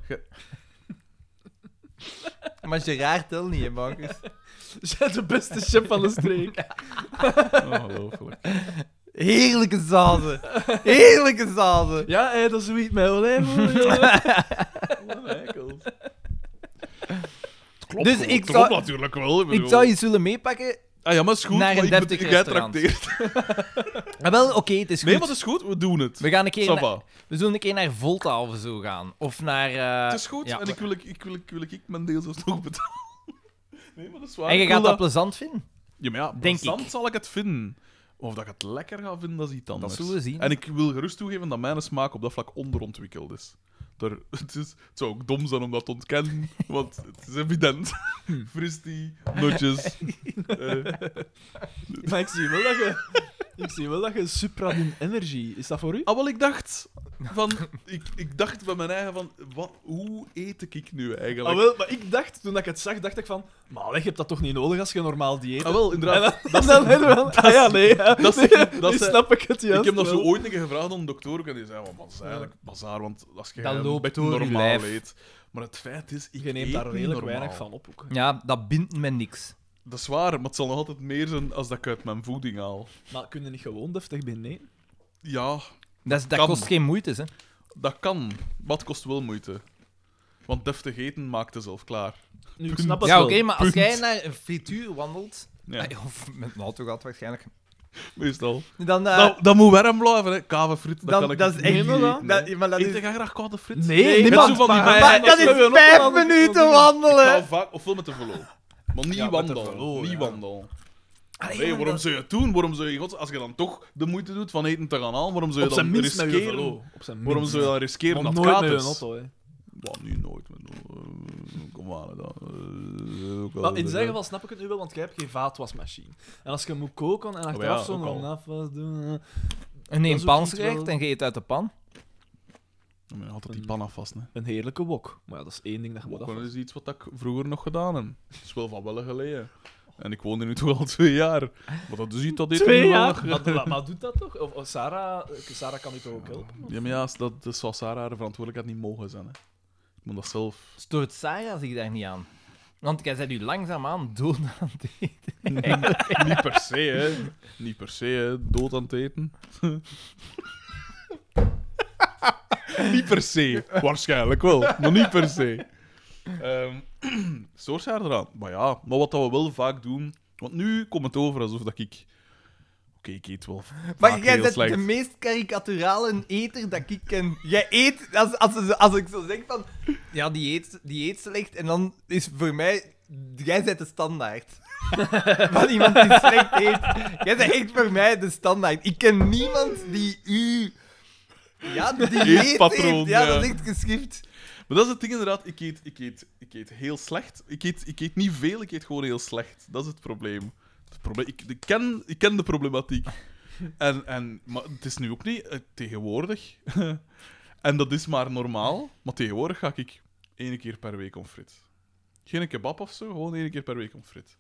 Speaker 1: Maar Gerard tel niet, hè, Marcus?
Speaker 3: Zij de beste chef van de streek.
Speaker 2: Oh, Ongelooflijk.
Speaker 1: Heerlijke zaden. Heerlijke zaden.
Speaker 3: Ja, hé, dat is zoiets met olijfolie.
Speaker 2: Klopt,
Speaker 1: Dus
Speaker 2: dus
Speaker 1: ik
Speaker 2: ik
Speaker 1: zou-
Speaker 2: natuurlijk wel.
Speaker 1: Ik zou je zullen meepakken.
Speaker 2: Ah ja, maar is goed.
Speaker 1: naar
Speaker 2: maar
Speaker 1: een
Speaker 2: ik ben-
Speaker 1: deftig
Speaker 2: jij
Speaker 1: restaurant.
Speaker 2: trakteert.
Speaker 1: Ah, wel, oké, het is goed.
Speaker 2: Nee, maar het is goed. We doen het.
Speaker 1: We gaan een keer,
Speaker 2: Sava.
Speaker 1: naar- we zullen een keer naar Volta of zo gaan. Of naar... eh,
Speaker 2: het is goed.
Speaker 1: ja.
Speaker 2: en ik wil, ik, ik, wil, ik, wil ik mijn deel zelfs nog betalen. Nee, maar dat is waar.
Speaker 1: En je
Speaker 2: Ik wil
Speaker 1: gaat dat plezant vinden?
Speaker 2: Ja, maar ja,
Speaker 1: Denk
Speaker 2: plezant
Speaker 1: ik.
Speaker 2: zal ik het vinden. Of dat ik het lekker ga vinden, dat is iets anders.
Speaker 1: zullen we zien.
Speaker 2: En ik wil gerust toegeven dat mijn smaak op dat vlak onderontwikkeld is. Daar, het, is het zou ook dom zijn om dat te ontkennen, want het is evident. Fristie, notjes. eh,
Speaker 3: maar ik zie wel dat je... Ik zie wel dat je Supradin Energy... Is dat voor u?
Speaker 2: Ah, wel, ik dacht... Van, ik, ik dacht bij mijn eigen van... Wat, hoe eet ik ik nu eigenlijk?
Speaker 3: Ah, wel, maar ik dacht, toen ik het zag, dacht ik van... Maar leg, je hebt dat toch niet nodig als je een normaal dieet
Speaker 2: Ah, wel, inderdaad.
Speaker 3: En dan, dan hebben we wel- Ah ja, nee. ja.
Speaker 2: dat is-
Speaker 3: Nee,
Speaker 2: dat
Speaker 3: nu
Speaker 2: is-
Speaker 3: snap ik het juist.
Speaker 2: ik heb dat zo
Speaker 3: wel.
Speaker 2: ooit een keer gevraagd aan een dokter ook, en die zei, "Wat, man, dat is eigenlijk bazaar, want als je
Speaker 1: Dat
Speaker 2: een
Speaker 1: loopt
Speaker 2: beetje
Speaker 1: door je
Speaker 2: normaal
Speaker 1: lijf.
Speaker 2: eet... Maar het feit is, ik
Speaker 3: Je neemt
Speaker 2: eet
Speaker 3: daar
Speaker 2: niet
Speaker 3: redelijk
Speaker 2: normaal.
Speaker 3: weinig van op. Ook.
Speaker 1: Ja, dat bindt me niks.
Speaker 2: Dat is waar, maar het zal nog altijd meer zijn als dat ik uit mijn voeding haal.
Speaker 3: Maar kun je niet gewoon deftig binnen? Nee.
Speaker 2: Ja,
Speaker 1: Dat, is- dat
Speaker 2: Kan.
Speaker 1: kost geen moeite, hè.
Speaker 2: dat kan. Wat kost wel moeite. Want deftig eten maakt het zelf klaar.
Speaker 3: Nu, ik snap het
Speaker 1: Ja,
Speaker 3: wel.
Speaker 1: oké, maar als
Speaker 2: Punt.
Speaker 1: jij naar een frituur wandelt...
Speaker 2: Ja,
Speaker 3: Ah,
Speaker 1: eh, Of met een auto gaat waarschijnlijk...
Speaker 2: meestal.
Speaker 1: Dan... eh,
Speaker 2: dat, dat moet warm blijven, hè. Kave friet, dat
Speaker 1: dan,
Speaker 2: kan ik
Speaker 1: dat is
Speaker 2: niet
Speaker 1: echt...
Speaker 2: eten, hè.
Speaker 1: dat- ja, maar dat
Speaker 2: Eet
Speaker 1: is...
Speaker 2: jij graag koude friet?
Speaker 3: Nee,
Speaker 1: Nee,
Speaker 3: niemand.
Speaker 2: zo van die
Speaker 3: maar-
Speaker 2: bijna-
Speaker 1: Maar dat
Speaker 3: dat is
Speaker 1: is
Speaker 3: wel
Speaker 1: vijf
Speaker 3: een oplossing.
Speaker 1: minuten
Speaker 2: Ik ga
Speaker 1: wandelen!
Speaker 2: vaak, of veel met de velo. Maar niet
Speaker 3: Ja, met de
Speaker 2: wandelen.
Speaker 3: velo,
Speaker 2: niet
Speaker 3: ja.
Speaker 2: wandelen.
Speaker 1: Allee,
Speaker 2: Nee,
Speaker 1: maar
Speaker 2: waarom
Speaker 1: dat-
Speaker 2: zou je het doen? Waarom zou je, gods, als je dan toch de moeite doet van eten te gaan halen, waarom zou je
Speaker 3: Op zijn
Speaker 2: dan
Speaker 3: minst met je
Speaker 2: riskeren?
Speaker 3: velo. Op zijn
Speaker 2: waarom
Speaker 3: minst.
Speaker 2: zou je dan riskeren
Speaker 3: Maar
Speaker 2: dat
Speaker 3: nooit
Speaker 2: kaat
Speaker 3: met
Speaker 2: is?
Speaker 3: een auto, hè.
Speaker 2: Wat, nu nooit. Met, eh, kom aan, hè, dan. Eh,
Speaker 3: Maar in zijn geval snap ik het nu wel, want jij hebt geen vaatwasmachine. En als je moet koken en achteraf
Speaker 2: Oh, ja,
Speaker 3: zo'n
Speaker 2: ook al.
Speaker 3: lang afwas doen... eh,
Speaker 1: En
Speaker 3: Dat
Speaker 1: een
Speaker 3: is
Speaker 1: pan
Speaker 3: ook iets
Speaker 1: krijgt
Speaker 3: wel-
Speaker 1: en je eet uit de pan.
Speaker 2: Ja, maar altijd die pan afvast, hè.
Speaker 3: Een heerlijke wok. Maar ja, dat is één ding dat je moet
Speaker 2: Wokken
Speaker 3: afwassen.
Speaker 2: is iets wat ik vroeger nog gedaan heb. Dat is wel van wel geleden. En ik woon er nu toch al twee jaar. Maar dat is iets dat dit nu wel nog-
Speaker 3: Maar, maar, maar doet dat toch? Of, of Sarah, eh, Sarah kan u toch ook helpen?
Speaker 2: Ja, maar ja, dat, dat zou Sarah haar verantwoordelijkheid niet mogen zijn, hè. Ik moet dat zelf...
Speaker 1: Stoort Sarah zich daar niet aan? Want jij bent u langzaamaan dood aan het eten.
Speaker 2: Niet per se, hè. Niet per se, hè. Dood aan het eten. niet per se. Waarschijnlijk wel, maar niet per se. Ehm stoort ze haar eraan? Maar ja, maar wat dat we wel vaak doen... Want nu komt het over alsof dat ik... Oké, ik eet wel
Speaker 1: Maar
Speaker 2: vaak
Speaker 1: jij
Speaker 2: heel
Speaker 1: bent
Speaker 2: slecht.
Speaker 1: de meest karikaturale eter dat ik ken. Jij eet, als, als, ze- als ik zo zeg van, ja, die eet, die eet slecht, en dan is voor mij, jij bent de standaard. Van iemand die slecht eet. Jij bent echt voor mij de standaard. Ik ken niemand die u... Ja, die
Speaker 2: Eetpatroon,
Speaker 1: heeft. Ja,
Speaker 2: ja.
Speaker 1: dat is echt geschift.
Speaker 2: Maar dat is het ding inderdaad. Ik eet, ik eet, ik eet heel slecht. Ik eet, ik eet niet veel, ik eet gewoon heel slecht. Dat is het probleem. Het probleem ik, ik, ken, ik ken de problematiek. En, en, maar het is nu ook niet eh, tegenwoordig. en dat is maar normaal. Maar tegenwoordig ga ik één keer per week om frit. Geen kebab of zo, gewoon één keer per week om frit.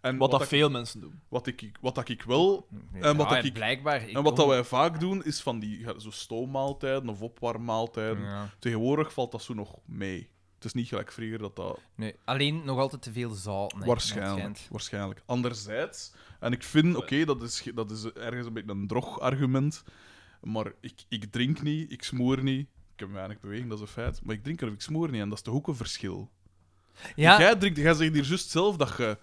Speaker 2: En wat,
Speaker 3: Wat, dat
Speaker 2: ik,
Speaker 3: veel mensen doen.
Speaker 2: wat, ik, wat dat ik wel
Speaker 1: Ja,
Speaker 2: Eh, wat dat ik-
Speaker 1: blijkbaar. ik
Speaker 2: en wat dat
Speaker 1: kom-
Speaker 2: wij vaak doen, is van die ja, zo stoommaaltijden of opwarmmaaltijden.
Speaker 1: Ja.
Speaker 2: Tegenwoordig valt dat zo nog mee. Het is niet gelijk vroeger dat dat
Speaker 1: Nee, alleen nog altijd te veel zout. nee, dat
Speaker 2: waarschijnlijk,
Speaker 1: schijnt.
Speaker 2: waarschijnlijk. Anderzijds, en ik vind, oké, dat, is, ge- dat is ergens een beetje een drog argument, maar ik, ik drink niet, ik smoor niet. Ik heb weinig beweging, dat is een feit. Maar ik drink of ik smoor niet, en dat is toch ook een verschil.
Speaker 1: Ja,
Speaker 2: Jij, drinkt, jij zegt hier juist zelf dat je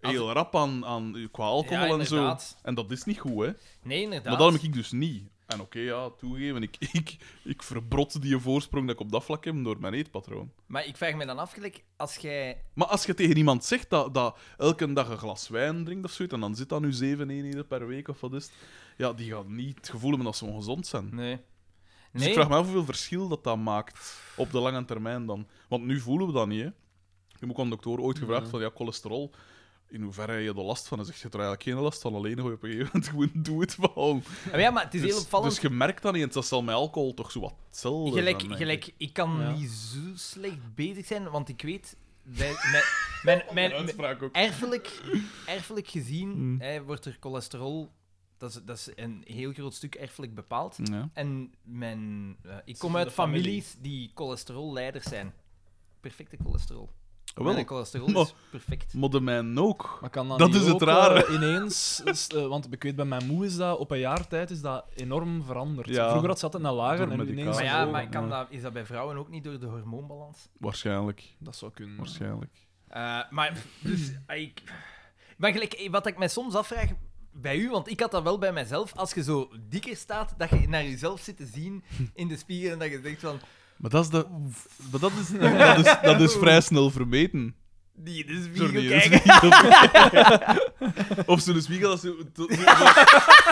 Speaker 2: heel rap aan, aan qua
Speaker 1: Ja,
Speaker 2: alcohol en zo.
Speaker 1: inderdaad.
Speaker 2: En dat is niet goed, hè?
Speaker 1: nee, inderdaad.
Speaker 2: Maar dat heb ik dus niet. En oké, ja, toegeven, ik, ik, ik verbrot die voorsprong dat ik op dat vlak heb door mijn eetpatroon.
Speaker 1: Maar ik vraag me dan af, gelijk, als jij...
Speaker 2: Maar als je tegen iemand zegt dat, dat elke dag een glas wijn drinkt of zoiets, en dan zit dat nu zeven eenheden per week of wat is het, ja, die gaat niet het gevoel hebben dat ze ongezond zijn.
Speaker 1: Nee.
Speaker 2: Dus
Speaker 1: Nee,
Speaker 2: ik vraag me af hoeveel verschil dat dat maakt op de lange termijn dan. Want nu voelen we dat niet, hè. Ik heb ook aan de dokter ooit gevraagd van, ja, cholesterol, in hoeverre heb je er last van? En zegt, je hebt er eigenlijk geen last van, alleen gooi je op een gegeven moment gewoon doe het van.
Speaker 1: Ah, maar, ja, maar het is heel opvallend.
Speaker 2: Dus je merkt dat niet, en dat zal met alcohol toch zo wat hetzelfde
Speaker 1: Gelijk,
Speaker 2: zijn, denk ik.
Speaker 1: gelijk, ik kan niet zo slecht bezig zijn, want ik weet... Bij, mijn, mijn, mijn, mijn-
Speaker 2: uitspraak ook.
Speaker 1: erfelijk, erfelijk gezien
Speaker 2: Hmm.
Speaker 1: hè, wordt er cholesterol... Dat is, dat is een heel groot stuk erfelijk bepaald.
Speaker 2: Ja.
Speaker 1: En mijn, eh, ik
Speaker 3: in
Speaker 1: kom uit
Speaker 3: de familie.
Speaker 1: families die cholesterolleiders zijn. Perfecte cholesterol.
Speaker 2: Oh, Wel.
Speaker 1: Mijn cholesterol is perfect.
Speaker 2: Maar de mijn ook.
Speaker 3: Maar kan dan
Speaker 2: Dat
Speaker 3: niet
Speaker 2: is het
Speaker 3: ook,
Speaker 2: rare.
Speaker 3: eh, ineens, is, eh, want ik weet bij mijn moe is dat op een jaar tijd is dat enorm veranderd.
Speaker 2: Ja.
Speaker 3: Vroeger had ze altijd naar lager
Speaker 2: Door
Speaker 3: en nu
Speaker 2: medicatie.
Speaker 3: ineens.
Speaker 1: Maar ja,
Speaker 3: zo.
Speaker 1: maar kan dat, is dat bij vrouwen ook niet door de hormoonbalans?
Speaker 2: Waarschijnlijk.
Speaker 3: Dat zou kunnen.
Speaker 2: Waarschijnlijk.
Speaker 1: Eh, maar, dus, ah, ik... maar gelijk, eh, wat ik mij soms afvraag bij u, want ik had dat wel bij mezelf, als je zo dikker staat, dat je naar jezelf zit te zien in de spiegel en dat je denkt van,
Speaker 2: Maar dat is, de, maar dat is, dat is, dat is vrij snel vermeten.
Speaker 1: die dit is
Speaker 2: Door
Speaker 1: spiegel
Speaker 2: die
Speaker 1: kijken.
Speaker 2: spiegel. of zo'n spiegel als zo... to- zo-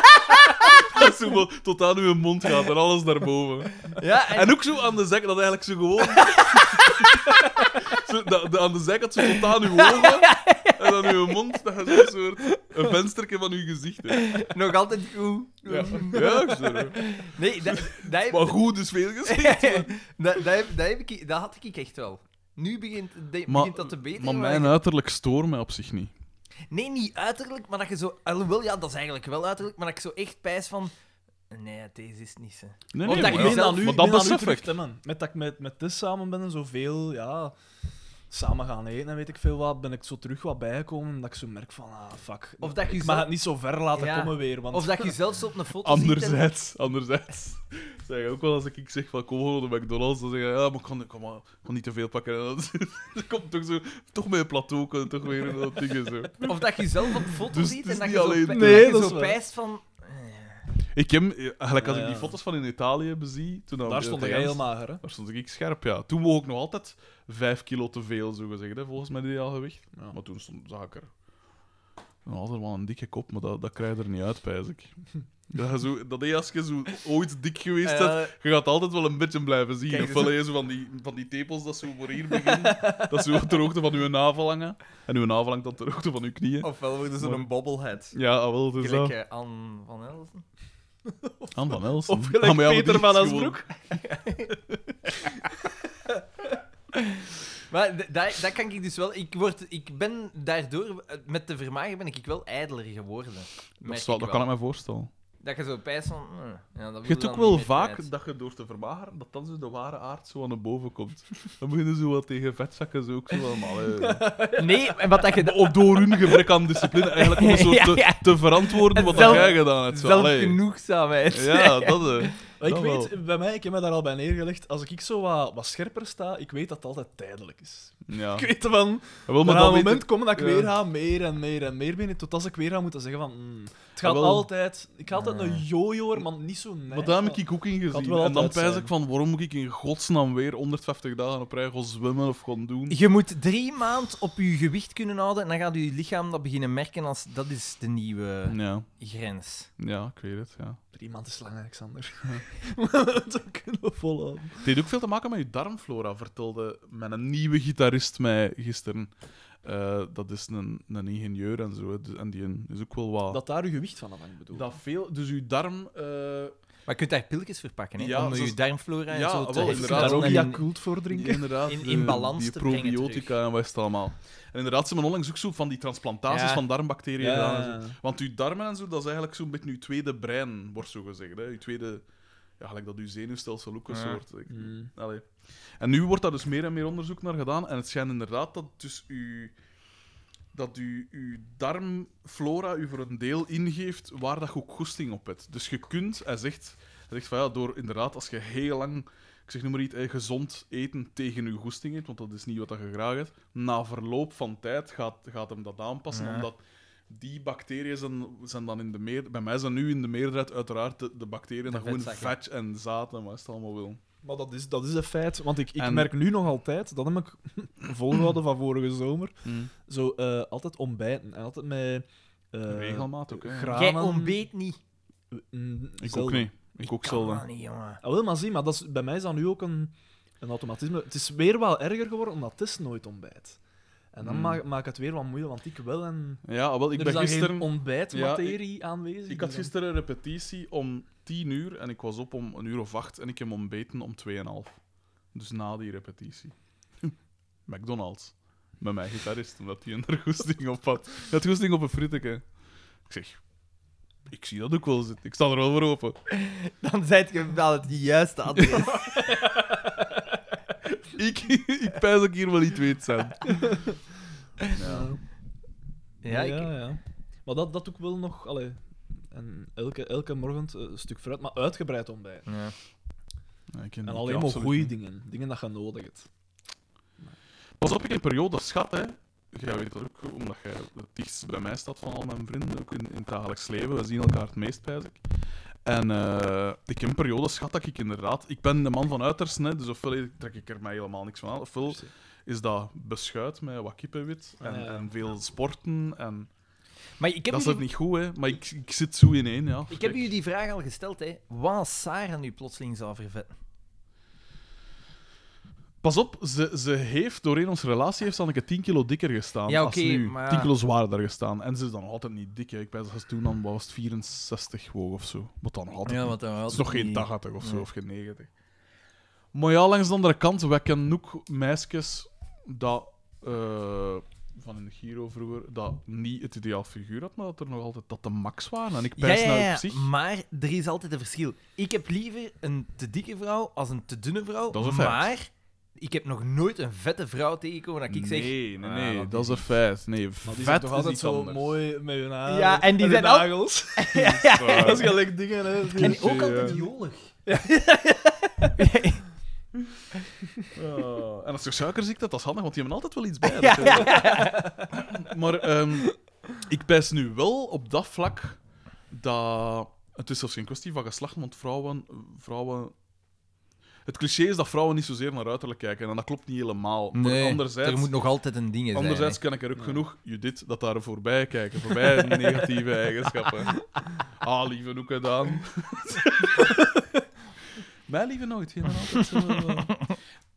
Speaker 2: dat zo wel tot aan uw mond gaat en alles naar boven.
Speaker 1: Ja, en,
Speaker 2: En ook zo aan de zak, dat eigenlijk zo gewoon... zo, dat- dat aan de zijkant zo tot aan uw ogen en aan uw mond, dat is een soort... Een vensterke van uw gezicht. hè.
Speaker 1: nog altijd goed.
Speaker 2: Ja, ja ik zeg het.
Speaker 1: Nee, dat, dat, heb,
Speaker 2: Maar goed is veel gezegd.
Speaker 1: dat, dat, heb, dat, heb ik, dat had ik echt wel. Nu begint, de- begint dat te beter.
Speaker 2: maar
Speaker 1: maar-
Speaker 2: mijn uiterlijk stoort mij op zich niet.
Speaker 1: Nee, niet uiterlijk, maar dat je zo... Alhoewel, ja, dat is eigenlijk wel uiterlijk, maar dat ik zo echt pijs van... Nee, deze is het niet, hè.
Speaker 2: Nee,
Speaker 1: Of Oh, dat
Speaker 2: maar
Speaker 1: je
Speaker 2: ja.
Speaker 1: zelf-
Speaker 2: Maar dat
Speaker 3: was
Speaker 2: besef ik.
Speaker 3: Met dat ik met, met Tess samen ben en zoveel, ja... Samen gaan eten en weet ik veel wat, ben ik zo terug wat bijgekomen. Dat ik zo merk van, ah, fuck.
Speaker 1: Of dat je
Speaker 3: ik
Speaker 1: zo-
Speaker 3: mag het niet zo ver laten
Speaker 1: Ja.
Speaker 3: komen weer, want...
Speaker 1: Of dat je zelfs op een foto ziet en-
Speaker 2: Anderzijds, anderzijds. Zeg je ook wel als ik ik zeg van kom gewoon naar de McDonald's, dan zeg je ja, maar ik kan, ik kan, maar, ik kan niet te veel pakken. En dan, dan komt toch zo, toch met een plateau, kan toch weer in dat ding en zo.
Speaker 1: Of dat je zelf op foto
Speaker 2: Dus
Speaker 1: ziet
Speaker 2: het is
Speaker 1: en dat je zo,
Speaker 2: niet alleen-
Speaker 1: pij-
Speaker 3: Nee,
Speaker 1: dat
Speaker 3: dat
Speaker 1: je
Speaker 3: is
Speaker 1: zo
Speaker 3: waar.
Speaker 1: pijst van...
Speaker 2: Ik heb, eh, eigenlijk als
Speaker 3: Ja,
Speaker 2: ik die
Speaker 3: ja.
Speaker 2: foto's van in Italië bezie, toen aan-
Speaker 3: Daar stond
Speaker 2: eh,
Speaker 3: ik heel mager, hè.
Speaker 2: Daar stond ik scherp, ja. Toen woog ik nog altijd vijf kilo te veel, zo gezegd, hè, volgens mijn ideaal gewicht.
Speaker 3: Ja.
Speaker 2: Maar toen stond zag ik er. Nog altijd wel een dikke kop, maar dat, dat krijg je er niet uit, pijs ik. Dat, je zo, dat je als je zo ooit dik geweest bent,
Speaker 1: eh,
Speaker 2: Je gaat altijd wel een beetje blijven zien.
Speaker 1: Kijk,
Speaker 2: Ofwel
Speaker 3: dus-
Speaker 2: heb je zo van die, van die tepels dat zo voor hier beginnen. dat zo ter hoogte van uw navel hangen. En uw navel hangt dan ter hoogte van uw knieën.
Speaker 1: Ofwel worden ze
Speaker 2: Maar-
Speaker 1: een bobblehead.
Speaker 2: Ja, ah, wel, het is
Speaker 1: Gelijk
Speaker 2: dat.
Speaker 1: eh, Anne van Elsen.
Speaker 2: Anne van Elsen.
Speaker 3: Of gelijk
Speaker 2: Ah, maar ja, maar die
Speaker 3: Peter van
Speaker 2: is
Speaker 3: Asbroek.
Speaker 1: Maar d- dat dat kan ik dus wel... Ik, word, ik ben daardoor... eh, Met de vermagen ben ik wel ijdeler geworden.
Speaker 2: gewoon- Dat,
Speaker 1: merk
Speaker 2: is wel- dat kan
Speaker 1: wel.
Speaker 2: ik me voorstellen.
Speaker 1: Dat je zo pijst van... eh, ja, dat wil
Speaker 2: Je hebt
Speaker 1: dan
Speaker 2: ook
Speaker 1: niet
Speaker 2: wel
Speaker 1: meer
Speaker 2: vaak
Speaker 1: kwijt.
Speaker 2: dat je door te vermageren, dat dan zo de ware aard zo aan de boven komt. Dan beginnen ze wel tegen vetzakken zo ook zo van... maar, eh,
Speaker 1: Nee, en wat dat je...
Speaker 2: Of door hun gebrek aan discipline eigenlijk om een soort
Speaker 1: Ja,
Speaker 2: te,
Speaker 1: ja.
Speaker 2: te verantwoorden wat
Speaker 1: Zelf-
Speaker 2: dat jij gedaan hebt. Zo, allee.
Speaker 1: Zelfgenoegzaamheid.
Speaker 2: Ja, dat... eh.
Speaker 3: Maar ik
Speaker 2: Dat
Speaker 3: weet, bij mij, ik heb me daar al bij neergelegd, als ik- ik zo wat, wat scherper sta, ik weet dat het altijd tijdelijk is.
Speaker 2: ja.
Speaker 3: Ik weet van,
Speaker 2: Wel, maar
Speaker 3: Maar er gaat
Speaker 2: dat
Speaker 3: een
Speaker 2: weet
Speaker 3: moment komen dat ik
Speaker 2: ja.
Speaker 3: weer ga meer en meer en meer binnen, totdat ik weer ga moeten zeggen van... mm, het gaat
Speaker 2: Jawel.
Speaker 3: altijd... Ik ga altijd een jojoer, maar niet zo net.
Speaker 2: Ah, Maar daar heb ik ook in
Speaker 3: Kan
Speaker 2: gezien.
Speaker 3: wel
Speaker 2: En dan
Speaker 3: altijd
Speaker 2: pijs
Speaker 3: zijn.
Speaker 2: ik van, waarom moet ik in godsnaam weer 150 dagen op rij gaan zwemmen of gaan doen?
Speaker 1: Je moet drie maanden op je gewicht kunnen houden en dan gaat je lichaam dat beginnen merken als dat is de nieuwe
Speaker 2: Ja,
Speaker 1: grens.
Speaker 2: ja, ik weet het, ja.
Speaker 3: Drie maanden is lang, Alexander. dat kunnen we volhouden.
Speaker 2: Het heeft ook veel te maken met je darmflora, vertelde mijn nieuwe gitarist mij gisteren. Eh, dat is een, een ingenieur en zo, hè, dus- en die is ook wel wat...
Speaker 3: Dat daar uw gewicht van afhangt, bedoel ik.
Speaker 2: dat veel... Dus je darm... eh,
Speaker 1: Maar je kunt daar pilletjes verpakken, hè?
Speaker 2: Ja,
Speaker 1: om
Speaker 2: zoals-
Speaker 1: je darmflora en
Speaker 2: Ja,
Speaker 1: zo
Speaker 2: wel,
Speaker 1: te
Speaker 3: Kun je
Speaker 2: inderdaad.
Speaker 3: daar ook
Speaker 1: En-
Speaker 3: Yakult voor drinken?
Speaker 2: inderdaad,
Speaker 1: In-
Speaker 2: de-
Speaker 1: in balans
Speaker 2: die
Speaker 1: te brengen
Speaker 2: probiotica en wat is het allemaal. En inderdaad, ze hebben onlangs ook zo van die transplantaties
Speaker 1: Ja.
Speaker 2: van darmbacteriën
Speaker 3: Ja.
Speaker 2: gedaan. en zo. Want uw darmen en zo, dat is eigenlijk zo'n beetje uw tweede brein, wordt zo gezegd. Hè. Uw tweede... Ja, gelijk dat uw zenuwstelsel ook een soort...
Speaker 3: Mm.
Speaker 2: ik-
Speaker 3: Hmm.
Speaker 2: Allee. En nu wordt daar dus meer en meer onderzoek naar gedaan. En het schijnt inderdaad dat dus uw... Dat u, uw darmflora u voor een deel ingeeft waar dat je ook goesting op hebt. Dus je kunt, hij zegt, hij zegt van ja, door inderdaad, als je heel lang ik zeg noem maar iets, eh, gezond eten tegen uw goesting eet, want dat is niet wat dat je graag hebt. Na verloop van tijd gaat, gaat hem dat aanpassen, omdat die bacteriën zijn, zijn dan in de meerderheid... Bij mij zijn nu in de meerderheid uiteraard de, de bacteriën dat gewoon
Speaker 1: vetzakken.
Speaker 2: vet en zaad en wat is het allemaal wil.
Speaker 3: Maar dat is, dat is een feit, want ik, ik
Speaker 2: En-
Speaker 3: merk nu nog altijd, dat heb ik volgehouden van vorige zomer,
Speaker 2: Hmm.
Speaker 3: zo eh, altijd ontbijten. En altijd met... eh
Speaker 2: Regelmaat ook, hè.
Speaker 3: granen.
Speaker 1: Jij ontbeet niet.
Speaker 3: Mm,
Speaker 2: Ik ook
Speaker 3: zelden.
Speaker 2: niet. Ik ook
Speaker 1: Kan
Speaker 2: zelden.
Speaker 1: dat niet, jongen.
Speaker 3: Ah, wel, maar zie, maar dat is, bij mij is dat nu ook een, een automatisme. Het is weer wel erger geworden, omdat het is nooit ontbijt. En dan
Speaker 2: Hmm.
Speaker 3: maak, maak het weer wat moeilijk, want ik wel en...
Speaker 2: Ja, wel, ik
Speaker 3: er
Speaker 2: ben
Speaker 3: is dan
Speaker 2: gisteren...
Speaker 3: geen ontbijtmaterie aanwezig.
Speaker 2: Ik had
Speaker 3: dus dan-
Speaker 2: gisteren een repetitie om 10 uur en ik was op om een uur of acht en ik heb ontbeten om 2,5. Dus na die repetitie. McDonald's. Met mijn gitarist, omdat hij een goesting op had. Hij had goesting op een fritteke. Ik zeg, ik zie dat ook wel zitten. Ik sta er wel voor open.
Speaker 1: Dan zijt je wel het juiste adres.
Speaker 2: Ik, ik pijs dat ik hier wel iets weet, Sam.
Speaker 1: ja, ik...
Speaker 3: ja, ja. Maar dat, dat ook wel nog... Allee, en elke, elke morgen eh, een stuk fruit, maar uitgebreid ontbijt.
Speaker 1: Ja.
Speaker 2: Ja, ik ken
Speaker 3: En
Speaker 2: die
Speaker 3: alleen maar
Speaker 2: absoluut
Speaker 3: goede
Speaker 2: niet.
Speaker 3: dingen. Dingen dat je nodig hebt.
Speaker 2: Pas op, ik heb een periode schat, hè. Jij weet dat ook, omdat jij het dichtst bij mij staat van al mijn vrienden, ook in, in het dagelijks leven. We zien elkaar het meest, pijs ik. En eh, ik heb een periode schat dat ik inderdaad... Ik ben de man van uitersten, hè, dus ofwel trek ik er mij helemaal niks van aan, ofwel is dat beschuit met wat kippenwit en,
Speaker 3: Ah, ja.
Speaker 2: en veel sporten. En...
Speaker 1: Maar ik heb,
Speaker 2: Dat is
Speaker 1: jullie...
Speaker 2: het niet goed, hè. Maar ik, ik zit zo in één, ja.
Speaker 1: ik heb
Speaker 2: Kijk.
Speaker 1: jullie die vraag al gesteld, hè. Wat als Sarah nu plotseling zou vervetten?
Speaker 2: Pas op, ze, ze heeft doorheen onze relatie heeft ze Anneke 10 kilo dikker gestaan
Speaker 1: Ja,
Speaker 2: als
Speaker 1: oké,
Speaker 2: nu.
Speaker 1: maar ja.
Speaker 2: 10 kilo zwaarder gestaan. En ze is dan nog altijd niet dik. Hè. Ik weet dat ze toen dan was het 64 woog of zo. Wat dan nog altijd. niet.
Speaker 1: dan
Speaker 2: het is nog geen 80 of zo, of geen 90. Maar ja, langs de andere kant, wij kennen ook meisjes dat... eh, van in de Giro vroeger, dat niet het ideaal figuur had, maar dat er nog altijd dat de max waren. En ik
Speaker 1: Ja,
Speaker 2: pijs
Speaker 1: ja,
Speaker 2: naar
Speaker 1: ja,
Speaker 2: op zich.
Speaker 1: maar er is altijd een verschil. Ik heb liever een te dikke vrouw als een te dunne vrouw.
Speaker 2: Dat is een feit.
Speaker 1: maar ik heb nog nooit een vette vrouw tegengekomen dat ik zeg...
Speaker 2: nee, nee,
Speaker 1: ah,
Speaker 2: nee,
Speaker 1: dat
Speaker 2: dat is een feit. Nee,
Speaker 3: Maar
Speaker 2: vet
Speaker 3: die zijn toch
Speaker 2: is
Speaker 3: altijd
Speaker 2: iets
Speaker 3: zo
Speaker 2: anders.
Speaker 3: mooi met hun haar.
Speaker 1: Ja, en die
Speaker 3: hun
Speaker 1: zijn ook-
Speaker 3: nagels.
Speaker 2: Ja.
Speaker 3: dat is gelijk dingen, hè. Die-
Speaker 1: En ook
Speaker 2: ja.
Speaker 1: altijd jolig. Oh.
Speaker 2: Ja, en als je suikerziekte, dat is handig, want die hebben altijd wel iets bij. natuurlijk. Maar ehm, ik pijs nu wel op dat vlak dat... Het is zelfs geen kwestie van geslacht, want vrouwen... vrouwen het cliché is dat vrouwen niet zozeer naar uiterlijk kijken. En dat klopt niet helemaal. Maar anderzijds...
Speaker 1: er moet nog altijd een ding zijn.
Speaker 2: Anderzijds ken ik er ook genoeg, Judith, dat daar voorbij kijken. Voorbij negatieve eigenschappen. Ah, lieve ook gedaan. Mijn lieve nooit. jij bent altijd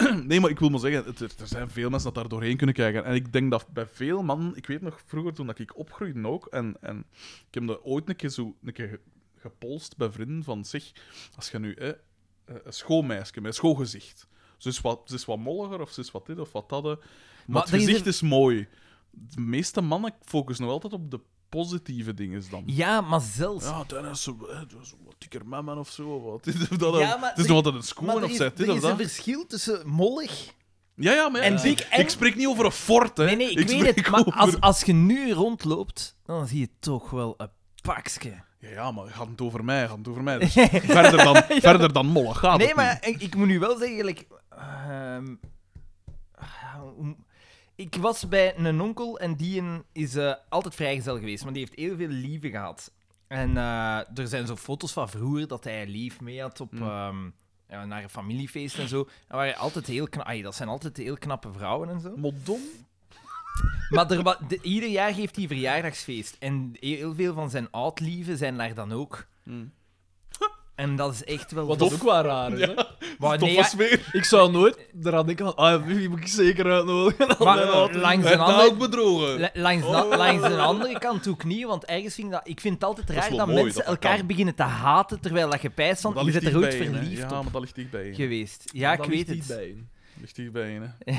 Speaker 2: zo- nee, maar ik wil maar zeggen, het- er zijn veel mensen dat daar doorheen kunnen kijken. En ik denk dat bij veel mannen... Ik weet nog vroeger, toen dat ik opgroeide ook, en, en ik heb dat ooit een keer zo een keer ge- gepolst bij vrienden van, zeg, als je nu hè, eh, een schoolmeisje met een schoolgezicht... Ze is, wat, ze is wat molliger, of ze is wat dit of wat dat. hè. Maar,
Speaker 1: Maar
Speaker 2: het
Speaker 1: er is
Speaker 2: gezicht
Speaker 1: een-
Speaker 2: is mooi. De meeste mannen focussen nog altijd op de positieve dingen dan.
Speaker 1: Ja, maar zelfs...
Speaker 2: Ja, dan is ze eh, dat is een wat dikker man of zo. Of wat. Dit of dat, eh,
Speaker 1: Ja, maar
Speaker 2: het is
Speaker 1: er-
Speaker 2: nog altijd een
Speaker 1: maar
Speaker 2: schoen
Speaker 1: er
Speaker 2: of
Speaker 1: is,
Speaker 2: zet dit
Speaker 1: er
Speaker 2: of
Speaker 1: is een
Speaker 2: dat.
Speaker 1: verschil tussen mollig...
Speaker 2: Ja, ja, maar ja,
Speaker 1: en
Speaker 2: ik-
Speaker 1: dik en-
Speaker 2: ik spreek niet over een fort, hè.
Speaker 1: Nee, nee, ik, weet
Speaker 2: spreek
Speaker 1: het. Maar
Speaker 2: over-
Speaker 1: als, als je nu rondloopt, dan zie je toch wel een pakske.
Speaker 2: Ja, ja, maar gaat het over mij, gaat het over mij. Dus verder, dan, verder dan mollig gaat
Speaker 1: Nee,
Speaker 2: het Ah, niet.
Speaker 1: maar ik, ik moet nu wel zeggen, like, ehm, ah, hoe- ik was bij een onkel en die een- is eh, altijd vrijgezel geweest, maar die heeft heel veel lieve gehad. En eh, er zijn zo foto's van vroeger dat hij lief mee had op, ehm, ja, naar een familiefeest en zo. En waren altijd heel kna- ai, dat zijn altijd heel knappe vrouwen en zo.
Speaker 2: Modom?
Speaker 1: Maar er, wa- de- ieder jaar geeft hij verjaardagsfeest. En heel veel van zijn oud-lieven zijn daar dan ook. En dat is echt wel...
Speaker 3: Wat ook qua raar is, hè?
Speaker 1: Maar
Speaker 2: Tof
Speaker 1: nee,
Speaker 2: was
Speaker 1: ja,
Speaker 2: weer.
Speaker 3: Ik zou nooit eraan denken van, ah, die moet ik zeker uitnodigen.
Speaker 1: maar eh,
Speaker 3: Inderdaad.
Speaker 1: langs
Speaker 2: Hij
Speaker 1: een
Speaker 2: had
Speaker 1: andere...
Speaker 2: bedrogen.
Speaker 1: la- Langs, na- langs een andere kant ook niet, want ergens vind ik dat... Ik vind het altijd
Speaker 2: is
Speaker 1: raar dat,
Speaker 2: wel mooi
Speaker 1: mensen
Speaker 2: dat dat
Speaker 1: elkaar
Speaker 2: kan.
Speaker 1: beginnen te haten terwijl dat je pijst van,
Speaker 2: Maar dat
Speaker 1: je
Speaker 2: ligt
Speaker 1: bent er ooit
Speaker 2: dichtbij in, hè.
Speaker 1: verliefd
Speaker 2: Ja,
Speaker 1: op
Speaker 2: maar dat ligt dichtbij in.
Speaker 1: geweest. Ja,
Speaker 3: Dan
Speaker 1: ik weet
Speaker 3: ligt die
Speaker 1: het.
Speaker 3: bij in.
Speaker 2: Ligt dichtbij in, hè.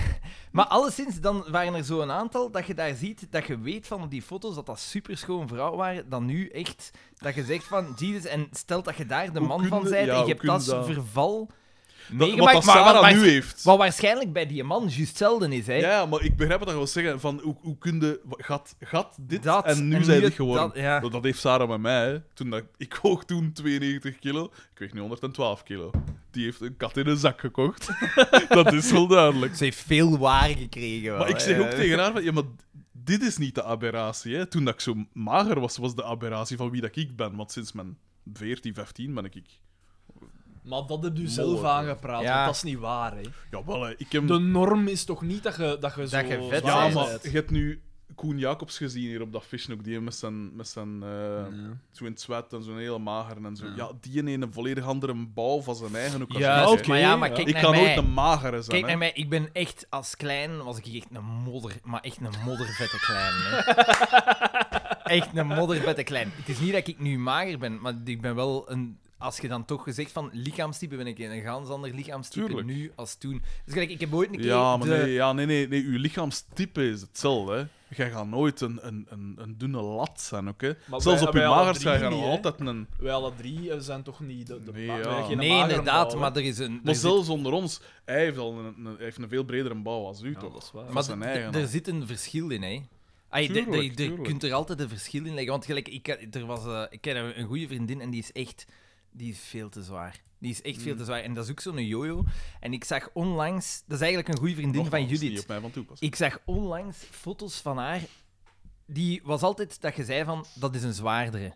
Speaker 1: Maar alleszins, dan waren er zo'n aantal dat je daar ziet, dat je weet van op die foto's dat dat superschoon vrouwen waren, dan nu echt, dat je zegt van, Jesus, en stelt dat je daar de
Speaker 2: Hoe
Speaker 1: man
Speaker 2: kun
Speaker 1: van
Speaker 2: je-
Speaker 1: bent
Speaker 2: ja,
Speaker 1: en
Speaker 2: hoe
Speaker 1: je hebt
Speaker 2: kun je
Speaker 1: dat
Speaker 2: dat?
Speaker 1: verval
Speaker 2: Dat, wat dat
Speaker 1: meegemaakt, maar,
Speaker 2: Sarah
Speaker 1: wat,
Speaker 2: nu
Speaker 1: waars-
Speaker 2: heeft.
Speaker 1: wat waarschijnlijk bij die man juist zelden is, hè.
Speaker 2: Ja, ja, maar ik begrijp wat je wil zeggen. Van, hoe, hoe kun je... wat- Gat, gat dit
Speaker 1: Dat,
Speaker 2: en nu
Speaker 1: en
Speaker 2: zijn
Speaker 1: nu
Speaker 2: het
Speaker 1: het-
Speaker 2: geworden.
Speaker 1: dat, ja.
Speaker 2: dat, dat heeft Sarah met mij. hè. Toen dat, ik woog toen 92 kilo. Ik weeg nu 112 kilo. Die heeft een kat in een zak gekocht. dat is wel duidelijk.
Speaker 1: Ze heeft veel waar gekregen. wel,
Speaker 2: Maar ik
Speaker 1: hè.
Speaker 2: zeg ook tegen haar van... Ja, maar dit is niet de aberratie. Hè. Toen dat ik zo mager was, was de aberratie van wie dat ik ben. Want sinds mijn 14, 15 ben ik... ik.
Speaker 3: Maar dat heb je dus zelf
Speaker 2: Mooi.
Speaker 3: aangepraat,
Speaker 1: Ja. Hm.
Speaker 3: want dat is niet waar, hè.
Speaker 2: Jawel, hè. Ik heb...
Speaker 3: De norm is toch niet dat je, dat je zo...
Speaker 1: je vet
Speaker 2: Ja,
Speaker 1: Zij
Speaker 3: zwaar
Speaker 1: is
Speaker 2: maar
Speaker 3: bent?
Speaker 2: je hebt nu Koen Jacobs gezien hier op dat fishnook, die met zijn, met zijn eh, zo in het zwet en zo'n hele mager en zo. Ja, die in een volledig andere bouw van zijn eigen ook. als
Speaker 3: Ja,
Speaker 2: jij, hè.
Speaker 3: oké.
Speaker 1: Maar ja, maar
Speaker 3: ja.
Speaker 1: kijk
Speaker 2: Ik
Speaker 1: naar
Speaker 2: kan
Speaker 1: mij.
Speaker 2: nooit een magere zijn.
Speaker 1: Kijk naar
Speaker 2: hè.
Speaker 1: mij, ik ben echt als klein was ik echt een modder, maar echt een moddervette klein. Hè. echt een moddervette klein. Het is niet dat ik nu mager ben, maar ik ben wel een. Als je dan toch gezegd van lichaamstype ben ik een gans ander lichaamstype
Speaker 2: Tuurlijk.
Speaker 1: nu als toen. Dus gelijk, ik heb ooit een keer.
Speaker 2: Ja, maar
Speaker 1: de-
Speaker 2: nee, ja, nee, nee, nee, uw lichaamstype is hetzelfde. Hè. Jij gaat nooit een, een, een, een dunne lat zijn, oké?
Speaker 3: Maar
Speaker 2: Zelfs
Speaker 3: wij-
Speaker 2: op je
Speaker 3: wij alle
Speaker 2: magers ga
Speaker 3: drie
Speaker 2: je
Speaker 3: niet,
Speaker 2: nog
Speaker 3: hè.
Speaker 2: altijd een...
Speaker 3: Wij alle drie eh, zijn toch niet de, de
Speaker 2: Nee,
Speaker 3: ma-
Speaker 2: ja.
Speaker 3: wij geen
Speaker 1: Nee,
Speaker 3: magere
Speaker 1: inderdaad,
Speaker 3: vrouwen.
Speaker 1: maar er is een.
Speaker 2: Maar
Speaker 1: er zit-
Speaker 2: zelfs onder ons, hij heeft al een, een, hij heeft een veel bredere bouw als u, toch?
Speaker 3: dat is waar.
Speaker 2: Van
Speaker 1: Maar
Speaker 2: zijn
Speaker 1: d- d-
Speaker 2: eigen.
Speaker 1: er zit een verschil in, hè. Ai, d- d-
Speaker 2: Tuurlijk,
Speaker 1: d- je
Speaker 2: tuurlijk.
Speaker 1: kunt er altijd een verschil in leggen. Want gelijk, ik, eh, er was, eh, ik ken een een goede vriendin en die is echt die is veel te zwaar. Die is echt veel
Speaker 2: Mm.
Speaker 1: te zwaar. En dat is ook zo'n jojo. En ik zag onlangs... Dat is eigenlijk een goede vriendin
Speaker 2: Nogmaals,
Speaker 1: van
Speaker 2: is niet
Speaker 1: Judith.
Speaker 2: op mij van toepassing.
Speaker 1: Ik zag onlangs foto's van haar. Die was altijd dat je zei van, dat is een zwaardere.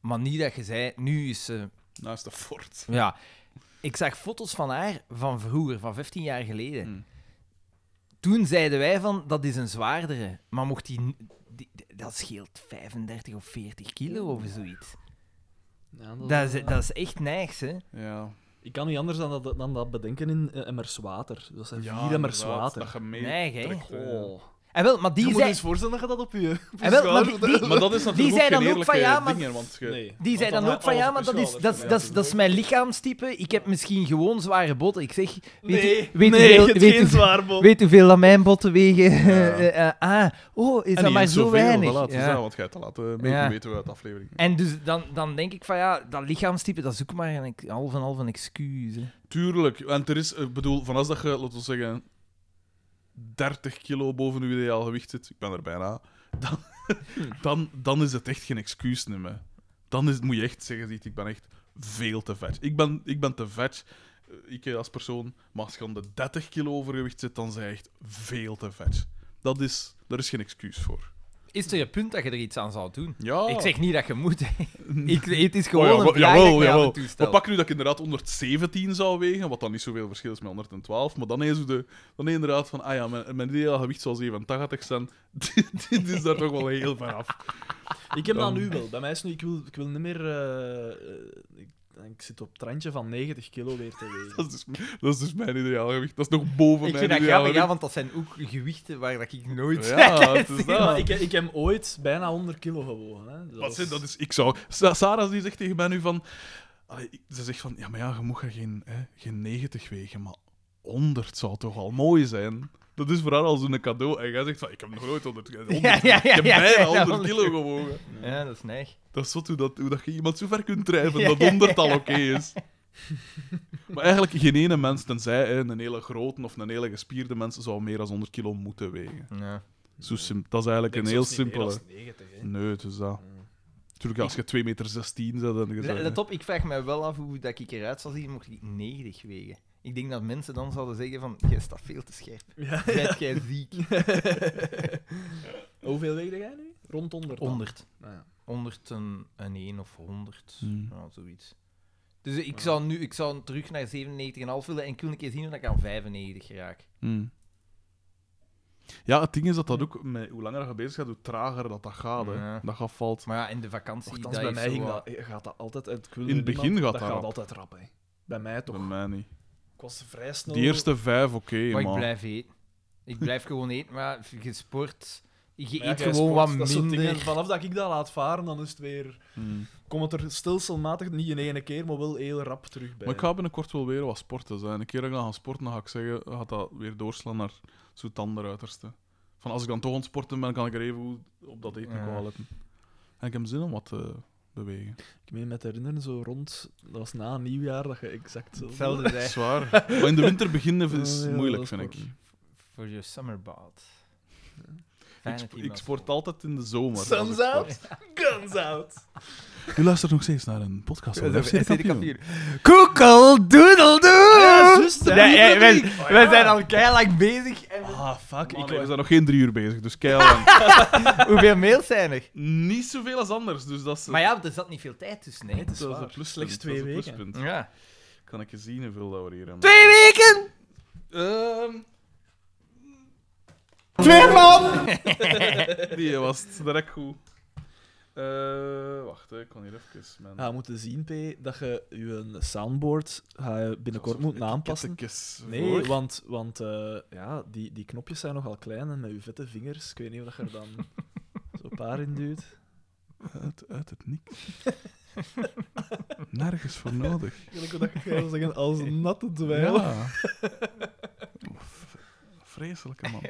Speaker 1: Maar niet dat je zei, nu is ze...
Speaker 2: Naast Nou, de fort.
Speaker 1: Ja. Ik zag foto's van haar van vroeger, van 15 jaar geleden.
Speaker 2: Hmm.
Speaker 1: Toen zeiden wij van, dat is een zwaardere. Maar mocht die, n- die- die- Dat scheelt 35 of 40 kilo of zoiets.
Speaker 3: Ja, dat is
Speaker 1: Dat is,
Speaker 3: waar.
Speaker 1: dat is echt niks, hè.
Speaker 2: Ja.
Speaker 3: Ik kan niet anders dan dat, dan dat bedenken in eh, emmers water. Dat zijn vier emmers
Speaker 2: inderdaad,
Speaker 3: water.
Speaker 2: Dat je mee
Speaker 1: Nee, hè.
Speaker 2: trekt, eh.
Speaker 3: Oh.
Speaker 1: En Ah, wel, maar die
Speaker 3: je moet
Speaker 1: zei...
Speaker 3: eens voorstellen dat je dat op je, op je
Speaker 1: En wel, maar
Speaker 3: schouder-
Speaker 1: die- die-
Speaker 2: Maar dat is
Speaker 1: zei
Speaker 2: natuurlijk ook geen
Speaker 1: dan ook
Speaker 2: eerlijke
Speaker 1: van, ja, maar-
Speaker 2: dingen, want je...
Speaker 3: Nee,
Speaker 1: Die
Speaker 3: want
Speaker 1: zei dan ook van
Speaker 3: alles
Speaker 1: ja,
Speaker 3: op
Speaker 1: maar
Speaker 3: je
Speaker 1: dat is,
Speaker 3: schouders
Speaker 1: dat, is- dat, is, dat is mijn lichaamstype. Ik heb misschien gewoon zware botten. Ik zeg, weet, u-
Speaker 3: Nee,
Speaker 1: weet,
Speaker 3: nee,
Speaker 1: hoeveel,
Speaker 3: het
Speaker 1: weet,
Speaker 3: geen
Speaker 1: hoeveel-
Speaker 3: zwaar bot.
Speaker 1: weet hoeveel dat mijn botten wegen? Eh, eh, ah, oh, is
Speaker 2: En
Speaker 1: dat
Speaker 2: niet
Speaker 1: maar
Speaker 2: eens
Speaker 1: zo
Speaker 2: zoveel,
Speaker 1: weinig?
Speaker 2: voilà, het is
Speaker 1: Ja.
Speaker 2: dat, want jij hebt al laten mee
Speaker 1: Ja.
Speaker 2: weten uit de aflevering.
Speaker 1: En dus dan, dan denk ik van ja, dat lichaamstype, dat is ook maar een half en half een excuus. hè.
Speaker 2: Tuurlijk, want er is, ik bedoel, van als dat je, laten we zeggen, 30 kilo boven je ideaal gewicht zit, ik ben er bijna, dan, dan, dan is het echt geen excuus meer. Dan is, moet je echt zeggen, ziet, ik ben echt veel te vet. Ik ben, ik ben te vet, eh, ik eh, als persoon, maar als je aan de 30 kilo overgewicht zit, dan zijn je echt veel te vet. Dat is, daar is geen excuus voor.
Speaker 1: Is er een punt dat je er iets aan zou doen?
Speaker 2: Ja.
Speaker 1: Ik zeg niet dat je moet. hè. ik, het is
Speaker 2: Oh,
Speaker 1: gewoon een vraag
Speaker 2: jawel,
Speaker 1: dat ik mij
Speaker 2: jawel.
Speaker 1: aan het toestel.
Speaker 2: We pakken nu dat ik inderdaad 117 zou wegen, wat dan niet zoveel verschil is met 112, maar dan is de, dan is inderdaad van, ah ja, mijn, mijn ideale gewicht zal 87 zijn. dit, dit is daar toch wel heel ver af.
Speaker 3: Ik heb
Speaker 2: Dan-
Speaker 3: dat nu wel. Bij mij is nu, ik wil, ik wil niet meer. eh, eh, ik, ik zit op het randje van 90 kilo weer te wegen.
Speaker 2: Dat is, dus, dat is dus mijn ideale gewicht. Dat is nog boven
Speaker 1: Ik
Speaker 2: mijn
Speaker 1: vind dat
Speaker 2: ideale
Speaker 1: grappig, ja,
Speaker 2: gewicht.
Speaker 1: want dat zijn ook gewichten waar dat ik nooit...
Speaker 2: Ja, het is
Speaker 3: Ja,
Speaker 2: dat.
Speaker 3: maar ik, ik heb ooit bijna 100 kilo gewogen. Hè. Dat
Speaker 2: Wat
Speaker 3: is-
Speaker 2: zin, dat is, ik zou... Sa- Sarah die zegt tegen mij nu van... allee, ik- ze zegt van, ja, maar ja, je moet er geen, hè, geen 90 wegen, maar 100 zou toch al mooi zijn? Dat is voor haar al zo'n cadeau. En jij zegt van, ik heb nog nooit 100 kilo.
Speaker 1: Ja, ja, ja,
Speaker 2: ik heb
Speaker 1: ja,
Speaker 2: bijna
Speaker 1: ja,
Speaker 2: 100
Speaker 1: 100
Speaker 2: kilo gewogen.
Speaker 1: Ja, dat is neig.
Speaker 2: Dat is zot hoe, dat, hoe dat je iemand zo ver kunt drijven dat 100 al oké is. Maar eigenlijk geen ene mens, tenzij hè, een hele grote of een hele gespierde mens, zou meer dan 100 kilo moeten wegen.
Speaker 1: Ja.
Speaker 2: Zo sim- dat is eigenlijk
Speaker 3: Ik
Speaker 2: een
Speaker 3: denk
Speaker 2: heel
Speaker 3: zelfs niet meer
Speaker 2: simpele...
Speaker 3: als 90, hè.
Speaker 2: Nee, het is dat.
Speaker 1: Mm.
Speaker 2: Natuurlijk, als je 2,16 meter zit, dan je
Speaker 1: Let op, ik vraag mij wel af hoe dat ik eruit zou zien mocht ik 90 wegen. Ik denk dat mensen dan zouden zeggen van, jij staat veel te scherp.
Speaker 3: Ja.
Speaker 1: Zijt jij ziek?
Speaker 3: Hoeveel weegde jij nu? Rond 100. dan?
Speaker 1: 100.
Speaker 3: Nou ja.
Speaker 1: 100 en, en 1 of 100.
Speaker 2: Hmm.
Speaker 1: Ja, zoiets. Dus ik zou nu ik zou terug naar 97,5 willen en ik wil een keer zien hoe ik aan 95 raak.
Speaker 2: Hmm. Mm. Ja, het ding is dat dat ook, met, hoe langer je bezig gaat, hoe trager dat dat gaat. Hè.
Speaker 1: Mm. Ja.
Speaker 2: Dat afvalt.
Speaker 1: Maar ja, in de vakantie...
Speaker 3: Althans,
Speaker 1: dat
Speaker 3: bij
Speaker 1: is
Speaker 3: mij ging
Speaker 1: zo,
Speaker 3: dat, gaat dat altijd... Ik wil
Speaker 2: In het begin
Speaker 3: niemand,
Speaker 2: gaat
Speaker 3: dat
Speaker 2: dat
Speaker 3: gaat
Speaker 2: rap.
Speaker 3: altijd rap, hè. Bij mij toch.
Speaker 2: Bij mij niet.
Speaker 3: Ik was vrij snel...
Speaker 2: Die eerste vijf, oké,
Speaker 1: Maar ik
Speaker 2: maar...
Speaker 1: blijf eten. Ik blijf gewoon eten, maar je sport... Je
Speaker 3: Maar ja,
Speaker 1: eet
Speaker 3: jij
Speaker 1: gewoon
Speaker 3: sport,
Speaker 1: wat
Speaker 3: dat soort dingen.
Speaker 1: minder.
Speaker 3: Vanaf dat ik dat laat varen, dan is het weer...
Speaker 2: Hmm.
Speaker 3: Komt het er stelselmatig, niet in één keer, maar wel heel rap terug bij.
Speaker 2: Maar ik ga binnenkort wel weer wat sporten. Zijn. Een keer dat ik dan ga sporten, dan ga ik zeggen, gaat dat weer doorslaan naar zo'n ander uiterste. Van als ik dan toch aan het sporten ben, kan ik er even goed op dat eten
Speaker 1: Ja.
Speaker 2: ja. letten. En ik heb zin om wat te bewegen.
Speaker 3: Ik meen met herinneren, zo rond... Dat was na nieuwjaar, dat je exact zo...
Speaker 1: Hetzelfde
Speaker 2: Dat is
Speaker 1: zijn
Speaker 2: waar. Maar in de winter beginnen
Speaker 3: Eh,
Speaker 2: is
Speaker 3: ja,
Speaker 2: moeilijk,
Speaker 3: dat is
Speaker 2: vind ik.
Speaker 3: waar.
Speaker 1: voor je summer bath. Fijn
Speaker 2: Ik,
Speaker 1: dat
Speaker 2: sp-
Speaker 1: iemand
Speaker 2: ik sport altijd in de zomer. als ik
Speaker 3: Sun's
Speaker 2: sport.
Speaker 3: out, guns out.
Speaker 2: U luistert nog steeds naar een podcast van FC de Kampioen.
Speaker 1: Koekel, doedel,
Speaker 3: Ja, zus, dat
Speaker 1: Nee,
Speaker 3: is
Speaker 1: eh,
Speaker 3: dat
Speaker 1: we,
Speaker 3: niet.
Speaker 1: we zijn al keilang bezig. En
Speaker 2: Ah, fuck.
Speaker 3: Man,
Speaker 2: ik,
Speaker 3: hè.
Speaker 2: we zijn nog geen drie uur bezig, dus keilang.
Speaker 1: hoeveel mails zijn er?
Speaker 2: Niet zoveel als anders, dus dat is...
Speaker 1: Maar ja, er zat niet veel tijd tussen. Nee,
Speaker 3: Het is
Speaker 2: dat is een
Speaker 3: waar.
Speaker 2: pluspunt,
Speaker 3: Slechts
Speaker 2: dat
Speaker 3: twee
Speaker 2: is een
Speaker 3: weken.
Speaker 2: pluspunt.
Speaker 1: Ja.
Speaker 2: Kan ik je zien hoeveel dat we hier hebben?
Speaker 1: Twee weken!
Speaker 2: Ehm,
Speaker 1: Twee man!
Speaker 2: Ehm, die was het direct goed. Eh, wacht, hè, ik kan hier even mijn...
Speaker 3: Ja, we moeten zien, P, dat je je soundboard ga je binnenkort moet aanpassen.
Speaker 2: Etikettekes
Speaker 3: Nee,
Speaker 2: voor.
Speaker 3: want, want eh, ja, die, die knopjes zijn nogal klein en met je vette vingers. Ik weet niet of dat je er dan zo'n paar in duwt.
Speaker 2: Uit, uit het niks. Nergens voor nodig.
Speaker 3: Gelijk wat ik wil zeggen, als een natte dweil.
Speaker 2: Ja. Oef, Vreselijke man.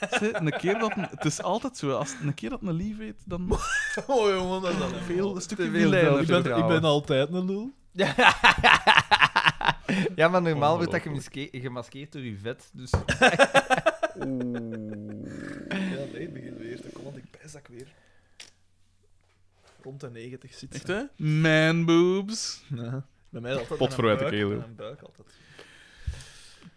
Speaker 2: Zeg, een keer dat een- het is altijd zo, als een keer dat een lief eet, dan
Speaker 3: Oh jongen, dat is dan
Speaker 2: veel een stukje
Speaker 1: veel
Speaker 2: filet.
Speaker 1: zelf.
Speaker 3: Ik ben, ik ben altijd een lul.
Speaker 1: Ja, maar normaal wordt dat gemaske- gemaskeerd door je vet. Dus
Speaker 3: Ja, nee, het begint weer te komen, want ik pijs dat ik weer rond de 90 zit.
Speaker 2: Echt hè? Man boobs.
Speaker 3: Ja. Bij mij is altijd
Speaker 2: Pot
Speaker 3: mijn
Speaker 2: verwijt ik
Speaker 3: buik,
Speaker 2: heel.
Speaker 3: mijn buik altijd.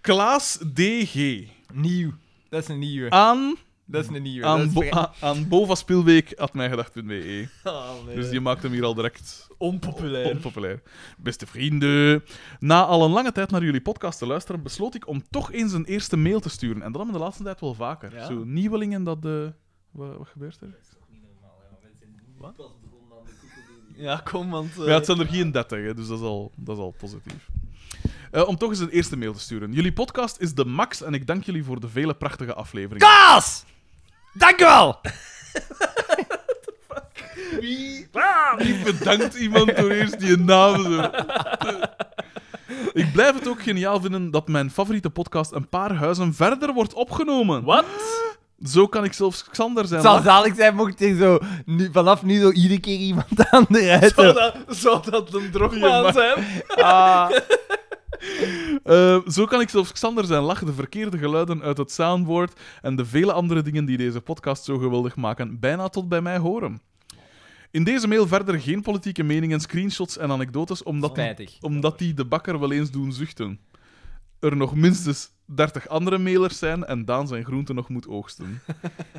Speaker 2: Klaas DG.
Speaker 1: nieuw. Dat is een nieuwe.
Speaker 2: Aan,
Speaker 1: Dat is een nieuwe. dat
Speaker 2: aan,
Speaker 1: is
Speaker 2: bo
Speaker 1: vrij-
Speaker 2: aan, aan bovaspilweek.mijgedacht.be.
Speaker 3: Ah, nee.
Speaker 2: Dus die maakt hem hier al direct
Speaker 3: Onpopulair.
Speaker 2: Onpopulair. Beste vrienden, na al een lange tijd naar jullie podcast te luisteren, besloot ik om toch eens een eerste mail te sturen. En dat hebben we de laatste tijd wel vaker.
Speaker 3: Ja.
Speaker 2: Zo, nieuwelingen, dat... eh, wat, wat gebeurt er?
Speaker 3: Ja, kom, want... eh,
Speaker 2: Maar ja, het zijn er geen 30, hè, dus dat is al, dat is al positief. Eh, om toch eens een eerste mail te sturen. Jullie podcast is de max en ik dank jullie voor de vele prachtige afleveringen.
Speaker 1: Kaas! Dank u wel!
Speaker 2: Ik bedankt iemand door eerst die naam zo. Ik blijf het ook geniaal vinden dat mijn favoriete podcast een paar huizen verder wordt opgenomen. Wat? Zo kan ik zelfs Xander zijn.
Speaker 1: Het zal zalig zijn mocht er zo nu, vanaf nu zo iedere keer iemand aan de
Speaker 3: Zou
Speaker 1: ruiten.
Speaker 3: dat, zou dat een
Speaker 2: Ja,
Speaker 3: drogmaan
Speaker 2: maar-
Speaker 3: zijn?
Speaker 1: Ah.
Speaker 2: Eh, zo kan ik zelfs Xander zijn lach, de verkeerde geluiden uit het soundboard en de vele andere dingen die deze podcast zo geweldig maken, bijna tot bij mij horen. In deze mail verder geen politieke meningen, screenshots en anekdotes, omdat die,
Speaker 1: Spijtig.
Speaker 2: omdat die de bakker wel eens doen zuchten. Er nog minstens 30 andere mailers zijn en Daan zijn groenten nog moet oogsten.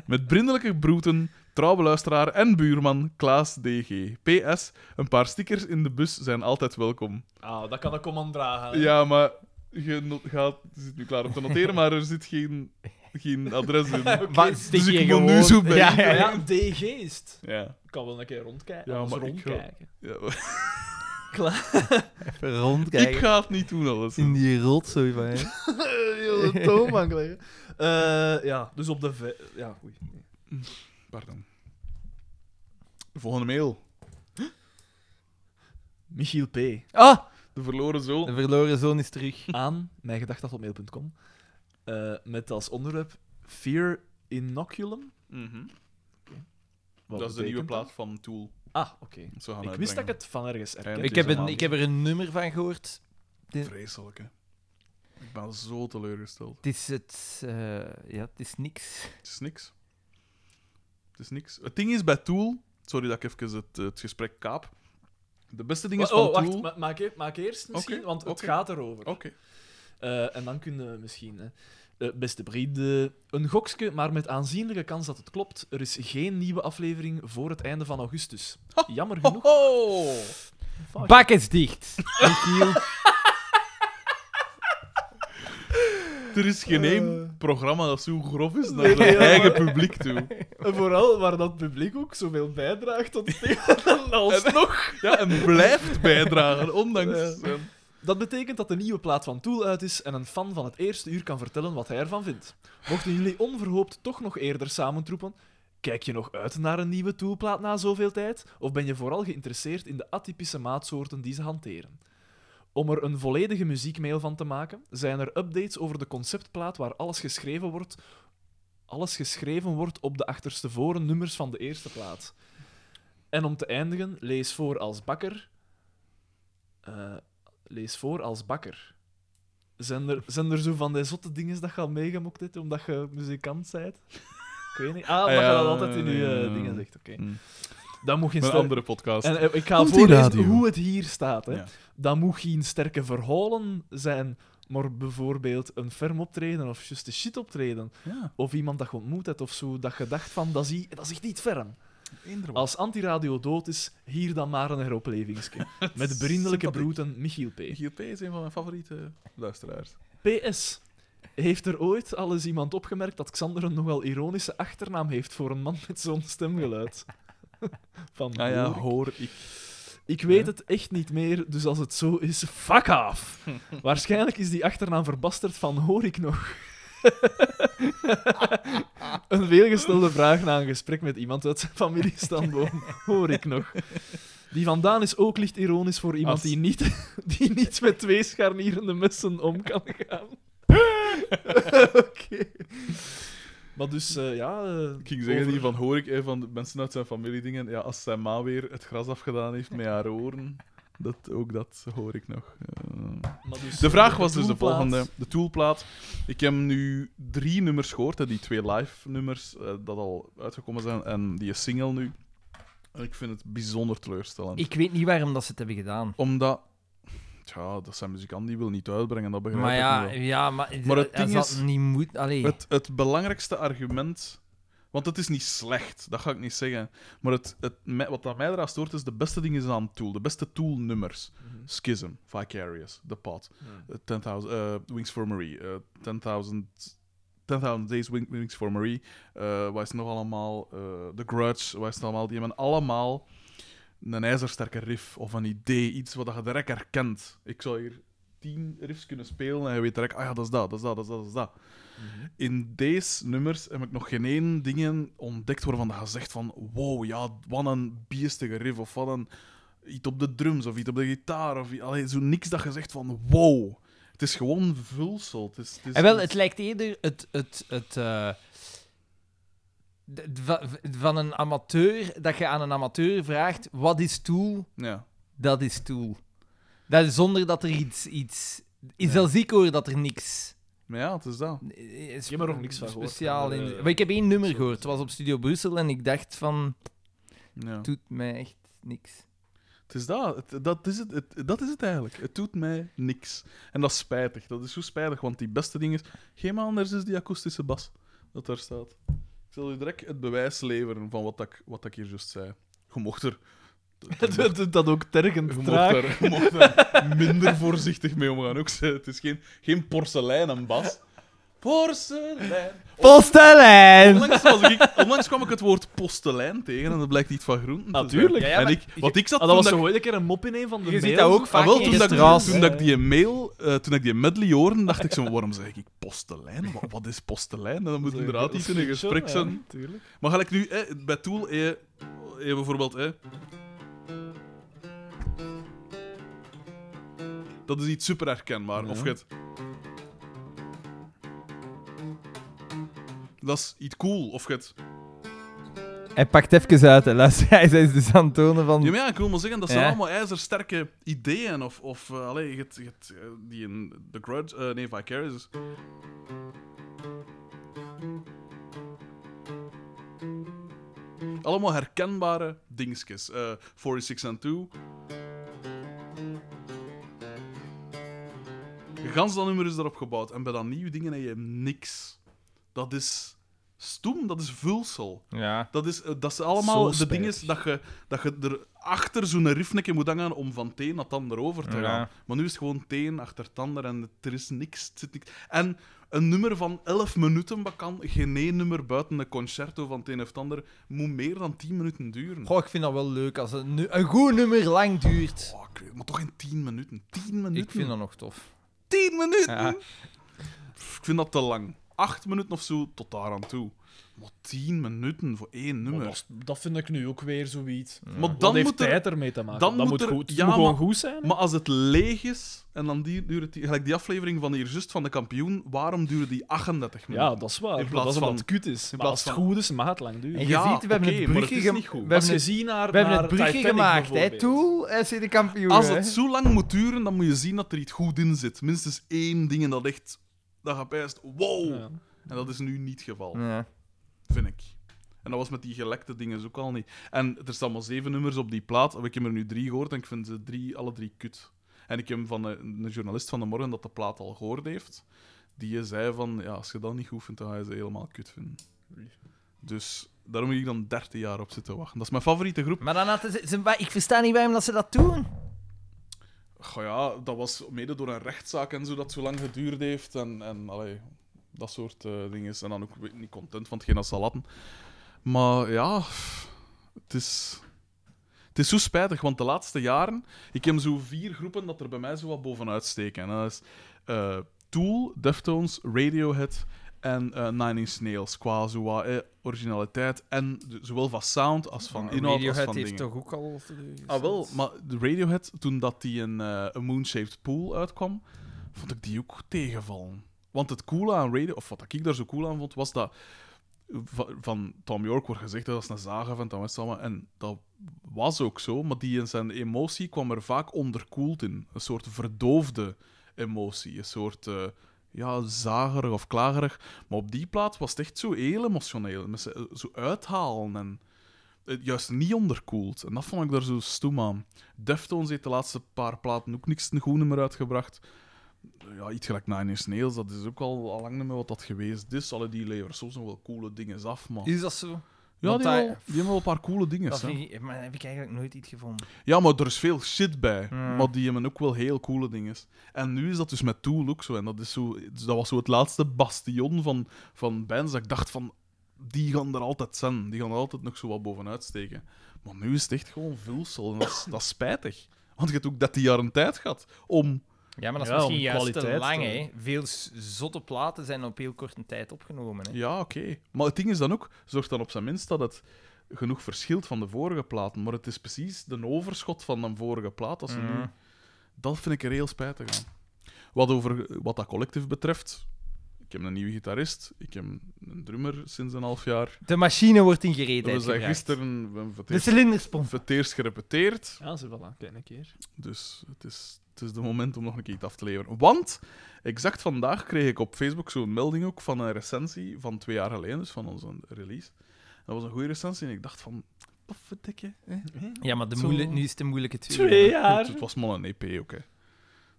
Speaker 2: Met brindelijke broeten, trouwe luisteraar en buurman Klaas DG. PS, een paar stickers in de bus zijn altijd welkom.
Speaker 3: Ah, dat kan ik om aan dragen.
Speaker 2: Ah, Ja, maar je, no- gaat, je zit nu klaar om te noteren, maar er zit geen, geen adres in.
Speaker 1: Wat stik
Speaker 2: Dus ik
Speaker 1: je
Speaker 2: moet nu
Speaker 1: gewoon-
Speaker 2: zo bij
Speaker 1: Ja, ja,
Speaker 3: Ja,
Speaker 1: ja.
Speaker 3: ja, DG is het.
Speaker 2: Ja.
Speaker 3: Ik kan wel een keer rondkijken.
Speaker 2: Ja,
Speaker 3: Ja, maar
Speaker 2: maar ik
Speaker 3: rondkijken.
Speaker 2: ja.
Speaker 1: Even
Speaker 2: Ik
Speaker 1: rondkijken.
Speaker 2: ga het niet doen, alles.
Speaker 1: In die rotzooi van hè.
Speaker 3: Heel de toonbank leggen. Eh, ja, dus op de... ve- Ja, oei.
Speaker 2: Pardon. Volgende mail.
Speaker 3: Michiel P.
Speaker 1: Ah,
Speaker 2: De verloren
Speaker 1: de
Speaker 2: zoon.
Speaker 1: verloren zoon is terug.
Speaker 3: Aan mijngedacht.mail.com eh Met als onderwerp Fear Inoculum.
Speaker 2: Mhm.
Speaker 3: Wat
Speaker 2: Dat is de
Speaker 3: betekent
Speaker 2: nieuwe
Speaker 3: dat?
Speaker 2: plaat van Tool.
Speaker 3: Ah, oké.
Speaker 2: Ze gaan
Speaker 3: Ik wist dat
Speaker 2: uitbrengen.
Speaker 3: ik het van ergens Oh, herkende.
Speaker 2: Het
Speaker 1: Ik heb,
Speaker 2: is
Speaker 1: een, ik heb er een nummer van gehoord.
Speaker 2: Vreselijk, hè. Ik ben zo teleurgesteld.
Speaker 1: Het is het... eh, ja, het is niks.
Speaker 2: Het is niks. Het is niks. Het ding is bij Tool... Sorry dat ik even het, het gesprek kaap. De beste dingen
Speaker 3: Wa-
Speaker 2: van
Speaker 3: Oh, wacht.
Speaker 2: Tool...
Speaker 3: ma- maak, e- maak eerst misschien,
Speaker 2: Oké,
Speaker 3: want het
Speaker 2: oké.
Speaker 3: gaat erover.
Speaker 2: Oké.
Speaker 3: Eh, en dan kunnen we misschien. Hè. Eh, beste vrienden, een gokske, maar met aanzienlijke kans dat het klopt. Er is geen nieuwe aflevering voor het einde van augustus. Jammer genoeg. Fuck.
Speaker 1: Bak is dicht. Michiel.
Speaker 2: Er is geen één programma dat zo grof is naar
Speaker 3: Eh. Nee,
Speaker 2: zijn
Speaker 3: ja, maar-
Speaker 2: eigen publiek toe.
Speaker 3: En vooral waar dat publiek ook zoveel bijdraagt tot het thema. alsnog.
Speaker 2: Ja, en blijft bijdragen, ondanks... eh,
Speaker 3: Dat betekent dat de nieuwe plaat van Tool uit is en een fan van het eerste uur kan vertellen wat hij ervan vindt. Mochten jullie onverhoopt toch nog eerder samentroepen, kijk je nog uit naar een nieuwe Toolplaat na zoveel tijd? Of ben je vooral geïnteresseerd in de atypische maatsoorten die ze hanteren? Om er een volledige muziekmail van te maken, zijn er updates over de conceptplaat waar alles geschreven wordt, alles geschreven wordt op de achterstevoren nummers van de eerste plaat. En om te eindigen, lees voor als bakker. Eh, lees voor als bakker. Zijn er, zijn er zo van die zotte dingen dat je al meegemokt hebt omdat je muzikant bent? Ik weet niet. Ah, omdat
Speaker 2: ja,
Speaker 3: je dat altijd in je
Speaker 2: ja, ja,
Speaker 3: eh,
Speaker 2: ja.
Speaker 3: dingen zegt. Oké.
Speaker 2: Mm.
Speaker 3: Dat moet geen
Speaker 2: Een
Speaker 3: ster-
Speaker 2: andere podcast.
Speaker 3: en eh, ik ga
Speaker 1: Komt die radio?
Speaker 3: voorlezen hoe het hier staat. Hè.
Speaker 2: Ja.
Speaker 3: Dat moet geen sterke verhalen zijn, maar bijvoorbeeld een ferm optreden of just de shit optreden.
Speaker 2: Ja,
Speaker 3: Of iemand dat je ontmoet hebt of zo, dat je dacht van, dat is, i- dat is echt niet ferm.
Speaker 2: inderdaad.
Speaker 3: Als antiradio dood is, hier dan maar een heroplevingske. Met vriendelijke broeten Michiel P.
Speaker 2: Giel P. is een van mijn favoriete luisteraars.
Speaker 3: PS. Heeft er ooit al eens iemand opgemerkt dat Xander een nogal ironische achternaam heeft voor een man met zo'n stemgeluid? Van
Speaker 2: Ah ja,
Speaker 3: Horik.
Speaker 2: hoor ik.
Speaker 3: Ik weet het echt niet meer, dus als het zo is, fuck off. Waarschijnlijk is die achternaam verbasterd van hoor ik nog. een veelgestelde vraag na een gesprek met iemand uit zijn familie Stamboom. Hoor ik nog. Die vandaan is ook licht ironisch voor iemand
Speaker 2: As.
Speaker 3: die, niet, die niet met twee scharnierende messen om kan gaan. Oké. Maar dus, eh, ja... eh,
Speaker 2: Ik ging zeggen,
Speaker 3: over-
Speaker 2: die van hoor ik, eh, van de mensen uit zijn familiedingen. Ja, als zijn ma weer het gras afgedaan heeft met haar oren, dat, ook dat hoor ik nog. Eh,
Speaker 3: maar dus,
Speaker 2: De vraag
Speaker 3: eh,
Speaker 2: was dus de
Speaker 3: toolplaat.
Speaker 2: volgende. De toolplaat. Ik heb nu drie nummers gehoord, hè, die twee live nummers eh, dat al uitgekomen zijn en die single nu. En ik vind het bijzonder teleurstellend.
Speaker 1: Ik weet niet waarom dat ze het hebben gedaan.
Speaker 2: Omdat... Tja, dat zijn muzikanten die wil niet uitbrengen, dat begrijp
Speaker 1: Maar
Speaker 2: ik
Speaker 1: ja,
Speaker 2: nu wel.
Speaker 1: ja maar,
Speaker 2: Maar het
Speaker 1: als
Speaker 2: ding
Speaker 1: dat
Speaker 2: is-
Speaker 1: niet moet... Allee.
Speaker 2: Het, het belangrijkste argument... Want het is niet slecht, dat ga ik niet zeggen. Maar het, het, mij- wat dat mij eraan stoort, is de beste dingen zijn aan Tool. De beste Tool-nummers. Schism, Vicarious, The Pot, eh, 10,000 eh, Wings for Marie, eh, 10,000 10,000 Days Wing- Wings for Marie, eh wat is het nog allemaal, eh, The Grudge, wat is het allemaal, die hebben allemaal een ijzersterke riff of een idee, iets wat je direct herkent. Ik zou hier tien riffs kunnen spelen en je weet direct, ah ja, dat is dat, dat is dat, dat is dat, dat is dat.
Speaker 1: Mhm.
Speaker 2: In deze nummers heb ik nog geen één dingen ontdekt waarvan je zegt van, wow, ja, wat een biestige riff of wat een iets op de drums of iets op de gitaar of i- allee, zo niks dat je zegt van wow. Het is gewoon vulsel. Het is, het is
Speaker 1: En wel,
Speaker 2: iets-
Speaker 1: het lijkt eerder het, het, het, eh, d- d- va- v- van een amateur, dat je aan een amateur vraagt, wat is tool?
Speaker 2: Ja.
Speaker 1: Dat is tool. Dat is zonder dat er iets... iets is Zelfs ik hoor dat er niks...
Speaker 2: Maar ja, het is dat.
Speaker 1: eh, is
Speaker 3: Je hebt er nog niks van gehoord,
Speaker 1: speciaal
Speaker 3: hè, maar,
Speaker 1: in...
Speaker 3: eh,
Speaker 1: Maar ik heb één nummer gehoord, het was op Studio Brussel, en ik dacht van,
Speaker 2: Ja.
Speaker 1: doet mij echt niks.
Speaker 2: Het is dat. Het- dat, is het, het- dat is het eigenlijk. Het doet mij niks. En dat is spijtig. Dat is zo spijtig, want die beste ding is... Geen anders is die akoestische bas dat daar staat. Ik zal u direct het bewijs leveren van wat, dat ik, wat dat ik hier juist zei. Je mocht er...
Speaker 3: Dat doet dat ook
Speaker 2: Je
Speaker 3: tergend
Speaker 2: mocht
Speaker 3: traag.
Speaker 2: daar, je mocht daar minder voorzichtig mee omgaan. Ook, ze. het is geen, geen porselein en bas. Porselein.
Speaker 3: Oh,
Speaker 1: Postelijn!
Speaker 2: Onlangs, was ik, onlangs kwam ik het woord postelijn tegen en dat blijkt niet van groenten te zijn.
Speaker 3: Natuurlijk.
Speaker 1: Ja, ja, maar
Speaker 2: en ik, wat ik zat
Speaker 3: Ah, dat was
Speaker 2: toen
Speaker 3: zo
Speaker 2: dat
Speaker 3: ooit een keer een mop in een van de
Speaker 1: Je
Speaker 3: mails.
Speaker 1: ziet dat ook
Speaker 2: Ah,
Speaker 1: vaak
Speaker 2: wel,
Speaker 1: in
Speaker 2: toen, dat ik,
Speaker 1: restaurants.
Speaker 2: toen dat ik die mail, eh, toen ik die medley hoorde, dacht ik zo, waarom zeg ik postelijn? Wat, wat is postelijn? En dan moet inderdaad iets in een gesprek zijn. Maar gelijk nu, eh, bij Tool, eh, eh, bijvoorbeeld... eh, dat is iets super herkenbaar. Of je het... Dat is iets cool. Of je het...
Speaker 1: Hij pakt even uit, hè. Luister, hij is dus aan het tonen van...
Speaker 2: Ja, maar ja, ik wil maar zeggen, dat zijn
Speaker 1: Ja.
Speaker 2: allemaal ijzersterke ideeën. Of, of eh, allee, je hebt- je hebt, eh, die in The Grudge, eh, nee, Vicarious. Allemaal herkenbare dingetjes. Eh 46 and 2. Gans dat nummer is erop gebouwd. En bij dat nieuwe dingen heb je niks. Dat is Stoem, dat is vulsel.
Speaker 8: Ja.
Speaker 2: Dat, is, eh, dat is allemaal
Speaker 1: Zo
Speaker 2: de dingen
Speaker 1: spijtig.
Speaker 2: dat je, dat je er achter zo'n rifnekje moet hangen om van het een naar het ander over te gaan.
Speaker 8: Ja.
Speaker 2: Maar nu is het gewoon teen achter het ander en er is niks. Het zit niks. En een nummer van 11 minuten, maar kan geen één nummer buiten een concerto van het een of het ander, moet meer dan 10 minuten duren.
Speaker 1: Goh, ik vind dat wel leuk als een, nu- een goed nummer lang duurt.
Speaker 2: Oh, ik weet- maar toch geen 10 minuten. 10 minuten.
Speaker 8: Ik vind dat nog tof.
Speaker 2: 10 minuten!
Speaker 8: Ja.
Speaker 2: Pff, ik vind dat te lang. 8 minuten of zo, tot daar aan toe. Maar 10 minuten voor één nummer.
Speaker 3: Maar dat, dat vind ik nu ook weer zoiets.
Speaker 2: Maar
Speaker 3: Dan
Speaker 2: dan
Speaker 3: dat heeft
Speaker 2: moet er...
Speaker 3: tijd ermee te maken.
Speaker 2: dan
Speaker 3: dat
Speaker 2: moet
Speaker 3: moet,
Speaker 2: er-
Speaker 3: goed, het
Speaker 2: ja,
Speaker 3: moet gewoon
Speaker 2: maar-
Speaker 3: goed zijn. hè?
Speaker 2: Maar als het leeg is, en dan die, duurt die, gelijk die aflevering van hier juist van de kampioen, waarom duren die 38 minuten?
Speaker 3: ja, dat is waar.
Speaker 2: In
Speaker 3: In
Speaker 2: plaats
Speaker 3: plaats dat is
Speaker 2: van-
Speaker 3: omdat het kut is. Maar
Speaker 2: plaats
Speaker 3: als het
Speaker 2: van-
Speaker 3: goed is, mag het lang
Speaker 1: En je
Speaker 3: duren.
Speaker 2: Ja,
Speaker 1: ziet, we hebben
Speaker 2: oké,
Speaker 1: het
Speaker 2: maar
Speaker 1: brugje
Speaker 2: het is
Speaker 1: gem-
Speaker 2: niet goed.
Speaker 1: We
Speaker 3: Als
Speaker 1: hebben
Speaker 3: je
Speaker 1: het,
Speaker 3: ziet naar
Speaker 1: we hebben
Speaker 3: naar
Speaker 1: het brugje
Speaker 3: Titanic
Speaker 1: gemaakt, hè,
Speaker 3: bijvoorbeeld.
Speaker 1: toe, FC de kampioen.
Speaker 2: Als
Speaker 1: hè.
Speaker 2: het zo lang moet duren, dan moet je zien dat er iets goed in zit. Minstens één ding en dat echt... Dat gaat bijst, wow!
Speaker 3: Ja.
Speaker 2: En dat is nu niet het geval,
Speaker 8: Ja.
Speaker 2: vind ik. En dat was met die gelekte dingen ook al niet. En er staan maar zeven nummers op die plaat. Ik heb er nu drie gehoord en ik vind ze drie, alle drie kut. En ik heb van een, een journalist van de morgen dat de plaat al gehoord heeft, die zei van, ja, als je dat niet goed vindt, dan ga je ze helemaal kut vinden. Dus daarom heb ik dan 13 jaar op zitten wachten. Dat is mijn favoriete groep.
Speaker 1: Maar dan hadden ze, ze- maar ik versta niet waarom dat ze dat doen.
Speaker 2: Goh ja, dat was mede door een rechtszaak en zo dat zo lang geduurd heeft. En, en allee, dat soort eh, dingen. En dan ook weer niet content van hetgeen dat ze al hadden. Maar ja, het is... Het is zo spijtig, want de laatste jaren... Ik heb zo vier groepen dat er bij mij zo wat bovenuit steken. En dat is eh, Tool, Deftones, Radiohead en eh Nine Inch Nails. Qua zo wat, eh, originaliteit. En de- zowel van sound als van inhoud als
Speaker 8: Radiohead
Speaker 2: van
Speaker 8: heeft
Speaker 2: dingen.
Speaker 8: toch ook al...
Speaker 1: Oh,
Speaker 2: Ah wel, maar de Radiohead, toen dat die een, eh, een Moonshaped Pool uitkwam, vond ik die ook tegenvallen. Want het coole aan Radio, of wat ik daar zo cool aan vond, was dat va- van Tom York wordt gezegd hè, dat is een zagen van Tom West allemaal. En dat was ook zo, maar die in zijn emotie kwam er vaak onderkoeld in. Een soort verdoofde emotie, een soort eh, ja, zagerig of klagerig. Maar op die plaat was het echt zo heel emotioneel. Met z'n- eh, zo uithalen en eh, juist niet onderkoeld. En dat vond ik daar zo stoem aan. Deftones heeft de laatste paar platen ook niks een goed nummer uitgebracht. Ja, iets gelijk Nine Inch Nails, dat is ook al, al lang niet meer wat dat geweest is. Alle die leveren soms nog wel coole dingen af, maar...
Speaker 1: Is dat zo?
Speaker 2: Ja,
Speaker 1: Want
Speaker 2: die,
Speaker 1: hij-
Speaker 2: hebben wel- die hebben wel een paar coole dingen.
Speaker 1: Dat vind ik, maar heb ik eigenlijk nooit iets gevonden.
Speaker 2: Ja, maar er is veel shit bij. Maar die hebben ook wel heel coole dingen. En nu is dat dus met Tool ook zo. En dat, is zo, dus dat was zo het laatste bastion van, van bands. Dat ik dacht van, die gaan er altijd zijn. Die gaan er altijd nog zo wat bovenuit steken. Maar nu is het echt gewoon vulsel. En dat is, dat is spijtig. Want je hebt ook dat die jaar een tijd gehad om...
Speaker 8: Ja, maar dat is
Speaker 3: Ja, om
Speaker 8: misschien juist te
Speaker 3: kwaliteit
Speaker 8: lang,
Speaker 3: te-
Speaker 8: hè. Veel s- zotte platen zijn op heel korte tijd opgenomen, hè.
Speaker 2: Ja, oké. Maar het ding is dan ook, zorg dan op zijn minst dat het genoeg verschilt van de vorige platen. Maar het is precies de overschot van de vorige plaat. Als ze nu... Dat vind ik er heel spijtig aan. Wat, over, wat dat collectief betreft, ik heb een nieuwe gitarist, ik heb een drummer sinds een half jaar.
Speaker 1: De machine wordt in gereedheid
Speaker 2: We zijn
Speaker 1: gebracht.
Speaker 2: gisteren we hebben voor het
Speaker 1: De
Speaker 2: eerst-
Speaker 1: cilinderspomp.
Speaker 2: voor het eerst gerepeteerd.
Speaker 3: Ja, ze voilà, kijk een keer.
Speaker 2: Dus het is, het is de moment om nog een keer iets af te leveren. Want, exact vandaag kreeg ik op Facebook zo'n melding ook van een recensie van twee jaar geleden, dus van onze release. Dat was een goede recensie en ik dacht van, potverdikke. hè.
Speaker 8: Ja, maar de
Speaker 2: Zo.
Speaker 8: moeilijk, nu is het de moeilijke twee.
Speaker 3: Twee
Speaker 2: Het,
Speaker 3: jaar.
Speaker 2: het was maar een EP ook, hè.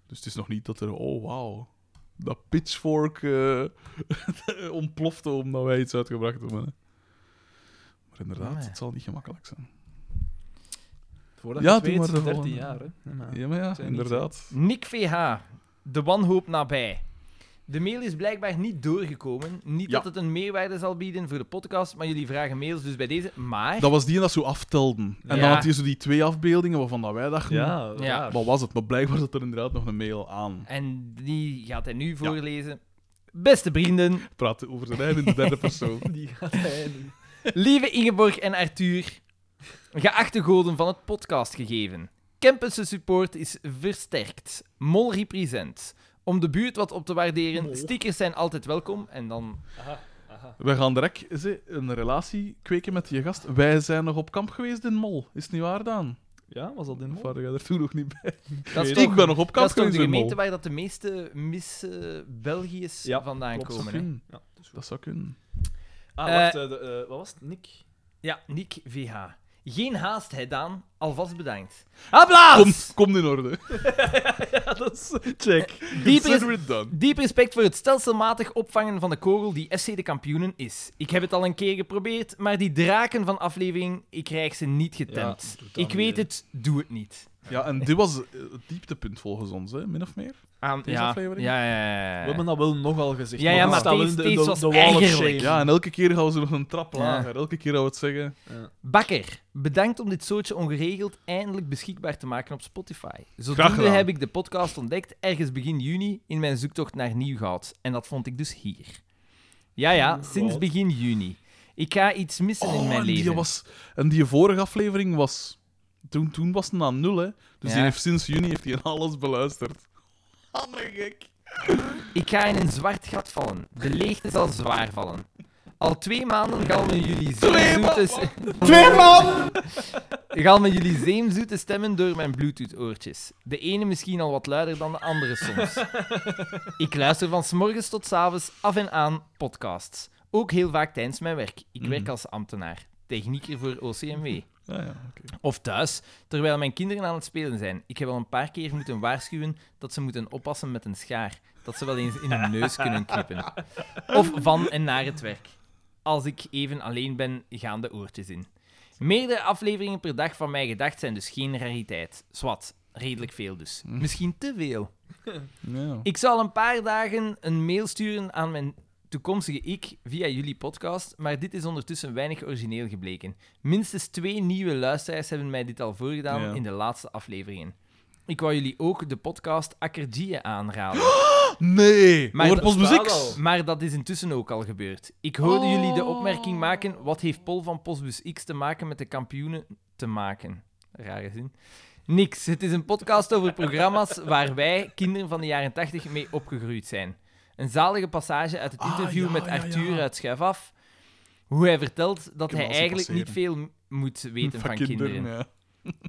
Speaker 2: Dus het is nog niet dat er, oh wauw, dat pitchfork eh, ontplofte omdat wij iets uitgebracht hebben. hè. Maar inderdaad,
Speaker 3: Ah,
Speaker 8: Nee.
Speaker 2: het zal niet gemakkelijk zijn.
Speaker 3: Voordat
Speaker 2: Ja,
Speaker 3: je het
Speaker 2: doe
Speaker 3: weet,
Speaker 2: maar de
Speaker 3: 13
Speaker 2: volgende.
Speaker 3: jaar. Hè. Ja, maar-
Speaker 2: Ja, maar ja,
Speaker 3: zijn niet,
Speaker 2: inderdaad.
Speaker 8: Nick VH, de wanhoop nabij. De mail is blijkbaar niet doorgekomen. Niet
Speaker 2: Ja.
Speaker 8: dat het een meerwaarde zal bieden voor de podcast, maar jullie vragen mails dus bij deze. Maar
Speaker 2: Dat was die en dat zo aftelden. En dan
Speaker 8: Ja.
Speaker 2: had je zo die twee afbeeldingen waarvan dat wij dachten...
Speaker 3: Ja,
Speaker 8: Ja.
Speaker 3: raar.
Speaker 2: Wat was het? Maar blijkbaar zat er inderdaad nog een mail aan.
Speaker 8: En die gaat hij nu voorlezen. Beste vrienden,
Speaker 2: Praat over zijn eigen in de derde persoon.
Speaker 3: Die gaat hij niet.
Speaker 8: lieve Ingeborg en Arthur, geachte goden van het podcastgegeven. Campus support is versterkt. Mol represent. Om de buurt wat op te waarderen, stickers zijn altijd welkom. En dan...
Speaker 2: We gaan direct ze, een relatie kweken met je gast. Wij zijn nog op kamp geweest in Mol. Is het niet waar, Daan?
Speaker 3: Ja, was dat in
Speaker 2: Of waren jij er toen nog niet bij?
Speaker 8: Dat is
Speaker 2: Ik
Speaker 8: toch,
Speaker 2: ben nog op
Speaker 8: dat
Speaker 2: kamp
Speaker 8: is toch
Speaker 2: geweest
Speaker 8: de
Speaker 2: in Mol.
Speaker 8: gemeente waar dat de meeste mis eh, Belgiërs
Speaker 3: Ja,
Speaker 8: vandaan
Speaker 3: klopt.
Speaker 2: Dat zou
Speaker 8: komen. hè?
Speaker 2: kunnen.
Speaker 3: Ja, dat is goed.
Speaker 2: Dat zou kunnen.
Speaker 3: Ah,
Speaker 8: Eh,
Speaker 3: wacht. eh, de, eh, wat was het? Nick?
Speaker 8: Ja, Nick VH. Geen haast, hè, Daan.
Speaker 1: Alvast bedankt. Applaus!
Speaker 2: Kom, kom in orde.
Speaker 1: Eh.
Speaker 3: Check.
Speaker 1: Dieper,
Speaker 2: Consider it done.
Speaker 1: Diep respect voor het stelselmatig opvangen van de kogel die FC de kampioenen is. Ik heb het al een keer geprobeerd, maar die draken van aflevering, ik krijg ze niet getemd.
Speaker 3: dat
Speaker 1: ik
Speaker 3: niet,
Speaker 1: weet
Speaker 3: hè.
Speaker 1: het, doe het niet.
Speaker 2: Ja, en dit was eh, het dieptepunt volgens ons, hè, min of meer.
Speaker 1: Aan
Speaker 2: Deze
Speaker 1: ja.
Speaker 2: aflevering?
Speaker 1: Ja, ja,
Speaker 3: We
Speaker 1: ja, ja.
Speaker 3: hebben dat wel nogal gezegd.
Speaker 1: Ja, ja,
Speaker 3: dat
Speaker 1: maar
Speaker 3: staat wel
Speaker 1: deze-
Speaker 3: in
Speaker 1: deze was
Speaker 3: Wall of
Speaker 1: ergerlijk.
Speaker 3: Shame.
Speaker 2: Ja, en elke keer gaan ze nog een trap
Speaker 1: Ja.
Speaker 2: lager. Elke keer gaan we het zeggen.
Speaker 1: Bakker, bedankt om dit soortje ongeregeld eindelijk beschikbaar te maken op Spotify.
Speaker 2: Graag
Speaker 1: Zodoende
Speaker 2: gedaan.
Speaker 1: heb ik de podcast ontdekt ergens begin juni in mijn zoektocht naar Nieuwgoud. En dat vond ik dus hier. Ja, ja, sinds begin juni. Ik ga iets missen in
Speaker 2: Oh,
Speaker 1: mijn
Speaker 2: en die,
Speaker 1: leven.
Speaker 2: was, en die vorige aflevering was... Toen, toen was het aan nul, hè. Dus
Speaker 1: Ja.
Speaker 2: die heeft, sinds juni heeft hij alles beluisterd. Andere gek.
Speaker 1: Ik ga in een zwart gat vallen. De leegte zal zwaar vallen. Al twee maanden galmen jullie zeemzoete... Twee maanden! Galmen jullie zeemzoete stemmen door mijn bluetooth-oortjes. De ene misschien al wat luider dan de andere soms. Ik luister van 's morgens tot 's avonds af en aan podcasts. Ook heel vaak tijdens mijn werk.
Speaker 2: Mhm.
Speaker 1: Ik werk als ambtenaar. Technieker voor OCMW.
Speaker 2: Ah, Ja, ja, oké.
Speaker 1: Of thuis, terwijl mijn kinderen aan het spelen zijn. Ik heb al een paar keer moeten waarschuwen dat ze moeten oppassen met een schaar. Dat ze wel eens in hun neus kunnen knippen. Of van en naar het werk. Als ik even alleen ben, gaan de oortjes in. Meerdere afleveringen per dag van mij gedacht zijn dus geen rariteit. Zwat, redelijk veel dus. Misschien te veel.
Speaker 2: Ja.
Speaker 1: Ik zal een paar dagen een mail sturen aan mijn toekomstige ik via jullie podcast, maar dit is ondertussen weinig origineel gebleken. Minstens twee nieuwe luisteraars hebben mij dit al voorgedaan
Speaker 2: Ja.
Speaker 1: in de laatste afleveringen. Ik wou jullie ook de podcast Akkergie aanraden,
Speaker 2: Nee!
Speaker 1: Maar
Speaker 2: Hoor
Speaker 1: dat
Speaker 2: pas
Speaker 3: bestaat
Speaker 2: muziek.
Speaker 3: al.
Speaker 1: maar dat is intussen ook al gebeurd. Ik hoorde jullie de
Speaker 2: Oh.
Speaker 1: opmerking maken, wat heeft Paul van Postbus X te maken met de kampioenen te maken? Rare zin. Niks. Het is een podcast over programma's waar wij, kinderen van de jaren 80, mee opgegroeid zijn. Een zalige passage uit het
Speaker 2: Ah,
Speaker 1: interview
Speaker 2: ja,
Speaker 1: met
Speaker 2: ja,
Speaker 1: Arthur
Speaker 2: ja.
Speaker 1: uit Schuif Af. Hoe hij vertelt dat
Speaker 2: heb
Speaker 1: hij
Speaker 2: al zien
Speaker 1: eigenlijk niet
Speaker 2: passeren.
Speaker 1: veel m- moet weten van, kinderen.
Speaker 2: ja.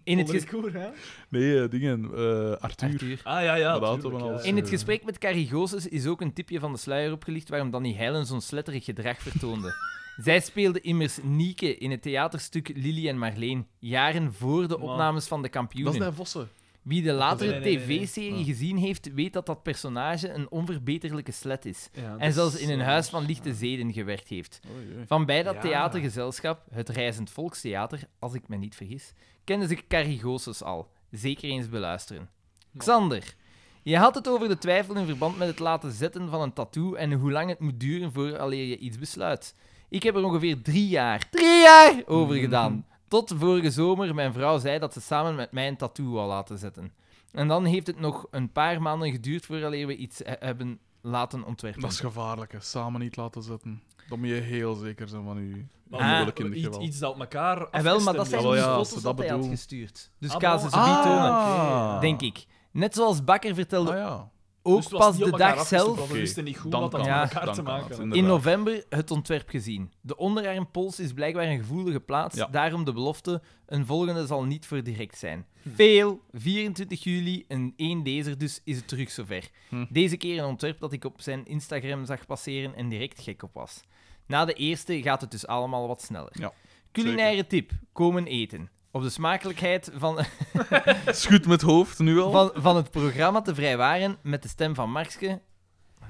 Speaker 1: In, het ges-
Speaker 3: Onderkoer, hè?
Speaker 2: Nee, eh, dingen. eh, Arthur.
Speaker 1: Arthur.
Speaker 3: Ah, ja, ja.
Speaker 2: Maar dat
Speaker 3: tuurlijk,
Speaker 2: hadden we
Speaker 3: ja.
Speaker 2: al
Speaker 1: In het gesprek met Carrie Goossens is ook een tipje van de sluier opgelicht waarom Danny Heilen zo'n sletterig gedrag vertoonde. Zij speelde immers Nieke in het theaterstuk Lily en Marleen, jaren voor de
Speaker 3: Maar-
Speaker 1: opnames van de
Speaker 2: Dat is
Speaker 1: kampioenen.
Speaker 2: de Vossen.
Speaker 1: Wie de latere
Speaker 3: Nee, nee, Ah. nee, nee.
Speaker 1: tv-serie gezien heeft, weet dat dat personage een onverbeterlijke slet is.
Speaker 3: Ja, dat
Speaker 1: En
Speaker 3: is- eh,
Speaker 1: zelfs in een huis van lichte zeden gewerkt heeft. Van bij dat theatergezelschap, het Reizend Volkstheater, als ik me niet vergis, kende ze Carrie Goossens al. Zeker eens beluisteren. Xander, je had het over de twijfel in verband met het laten zetten van een tattoo en hoe lang het moet duren voor alleer je iets besluit. Ik heb er ongeveer drie jaar, drie jaar over
Speaker 2: Mhm.
Speaker 1: gedaan. Tot vorige zomer mijn vrouw zei dat ze samen met mij een tattoo wou laten zetten. En dan heeft het nog een paar maanden geduurd vooraleer we iets eh, hebben laten ontwerpen.
Speaker 2: Dat is gevaarlijk, hè. Samen niet laten zetten. Dan moet je heel zeker zijn van je
Speaker 3: Maar
Speaker 1: Ah,
Speaker 2: onwillig
Speaker 3: iets-
Speaker 2: kindgeweld.
Speaker 3: Iets dat op elkaar
Speaker 1: En wel, maar dat zijn
Speaker 2: Jawel,
Speaker 1: die
Speaker 2: ja, als
Speaker 1: foto's
Speaker 2: ze
Speaker 1: dat,
Speaker 2: dat
Speaker 1: hij had
Speaker 2: bedoel.
Speaker 1: casus Dus
Speaker 3: Ah,
Speaker 1: kazen ze
Speaker 3: bon.
Speaker 1: niet tonen,
Speaker 2: Ah.
Speaker 1: denk ik. Net zoals Bakker vertelde,
Speaker 2: Ah, ja.
Speaker 1: ook pas de dag zelf
Speaker 3: We wisten niet goed
Speaker 2: dan
Speaker 3: wat dat
Speaker 2: kan
Speaker 1: het.
Speaker 3: met elkaar
Speaker 2: Dan
Speaker 3: te
Speaker 2: kan
Speaker 3: maken
Speaker 2: het,
Speaker 3: had.
Speaker 1: in
Speaker 2: Inderdaad.
Speaker 1: november het ontwerp gezien. De onderarmpols is blijkbaar een gevoelige plaats,
Speaker 2: Ja.
Speaker 1: daarom de belofte, een volgende zal niet voor direct zijn.
Speaker 2: Hm.
Speaker 1: Veel, 24 juli, een 1 dezer dus, is het terug zover.
Speaker 2: Hm.
Speaker 1: Deze keer een ontwerp dat ik op zijn Instagram zag passeren en direct gek op was. Na de eerste gaat het dus allemaal wat sneller.
Speaker 2: Ja,
Speaker 1: Culinaire tip, komen eten. Op de smakelijkheid van...
Speaker 2: Schud met hoofd nu al.
Speaker 1: van, van het programma te vrijwaren met de stem van Markske.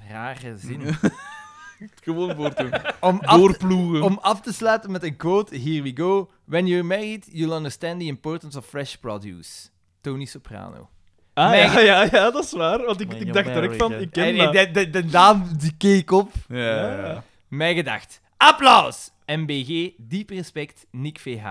Speaker 1: Rare zin.
Speaker 2: Gewoon voortdoen.
Speaker 1: Om af, te,
Speaker 2: Doorploegen.
Speaker 1: om af te sluiten met een quote, here we go. When you're married, you'll understand the importance of fresh produce. Tony Soprano.
Speaker 3: Ah,
Speaker 1: Nee,
Speaker 3: ja, ja, ja, dat is waar. Want ik,
Speaker 9: Nee,
Speaker 3: ik
Speaker 9: John
Speaker 3: dacht direct van,
Speaker 9: Barry,
Speaker 3: ik
Speaker 1: En
Speaker 3: ken
Speaker 1: ik-
Speaker 3: dat.
Speaker 1: de, de, de naam die keek op.
Speaker 2: Ja, ja, ja.
Speaker 1: Mij gedacht. Applaus! MBG, diep respect, Nick VH.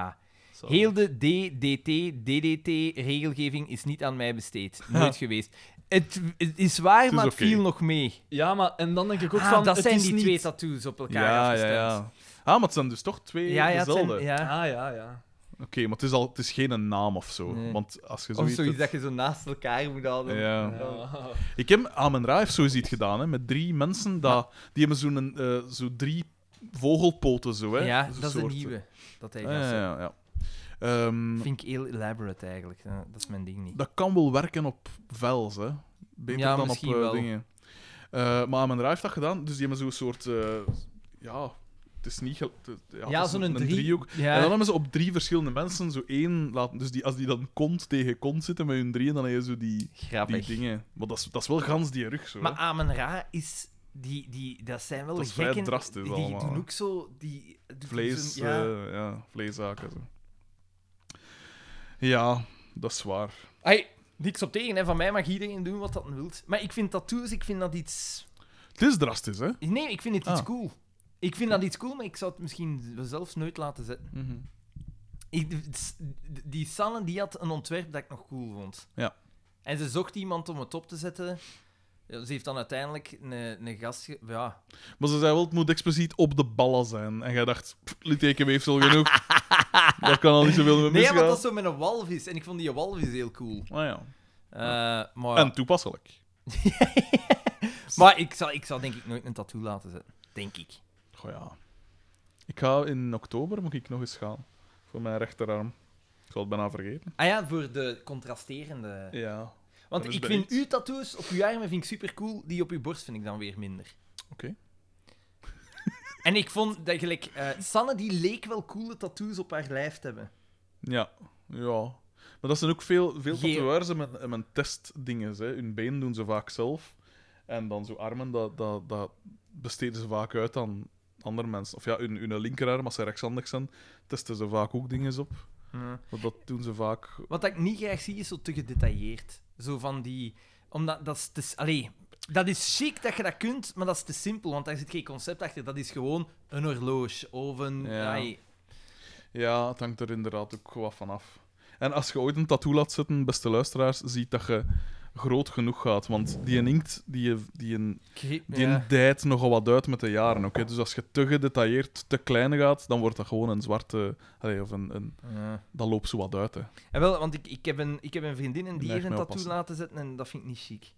Speaker 1: Heel de DDT, DDT-regelgeving is niet aan mij besteed. Nooit geweest. Het, het is waar,
Speaker 2: is
Speaker 1: maar het
Speaker 2: oké.
Speaker 1: viel nog mee.
Speaker 3: Ja, maar en dan denk ik ook
Speaker 1: Ah,
Speaker 3: van,
Speaker 1: dat
Speaker 3: het
Speaker 1: zijn
Speaker 3: is
Speaker 1: die
Speaker 3: niet...
Speaker 1: twee tattoos op elkaar
Speaker 2: ja, ja,
Speaker 1: afgestemd.
Speaker 2: ja. Ah, maar het zijn dus toch twee
Speaker 1: Ja, ja, het zijn-
Speaker 2: dezelfde.
Speaker 1: ja.
Speaker 3: Ah, ja, ja.
Speaker 2: Oké, maar het is, al, het is geen een naam of zo.
Speaker 1: Nee.
Speaker 2: Want als je
Speaker 1: Of
Speaker 2: zoiets...
Speaker 1: zoiets dat je zo naast elkaar moet houden.
Speaker 2: Ja.
Speaker 3: Ah.
Speaker 2: Ik heb aan mijn raaf zoiets iets gedaan, hè, met drie mensen. Dat, die hebben zo'n eh, zo drie vogelpoten, zo. Hè,
Speaker 1: Ja,
Speaker 2: Zo'n
Speaker 1: dat is een
Speaker 2: soort.
Speaker 1: nieuwe. Dat hij
Speaker 2: Ah,
Speaker 1: gaat
Speaker 2: ja,
Speaker 1: zeggen.
Speaker 2: ja, ja. Ehm,
Speaker 1: Vind ik heel elaborate eigenlijk. Ja, Dat is mijn ding niet.
Speaker 2: dat kan wel werken op vels, hè. Beter
Speaker 1: Ja,
Speaker 2: dan op
Speaker 1: misschien
Speaker 2: eh,
Speaker 1: wel.
Speaker 2: dingen. Eh, maar aan mijn raaf heeft dat gedaan, dus die hebben zo'n soort... eh, ja, het is niet... gel- het- Ja,
Speaker 1: Ja,
Speaker 2: het is
Speaker 1: zo'n
Speaker 2: een
Speaker 1: drie-
Speaker 2: driehoek.
Speaker 1: ja.
Speaker 2: En dan hebben ze op drie verschillende mensen zo één laten... Dus die, als die dan kont tegen kont zitten met hun drieën, dan heb je zo die, die
Speaker 1: Grappig.
Speaker 2: dingen. Maar dat is, dat is wel gans die rug, zo. hè.
Speaker 1: Maar ah, Amen Ra is... Die, die, dat zijn wel
Speaker 2: Dat is vrij
Speaker 1: gekken.
Speaker 2: drastisch
Speaker 1: die
Speaker 2: allemaal,
Speaker 1: doen
Speaker 2: hè.
Speaker 1: ook zo... Die, die-
Speaker 2: Vlees, eh.
Speaker 1: zo'n-
Speaker 2: ja.
Speaker 1: dus ja.
Speaker 2: ja, vleeszaken. Zo. Ja, dat is waar.
Speaker 1: Ai, niks op tegen, hè. Van mij mag iedereen doen wat dat wilt. Maar ik vind tattoos, ik vind dat iets...
Speaker 2: Het is drastisch, hè?
Speaker 1: Nee, ik vind het iets
Speaker 2: Ah.
Speaker 1: cool. Ik vind dat iets cool, maar ik zou het misschien zelfs nooit laten zetten. Ik, die Sanne die had een ontwerp dat ik nog cool vond.
Speaker 2: Ja.
Speaker 1: En ze zocht iemand om het op te zetten. Ja, Ze heeft dan uiteindelijk een, een gast... ge- Ja,
Speaker 2: Maar ze zei wel, het moet expliciet op de ballen zijn. En jij dacht, pff, littekenweefsel genoeg. dat kan al niet zoveel
Speaker 1: Nee,
Speaker 2: meer misgaan.
Speaker 1: want dat is zo met een walvis. En ik vond die walvis heel cool.
Speaker 2: Ah, ja.
Speaker 1: Eh, maar
Speaker 2: En toepasselijk.
Speaker 1: maar ik, zou, ik zou denk ik nooit een tattoo laten zetten. Denk ik.
Speaker 2: Goh ja. Ik ga in oktober, moet ik nog eens gaan. Voor mijn rechterarm. Ik zal het bijna vergeten.
Speaker 1: Ah ja, voor de contrasterende...
Speaker 2: Ja. Oké.
Speaker 1: Want
Speaker 2: dat is
Speaker 1: ik vind
Speaker 2: benieuwd.
Speaker 1: uw tattoos op uw armen vind ik super cool. Die op uw borst vind ik dan weer minder. En ik vond dat gelijk... eh, Sanne die leek wel coole tattoos op haar lijf te hebben.
Speaker 2: Ja. Ja. Maar dat zijn ook veel, veel
Speaker 1: Geel.
Speaker 2: tatoeërs en mijn, en mijn testdingen. Hè. Hun been doen ze vaak zelf. En dan zo armen, dat, dat, dat besteden ze vaak uit aan andere mensen. Of ja, hun, hun linkerarm, als ze rechtshandig zijn, testen ze vaak ook dingen op.
Speaker 1: Ja.
Speaker 2: Want dat doen ze vaak
Speaker 1: Wat dat ik niet graag zie, is zo te gedetailleerd. Zo van die... Omdat dat is te... s- Allee, dat is chic dat je dat kunt, maar dat is te simpel, want daar zit geen concept achter. Dat is gewoon een horloge of een...
Speaker 2: Ja.
Speaker 1: ai.
Speaker 2: Ja, het hangt er inderdaad ook wat van af. En als je ooit een tattoo laat zitten, beste luisteraars, ziet dat je groot genoeg gaat. Want die inkt, die, die, een-
Speaker 1: Ik-
Speaker 2: die
Speaker 1: ja.
Speaker 2: dijt nogal wat uit met de jaren. oké? Dus als je te gedetailleerd, te klein gaat, dan wordt dat gewoon een zwarte... allee, of een, een,
Speaker 1: Ja.
Speaker 2: dat loopt zo wat uit, hè.
Speaker 1: En wel, want ik, ik, heb een, ik heb een vriendin en die
Speaker 2: Lijkt
Speaker 1: heeft
Speaker 2: mij
Speaker 1: een tattoo
Speaker 2: oppassen.
Speaker 1: laten zetten en dat vind ik niet chic.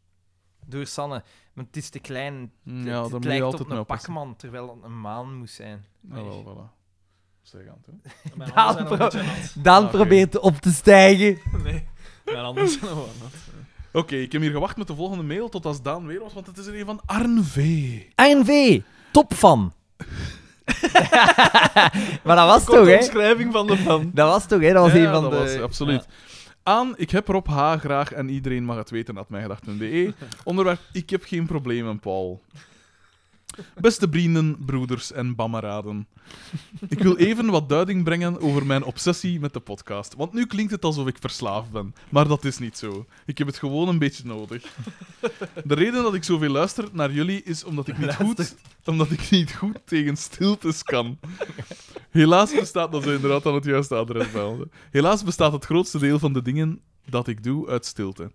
Speaker 1: Door Sanne. Want het is te klein. Het,
Speaker 2: Mm, Ja,
Speaker 1: het
Speaker 2: daar moet je
Speaker 1: lijkt
Speaker 2: altijd
Speaker 1: op
Speaker 2: mee
Speaker 1: een
Speaker 2: oppassen.
Speaker 1: pakman, terwijl het een maan moest zijn.
Speaker 2: Ah, wel, voilà. Zeg aan het, hè.
Speaker 3: Mijn
Speaker 10: Daan
Speaker 3: handen zijn al een beetje nat.
Speaker 10: Daan
Speaker 2: Oké.
Speaker 10: probeert op te stijgen.
Speaker 3: Nee, mijn handen zijn al wat nat.
Speaker 2: Oké, ik heb hier gewacht met de volgende mail tot als Daan weer was, want het is er een van Arn V.
Speaker 10: ANV, top van. maar dat was toch,
Speaker 3: Korte
Speaker 10: hè?
Speaker 3: omschrijving van de fan.
Speaker 10: Dat was toch, hè? Dat was
Speaker 2: Ja,
Speaker 10: een van
Speaker 2: dat
Speaker 10: de...
Speaker 2: was- absoluut. Aan, ik heb Rob H. graag en iedereen mag het weten, at mijgedacht.be. Onderwerp, ik heb geen problemen, Paul. Beste vrienden, broeders en bammeraden. Ik wil even wat duiding brengen over mijn obsessie met de podcast. Want nu klinkt het alsof ik verslaafd ben. Maar dat is niet zo. Ik heb het gewoon een beetje nodig. De reden dat ik zoveel luister naar jullie is omdat ik niet goed, omdat ik niet goed tegen stiltes kan. Helaas bestaat dat ze inderdaad aan het juiste adres bij ons, hè. Helaas bestaat het grootste deel van de dingen dat ik doe uit stilte.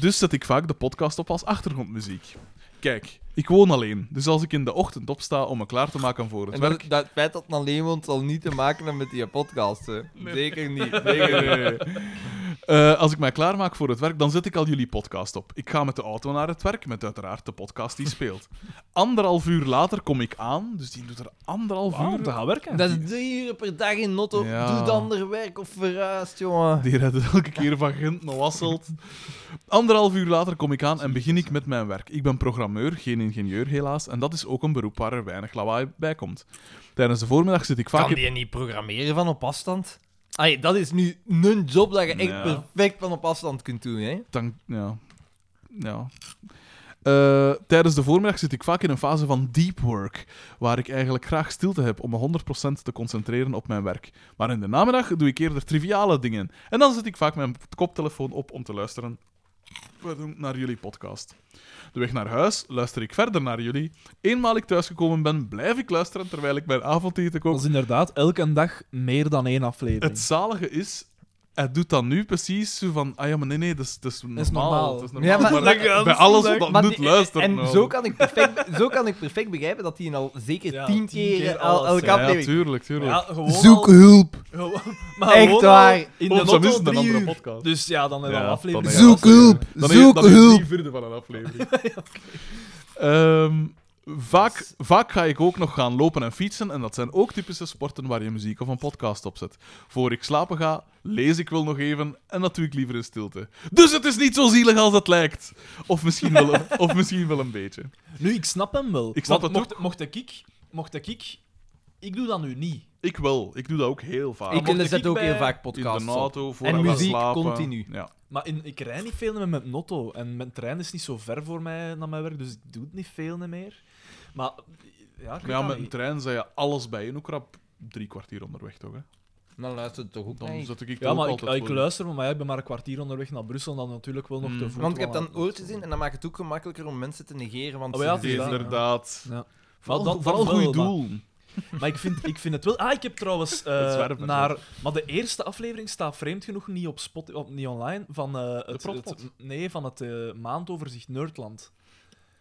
Speaker 2: Dus zet ik vaak de podcast op als achtergrondmuziek. Kijk, ik woon alleen, dus als ik in de ochtend opsta om me klaar te maken voor het
Speaker 10: En
Speaker 2: werk...
Speaker 10: dat, dat feit dat het alleen woont zal niet te maken hebben met die podcast. hè. Zeker niet. Zeker
Speaker 2: Nee,
Speaker 10: niet.
Speaker 2: nee, nee. Eh, als ik mij klaarmaak voor het werk, dan zet ik al jullie podcast op. Ik ga met de auto naar het werk, met uiteraard de podcast die speelt. Anderhalf uur later kom ik aan, dus die doet er anderhalf uur.
Speaker 3: gaan werken.
Speaker 10: Dat is drie uur per dag in Notto.
Speaker 2: Ja.
Speaker 10: Doe het ander werk of verhuist, jongen.
Speaker 2: Die redden elke keer van Gent naar Wasselt. Anderhalf uur later kom ik aan en begin ik met mijn werk. Ik ben programmeur, geen ingenieur helaas, en dat is ook een beroep waar er weinig lawaai bij komt. Tijdens de voormiddag zit ik vaak
Speaker 1: Kan
Speaker 2: in...
Speaker 1: die niet programmeren van op afstand? Ai, dat is nu een job dat je echt
Speaker 2: Ja.
Speaker 1: perfect van op afstand kunt doen, hè?
Speaker 2: Dank- ja. Ja. Eh, tijdens de voormiddag zit ik vaak in een fase van deep work, waar ik eigenlijk graag stilte heb om me 100% te concentreren op mijn werk. Maar in de namiddag doe ik eerder triviale dingen. En dan zet ik vaak mijn koptelefoon op om te luisteren pardon, naar jullie podcast. De weg naar huis luister ik verder naar jullie. Eenmaal ik thuisgekomen ben, blijf ik luisteren terwijl ik mijn avondeten kook.
Speaker 3: Dat is inderdaad elke dag meer dan één aflevering.
Speaker 2: Het zalige is, hij doet dat nu precies zo van... Ah ja, maar nee, nee, dat is, dat is normaal.
Speaker 3: normaal.
Speaker 2: Dat is
Speaker 1: Ja,
Speaker 2: normaal.
Speaker 1: maar
Speaker 2: maar
Speaker 1: dat-
Speaker 2: bij alles wat dat
Speaker 1: Maar
Speaker 2: doet,
Speaker 1: die-
Speaker 2: luisteren.
Speaker 1: En
Speaker 2: nou.
Speaker 1: zo kan, ik perfect, zo kan ik perfect begrijpen dat hij al zeker
Speaker 3: Ja,
Speaker 1: tien,
Speaker 3: tien
Speaker 1: keer,
Speaker 3: keer
Speaker 1: al,
Speaker 3: alles,
Speaker 1: elke
Speaker 3: ja.
Speaker 2: Ja,
Speaker 1: aflevering...
Speaker 2: tuurlijk, tuurlijk.
Speaker 3: Ja, gewoon
Speaker 10: Zoek
Speaker 3: al-
Speaker 10: hulp.
Speaker 3: gewoon- maar
Speaker 10: Echt
Speaker 3: gewoon
Speaker 10: waar.
Speaker 3: al In
Speaker 2: Of
Speaker 3: de
Speaker 2: zo
Speaker 3: auto
Speaker 2: is het een
Speaker 3: drie
Speaker 2: andere
Speaker 3: uur.
Speaker 2: podcast.
Speaker 3: Dus ja, dan hebben we
Speaker 2: Ja, dan
Speaker 3: al aflevering.
Speaker 2: is het
Speaker 10: Zoek hulp.
Speaker 2: Dan heb je-
Speaker 10: Zoek
Speaker 2: dan heb je
Speaker 10: hulp.
Speaker 2: drie vierde van een aflevering. Ehm, vaak, vaak ga ik ook nog gaan lopen en fietsen. En dat zijn ook typische sporten waar je muziek of een podcast op zet. Voor ik slapen ga, lees ik wel nog even. En natuurlijk liever in stilte. Dus het is niet zo zielig als het lijkt. Of misschien wel een, of misschien wel een beetje.
Speaker 3: Nu, ik snap hem wel.
Speaker 2: Ik snap
Speaker 3: Want
Speaker 2: het
Speaker 3: mocht, mocht ik, mocht ik Ik doe dat nu niet.
Speaker 2: Ik wel. Ik doe dat ook heel vaak.
Speaker 1: Ik
Speaker 3: mocht
Speaker 1: zet
Speaker 3: ik
Speaker 1: ook
Speaker 3: bij-
Speaker 1: heel vaak
Speaker 2: in de
Speaker 1: podcasts op.
Speaker 2: NATO, voor
Speaker 1: En
Speaker 2: we gaan
Speaker 1: muziek
Speaker 2: slapen.
Speaker 1: continu.
Speaker 2: Ja.
Speaker 3: Maar in, ik rij niet veel meer met mijn auto. En mijn trein is niet zo ver voor mij naar mijn werk, dus ik doe het niet veel meer. Maar ja,
Speaker 2: Maar ja,
Speaker 3: ik weet dat
Speaker 2: met een
Speaker 3: niet.
Speaker 2: trein zei je alles bij je. Ook rap drie kwartier onderweg, toch? Hè?
Speaker 1: Dan luistert Nou, het toch ook
Speaker 2: Dan
Speaker 1: naar je.
Speaker 2: zet ik
Speaker 3: Ja,
Speaker 2: ook
Speaker 3: maar ik,
Speaker 2: altijd
Speaker 3: ik
Speaker 2: voor.
Speaker 3: luister, maar ja, ik ben maar een kwartier onderweg naar Brussel, dan natuurlijk wel nog
Speaker 2: Mm.
Speaker 3: te voet.
Speaker 1: Want ik heb
Speaker 3: want-
Speaker 1: dan oortjes in en dan maakt het ook gemakkelijker om mensen te negeren. Want
Speaker 3: Oh ja,
Speaker 1: ze-
Speaker 3: het is dat, ja.
Speaker 2: Inderdaad.
Speaker 3: Ja.
Speaker 2: Vooral,
Speaker 3: Maar dat-
Speaker 2: vooral
Speaker 3: dat
Speaker 2: goede
Speaker 3: wel,
Speaker 2: doel.
Speaker 3: Maar ik vind, ik vind het wel... Ah, ik heb trouwens eh,
Speaker 2: is waar, maar
Speaker 3: naar... Maar de eerste aflevering staat vreemd genoeg niet op spot, op, niet online, van eh, het,
Speaker 2: protpot.
Speaker 3: het- Nee, van het eh, maandoverzicht Nerdland.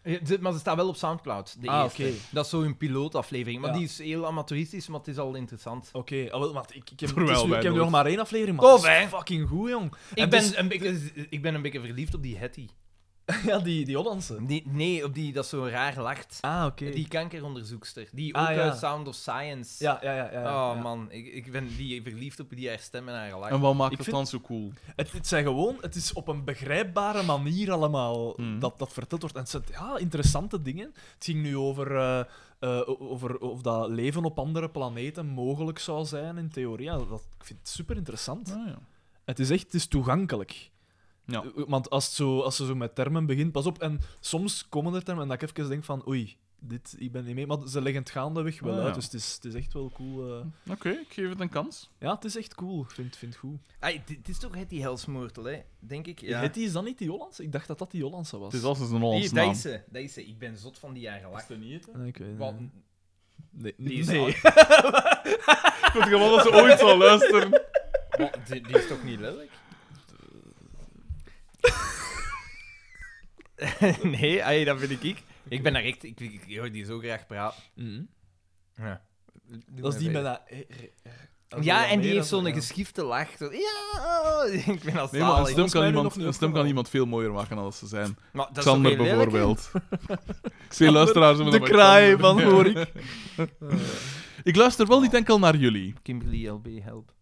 Speaker 1: Ja, ze- Maar ze staat wel op Soundcloud, de
Speaker 3: Ah,
Speaker 1: eerste.
Speaker 3: oké.
Speaker 1: Dat is zo hun pilootaflevering. Maar
Speaker 3: Ja.
Speaker 1: die is heel amateuristisch, maar het is al interessant.
Speaker 3: Oké, ah, wel, maar ik, ik heb,
Speaker 2: Terwijl
Speaker 3: het is-
Speaker 2: wij
Speaker 3: ik heb
Speaker 2: nooit-
Speaker 3: nog maar één aflevering, maar
Speaker 1: Tof,
Speaker 3: dat is
Speaker 1: hè?
Speaker 3: fucking goed, jong.
Speaker 1: Ik
Speaker 3: En
Speaker 1: ben,
Speaker 3: dus-
Speaker 1: een beetje, ik ben een beetje verliefd op die Hetty.
Speaker 3: ja, die, die Hollandse.
Speaker 1: Die, nee, op die dat zo raar lacht.
Speaker 3: Ah, oké.
Speaker 1: Die kankeronderzoekster. Die ook
Speaker 3: Ah, ja.
Speaker 1: eh, Sound of Science.
Speaker 3: Ja, ja, ja. ja, ja.
Speaker 1: oh man, ik, ik ben die verliefd op die haar stem en haar lach.
Speaker 2: En wat maakt
Speaker 3: Ik
Speaker 2: het
Speaker 3: vind-
Speaker 2: dan zo cool?
Speaker 3: Het, het zijn gewoon... Het is op een begrijpbare manier allemaal
Speaker 2: Mhm.
Speaker 3: dat dat verteld wordt. En het zijn ja, interessante dingen. Het ging nu over, eh, eh, o- over of dat leven op andere planeten mogelijk zou zijn, in theorie. Ja, dat, ik vind het super interessant.
Speaker 2: Ah, ja.
Speaker 3: Het is echt het is toegankelijk.
Speaker 2: Ja.
Speaker 3: Eh, Want als, het zo, als ze zo met termen begint, pas op. En soms komen er termen en dat ik even denk van... Oei, dit, ik ben niet mee. Maar ze leggen het gaandeweg wel
Speaker 2: Ah, ja. Hm.
Speaker 3: uit. Dus het is, het is echt wel cool. eh.
Speaker 2: Oké, ik geef het een kans.
Speaker 3: Ja, het is echt cool. Ik vind, vind het goed.
Speaker 1: Ai, dit dit is toch Hetty Helsmoortel, hè? Denk ik. Ja.
Speaker 3: Hetty, is dat niet die Hollandse? Ik dacht dat dat die Hollandse was.
Speaker 2: Het is als een
Speaker 1: Die,
Speaker 2: Hollands
Speaker 1: dat
Speaker 2: naam.
Speaker 1: is ze, dat is ze. Ik ben zot van die haar lach.
Speaker 3: Nee, ik weet het
Speaker 1: Want
Speaker 3: niet. Nee.
Speaker 1: die is,
Speaker 3: nee.
Speaker 2: Ik vind gewoon dat ze ooit zal luisteren.
Speaker 1: Want die, die is toch niet lelijk? nee, ai, dat vind ik ik. Ik ben daar echt... Ik, ik, ik hoor die zo graag praten.
Speaker 3: Mhm.
Speaker 1: Ja.
Speaker 3: Dat is die met
Speaker 1: Ja,
Speaker 3: dat... eh, eh, eh, dat
Speaker 1: ja, en die
Speaker 3: meer
Speaker 1: heeft
Speaker 3: dan-
Speaker 1: zo'n
Speaker 3: ja.
Speaker 1: geschifte lach. Zo, ja, ik ben al
Speaker 2: Nee, maar een
Speaker 1: zalig.
Speaker 2: stem,
Speaker 3: Volgens
Speaker 2: kan
Speaker 3: mij nu
Speaker 2: iemand,
Speaker 3: nog niet
Speaker 2: een stem kan
Speaker 3: opgevallen.
Speaker 2: iemand veel mooier maken dan dat ze zijn.
Speaker 1: Maar dat is toch
Speaker 2: Xander
Speaker 1: heel lelijk, hè?
Speaker 2: bijvoorbeeld. ik zie luisteraars...
Speaker 3: De kraai van
Speaker 2: hoor
Speaker 3: Horik. Eh.
Speaker 2: Ik luister wel niet enkel naar jullie.
Speaker 1: Kimberly LB, help.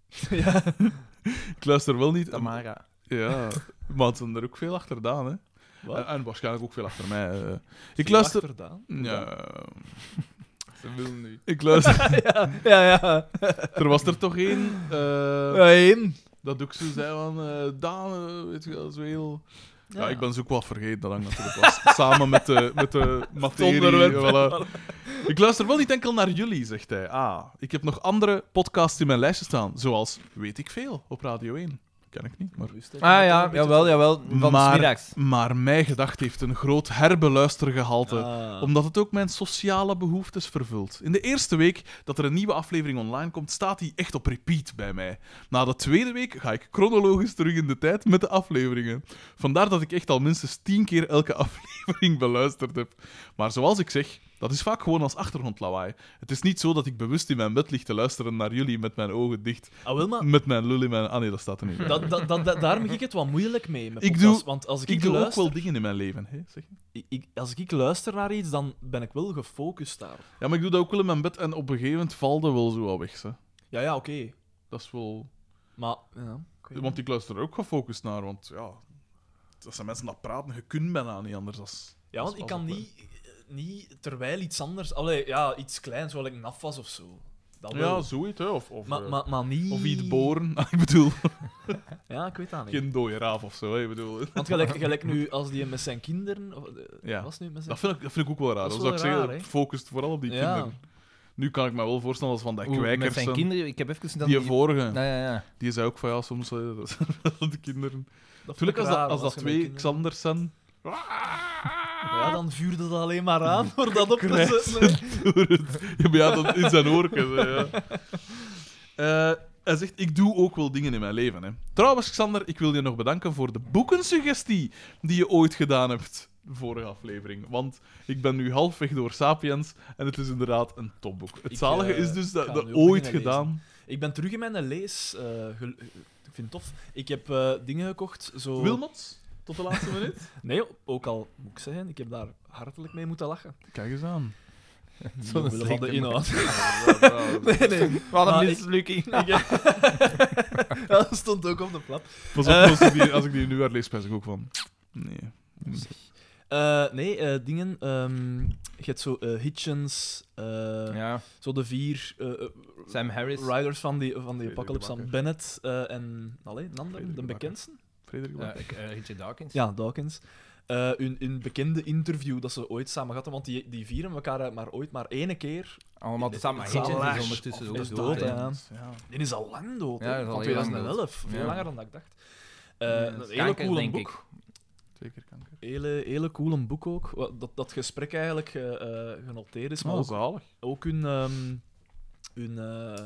Speaker 2: Ik luister wel niet...
Speaker 1: Tamara.
Speaker 2: Ja, maar het zijn er ook veel achterdaan, hè.
Speaker 3: Wat? Mm,
Speaker 2: En, en waarschijnlijk ook veel achter mij. eh. Ik
Speaker 3: Die
Speaker 2: luister...
Speaker 3: lacht er dan.
Speaker 2: Ja,
Speaker 1: Ze wil nu.
Speaker 2: ik luister...
Speaker 3: Ja, ja.
Speaker 2: er was er toch één... eh,
Speaker 3: Eén.
Speaker 2: Dat ook zo zei van eh Daan, eh, weet je wel, zo heel. Ja, ik ben ze ook wat vergeten, dat lang natuurlijk was. Samen met de, met de materie.
Speaker 3: onderwerp,
Speaker 2: voilà. Ik luister wel niet enkel naar jullie, zegt hij. Ah, ik heb nog andere podcasts in mijn lijstje staan, zoals Weet ik veel op Radio 1. Ken ik niet, maar...
Speaker 1: Ah ja, jawel, jawel. Van
Speaker 2: Maar-
Speaker 1: smiddags.
Speaker 2: Maar mijn gedacht heeft een groot herbeluistergehalte,
Speaker 3: Ah.
Speaker 2: omdat het ook mijn sociale behoeftes vervult. In de eerste week dat er een nieuwe aflevering online komt, staat die echt op repeat bij mij. Na de tweede week ga ik chronologisch terug in de tijd met de afleveringen. Vandaar dat ik echt al minstens tien keer elke aflevering beluisterd heb. Maar zoals ik zeg, dat is vaak gewoon als achtergrondlawaai. Het is niet zo dat ik bewust in mijn bed lig te luisteren naar jullie met mijn ogen dicht,
Speaker 3: Ah, wel, maar
Speaker 2: met mijn lul in mijn... Ah nee, dat staat er niet bij.
Speaker 3: dat, dat, dat, dat- daar maak ik het wat moeilijk mee. Met
Speaker 2: Ik
Speaker 3: podcasts,
Speaker 2: doe-
Speaker 3: want als ik,
Speaker 2: Ik doe ook
Speaker 3: luister,
Speaker 2: wel dingen in mijn leven, hè, zeg.
Speaker 3: ik- ik- als ik luister naar iets, dan ben ik wel gefocust daar.
Speaker 2: Ja, maar ik doe dat ook wel in mijn bed en op een gegeven moment valde wel zo al weg. Hè.
Speaker 3: Ja, ja, oké.
Speaker 2: Dat is wel.
Speaker 3: Maar, ja. ik weet
Speaker 2: Want ik luister er ook gefocust naar, want ja. Dat zijn mensen dat praten, je kunt bijna niet anders. Als...
Speaker 3: Ja, want
Speaker 2: Pas
Speaker 3: ik
Speaker 2: op,
Speaker 3: kan
Speaker 2: hè.
Speaker 3: niet, eh, niet terwijl iets anders... Allee, ja, iets kleins, zoals ik een afwas of zo. Dat Ah, wel.
Speaker 2: Ja, zoiets, hè? Of, of,
Speaker 3: maar,
Speaker 2: eh,
Speaker 3: maar, maar niet...
Speaker 2: of iets boren. ik bedoel,
Speaker 3: Ja, ik weet dat niet.
Speaker 2: geen dode raaf of zo. Hè? Ik bedoel,
Speaker 3: Want gelijk, gelijk nu, als die met zijn kinderen... Of, eh,
Speaker 2: Ja.
Speaker 3: Was nu met zijn
Speaker 2: dat, vind ik, dat vind ik ook wel raar.
Speaker 3: Dat
Speaker 2: Dat
Speaker 3: is
Speaker 2: zou ik
Speaker 3: wel
Speaker 2: zeggen,
Speaker 3: raar,
Speaker 2: het
Speaker 3: hè?
Speaker 2: focust vooral op die
Speaker 3: Ja.
Speaker 2: kinderen. Nu kan ik me wel voorstellen als van dat
Speaker 1: Oeh, met
Speaker 2: kwijkers.
Speaker 1: zijn
Speaker 2: en-
Speaker 1: kinderen, ik heb even dan
Speaker 2: Die vorige,
Speaker 1: Ja, ja, ja.
Speaker 2: die zei ook van ja, soms hè, dat zijn wel de kinderen.
Speaker 3: Dat vind
Speaker 2: Natuurlijk,
Speaker 3: ik
Speaker 2: als dat,
Speaker 3: raar,
Speaker 2: als dat
Speaker 3: je met
Speaker 2: twee
Speaker 3: kinderen-
Speaker 2: Xanders zijn,
Speaker 3: Ja, dan vuurde dat alleen maar aan voor dat op te
Speaker 2: Krijgt
Speaker 3: zetten.
Speaker 2: door het- Ja, maar ja, dat in zijn oorken. Ja. Eh, hij zegt, ik doe ook wel dingen in mijn leven. Hè. Trouwens, Xander, ik wil je nog bedanken voor de boekensuggestie die je ooit gedaan hebt. De vorige aflevering. Want ik ben nu halfweg door Sapiens en het is inderdaad een topboek. Het
Speaker 3: Ik,
Speaker 2: zalige
Speaker 3: eh,
Speaker 2: is dus dat
Speaker 3: ga
Speaker 2: dat
Speaker 3: nu ook
Speaker 2: ooit
Speaker 3: beginnen
Speaker 2: gedaan...
Speaker 3: Ik ben terug in mijn lees. eh, gel- eh, ik vind het tof. Ik heb eh, dingen gekocht. Zo...
Speaker 2: Wilmot, tot de laatste minuut.
Speaker 3: Nee, ook al moet ik zeggen, ik heb daar hartelijk mee moeten lachen.
Speaker 2: Kijk eens aan.
Speaker 3: Omwille van de inhoud.
Speaker 2: Ah, nee, nee.
Speaker 1: Wat
Speaker 3: Maar
Speaker 1: een
Speaker 3: ik-
Speaker 1: mislukking.
Speaker 3: Ja, dat stond ook op de plat.
Speaker 2: Pas op, als ik die, als ik die nu herlees, ben ik ook van... Nee.
Speaker 3: Eh, Eh, nee, eh, dingen. ehm, je hebt zo eh, Hitchens, eh,
Speaker 1: Ja,
Speaker 3: zo de vier eh, eh,
Speaker 1: Sam Harris.
Speaker 3: riders van die, van die
Speaker 2: Frederik
Speaker 3: Apocalypse,
Speaker 2: de
Speaker 3: Sam
Speaker 2: Bakker.
Speaker 3: Bennett eh, en allee, een andere, de
Speaker 2: Frederik de Bakker.
Speaker 3: bekendste.
Speaker 2: Frederik
Speaker 1: Ja,
Speaker 2: Lamarck.
Speaker 1: ik- eh, Richard Dawkins.
Speaker 3: Ja, Dawkins. Eh, hun, hun bekende interview dat ze ooit samen hadden, want die, die vieren elkaar eh, maar ooit maar één keer.
Speaker 1: Allemaal tezamen.
Speaker 3: Het
Speaker 1: Hitchens
Speaker 3: zal-
Speaker 1: is ondertussen ook
Speaker 3: is
Speaker 1: dood.
Speaker 3: dood,
Speaker 1: hè.
Speaker 3: ja.
Speaker 1: Ja.
Speaker 3: Die is al lang dood,
Speaker 1: Ja,
Speaker 3: hè,
Speaker 1: dat is
Speaker 3: van
Speaker 1: al heel lang dood.
Speaker 3: 2011. Veel
Speaker 1: Ja.
Speaker 3: langer dan dat ik dacht. Eh,
Speaker 1: Ja, dat
Speaker 3: een
Speaker 1: is
Speaker 3: hele
Speaker 1: kanker,
Speaker 3: coole
Speaker 1: denk
Speaker 3: boek.
Speaker 1: ik.
Speaker 2: Twee keer kanker.
Speaker 3: Hele, hele coole boek ook. Wat- Dat, dat gesprek eigenlijk eh, eh, genoteerd is, maar
Speaker 1: Oh,
Speaker 3: ook,
Speaker 2: zalig.
Speaker 3: ook hun, ehm, hun eh,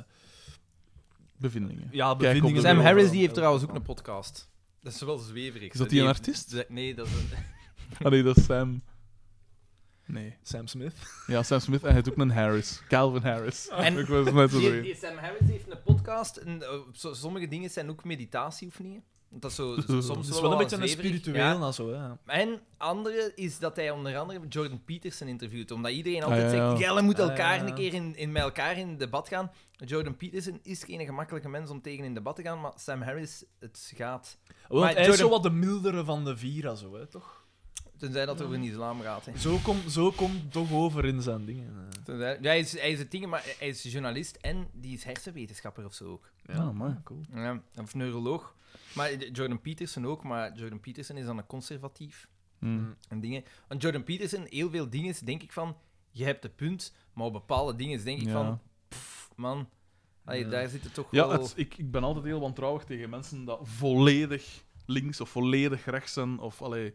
Speaker 2: Bevindingen.
Speaker 3: ja,
Speaker 2: Kijk op de
Speaker 3: bevindingen.
Speaker 1: Sam
Speaker 2: wereld.
Speaker 1: Harris die heeft trouwens ook een podcast. Dat is wel zweverig.
Speaker 2: Is
Speaker 1: Die
Speaker 2: dat die een
Speaker 1: heeft-
Speaker 2: artiest?
Speaker 1: ze- Nee, dat is een...
Speaker 2: Ah nee, dat is Sam. Nee.
Speaker 3: Sam Smith.
Speaker 2: Ja, Sam Smith en hij heeft ook een Harris. Calvin Harris.
Speaker 1: En-
Speaker 2: ik was net zo
Speaker 1: Die,
Speaker 2: weer.
Speaker 1: die Sam Harris heeft een podcast. En, eh, zo- sommige dingen zijn ook meditatie-oefeningen. Want Dat is zo, soms
Speaker 2: Dat
Speaker 3: Het
Speaker 1: wel
Speaker 3: is wel een
Speaker 1: wat
Speaker 3: beetje een
Speaker 1: zweverig.
Speaker 3: spiritueel
Speaker 1: Ja.
Speaker 3: en zo. Hè.
Speaker 1: En andere is dat hij onder andere Jordan Peterson interviewt. Omdat iedereen altijd
Speaker 2: Ah, ja, ja.
Speaker 1: zegt, jullie moeten
Speaker 3: Ah,
Speaker 1: elkaar
Speaker 3: ja, ja.
Speaker 1: een keer in, in, met elkaar in debat gaan. Jordan Peterson is geen gemakkelijke mens om tegen in debat te gaan, maar Sam Harris, het gaat.
Speaker 3: Want
Speaker 1: Maar
Speaker 3: hij is
Speaker 1: Jordan-
Speaker 3: zo wat de mildere van de vier, en zo, hè, toch?
Speaker 1: Tenzij dat over een islam gaat. Hè.
Speaker 3: Zo komt zo komt toch over in zijn dingen. eh.
Speaker 1: Tenzij- ja, hij, is, hij is het ding, maar hij is journalist en die is hersenwetenschapper of zo ook.
Speaker 2: Ja, mooi.
Speaker 3: cool.
Speaker 1: Ja, of neuroloog. Maar Jordan Peterson ook, maar Jordan Peterson is dan een conservatief.
Speaker 2: Hmm.
Speaker 1: en dingen. Want Jordan Peterson, heel veel dingen denk ik van, je hebt de punt, maar op bepaalde dingen denk ik
Speaker 2: Ja.
Speaker 1: van, pff, man, allee,
Speaker 3: Ja.
Speaker 1: daar zit het toch
Speaker 2: Ja,
Speaker 1: wel...
Speaker 2: het- ik, ik ben altijd heel wantrouwig tegen mensen dat volledig links of volledig rechts zijn. Of allee,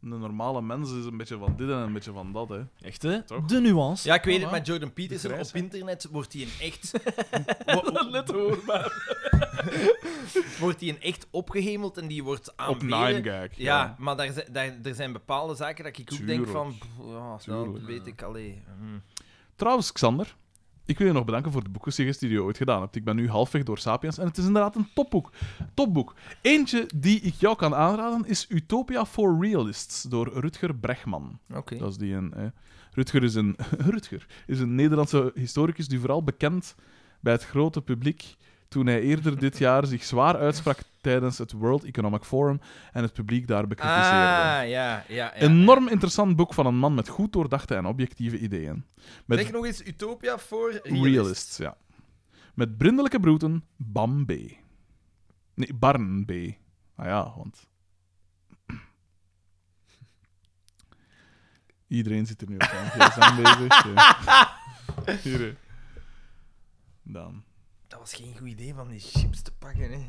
Speaker 2: een normale mens is een beetje van dit en een beetje van dat. Hè.
Speaker 3: Echt, hè?
Speaker 2: Toch?
Speaker 3: De nuance.
Speaker 1: Ja, ik weet het, maar Jordan Peterson,
Speaker 2: grijs,
Speaker 1: op internet wordt hij een echt,
Speaker 3: Net hoorbaar.
Speaker 1: wordt die een echt opgehemeld en die wordt
Speaker 2: Op
Speaker 1: aanbeden.
Speaker 2: Nine Gag.
Speaker 1: Ah, Ja, maar daar, zi- daar, er zijn bepaalde zaken dat ik ook denk
Speaker 2: Tuurlijk.
Speaker 1: van, pff, ja, dat
Speaker 2: Tuurlijk.
Speaker 1: weet ik, allee. hm.
Speaker 2: Trouwens, Xander, ik wil je nog bedanken voor de boekensuggestie die je ooit gedaan hebt. Ik ben nu halfweg door Sapiens en het is inderdaad een topboek. topboek. Eentje die ik jou kan aanraden is Utopia for Realists door Rutger Bregman.
Speaker 1: Oké.
Speaker 2: Dat is die een. Hè. Rutger, is een Rutger is een Nederlandse historicus die vooral bekend bij het grote publiek. toen hij eerder dit jaar zich zwaar uitsprak tijdens het World Economic Forum. en het publiek daar bekritiseerde.
Speaker 1: Ah, ja, ja, ja.
Speaker 2: Enorm interessant boek van een man met goed doordachte en objectieve ideeën. Met
Speaker 1: Zeg nog eens Utopia voor realists.
Speaker 2: realists, ja. Met brindelijke broeten, Bam B. Nee, Barn B. Ah ja, want... Iedereen zit er nu op zijn gsm bezig. Ja. Hier, hè. Dan.
Speaker 1: Dat was geen goed idee van die chips te pakken, hè.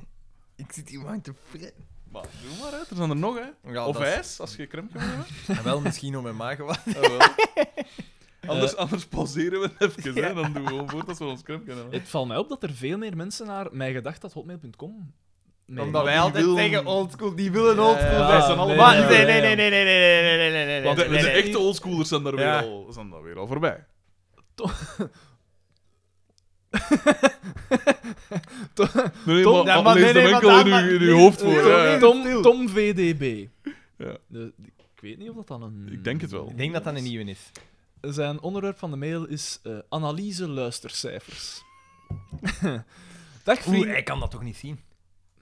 Speaker 1: Ik zit hier maar te fretten.
Speaker 2: Maar doe maar uit, er zijn er nog, hè.
Speaker 1: Ja,
Speaker 2: of
Speaker 1: dat is-
Speaker 2: ijs, als je crème wil hebben.
Speaker 1: Ja, wel misschien om mijn maag wat.
Speaker 2: Anders, anders pauzeren we het even, hè. Dan doen we gewoon voort als we ons crème kunnen hebben.
Speaker 3: Het valt mij op dat er veel meer mensen naar mijgedacht.hotmail.com nee,
Speaker 1: Omdat wij
Speaker 2: die
Speaker 1: altijd
Speaker 2: willen-
Speaker 1: zeggen oldschool, die willen oldschool.
Speaker 3: ja,
Speaker 1: zijn.
Speaker 3: ze zijn allemaal-
Speaker 1: Maar-
Speaker 3: ja,
Speaker 1: nee,
Speaker 3: ja,
Speaker 1: nee, nee,
Speaker 3: ja.
Speaker 1: nee, nee, nee, nee, nee, nee, nee, nee,
Speaker 3: Want
Speaker 2: De,
Speaker 1: nee,
Speaker 2: de
Speaker 1: nee, nee.
Speaker 2: echte oldschoolers zijn daar,
Speaker 1: Ja.
Speaker 2: weer, al, zijn daar weer al voorbij. Nee,
Speaker 3: Tom-
Speaker 2: maar,
Speaker 1: Ja,
Speaker 2: maar
Speaker 1: maar
Speaker 2: lees
Speaker 1: nee,
Speaker 2: de
Speaker 1: nee,
Speaker 2: winkel
Speaker 1: want
Speaker 2: in
Speaker 1: daar-
Speaker 2: uw- in
Speaker 1: nee,
Speaker 2: uw hoofd
Speaker 1: nee,
Speaker 2: voor.
Speaker 1: nee,
Speaker 2: ja.
Speaker 1: nee,
Speaker 3: Tom, Tom VDB.
Speaker 2: Ja.
Speaker 3: De- ik weet niet of dat dan een...
Speaker 2: Ik denk het wel.
Speaker 1: Ik denk dat dat een nieuwe is.
Speaker 3: Zijn onderwerp van de mail is eh, analyse luistercijfers. Dag
Speaker 1: Oeh,
Speaker 3: vriend.
Speaker 1: hij kan dat toch niet zien?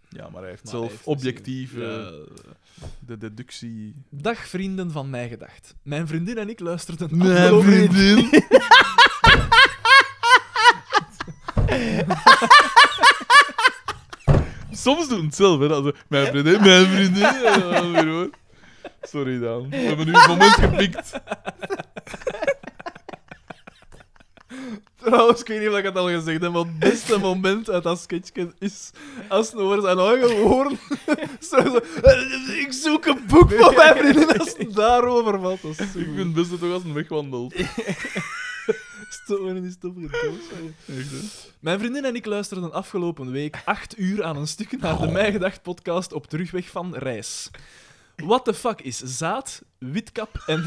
Speaker 2: Ja, maar hij heeft
Speaker 3: Maar
Speaker 2: zelf
Speaker 3: hij heeft dus
Speaker 2: objectief
Speaker 3: misschien-
Speaker 2: eh, de deductie.
Speaker 3: Dag vrienden van mij gedacht. Mijn vriendin en ik luisterden de
Speaker 2: Nee,
Speaker 3: afgelopen-
Speaker 2: vriendin. Soms doen we het zelf, hè. dat ze- mijn vriendin, mijn vriendin. en dan weer hoor. Sorry, Daan. We hebben nu een moment gepikt.
Speaker 3: Trouwens, ik weet niet of ik het al gezegd heb, maar het beste moment uit dat sketchje is als het over zijn eigen woorden... zo, zo, "Eh, ik zoek een boek van mijn vriendin als het daarover valt. Dat is zo
Speaker 2: Ik vind het beste toch als een wegwandelt.
Speaker 3: Storen is toch Mijn vriendin en ik luisterden afgelopen week acht uur aan een stuk naar
Speaker 2: Oh.
Speaker 3: de Mij Gedacht podcast op terugweg van reis. What the fuck is zaad, witkap en,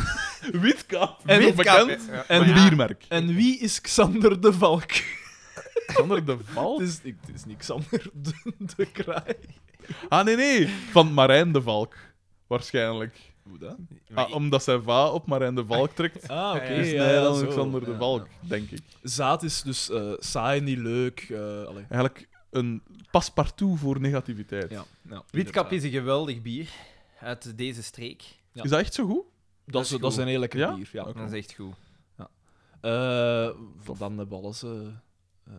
Speaker 2: Witkap.
Speaker 3: en,
Speaker 2: Witkap,
Speaker 3: bekend?
Speaker 2: hè.
Speaker 3: En,
Speaker 2: Een
Speaker 3: wie,
Speaker 2: biermerk.
Speaker 3: en wie is Xander de Valk?
Speaker 2: Sander de Valk?
Speaker 3: Het is, ik- het is niet Xander de, de Kraai.
Speaker 2: Ah, nee, nee. Van Marijn de Valk. Waarschijnlijk.
Speaker 3: Hoe dat?
Speaker 2: Ah, omdat zijn va op Marijn de Valk trekt.
Speaker 3: Ah, oké.
Speaker 2: is
Speaker 3: ja,
Speaker 2: hij
Speaker 3: ja,
Speaker 2: dan
Speaker 3: zo.
Speaker 2: Alexander de
Speaker 3: Ja.
Speaker 2: Valk, denk ik.
Speaker 3: Zaad is dus eh, saai, niet leuk. eh allee.
Speaker 2: Eigenlijk een paspartout voor negativiteit.
Speaker 3: Ja, ja,
Speaker 1: Witkap
Speaker 3: inderdaad.
Speaker 1: is een geweldig bier uit deze streek.
Speaker 3: Ja.
Speaker 2: Is dat echt zo goed?
Speaker 3: Dat, is, dat is een hele
Speaker 2: Ja?
Speaker 3: lekker bier. Ja.
Speaker 1: Dat is echt goed.
Speaker 3: Eh, dan de ballen.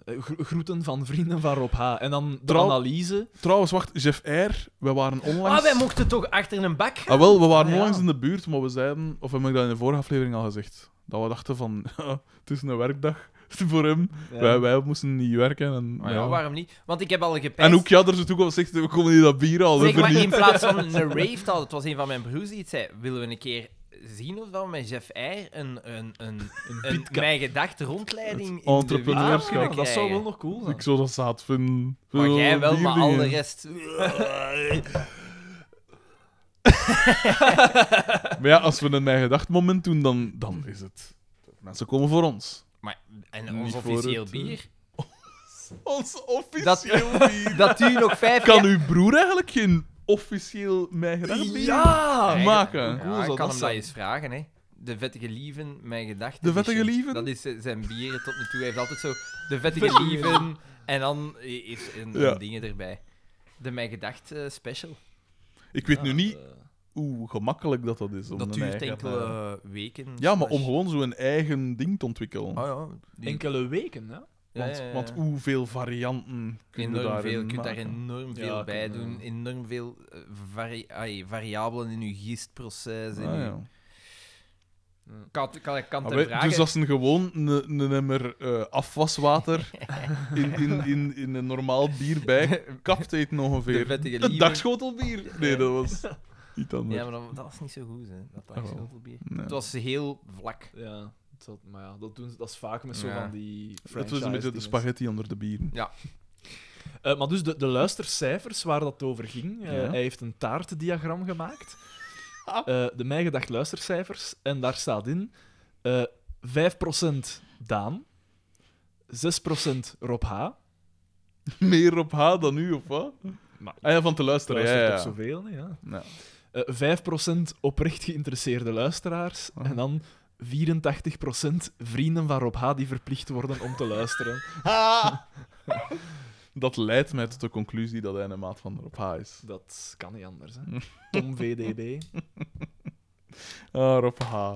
Speaker 3: eh, groeten van vrienden van Rob H. En dan de
Speaker 2: Trouw-
Speaker 3: analyse.
Speaker 2: Trouwens, wacht, Jeff R. We waren onlangs.
Speaker 1: Ah, wij mochten toch achter een bak gaan?
Speaker 2: Ah, wel, we waren
Speaker 1: Ah, ja.
Speaker 2: onlangs in de buurt, maar we zeiden, of heb ik dat in de vorige aflevering al gezegd? Dat we dachten van, het is een werkdag voor hem. Wij, wij moesten niet werken. En,
Speaker 1: Ah, ja,
Speaker 2: ja.
Speaker 1: waarom niet? Want ik heb al gepijst.
Speaker 2: en ook, ja, er zit ook wel zegt, we komen hier dat bier al.
Speaker 1: Zeg
Speaker 2: we
Speaker 1: maar, in
Speaker 2: verdienen-
Speaker 1: plaats van een rave te houden, het was een van mijn broers die het zei, willen we een keer zien of dat we met Jeff Eyre een, een, een, een,
Speaker 3: bitka.
Speaker 1: mijn gedachte rondleiding in de
Speaker 2: entrepreneurschap.
Speaker 1: wielen kunnen
Speaker 3: Ah, dat zou
Speaker 1: krijgen.
Speaker 3: wel nog cool zijn.
Speaker 2: Ik zou dat zaad vinden.
Speaker 1: Maar jij wel,
Speaker 2: Bier
Speaker 1: maar al de
Speaker 2: dingen.
Speaker 1: rest...
Speaker 2: Maar ja, als we een mijn gedacht moment doen, dan, dan is het. Mensen komen voor ons.
Speaker 1: Maar, en
Speaker 2: Niet
Speaker 1: ons
Speaker 2: voor
Speaker 1: officieel
Speaker 2: het, eh,
Speaker 1: bier?
Speaker 2: Ons
Speaker 1: Dat,
Speaker 2: officieel bier.
Speaker 1: dat u nog vijf
Speaker 2: Kan
Speaker 1: jaar...
Speaker 2: uw broer eigenlijk geen officieel mijn gedacht bier
Speaker 3: Ja!
Speaker 1: Ja,
Speaker 2: maken?
Speaker 1: Ja,
Speaker 3: zou
Speaker 1: ik kan
Speaker 3: dat
Speaker 1: hem dat
Speaker 3: zijn?
Speaker 1: eens vragen, hè. De vettige lieven, mijn gedachten.
Speaker 2: De vettige
Speaker 1: t-shirt.
Speaker 2: lieven?
Speaker 1: Dat is eh, zijn bieren tot nu toe. Hij heeft altijd zo de vettige lieven en dan i- is een, een
Speaker 2: Ja.
Speaker 1: dingen erbij. De mijn gedacht eh, special.
Speaker 2: Ik weet nu niet hoe gemakkelijk dat, dat is. Om
Speaker 1: Dat
Speaker 2: een
Speaker 1: duurt
Speaker 2: eigen-
Speaker 1: enkele eh, weken.
Speaker 2: Ja, maar om
Speaker 1: slash-
Speaker 2: gewoon zo'n eigen ding te ontwikkelen.
Speaker 1: Oh ja, die-
Speaker 3: Enkele weken, hè?
Speaker 1: ja,
Speaker 2: want,
Speaker 1: ja, ja.
Speaker 2: want hoeveel varianten kun je
Speaker 1: Enorm
Speaker 2: daarin
Speaker 1: veel, je kunt daar
Speaker 2: maken?
Speaker 1: enorm veel
Speaker 3: Ja,
Speaker 1: bij
Speaker 3: kunnen-
Speaker 1: doen. Enorm veel eh, vari ai, variabelen in je gistproces. In
Speaker 2: Ah,
Speaker 1: je-
Speaker 2: ja.
Speaker 1: Kan, kan, kan
Speaker 2: Ah,
Speaker 1: ter
Speaker 2: wij-
Speaker 1: vragen.
Speaker 2: dus als een gewoon een, een emmer eh, afwaswater in, in, in, in een normaal bier bij kapt eten
Speaker 1: de
Speaker 2: ongeveer.
Speaker 1: vettige
Speaker 2: Een
Speaker 1: lieven...
Speaker 2: dagschotelbier. Nee, dat was niet anders.
Speaker 1: Ja, maar dat, dat was niet zo goed, hè. Dat
Speaker 2: wel.
Speaker 1: dagschotelbier.
Speaker 2: Nee.
Speaker 1: Het was heel vlak.
Speaker 3: Ja. Dat, maar ja, dat, doen ze, dat is vaak met zo
Speaker 1: Ja.
Speaker 3: van die
Speaker 2: Het was een beetje de
Speaker 3: franchise-dinges.
Speaker 2: spaghetti onder de bieren.
Speaker 3: Eh, maar dus de, de luistercijfers waar dat over ging. eh,
Speaker 2: Ja. Ah.
Speaker 3: Hij heeft een taartdiagram gemaakt. Eh, de Mijn Gedacht luistercijfers. En daar staat in eh 5% Daan, 6% Rob H.
Speaker 2: Meer op H dan u, of wat?
Speaker 3: Maar-
Speaker 2: Ah ja, van te luisteren. Ja,
Speaker 3: Luistert
Speaker 2: ja.
Speaker 3: op zoveel, hè, ja.
Speaker 2: Ja.
Speaker 3: Eh 5% oprecht geïnteresseerde luisteraars.
Speaker 2: Ah.
Speaker 3: En dan 84% vrienden van Rob H. die verplicht worden om te luisteren.
Speaker 2: Dat leidt mij tot de conclusie dat hij een maat van Rob H is.
Speaker 3: Dat kan niet anders, hè. Tom VDB.
Speaker 2: Ah, Rob H.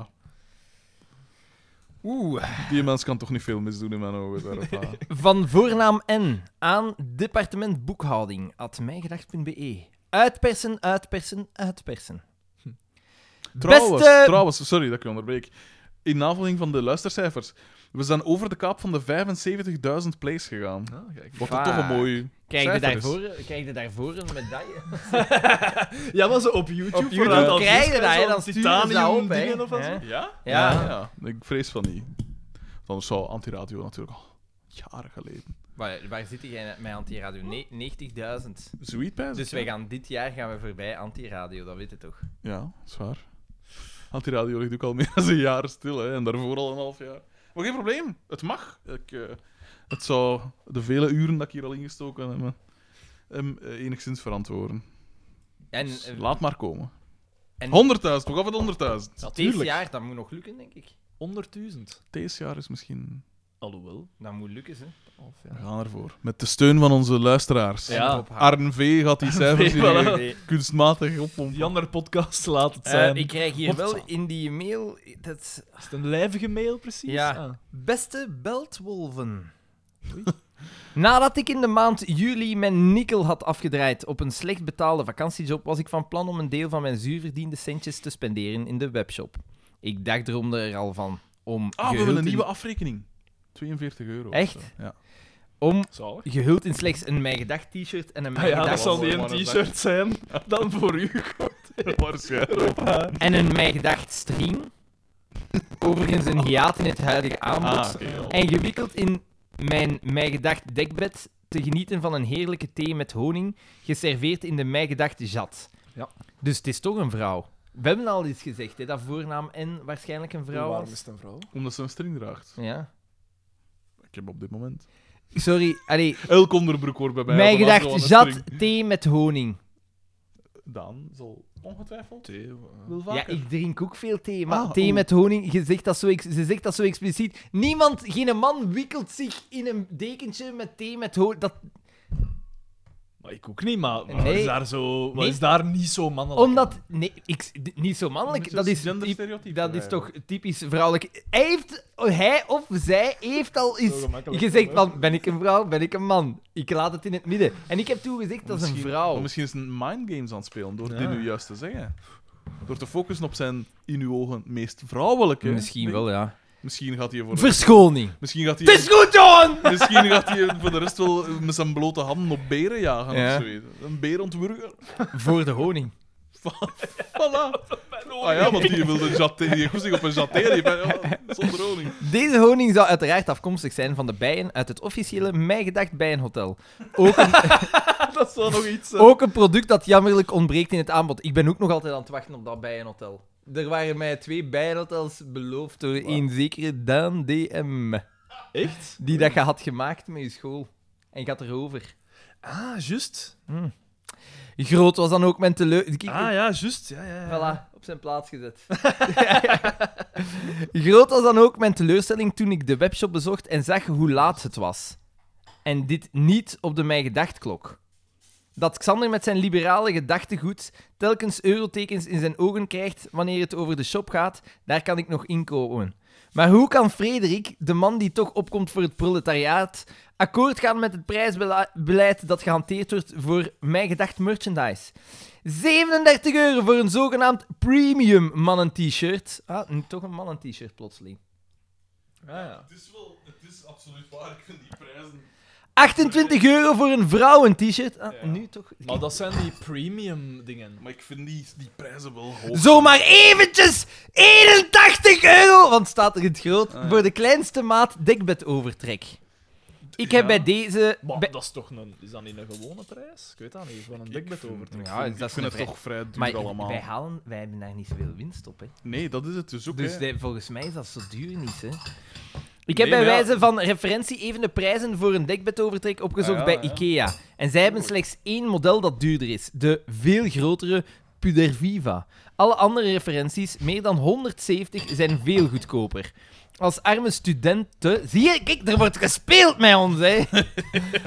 Speaker 1: Oeh.
Speaker 2: Die mens kan toch niet veel misdoen in mijn ogen, daar, Rob H.
Speaker 1: Van voornaam N aan departement boekhouding at mijngedacht.be. E. Uitpersen, uitpersen, uitpersen.
Speaker 2: Trouwens,
Speaker 1: Beste-
Speaker 2: trouwens, sorry dat ik je onderbreek. In navolging van de luistercijfers. We zijn over de kaap van de 75.000 plays gegaan.
Speaker 3: Ah, kijk.
Speaker 2: Wat een toch een mooie
Speaker 1: Krijg je
Speaker 2: cijfer is.
Speaker 1: daarvoor, krijg je daarvoor een medaille?
Speaker 3: Ja, maar zo op YouTube.
Speaker 1: Op YouTube
Speaker 3: vooral, als
Speaker 1: krijg je
Speaker 3: disco,
Speaker 1: dat, hè,
Speaker 3: zo'n
Speaker 1: dan sturen ze dat
Speaker 3: titanium
Speaker 1: op, hè.
Speaker 3: dingen of wat
Speaker 1: Ja.
Speaker 3: zo.
Speaker 2: Ja?
Speaker 1: Ja.
Speaker 2: Ja, ja. Ik vrees van niet. Want Anders zou Antiradio natuurlijk al jaren geleden...
Speaker 1: Waar, waar zit jij met Antiradio? Ne- 90.000.
Speaker 2: Zoiets bij
Speaker 1: Dus wij gaan dit jaar gaan we voorbij Antiradio, dat weet je toch?
Speaker 2: Ja, zwaar. Antiradio ligt ook al meer dan een jaar stil, hè, en daarvoor al een half jaar. Maar geen probleem, het mag. Ik, eh, het zou de vele uren dat ik hier al ingestoken heb, eh, hem eh, enigszins verantwoorden.
Speaker 1: En
Speaker 2: Dus
Speaker 1: eh,
Speaker 2: laat maar komen. 100.000,
Speaker 1: en-
Speaker 2: we gaan het 100.000.
Speaker 1: dit
Speaker 3: Natuurlijk.
Speaker 1: jaar, dat moet nog lukken, denk ik.
Speaker 3: 100.000.
Speaker 2: Deze jaar is misschien...
Speaker 3: Alhoewel.
Speaker 1: Dat moet lukken, hè.
Speaker 3: Of
Speaker 2: We
Speaker 3: ja.
Speaker 2: gaan ervoor. Met de steun van onze luisteraars.
Speaker 3: Ja.
Speaker 1: Op haar.
Speaker 2: Arn V gaat die cijfers
Speaker 3: Arn V,
Speaker 2: hier
Speaker 3: voilà.
Speaker 2: weer kunstmatig oppompen.
Speaker 3: Die andere podcast laat het
Speaker 1: Eh,
Speaker 3: zijn.
Speaker 1: ik krijg hier wel
Speaker 3: Hopsa.
Speaker 1: in die mail... Dat...
Speaker 3: Is het een lijvige mail precies?
Speaker 1: Ja.
Speaker 3: Ah.
Speaker 1: Beste beltwolven. Nadat ik in de maand juli mijn nikkel had afgedraaid op een slecht betaalde vakantiejob, was ik van plan om een deel van mijn zuurverdiende centjes te spenderen in de webshop. Ik dacht droomde er al van om,
Speaker 2: Ah, we
Speaker 1: gehuld
Speaker 2: hebben
Speaker 1: in-
Speaker 2: een nieuwe afrekening. 42 euro. of
Speaker 1: Echt?
Speaker 2: zo. Ja.
Speaker 1: om
Speaker 3: Zalig.
Speaker 1: gehuld in slechts een Mijn Gedacht t-shirt en een
Speaker 3: Ah
Speaker 1: Mijn
Speaker 3: ja, dat
Speaker 1: Gedacht
Speaker 3: zal die een
Speaker 2: maar een
Speaker 3: t-shirt zijn dan voor u.
Speaker 2: Waarschijnlijk.
Speaker 1: en een Mijn Gedacht stream. Overigens een hiaat in het huidige aanbod.
Speaker 2: Ah, oké, ja.
Speaker 1: En gewikkeld in mijn Mij Gedacht dekbed te genieten van een heerlijke thee met honing, geserveerd in de Mij Gedacht jat.
Speaker 3: Ja.
Speaker 1: Dus het is toch een vrouw. We hebben al iets gezegd, hè, dat voornaam en waarschijnlijk een vrouw was.
Speaker 3: het een vrouw?
Speaker 2: Omdat ze een string draagt.
Speaker 1: Ja.
Speaker 2: Ik heb op dit moment.
Speaker 1: Sorry, allee.
Speaker 2: Elk onderbroek hoort bij mij.
Speaker 1: Mijn
Speaker 2: als een afgewane
Speaker 1: Gedacht jat,
Speaker 2: string.
Speaker 1: thee met honing.
Speaker 2: Daan zal ongetwijfeld
Speaker 3: Theo.
Speaker 2: wil
Speaker 1: Ja,
Speaker 2: vaker.
Speaker 1: ik drink ook veel thee, maar
Speaker 2: Ah,
Speaker 1: thee
Speaker 2: oeh.
Speaker 1: met honing, je zegt dat zo ex- ze zegt dat zo expliciet. Niemand, geen man wikkelt zich in een dekentje met thee met honing. Dat...
Speaker 3: Maar ik ook niet, maar wat,
Speaker 1: Nee.
Speaker 3: is, daar zo, wat
Speaker 1: Nee.
Speaker 3: is daar niet zo mannelijk?
Speaker 1: Omdat... Nee, ik, d- niet zo mannelijk. Dat is, typ-
Speaker 2: genderstereotyp.
Speaker 1: dat is toch typisch vrouwelijk. Hij, heeft, hij of zij heeft al eens
Speaker 3: gemakkelijk,
Speaker 1: gezegd
Speaker 3: hè?
Speaker 1: van... Ben ik een vrouw? Ben ik een man? Ik laat het in het midden. En ik heb toen gezegd, dat is een vrouw.
Speaker 2: Maar misschien is het een mindgames aan het spelen door dit
Speaker 3: Ja.
Speaker 2: nu juist te zeggen. Door te focussen op zijn in uw ogen meest vrouwelijke.
Speaker 1: Misschien wel, ja.
Speaker 2: Misschien gaat hij voor de,
Speaker 1: Verschoning.
Speaker 2: misschien gaat hij,
Speaker 1: Het is goed, Johan!
Speaker 2: misschien gaat hij voor de rest wel met zijn blote handen op beren jagen
Speaker 1: Ja.
Speaker 2: of zoiets. Een beerontwurger.
Speaker 1: Voor de honing.
Speaker 2: Voilà. Ah ja, want die wilde jaté, die heeft zich op een jaté, die heeft- ja, zonder honing.
Speaker 1: Deze honing zou uiteraard afkomstig zijn van de bijen uit het officiële Mij Gedacht Bijenhotel. Ook een,
Speaker 3: dat is wel nog iets. eh.
Speaker 1: ook een product dat jammerlijk ontbreekt in het aanbod. Ik ben ook nog altijd aan het wachten op dat bijenhotel. Er waren mij twee bijenhotels beloofd door een zekere Daan DM.
Speaker 3: Echt?
Speaker 1: Die dat je had gemaakt met je school. En gaat erover.
Speaker 3: Ah, juist.
Speaker 1: Groot was dan ook mijn teleurstelling.
Speaker 3: Ah ja, juist. Ja, ja, ja.
Speaker 1: Voilà, op zijn plaats gezet. Groot was dan ook mijn teleurstelling toen ik de webshop bezocht en zag hoe laat het was. En dit niet op de mij gedachtklok. Dat Xander met zijn liberale gedachtegoed telkens eurotekens in zijn ogen krijgt wanneer het over de shop gaat, daar kan ik nog inkomen. Maar hoe kan Frederik, de man die toch opkomt voor het proletariaat, akkoord gaan met het prijsbeleid dat gehanteerd wordt voor mij gedacht merchandise? 37 euro voor een zogenaamd premium mannen-t-shirt. Ah, nu toch een mannen-t-shirt plotseling.
Speaker 2: Het is wel, het is absoluut waar. Ik vind die prijzen
Speaker 1: 28 euro voor een vrouwen-t-shirt. Ah, nu toch.
Speaker 3: Maar dat zijn die premium dingen.
Speaker 2: Maar ik vind die, die prijzen wel hoog.
Speaker 1: Zomaar eventjes 81 euro! Want staat er in het groot
Speaker 2: Ah,
Speaker 1: voor de kleinste maat dekbedovertrek. Ik heb bij deze.
Speaker 3: Maar
Speaker 1: bij-
Speaker 3: dat is toch een... Is dat niet een gewone prijs? Ik weet dat niet. Van een dekbed
Speaker 2: vind-
Speaker 3: over.
Speaker 1: Ja,
Speaker 2: ik
Speaker 1: dat is
Speaker 2: vind
Speaker 1: een
Speaker 2: het
Speaker 1: vrij-
Speaker 2: toch vrij duur
Speaker 1: Maar
Speaker 2: allemaal.
Speaker 1: wij, halen, wij hebben daar niet zoveel winst op. Hè.
Speaker 2: Nee, dat is het dus ook.
Speaker 1: Dus
Speaker 2: hè.
Speaker 1: de- volgens mij is dat zo duur niet. Hè. Ik heb bij
Speaker 2: Nee, maar ja.
Speaker 1: wijze van referentie even de prijzen voor een dekbedovertrek opgezocht
Speaker 2: Ah, ja,
Speaker 1: bij
Speaker 2: ja.
Speaker 1: IKEA. En zij hebben slechts één model dat duurder is: de veel grotere Puderviva. Alle andere referenties, meer dan 170, zijn veel goedkoper. Als arme studenten. Zie je, kijk, er wordt gespeeld met ons, hè?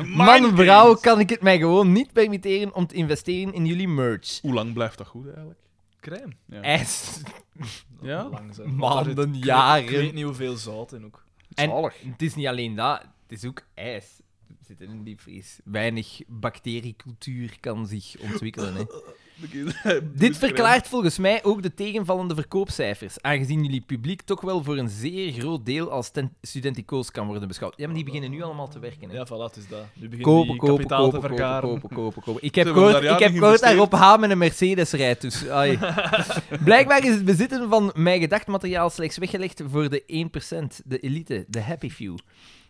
Speaker 1: Man, vrouw, kan ik het mij gewoon niet permitteren om te investeren in jullie merch.
Speaker 2: Hoe lang blijft dat goed eigenlijk?
Speaker 3: Crème.
Speaker 1: IJs,
Speaker 2: Ja?
Speaker 3: Lang zijn. Want daar zit-
Speaker 1: maanden,
Speaker 3: Ik weet
Speaker 1: jaren.
Speaker 3: niet hoeveel zout in ook.
Speaker 1: En het is niet alleen dat, het is ook ijs. Het zit in een diepvries. Weinig bacteriecultuur kan zich ontwikkelen. Hè. Dit verklaart volgens mij ook de tegenvallende verkoopcijfers, aangezien jullie publiek toch wel voor een zeer groot deel als ten- studentico's kan worden beschouwd. Ja, maar die beginnen nu allemaal te werken. Hè.
Speaker 3: Ja, voilà, het is dat. Nu begint
Speaker 1: Kopen,
Speaker 3: die
Speaker 1: kopen,
Speaker 3: kapitaal
Speaker 1: kopen,
Speaker 3: te
Speaker 1: kopen,
Speaker 3: vergaren.
Speaker 1: kopen, kopen, kopen, Ik heb
Speaker 2: hebben
Speaker 1: gehoord,
Speaker 2: daar
Speaker 1: ik
Speaker 2: jaren
Speaker 1: heb gehoord dat Rob
Speaker 2: geïnvesteerd.
Speaker 1: H. met een Mercedes rijdt, dus... ai. Blijkbaar is het bezitten van mijn gedachtmateriaal slechts weggelegd voor de 1%, de elite, de happy few.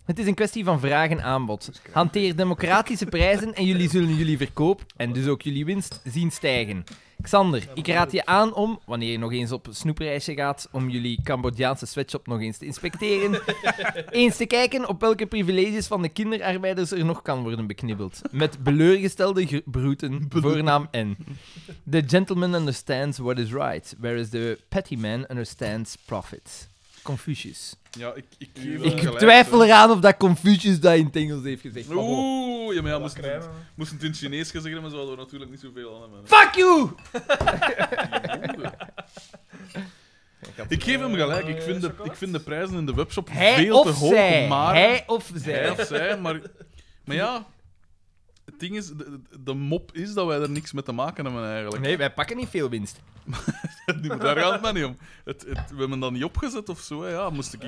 Speaker 1: Het is een kwestie van vraag en aanbod. Hanteer democratische prijzen en jullie zullen jullie verkoop, en dus ook jullie winst, zien stijgen. Xander, ik raad je aan om, wanneer je nog eens op snoepreisje gaat, om jullie Cambodjaanse sweatshop nog eens te inspecteren. Eens te kijken op welke privileges van de kinderarbeiders er nog kan worden beknibbeld. Met beleurgestelde gr- broeten, voornaam N. The gentleman understands what is right, whereas the petty man understands profit. Confucius.
Speaker 2: Ja, ik, ik, geef
Speaker 1: Ik
Speaker 2: wel gelijk,
Speaker 1: twijfel
Speaker 2: hè.
Speaker 1: eraan of dat Confucius dat in het Engels heeft gezegd. maar bon.
Speaker 2: Oeh, ja, maar ja, moest het, moest het in het Chinees gezegd hebben, zouden we natuurlijk niet zoveel aan hebben.
Speaker 1: Fuck you!
Speaker 2: Ik geef hem gelijk, ik vind de, ik vind de prijzen in de webshop
Speaker 1: Hij
Speaker 2: veel
Speaker 1: of
Speaker 2: te hoog,
Speaker 1: zij.
Speaker 2: maar...
Speaker 1: Hij of
Speaker 2: Hij
Speaker 1: zij.
Speaker 2: of zij, maar... Maar ja, het ding is, de, de mop is dat wij er niks mee te maken hebben eigenlijk.
Speaker 1: Nee, wij pakken niet veel winst.
Speaker 2: Nee, maar daar gaat het mij niet om. Het, het, we hebben dat niet opgezet of zo. hè. Ja, moest ik,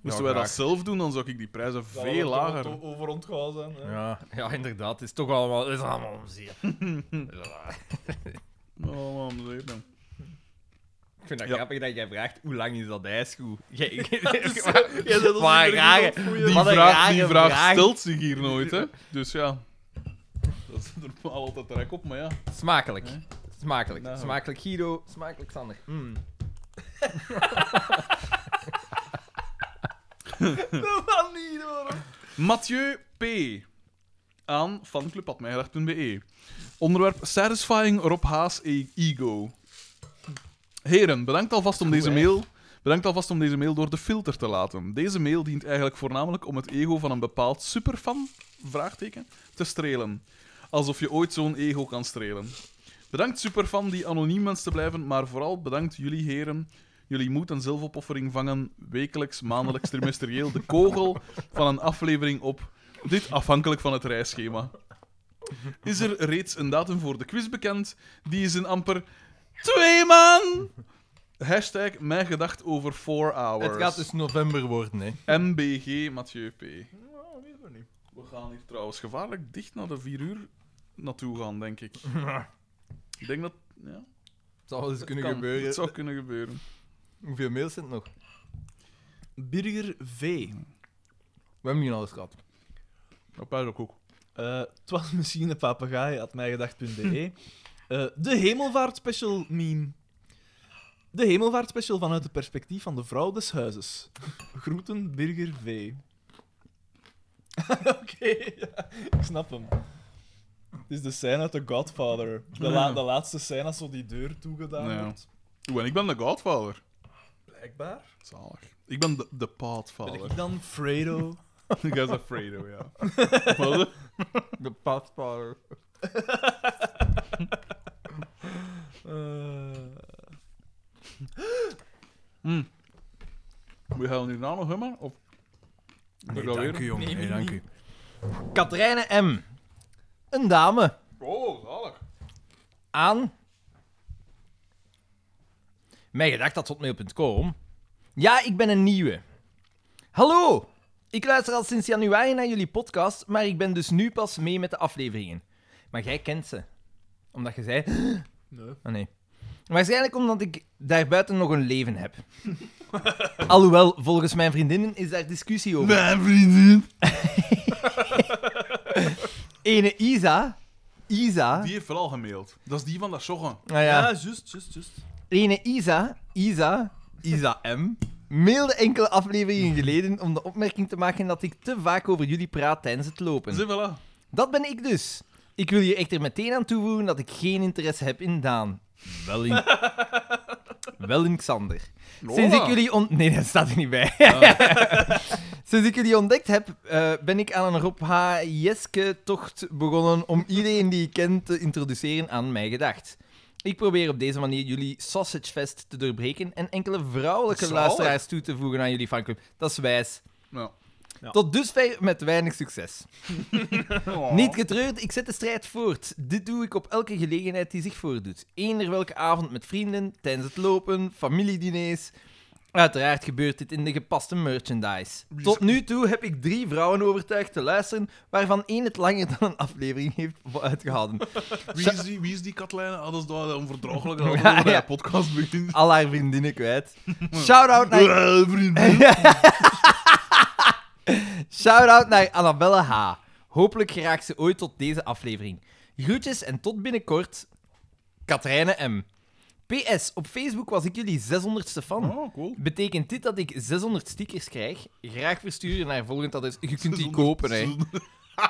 Speaker 2: moesten wij dat zelf doen, dan zou ik die prijzen veel lager.
Speaker 3: Over ontgaan zijn. hè.
Speaker 1: Ja, ja inderdaad. Het is toch allemaal, het is allemaal omzeer.
Speaker 2: Oh, man, zeg dan.
Speaker 1: Ik vind dat
Speaker 2: Ja.
Speaker 1: grappig dat jij vraagt hoe lang is dat ijsgoed? Jij-
Speaker 3: ons
Speaker 1: Wat een
Speaker 3: niet meer
Speaker 1: rare-
Speaker 2: Die,
Speaker 1: wat een
Speaker 2: vraag,
Speaker 1: rare
Speaker 2: die vraag,
Speaker 1: vraag.
Speaker 2: stelt zich hier nooit, hè? Dus ja. Dat is normaal altijd rek op, maar ja.
Speaker 1: Smakelijk. Smakelijk.
Speaker 2: Nou.
Speaker 1: Smakelijk Guido, smakelijk Sander. Mm.
Speaker 2: Mathieu P. Aan fanclub.mijgedacht.be. E. Onderwerp Satisfying Rob Haas e- Ego. Heren, bedankt alvast om deze mail... Bedankt alvast om deze mail door de filter te laten. Deze mail dient eigenlijk voornamelijk om het ego van een bepaald superfan vraagteken, te strelen. alsof je ooit zo'n ego kan strelen. Bedankt superfan die anoniem wenst te blijven, maar vooral bedankt jullie heren. Jullie moed en zelfopoffering vangen wekelijks, maandelijks, trimesterieel de kogel van een aflevering op. Dit afhankelijk van het reisschema. Is er reeds een datum voor de quiz bekend? Die is in amper twee maanden. Hashtag mijn gedacht over 4 hours.
Speaker 1: Het gaat dus november worden, hè.
Speaker 2: MBG Mathieu P.
Speaker 3: Oh, weet ik niet.
Speaker 2: We gaan hier trouwens gevaarlijk dicht naar de 4 uur naartoe gaan, denk ik. Ik denk dat. Ja,
Speaker 1: Het zou wel eens kunnen
Speaker 2: kan.
Speaker 1: gebeuren.
Speaker 2: Het zou kunnen gebeuren.
Speaker 1: Hoeveel mails zijn het nog?
Speaker 3: Birger V.
Speaker 1: We hebben niet alles gehad.
Speaker 2: Dat pijs ook ook.
Speaker 3: Eh, het was misschien een papegaai, had mijgedacht.be. Eh de hemelvaartspecial meme. De hemelvaartspecial vanuit het perspectief van de vrouw des huizes. Groeten, Birger V. Oké, ja, ik snap hem. Het is de scène uit The Godfather. De, la- de laatste scène als zo die deur toegedaan
Speaker 2: Ja.
Speaker 3: wordt.
Speaker 2: Oeh, en ik ben de Godfather.
Speaker 3: Blijkbaar.
Speaker 2: Zalig. Ik ben de, de
Speaker 3: Ben
Speaker 2: Paadvader.
Speaker 3: ik dan Fredo?
Speaker 2: Ik is Fredo, ja. Maar de-
Speaker 1: De padpower.
Speaker 3: Eh,
Speaker 2: Moet je gaan hierna nog hummen? Of... Nee, dank u,
Speaker 1: jongen. Nee, dank u. Katrijne M. Een dame.
Speaker 2: Oh, zalig.
Speaker 1: aan. Mijn gedacht dat hotmail.com. Ja, ik ben een nieuwe. Hallo! Ik luister al sinds januari naar jullie podcast, maar ik ben dus nu pas mee met de afleveringen. Maar jij kent ze. Omdat je zei.
Speaker 3: Nee.
Speaker 1: Ah, nee. Waarschijnlijk omdat ik daarbuiten nog een leven heb. Alhoewel, volgens mijn vriendinnen is daar discussie over.
Speaker 2: Mijn vriendin.
Speaker 1: Ene Isa. Isa.
Speaker 2: Die heeft vooral gemaild. Dat is die van dat Sjoggen.
Speaker 1: Nou
Speaker 3: ja, juist, juist, juist.
Speaker 1: Ene Isa, Isa, Isa M, mailde enkele afleveringen geleden om de opmerking te maken dat ik te vaak over jullie praat tijdens het lopen.
Speaker 2: Zie, voilà.
Speaker 1: Dat ben ik dus. Ik wil je echter meteen aan toevoegen dat ik geen interesse heb in Daan. Wel in... Wel in Xander. Sinds ik jullie ont... Nee, dat staat er niet bij. Sinds ik jullie ontdekt heb, eh, ben ik aan een Rob H. Jeske-tocht begonnen om iedereen die ik ken te introduceren aan mij gedacht. Ik probeer op deze manier jullie sausagefest te doorbreken en enkele vrouwelijke
Speaker 2: Zalig.
Speaker 1: luisteraars toe te voegen aan jullie fanclub. Dat is wijs.
Speaker 2: Ja.
Speaker 1: Tot dusver met weinig succes.
Speaker 2: Oh.
Speaker 1: Niet getreurd, ik zet de strijd voort. Dit doe ik op elke gelegenheid die zich voordoet. Eender welke avond met vrienden, tijdens het lopen, familiediners. Uiteraard gebeurt dit in de gepaste merchandise. Tot nu toe heb ik drie vrouwen overtuigd te luisteren, waarvan één het langer dan een aflevering heeft uitgehouden.
Speaker 2: Wie is die, wie is die Katlijne? Ah, dat is dat onverdraaglijke dat
Speaker 1: Ja,
Speaker 2: ja,
Speaker 1: ja.
Speaker 2: de podcast begint.
Speaker 1: Al haar vriendinnen kwijt. Shout-out naar...
Speaker 2: Eh, vriendin.
Speaker 1: Shout-out naar Annabelle H. Hopelijk geraakt ze ooit tot deze aflevering. Groetjes en tot binnenkort, Katrijne M. PS, op Facebook was ik jullie 600ste fan.
Speaker 2: Oh, cool.
Speaker 1: Betekent dit dat ik 600 stickers krijg? Graag versturen naar volgend adres. Je kunt die kopen, hè. Je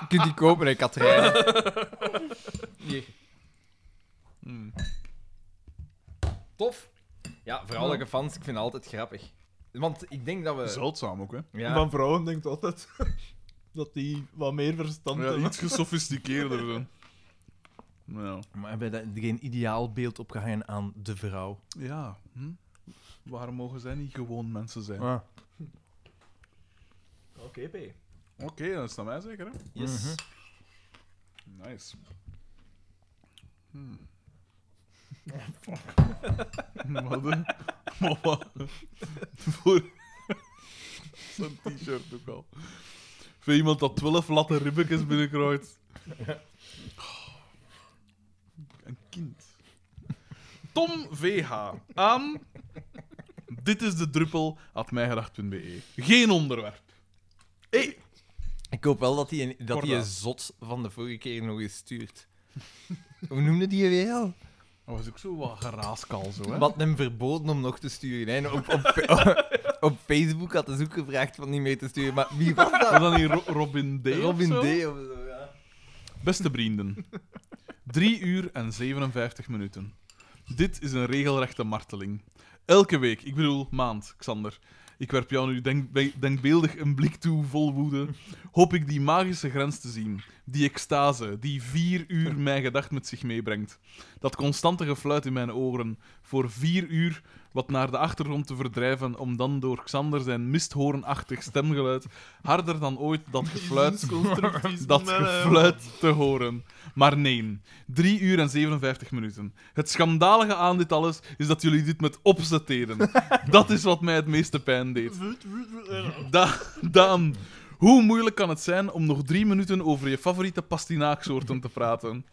Speaker 1: kunt die kopen, hè, Katrijne. Hier. Tof. Ja, vrouwelijke fans, ik vind het altijd grappig. Want ik denk dat we...
Speaker 2: Zeldzaam ook, hè?
Speaker 1: Ja.
Speaker 3: Van vrouwen denkt altijd dat die wat meer verstand
Speaker 2: Ja,
Speaker 3: hebben.
Speaker 2: iets gesofisticeerder. hè. Nou,
Speaker 1: Maar hebben daar geen ideaal beeld opgehangen aan de vrouw?
Speaker 2: ja. Hm? Waarom mogen zij niet gewoon mensen zijn?
Speaker 1: Ah.
Speaker 3: Oké, P.
Speaker 2: Oké, dat is dat mij zeker, hè?
Speaker 3: Yes.
Speaker 1: Mhm.
Speaker 2: Nice. Hmm. Wat een... Maar wat- Voor... Zo'n t-shirt ook al. Voor iemand dat 12 latte ribbetjes binnenkrijgt. Oh, Een kind. Tom VH. Aan... Dit is de druppel at mijgedacht.be. E. Geen onderwerp. Hey,
Speaker 1: Ik hoop wel dat hij een, dat
Speaker 2: Corda.
Speaker 1: die een zot van de vorige keer nog eens stuurt. Hoe noemde die weer al?
Speaker 2: Dat was ook zo wat geraaskal, zo, hè?
Speaker 1: Wat hem verboden om nog te sturen. Hè? En Op, op, op, op Facebook had hij ook gevraagd van niet mee te sturen. Maar wie was dat?
Speaker 2: Was dat niet Ro- Robin D? of
Speaker 1: Robin
Speaker 2: zo?
Speaker 1: D of zo, ja.
Speaker 2: Beste vrienden, 3 uur en 57 minuten. Dit is een regelrechte marteling. Elke week, ik bedoel maand, Xander. Ik werp jou nu denk- be- denkbeeldig een blik toe vol woede. Hoop ik die magische grens te zien. Die extase, die vier uur mijn gedacht met zich meebrengt. Dat constante gefluit in mijn oren. Voor vier uur wat naar de achtergrond te verdrijven, om dan door Xander zijn misthoornachtig stemgeluid harder dan ooit dat gefluit, dat gefluit te horen. Maar nee, 3 uur en 57 minuten. Het schandalige aan dit alles is dat jullie dit met opzet deden. Dat is wat mij het meeste pijn deed. Da Daan, hoe moeilijk kan het zijn om nog drie minuten over je favoriete pastinaaksoorten te praten?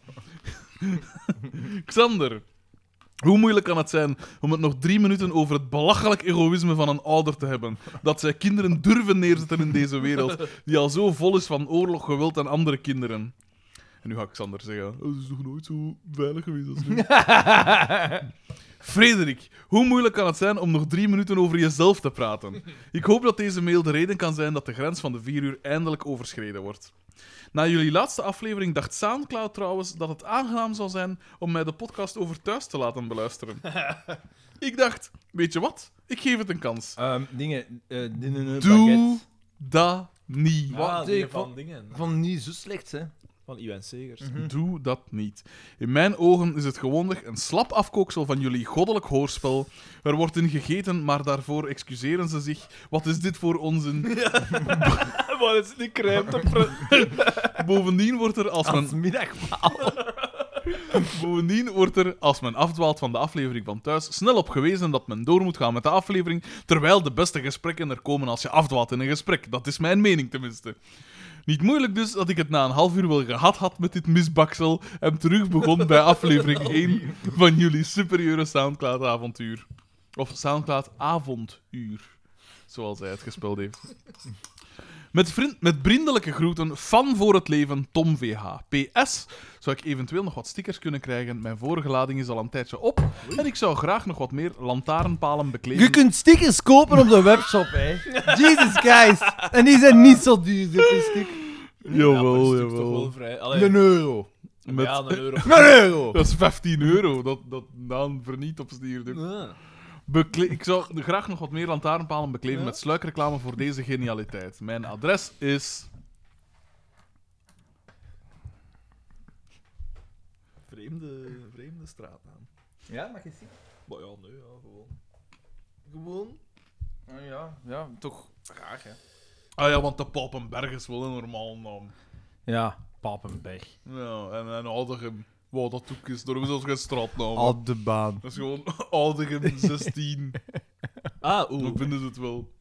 Speaker 2: Xander, hoe moeilijk kan het zijn om het nog drie minuten over het belachelijk egoïsme van een ouder te hebben? Dat zij kinderen durven neerzetten in deze wereld, die al zo vol is van oorlog, geweld en andere kinderen. En nu ga ik Xander zeggen, het is nog nooit zo veilig geweest als nu. Frederik, hoe moeilijk kan het zijn om nog drie minuten over jezelf te praten? Ik hoop dat deze mail de reden kan zijn dat de grens van de vier uur eindelijk overschreden wordt. Na jullie laatste aflevering dacht Soundcloud trouwens dat het aangenaam zou zijn om mij de podcast over thuis te laten beluisteren. ik dacht, weet je wat? Ik geef het een kans.
Speaker 1: Ehm, dingen. eh dingen
Speaker 2: Doe dat niet.
Speaker 1: Wat?
Speaker 3: die
Speaker 1: Ik
Speaker 3: van
Speaker 1: vond-
Speaker 3: dingen.
Speaker 1: Van niet zo slecht, hè?
Speaker 3: Van Iwan Segers.
Speaker 2: Doe dat niet. In mijn ogen is het gewoonweg een slap afkooksel van jullie goddelijk hoorspel. Er wordt in gegeten, maar daarvoor excuseren ze zich. Wat is dit voor onzin?
Speaker 3: Wat is die crème te pre-
Speaker 2: Bovendien wordt er als men Bovendien wordt er, als men afdwaalt van de aflevering van thuis, snel op gewezen dat men door moet gaan met de aflevering, terwijl de beste gesprekken er komen als je afdwaalt in een gesprek. Dat is mijn mening tenminste. Niet moeilijk dus dat ik het na een half uur wel gehad had met dit misbaksel en terug begon bij aflevering 1 van jullie superieure Soundcloud-avontuur. Of Soundcloud-avonduur, zoals hij het gespeeld heeft. Met, vriend, met vriendelijke groeten, fan voor het leven, Tom VH. PS, zou ik eventueel nog wat stickers kunnen krijgen? Mijn vorige lading is al een tijdje op. En ik zou graag nog wat meer lantaarnpalen bekleden.
Speaker 1: Je kunt stickers kopen op de webshop, hè? Jesus Christ. En die zijn niet zo duur, dit is stuk.
Speaker 2: Jawel,
Speaker 3: Dat is toch wel vrij. Allee,
Speaker 1: Een euro.
Speaker 2: Met,
Speaker 3: ja, een euro.
Speaker 1: Een euro!
Speaker 2: dat is 15 euro, dat, dat Daan verniet opstuurde.
Speaker 3: Ja.
Speaker 2: Bekle- ik zou graag nog wat meer lantaarnpalen bekleven met sluikreclame voor deze genialiteit. Mijn adres is...
Speaker 3: Vreemde, vreemde straatnaam.
Speaker 8: Ja, mag je zien?
Speaker 3: Maar ja, nee, ja, gewoon. Gewoon?
Speaker 8: ja, ja, toch graag, hè.
Speaker 2: Ah ja, want de Papenberg is wel een normaal naam.
Speaker 1: Ja, Papenberg.
Speaker 2: Ja, en, en Aldegem. Wow, dat toek is nog zelfs geen straatnaam.
Speaker 1: Op de baan.
Speaker 2: Dat is gewoon Aldegem 16.
Speaker 3: Ah,
Speaker 2: Dan
Speaker 3: oeh.
Speaker 2: vinden ze het wel.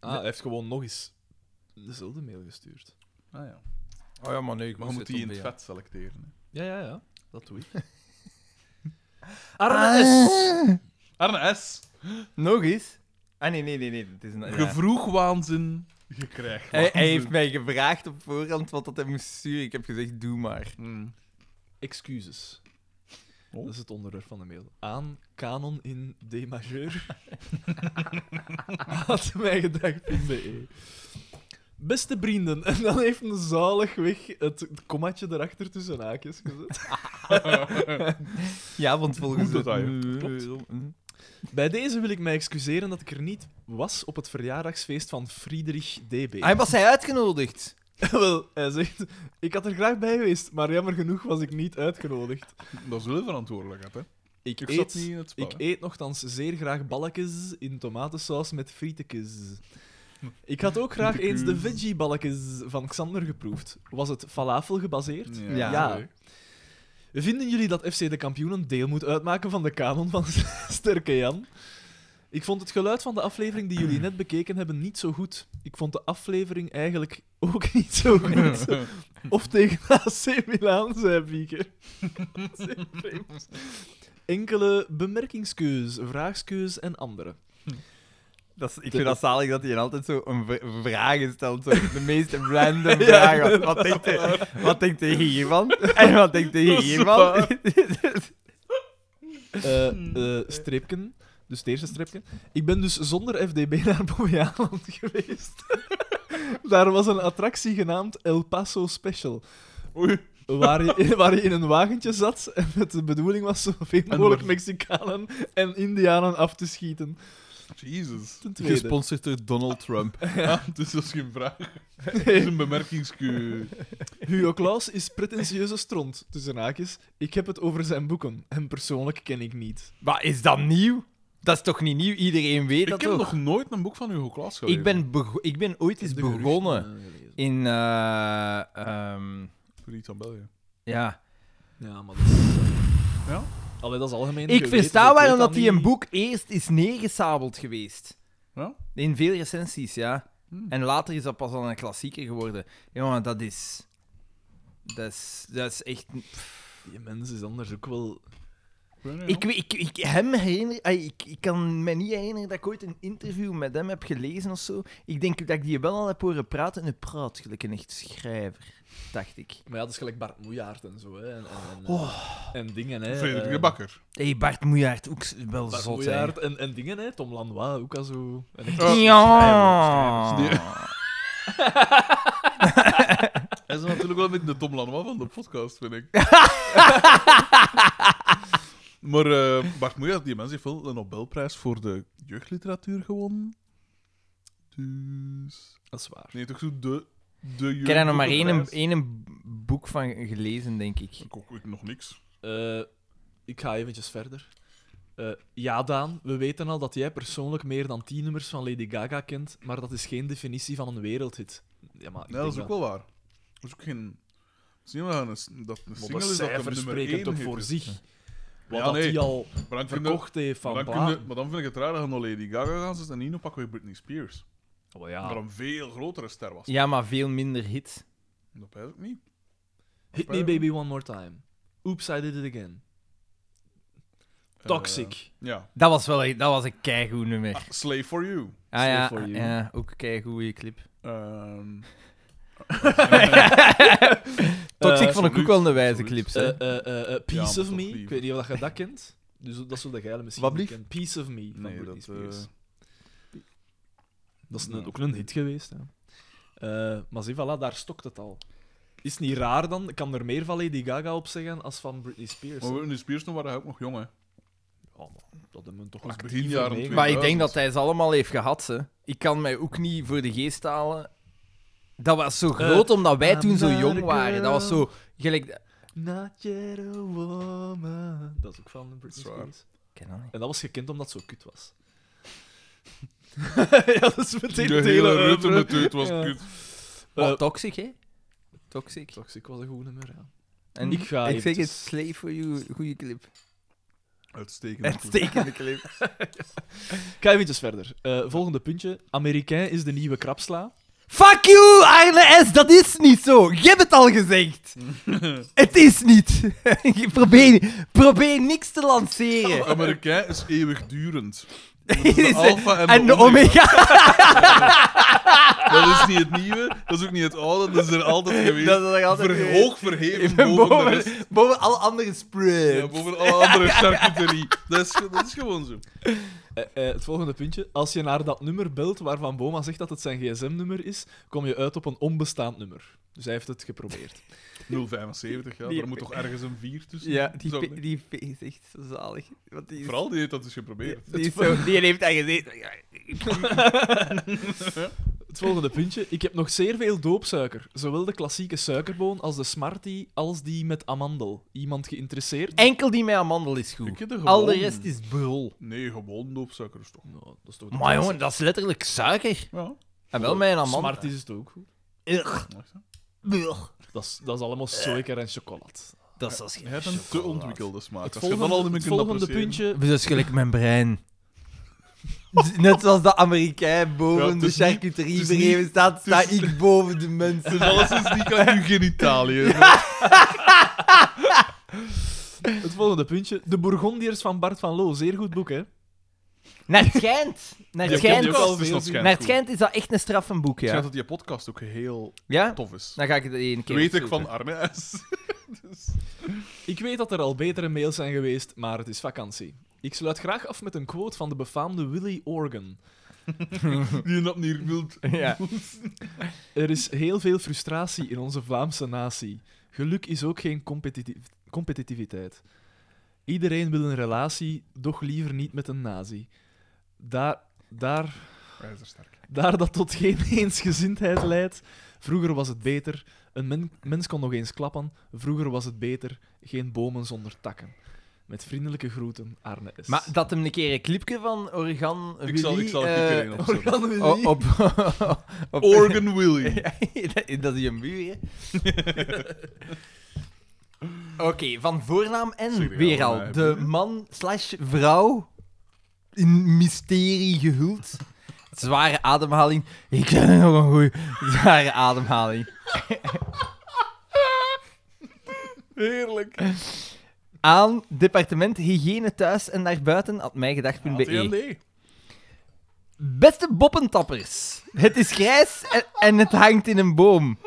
Speaker 3: Ah, hij heeft gewoon nog eens dezelfde mail gestuurd.
Speaker 2: Ah ja.
Speaker 8: Oh ja, maar nee, ik
Speaker 2: Maar je moet die in het vet selecteren. hè.
Speaker 3: Ja, ja, ja. Dat doe ik.
Speaker 1: Ah.
Speaker 2: Arne S.
Speaker 8: Nog eens? Ah, nee, nee, nee, nee. Het is een, ja.
Speaker 2: Gevroeg waanzin, je krijgt
Speaker 8: hij, hij heeft
Speaker 2: waanzin.
Speaker 8: mij gevraagd op voorhand wat dat hij moest sturen. Ik heb gezegd, doe maar.
Speaker 2: Hmm.
Speaker 3: Excuses.
Speaker 2: Oh.
Speaker 3: Dat is het onderwerp van de mail. Aan kanon in D majeur. Had mij gedacht in de E. Beste vrienden, en dan heeft een zalig weg het kommaatje erachter tussen haakjes gezet.
Speaker 8: Ja, want volgens
Speaker 2: Goed dat
Speaker 8: het-
Speaker 3: Bij deze wil ik mij excuseren dat ik er niet was op het verjaardagsfeest van Friedrich DB.
Speaker 8: Ah, Hij was hij uitgenodigd.
Speaker 3: Wel, hij zegt, ik had er graag bij geweest, maar jammer genoeg was ik niet uitgenodigd.
Speaker 2: Dat is wel verantwoordelijkheid, hè?
Speaker 3: Ik,
Speaker 2: Ik
Speaker 3: eet,
Speaker 2: zat niet in het spel.
Speaker 3: ik
Speaker 2: hè.
Speaker 3: eet nogthans zeer graag balkjes in tomatensaus met frietekes.
Speaker 2: Hm.
Speaker 3: Ik had ook graag eens de veggie balkjes van Xander geproefd. Was het falafel gebaseerd?
Speaker 2: Ja.
Speaker 3: Ja.
Speaker 2: nee.
Speaker 3: Vinden jullie dat FC de kampioen een deel moet uitmaken van de kanon van Sterke Jan? Ik vond het geluid van de aflevering die jullie net bekeken hebben niet zo goed. Ik vond de aflevering eigenlijk ook niet zo goed. Of tegen AC Milan, zei Bieker. Enkele bemerkingskeus, vraagskeus en andere.
Speaker 8: Dat is, ik
Speaker 3: De-
Speaker 8: vind dat zalig dat hij altijd zo een v- vragen stelt. Zo, de meest random vragen. Wat denkt, hij, wat denkt hij hiervan? En wat denkt hij
Speaker 2: Dat is
Speaker 8: hiervan?
Speaker 3: Eh, eh, streepken. Dus het eerste streepken. Ik ben dus zonder FDB naar Bobbejaanland geweest. Daar was een attractie genaamd El Paso Special.
Speaker 2: Oei.
Speaker 3: Waar je, waar je in een wagentje zat en met de bedoeling was zoveel mogelijk Mexicanen en Indianen af te schieten.
Speaker 2: Jezus.
Speaker 3: Ten tweede.
Speaker 1: Gesponsord door Donald Trump.
Speaker 2: Ja, dus dat is geen vraag. Dat is een bemerkingskeu.
Speaker 3: Hugo Claus is pretentieuze stront, tussen haakjes. Ik heb het over zijn boeken. Hem persoonlijk ken ik niet.
Speaker 1: Maar is dat nieuw? Dat is toch niet nieuw? Iedereen weet
Speaker 2: Ik
Speaker 1: dat
Speaker 2: heb
Speaker 1: toch?
Speaker 2: nog nooit een boek van Hugo Claus gelezen.
Speaker 1: Ik ben, bego- ik ben ooit eens begonnen in... eh, ehm,
Speaker 2: Vriend van België.
Speaker 1: ja.
Speaker 3: Ja, maar dat is...
Speaker 2: Ja?
Speaker 3: Allee, dat is algemeen.
Speaker 1: Ik
Speaker 3: geweten,
Speaker 1: versta
Speaker 3: ik weet
Speaker 1: waarom dat
Speaker 3: niet.
Speaker 1: die een boek eerst is neergesabeld geweest.
Speaker 2: Ja?
Speaker 1: In veel recensies, ja.
Speaker 2: Hmm.
Speaker 1: En later is dat pas al een klassieker geworden. Jongen, dat is... Dat is, dat is echt...
Speaker 3: Die mens is anders ook wel...
Speaker 1: Ik, weet- ik, ik, hem herinner, ai, ik, ik kan me niet herinneren dat ik ooit een interview met hem heb gelezen of zo. Ik denk dat ik die wel al heb horen praten en hij praat gelijk een echt schrijver, dacht ik.
Speaker 3: Maar ja, dat is gelijk Bart Moejaert en zo, hè. En, en, en,
Speaker 1: Oh.
Speaker 3: en dingen, hè.
Speaker 2: Frederik de
Speaker 3: eh,
Speaker 2: Bakker.
Speaker 1: Hé, hey, Bart Moejaert, ook s- wel
Speaker 3: Bart
Speaker 1: zot, hè.
Speaker 3: Moejaert en, en dingen, hè. Tom Lanois, ook al zo. En ik-
Speaker 1: Ja.
Speaker 2: Hij is natuurlijk wel een beetje de Tom Lanois van de podcast, vind ik. maar eh Bart Moeijert, die mens heeft wel de Nobelprijs voor de jeugdliteratuur gewonnen. Dus...
Speaker 3: Dat is waar.
Speaker 2: Nee, toch zo de... de
Speaker 1: Ik heb daar nog nou maar één,
Speaker 2: jeugdnobelprijs.
Speaker 1: één boek van gelezen, denk ik.
Speaker 2: Ik ook nog niks.
Speaker 3: Eh, ik ga eventjes verder. Eh, ja, Daan, we weten al dat jij persoonlijk meer dan 10 nummers van Lady Gaga kent, maar dat is geen definitie van een wereldhit. Ja, maar ik
Speaker 2: Nee, dat is
Speaker 3: denk
Speaker 2: ook wel waar. Dat is ook geen... Het is niet waar dat een, dat een
Speaker 3: Maar
Speaker 2: single
Speaker 3: de
Speaker 2: is dat hem
Speaker 3: cijfers
Speaker 2: nummer
Speaker 3: spreken
Speaker 2: één
Speaker 3: toch
Speaker 2: heeft. dus-
Speaker 3: voor zich. Wat
Speaker 2: Ja,
Speaker 3: dat
Speaker 2: nee.
Speaker 3: hij al
Speaker 2: Maar dan, kun je-
Speaker 3: verkocht heeft van
Speaker 2: maar, dan
Speaker 3: Bla.
Speaker 2: kun je- maar dan vind ik het raar dat je naar Lady Gaga gaan zitten en niet pak weer Britney Spears.
Speaker 3: Oh
Speaker 2: Dat
Speaker 3: ja.
Speaker 2: een veel grotere ster was.
Speaker 1: Ja, maar veel minder hit.
Speaker 2: Dat weet ik niet.
Speaker 3: Hit me baby one more time. Oops, I did it again. Toxic.
Speaker 2: Eh, ja.
Speaker 1: Dat was wel een- dat was een keigoed nummer.
Speaker 2: Slave for You.
Speaker 1: Ah
Speaker 3: Slave
Speaker 1: ja,
Speaker 3: for You.
Speaker 1: ja ook een keigoede clip.
Speaker 2: Ehm,
Speaker 1: Toxic
Speaker 3: Eh,
Speaker 1: vond ik ook
Speaker 2: absoluut,
Speaker 1: wel een wijze
Speaker 2: absoluut.
Speaker 1: clip,
Speaker 3: Eh,
Speaker 1: hè.
Speaker 3: eh, eh, eh,
Speaker 2: Ja, maar
Speaker 3: piece of
Speaker 2: toch
Speaker 3: me.
Speaker 2: liever.
Speaker 3: Ik weet niet of dat je dat kent. Dus dat zullen jij
Speaker 1: Wat
Speaker 3: misschien niet
Speaker 1: blieft?
Speaker 3: kennen. Piece of me van
Speaker 2: Nee,
Speaker 3: Britney
Speaker 2: dat, eh,
Speaker 3: Spears. Dat is een- ook een hit geweest. Hè. Eh, maar zie, voilà, daar stokt het al. Is het niet raar dan? Ik kan er meer van Lady Gaga op zeggen als van Britney Spears.
Speaker 2: maar
Speaker 3: hè.
Speaker 2: Britney Spears toen waren hij ook nog jong, hè.
Speaker 3: Ja, maar Oh, dat hebben we toch
Speaker 2: Dat is
Speaker 3: actief
Speaker 2: begin jaren
Speaker 3: meegemaakt.
Speaker 1: Maar ik
Speaker 2: 2000.
Speaker 1: denk dat hij ze allemaal heeft gehad, hè. Ik kan mij ook niet voor de geest halen. Dat was zo groot, omdat wij toen zo jong
Speaker 3: America.
Speaker 1: waren. Dat was zo... Gelijk... Ik
Speaker 3: Not yet a woman. Dat is ook van Britney
Speaker 2: Dat is waar.
Speaker 3: Spears.
Speaker 1: ken dat niet.
Speaker 3: En dat was gekend omdat het zo kut was. ja, dat is meteen
Speaker 2: De
Speaker 3: het
Speaker 2: hele
Speaker 3: hele
Speaker 2: rutte
Speaker 3: oeuvre.
Speaker 2: met het was
Speaker 3: Ja.
Speaker 2: kut.
Speaker 1: Maar
Speaker 3: Eh,
Speaker 1: Oh, toxic, hè? Toxic.
Speaker 3: Toxic was een goed nummer, ja.
Speaker 1: En
Speaker 3: ik
Speaker 1: ik
Speaker 3: ga
Speaker 1: zeg het,
Speaker 3: eventjes-
Speaker 1: Slave for You, goede clip.
Speaker 2: Uitstekend.
Speaker 1: Uitstekende clip.
Speaker 3: Ik ga eventjes verder. Eh, volgende puntje. Amerikain is de nieuwe krapsla.
Speaker 1: Fuck you, Arne S. Dat is niet zo. Je hebt het al gezegd. het is niet. Je probeer, probeer niks te lanceren.
Speaker 2: Amerikaan is eeuwigdurend.
Speaker 1: Dit is-
Speaker 2: alpha en de
Speaker 1: en de
Speaker 2: omega.
Speaker 1: omega.
Speaker 2: Dat is niet het nieuwe, dat is ook niet het oude, dat is er altijd geweest.
Speaker 1: Dat is er altijd
Speaker 2: Verhoog
Speaker 1: geweest.
Speaker 2: verheven boven,
Speaker 1: Boven,
Speaker 2: de
Speaker 1: boven,
Speaker 2: rest.
Speaker 1: alle andere
Speaker 2: Ja,
Speaker 1: spreads.
Speaker 2: boven alle andere charcuterie. Dat is, dat is gewoon zo.
Speaker 3: Eh, eh, het volgende puntje. Als je naar dat nummer belt waarvan Boma zegt dat het zijn gsm-nummer is, kom je uit op een onbestaand nummer. Dus hij heeft het geprobeerd.
Speaker 2: 075, ja,
Speaker 1: Die-
Speaker 2: daar moet toch ergens een 4 tussen?
Speaker 1: Ja,
Speaker 2: Zou
Speaker 1: die,
Speaker 2: ik
Speaker 1: P-
Speaker 2: niet-
Speaker 1: die P is echt zo zalig. Want die is,
Speaker 2: Vooral die heeft dat dus geprobeerd.
Speaker 1: die, is zo, die heeft daar gezeten. Ja,
Speaker 3: Het volgende puntje. Ik heb nog zeer veel doopsuiker. Zowel de klassieke suikerboon als de smartie, als die met amandel. Iemand geïnteresseerd?
Speaker 1: Enkel die met amandel is goed.
Speaker 2: Ik heb er
Speaker 1: Al de
Speaker 2: gewoon-
Speaker 1: rest is brul.
Speaker 2: Nee, gewoon doopsuiker is toch.
Speaker 3: Nou, dat is toch de
Speaker 1: Maar
Speaker 3: klassieke-
Speaker 1: jongen, dat is letterlijk suiker.
Speaker 2: Ja,
Speaker 1: En wel
Speaker 3: Ah,
Speaker 1: met een amandel.
Speaker 3: Smarties is het ook goed.
Speaker 1: Ugh.
Speaker 2: wacht, hè.
Speaker 1: Ugh.
Speaker 3: Dat is, dat is allemaal suiker en chocolade.
Speaker 1: Dat is als je...
Speaker 2: Hij heeft een te ontwikkelde smaak.
Speaker 3: Het
Speaker 2: Als je dat al
Speaker 3: volgende,
Speaker 2: niet meer
Speaker 3: het
Speaker 2: kunt
Speaker 3: volgende
Speaker 2: appreciëren.
Speaker 3: puntje.
Speaker 1: Dat is dus gelijk mijn brein. Dus Net zoals de Amerikaan boven
Speaker 2: Ja, het
Speaker 1: de
Speaker 2: is niet-
Speaker 1: charcuterie
Speaker 2: het is niet-
Speaker 1: verheven staat, sta
Speaker 2: het is-
Speaker 1: ik boven de mensen.
Speaker 2: Dus alles is niet aan uw genitaliën.
Speaker 3: Het volgende puntje. De Bourgondiërs van Bart van Loo. Zeer goed boek, hè?
Speaker 1: Naar het schijnt. Naar
Speaker 2: Die
Speaker 1: het schijnt,
Speaker 2: podcast is nog
Speaker 1: naar
Speaker 2: schijnt
Speaker 1: het
Speaker 2: goed.
Speaker 1: schijnt is dat echt een straffenboek,
Speaker 2: Het schijnt
Speaker 1: ja.
Speaker 2: dat die podcast ook heel
Speaker 1: Ja?
Speaker 2: tof is.
Speaker 1: Dan ga ik het één keer
Speaker 2: Dat weet ik
Speaker 1: opzoeken.
Speaker 2: van Arne S. Dus-
Speaker 3: Ik weet dat er al betere mails zijn geweest, maar het is vakantie. Ik sluit graag af met een quote van de befaamde Willy Organ.
Speaker 2: Die dat niet wilt.
Speaker 1: Ja.
Speaker 3: Er is heel veel frustratie in onze Vlaamse natie. Geluk is ook geen competiti- competitiviteit. Iedereen wil een relatie, doch liever niet met een nazi. Daar, daar
Speaker 2: Hij is er sterk.
Speaker 3: Daar dat tot geen eensgezindheid leidt, Vroeger was het beter. Een men- mens kon nog eens klappen. Vroeger was het beter. Geen bomen zonder takken. Met vriendelijke groeten, Arne S.
Speaker 1: Maar dat hem een keer een clipje van Organ
Speaker 2: Ik zal- ik
Speaker 1: Willy,
Speaker 2: zal een
Speaker 1: eh,
Speaker 2: clipje erin Oh, opzetten.
Speaker 1: Organ Willy. Op, op-
Speaker 2: Organ Willy.
Speaker 1: Ja, dat- dat is je muur, hè. Oké, van voornaam
Speaker 2: Zeg
Speaker 1: en
Speaker 2: die
Speaker 1: weer
Speaker 2: al
Speaker 1: al.
Speaker 2: mij,
Speaker 1: De
Speaker 2: hè?
Speaker 1: man slash vrouw in mysterie gehuld. Zware ademhaling. Ik zeg nog een goeie. Zware ademhaling.
Speaker 2: Heerlijk.
Speaker 1: Aan departement hygiëne thuis en daarbuiten at mijgedacht.be.
Speaker 2: TND.
Speaker 1: Beste boppentappers, het is grijs en, en het hangt in een boom.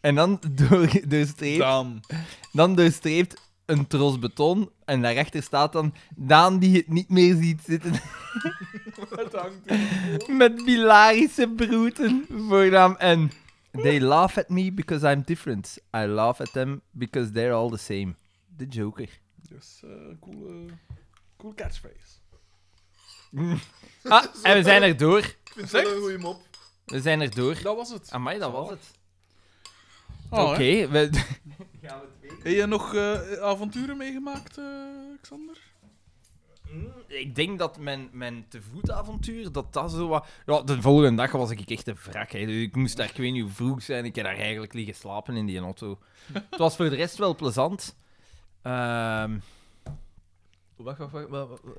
Speaker 1: En dan door, doorstreept,
Speaker 2: Daan.
Speaker 1: dan doorstreept een tros beton en daarachter staat dan Daan die het niet meer ziet zitten. Met bilarische broeten, voornaam en... They laugh at me because I'm different. I laugh at them because they're all the same. De Joker.
Speaker 2: Dat is eh, een coole, cool catchphrase.
Speaker 1: Ah, en we zijn er door.
Speaker 3: vind het wel een goede mop.
Speaker 1: We zijn er door. Oh,
Speaker 2: Dat was het.
Speaker 1: Amai, dat was het.
Speaker 2: Ah,
Speaker 1: Oké,
Speaker 2: hè.
Speaker 1: we...
Speaker 2: Heb je nog eh, avonturen meegemaakt, eh, Xander?
Speaker 1: Ik denk dat mijn, mijn te voet avontuur, dat dat zo wat... Ja, de volgende dag was ik echt een wrak. Hè. Dus ik moest daar, ik weet niet hoe vroeg zijn, ik heb daar eigenlijk liggen slapen in die auto. Het was voor de rest wel plezant. Ehm,
Speaker 3: Wacht, wacht, wacht. wa- wa- wa-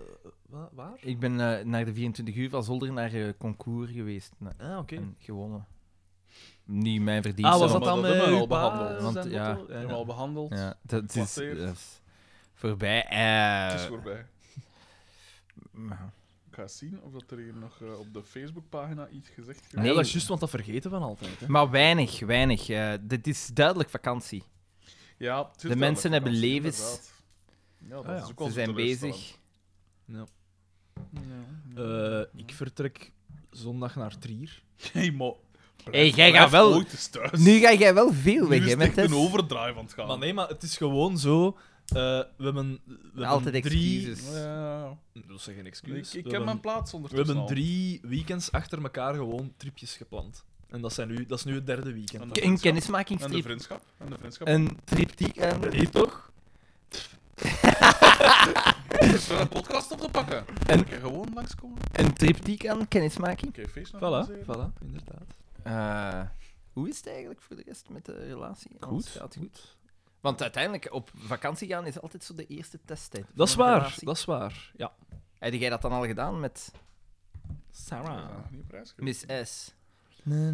Speaker 3: wa- Waar?
Speaker 1: ik ben eh, naar de 24 uur van Zolder naar eh, concours geweest nou,
Speaker 3: Ah, oké.
Speaker 1: en gewonnen. Niet mijn verdienste.
Speaker 3: Ah, was dat
Speaker 1: maar-
Speaker 3: dan
Speaker 2: dat hebben we
Speaker 3: met
Speaker 2: al
Speaker 3: behandeld?
Speaker 2: behandeld.
Speaker 1: Want, ja.
Speaker 2: Helemaal behandeld.
Speaker 1: Ja, dat is,
Speaker 2: Geplaceerd.
Speaker 1: dat is voorbij. eh,
Speaker 2: Het is voorbij.
Speaker 1: maar-
Speaker 2: Ik ga eens zien of dat er hier nog eh, op de Facebookpagina iets gezegd
Speaker 1: Nee.
Speaker 3: Nee,
Speaker 2: wordt.
Speaker 3: dat is juist, want dat vergeten we altijd. Hè.
Speaker 1: Maar weinig, weinig. eh, dit is duidelijk vakantie.
Speaker 2: Ja, het is
Speaker 1: De
Speaker 2: wel
Speaker 1: mensen
Speaker 2: een
Speaker 1: hebben
Speaker 2: vakantie,
Speaker 1: levens.
Speaker 2: inderdaad. Ja, dat
Speaker 3: Ah, ja.
Speaker 2: is ook wel
Speaker 1: Ze zijn
Speaker 2: teleurstellend.
Speaker 1: bezig.
Speaker 3: Eh, ik vertrek zondag naar Trier.
Speaker 2: Hey, mo.
Speaker 1: Hey, jij gaat wel-
Speaker 2: Ooit eens thuis.
Speaker 1: Nu ga jij wel veel
Speaker 2: Nu
Speaker 1: weg,
Speaker 2: is
Speaker 1: hè,
Speaker 2: het
Speaker 1: met
Speaker 2: echt een overdrive aan het gaan.
Speaker 3: Maar nee, maar het is gewoon zo. eh, we hebben, we
Speaker 1: Altijd
Speaker 3: hebben drie.
Speaker 1: excuses.
Speaker 2: Ja,
Speaker 3: Dat zijn geen
Speaker 2: ik,
Speaker 3: excuses.
Speaker 2: ik
Speaker 3: We
Speaker 2: ken mijn
Speaker 3: hebben-
Speaker 2: plaats
Speaker 3: We
Speaker 2: ondertussen
Speaker 3: hebben
Speaker 2: al.
Speaker 3: drie weekends achter elkaar gewoon tripjes gepland. En dat, zijn nu, dat is nu het derde
Speaker 2: En de
Speaker 3: weekend.
Speaker 1: Een
Speaker 2: vriendschap. En de
Speaker 1: kennismakingstrip.
Speaker 2: vriendschap. En de vriendschap.
Speaker 1: Een triptiek. En...
Speaker 3: Nee, toch?
Speaker 2: is wel een podcast op te pakken.
Speaker 1: En-
Speaker 2: En ik gewoon langskomen. Oké,
Speaker 1: Een triptiek aan kennismaking.
Speaker 2: feest nog
Speaker 3: Voilà,
Speaker 2: organiseren.
Speaker 3: voilà, inderdaad.
Speaker 1: Eh, hoe is het eigenlijk voor de rest met de relatie? Alles
Speaker 3: Goed.
Speaker 1: Gaat goed. Want uiteindelijk, op vakantie gaan is altijd zo de eerste testtijd.
Speaker 3: Dat is
Speaker 1: van een
Speaker 3: waar,
Speaker 1: relatie.
Speaker 3: dat is waar. Ja.
Speaker 1: Heb jij dat dan al gedaan met
Speaker 3: Sarah.
Speaker 2: Ja, Ah, niet prijs.
Speaker 1: Miss S?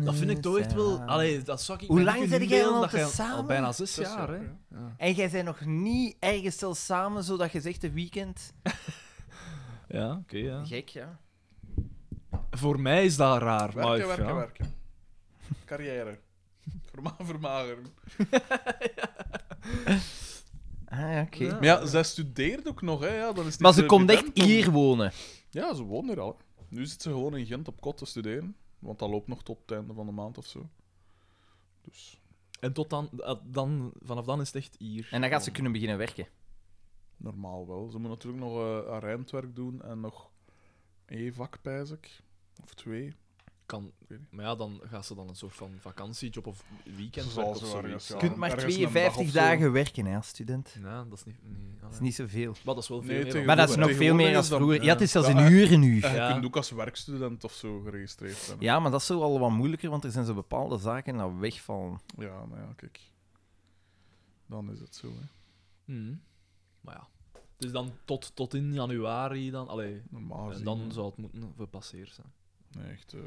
Speaker 3: Dat vind ik toch echt wel... Allee, dat zou ik
Speaker 1: Hoe
Speaker 3: me
Speaker 1: lang
Speaker 3: niet
Speaker 1: zijn
Speaker 3: kunnen
Speaker 1: jij
Speaker 3: inbeelden
Speaker 1: al
Speaker 3: dat jij
Speaker 1: tezamen?
Speaker 3: Al bijna zes,
Speaker 2: Zes
Speaker 3: jaar,
Speaker 2: jaar,
Speaker 3: hè.
Speaker 2: ja.
Speaker 3: Ja.
Speaker 1: En jij bent nog niet ergens stil samen, zodat je zegt een weekend.
Speaker 3: Ja, oké, ja.
Speaker 1: Gek, ja.
Speaker 3: Voor mij is dat raar, maar...
Speaker 2: Werken, werken,
Speaker 3: ja.
Speaker 2: werken. Carrière. Verma vermageren.
Speaker 1: Ah, ja, oké.
Speaker 2: Maar ja, zij studeert ook nog, hè. Ja, dat is eh,
Speaker 1: Maar
Speaker 2: niet
Speaker 1: ze
Speaker 2: zo
Speaker 1: komt echt
Speaker 2: evident om-
Speaker 1: hier wonen.
Speaker 2: Ja, ze woont hier al. hè. Nu zit ze gewoon in Gent op kot te studeren. Want dat loopt nog tot het einde van de maand of zo. Dus...
Speaker 3: En tot dan, eh, dan... Vanaf dan is het echt hier.
Speaker 1: En dan gaat ze kunnen beginnen werken.
Speaker 2: Normaal wel. Ze moet natuurlijk nog eh haar eindwerk doen en nog één vak, pijs ik. Of twee.
Speaker 3: Oh, Kan... Maar ja, dan gaat ze dan een soort van vakantiejob of weekend
Speaker 2: Zal
Speaker 3: of
Speaker 2: ze ergens,
Speaker 3: zoiets.
Speaker 2: ja.
Speaker 1: Je kunt maar
Speaker 2: ergens een
Speaker 1: 52
Speaker 2: dag of zo.
Speaker 1: dagen werken hè, als student.
Speaker 3: Ja, dat is niet... Nee,
Speaker 1: Dat is
Speaker 3: allee.
Speaker 1: niet zoveel.
Speaker 3: Maar dat is wel
Speaker 2: Nee,
Speaker 3: veel meer.
Speaker 2: tegen-
Speaker 1: Maar dat is nog veel
Speaker 2: Tegenwoordig
Speaker 1: meer dan
Speaker 2: is dat-
Speaker 1: vroeger. Ja, het is zelfs
Speaker 2: Ja,
Speaker 1: in uren nu.
Speaker 2: En
Speaker 3: Ja.
Speaker 2: je kunt ook als werkstudent of zo geregistreerd zijn.
Speaker 1: Ja, maar dat is zo al wat moeilijker, want er zijn zo bepaalde zaken dat wegvallen.
Speaker 2: Ja, nou ja, kijk. Dan is het zo, hè.
Speaker 3: Mhm. Maar ja. Dus dan tot, tot in januari dan. Allee,
Speaker 2: Normaal
Speaker 3: en
Speaker 2: gezien,
Speaker 3: dan
Speaker 2: hè.
Speaker 3: zou het moeten gepasseerd zijn.
Speaker 2: Nee, echt... eh,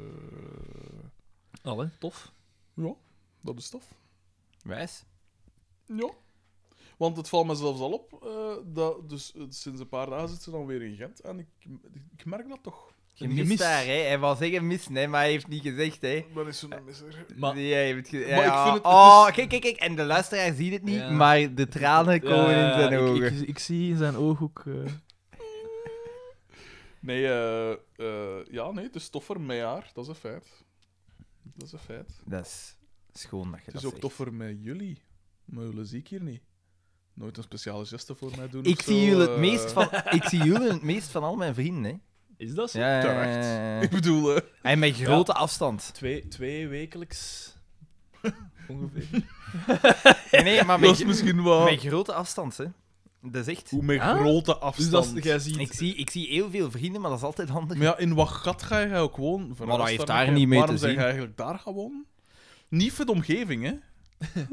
Speaker 3: Allee, tof.
Speaker 2: Ja, dat is tof.
Speaker 1: Wijs?
Speaker 2: Ja. Want het valt me zelfs al op, eh, dat, dus eh, sinds een paar dagen zit ze dan weer in Gent. En ik, ik merk dat toch.
Speaker 1: Je mist daar, hè. Hij wou zeggen mis, nee, maar hij heeft niet gezegd, hè.
Speaker 2: Dat is zo'n misser.
Speaker 3: Maar
Speaker 1: Nee, hij heeft gezegd...
Speaker 2: Maar ik
Speaker 1: ja.
Speaker 2: vind het- het
Speaker 1: Oh,
Speaker 2: is-
Speaker 1: kijk, kijk, kijk. En de luisteraar ziet het niet,
Speaker 3: Ja.
Speaker 1: maar de tranen komen
Speaker 3: Ja,
Speaker 1: in zijn
Speaker 3: ik-
Speaker 1: ogen.
Speaker 3: Ik, ik, zie in zijn ooghoek. eh,
Speaker 2: Nee, eh, eh, ja, nee, het is tof voor mij haar. Dat is een feit. Dat is een feit.
Speaker 1: Dat is schoon dat je
Speaker 2: Het
Speaker 1: dat
Speaker 2: is ook
Speaker 1: zegt.
Speaker 2: tof voor mij jullie. Maar jullie zie ik hier niet. Nooit een speciale geste voor mij doen.
Speaker 1: Ik
Speaker 2: of
Speaker 1: zie,
Speaker 2: zo,
Speaker 1: jullie het
Speaker 2: eh.
Speaker 1: meest van, ik zie jullie het meest van al mijn vrienden, hè.
Speaker 3: Is dat zo?
Speaker 1: Ja, ja, ja,
Speaker 2: Terecht.
Speaker 1: ja, ja.
Speaker 2: Ik bedoel, eh,
Speaker 1: En met grote afstand.
Speaker 3: Twee, twee wekelijks Ongeveer.
Speaker 1: Nee, maar
Speaker 2: Dat is
Speaker 1: met,
Speaker 2: misschien wel...
Speaker 1: met grote afstand, hè. Dat is echt...
Speaker 2: Hoe met
Speaker 1: Ah.
Speaker 2: grote
Speaker 3: Dus
Speaker 2: afstand.
Speaker 3: dat is- jij ziet...
Speaker 1: Ik zie, ik zie heel veel vrienden, maar dat is altijd handig.
Speaker 2: Maar ja, in wat gat ga je ook wonen?
Speaker 1: Maar dat heeft daar niet mee
Speaker 2: Waarom
Speaker 1: te
Speaker 2: zijn
Speaker 1: zien.
Speaker 2: je eigenlijk daar gaan wonen? Niet voor de omgeving, hè?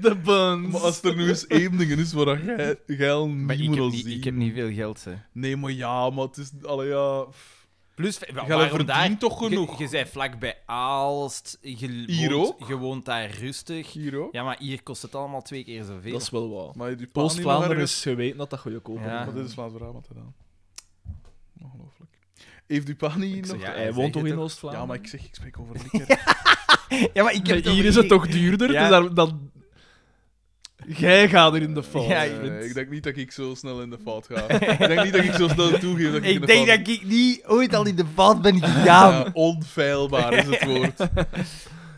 Speaker 3: de buns.
Speaker 2: Maar als er nu eens één ding is waar jij, jij al niet
Speaker 1: Maar ik
Speaker 2: moet
Speaker 1: heb
Speaker 2: al
Speaker 1: niet,
Speaker 2: zien...
Speaker 1: ik heb niet veel geld, hè.
Speaker 2: Nee, maar ja, maar het is... Allee, ja... pff.
Speaker 1: Plus, wa-
Speaker 2: Jij
Speaker 1: waarom
Speaker 2: verdient
Speaker 1: daar?
Speaker 2: toch genoeg?
Speaker 1: Je, je bent vlak bij Aalst. Je
Speaker 2: Hier
Speaker 1: woont,
Speaker 2: ook?
Speaker 1: je woont daar rustig.
Speaker 2: Hier ook.
Speaker 1: Ja, maar hier kost het allemaal twee keer zoveel.
Speaker 3: Dat is wel waar.
Speaker 2: Maar je doet pa niet
Speaker 3: Oost-Vlaanderen
Speaker 2: nog
Speaker 3: is geweten dat dat goede koop
Speaker 1: Ja.
Speaker 2: Maar dit is Vlaams-Brabant gedaan. Ongelooflijk. Heeft Dupani nog...
Speaker 1: zeg, ja,
Speaker 3: Hij
Speaker 1: zeg
Speaker 3: woont toch
Speaker 1: het
Speaker 3: in
Speaker 1: ook.
Speaker 3: Oost-Vlaanderen?
Speaker 2: Ja, maar ik zeg, ik spreek over Likker.
Speaker 1: Ja, maar ik heb
Speaker 3: Nee, hier is het toch duurder,
Speaker 1: Ja.
Speaker 3: dus daar, dan... Jij gaat er in de fout.
Speaker 1: Ja,
Speaker 2: Eh,
Speaker 3: vriend.
Speaker 2: ik denk niet dat ik zo snel in de fout ga. ik denk niet dat ik zo snel toegeef dat ik, in
Speaker 1: Ik
Speaker 2: de
Speaker 1: denk
Speaker 2: fout
Speaker 1: dat ik niet ooit al in de fout ben gegaan.
Speaker 2: Ja, onfeilbaar is het woord.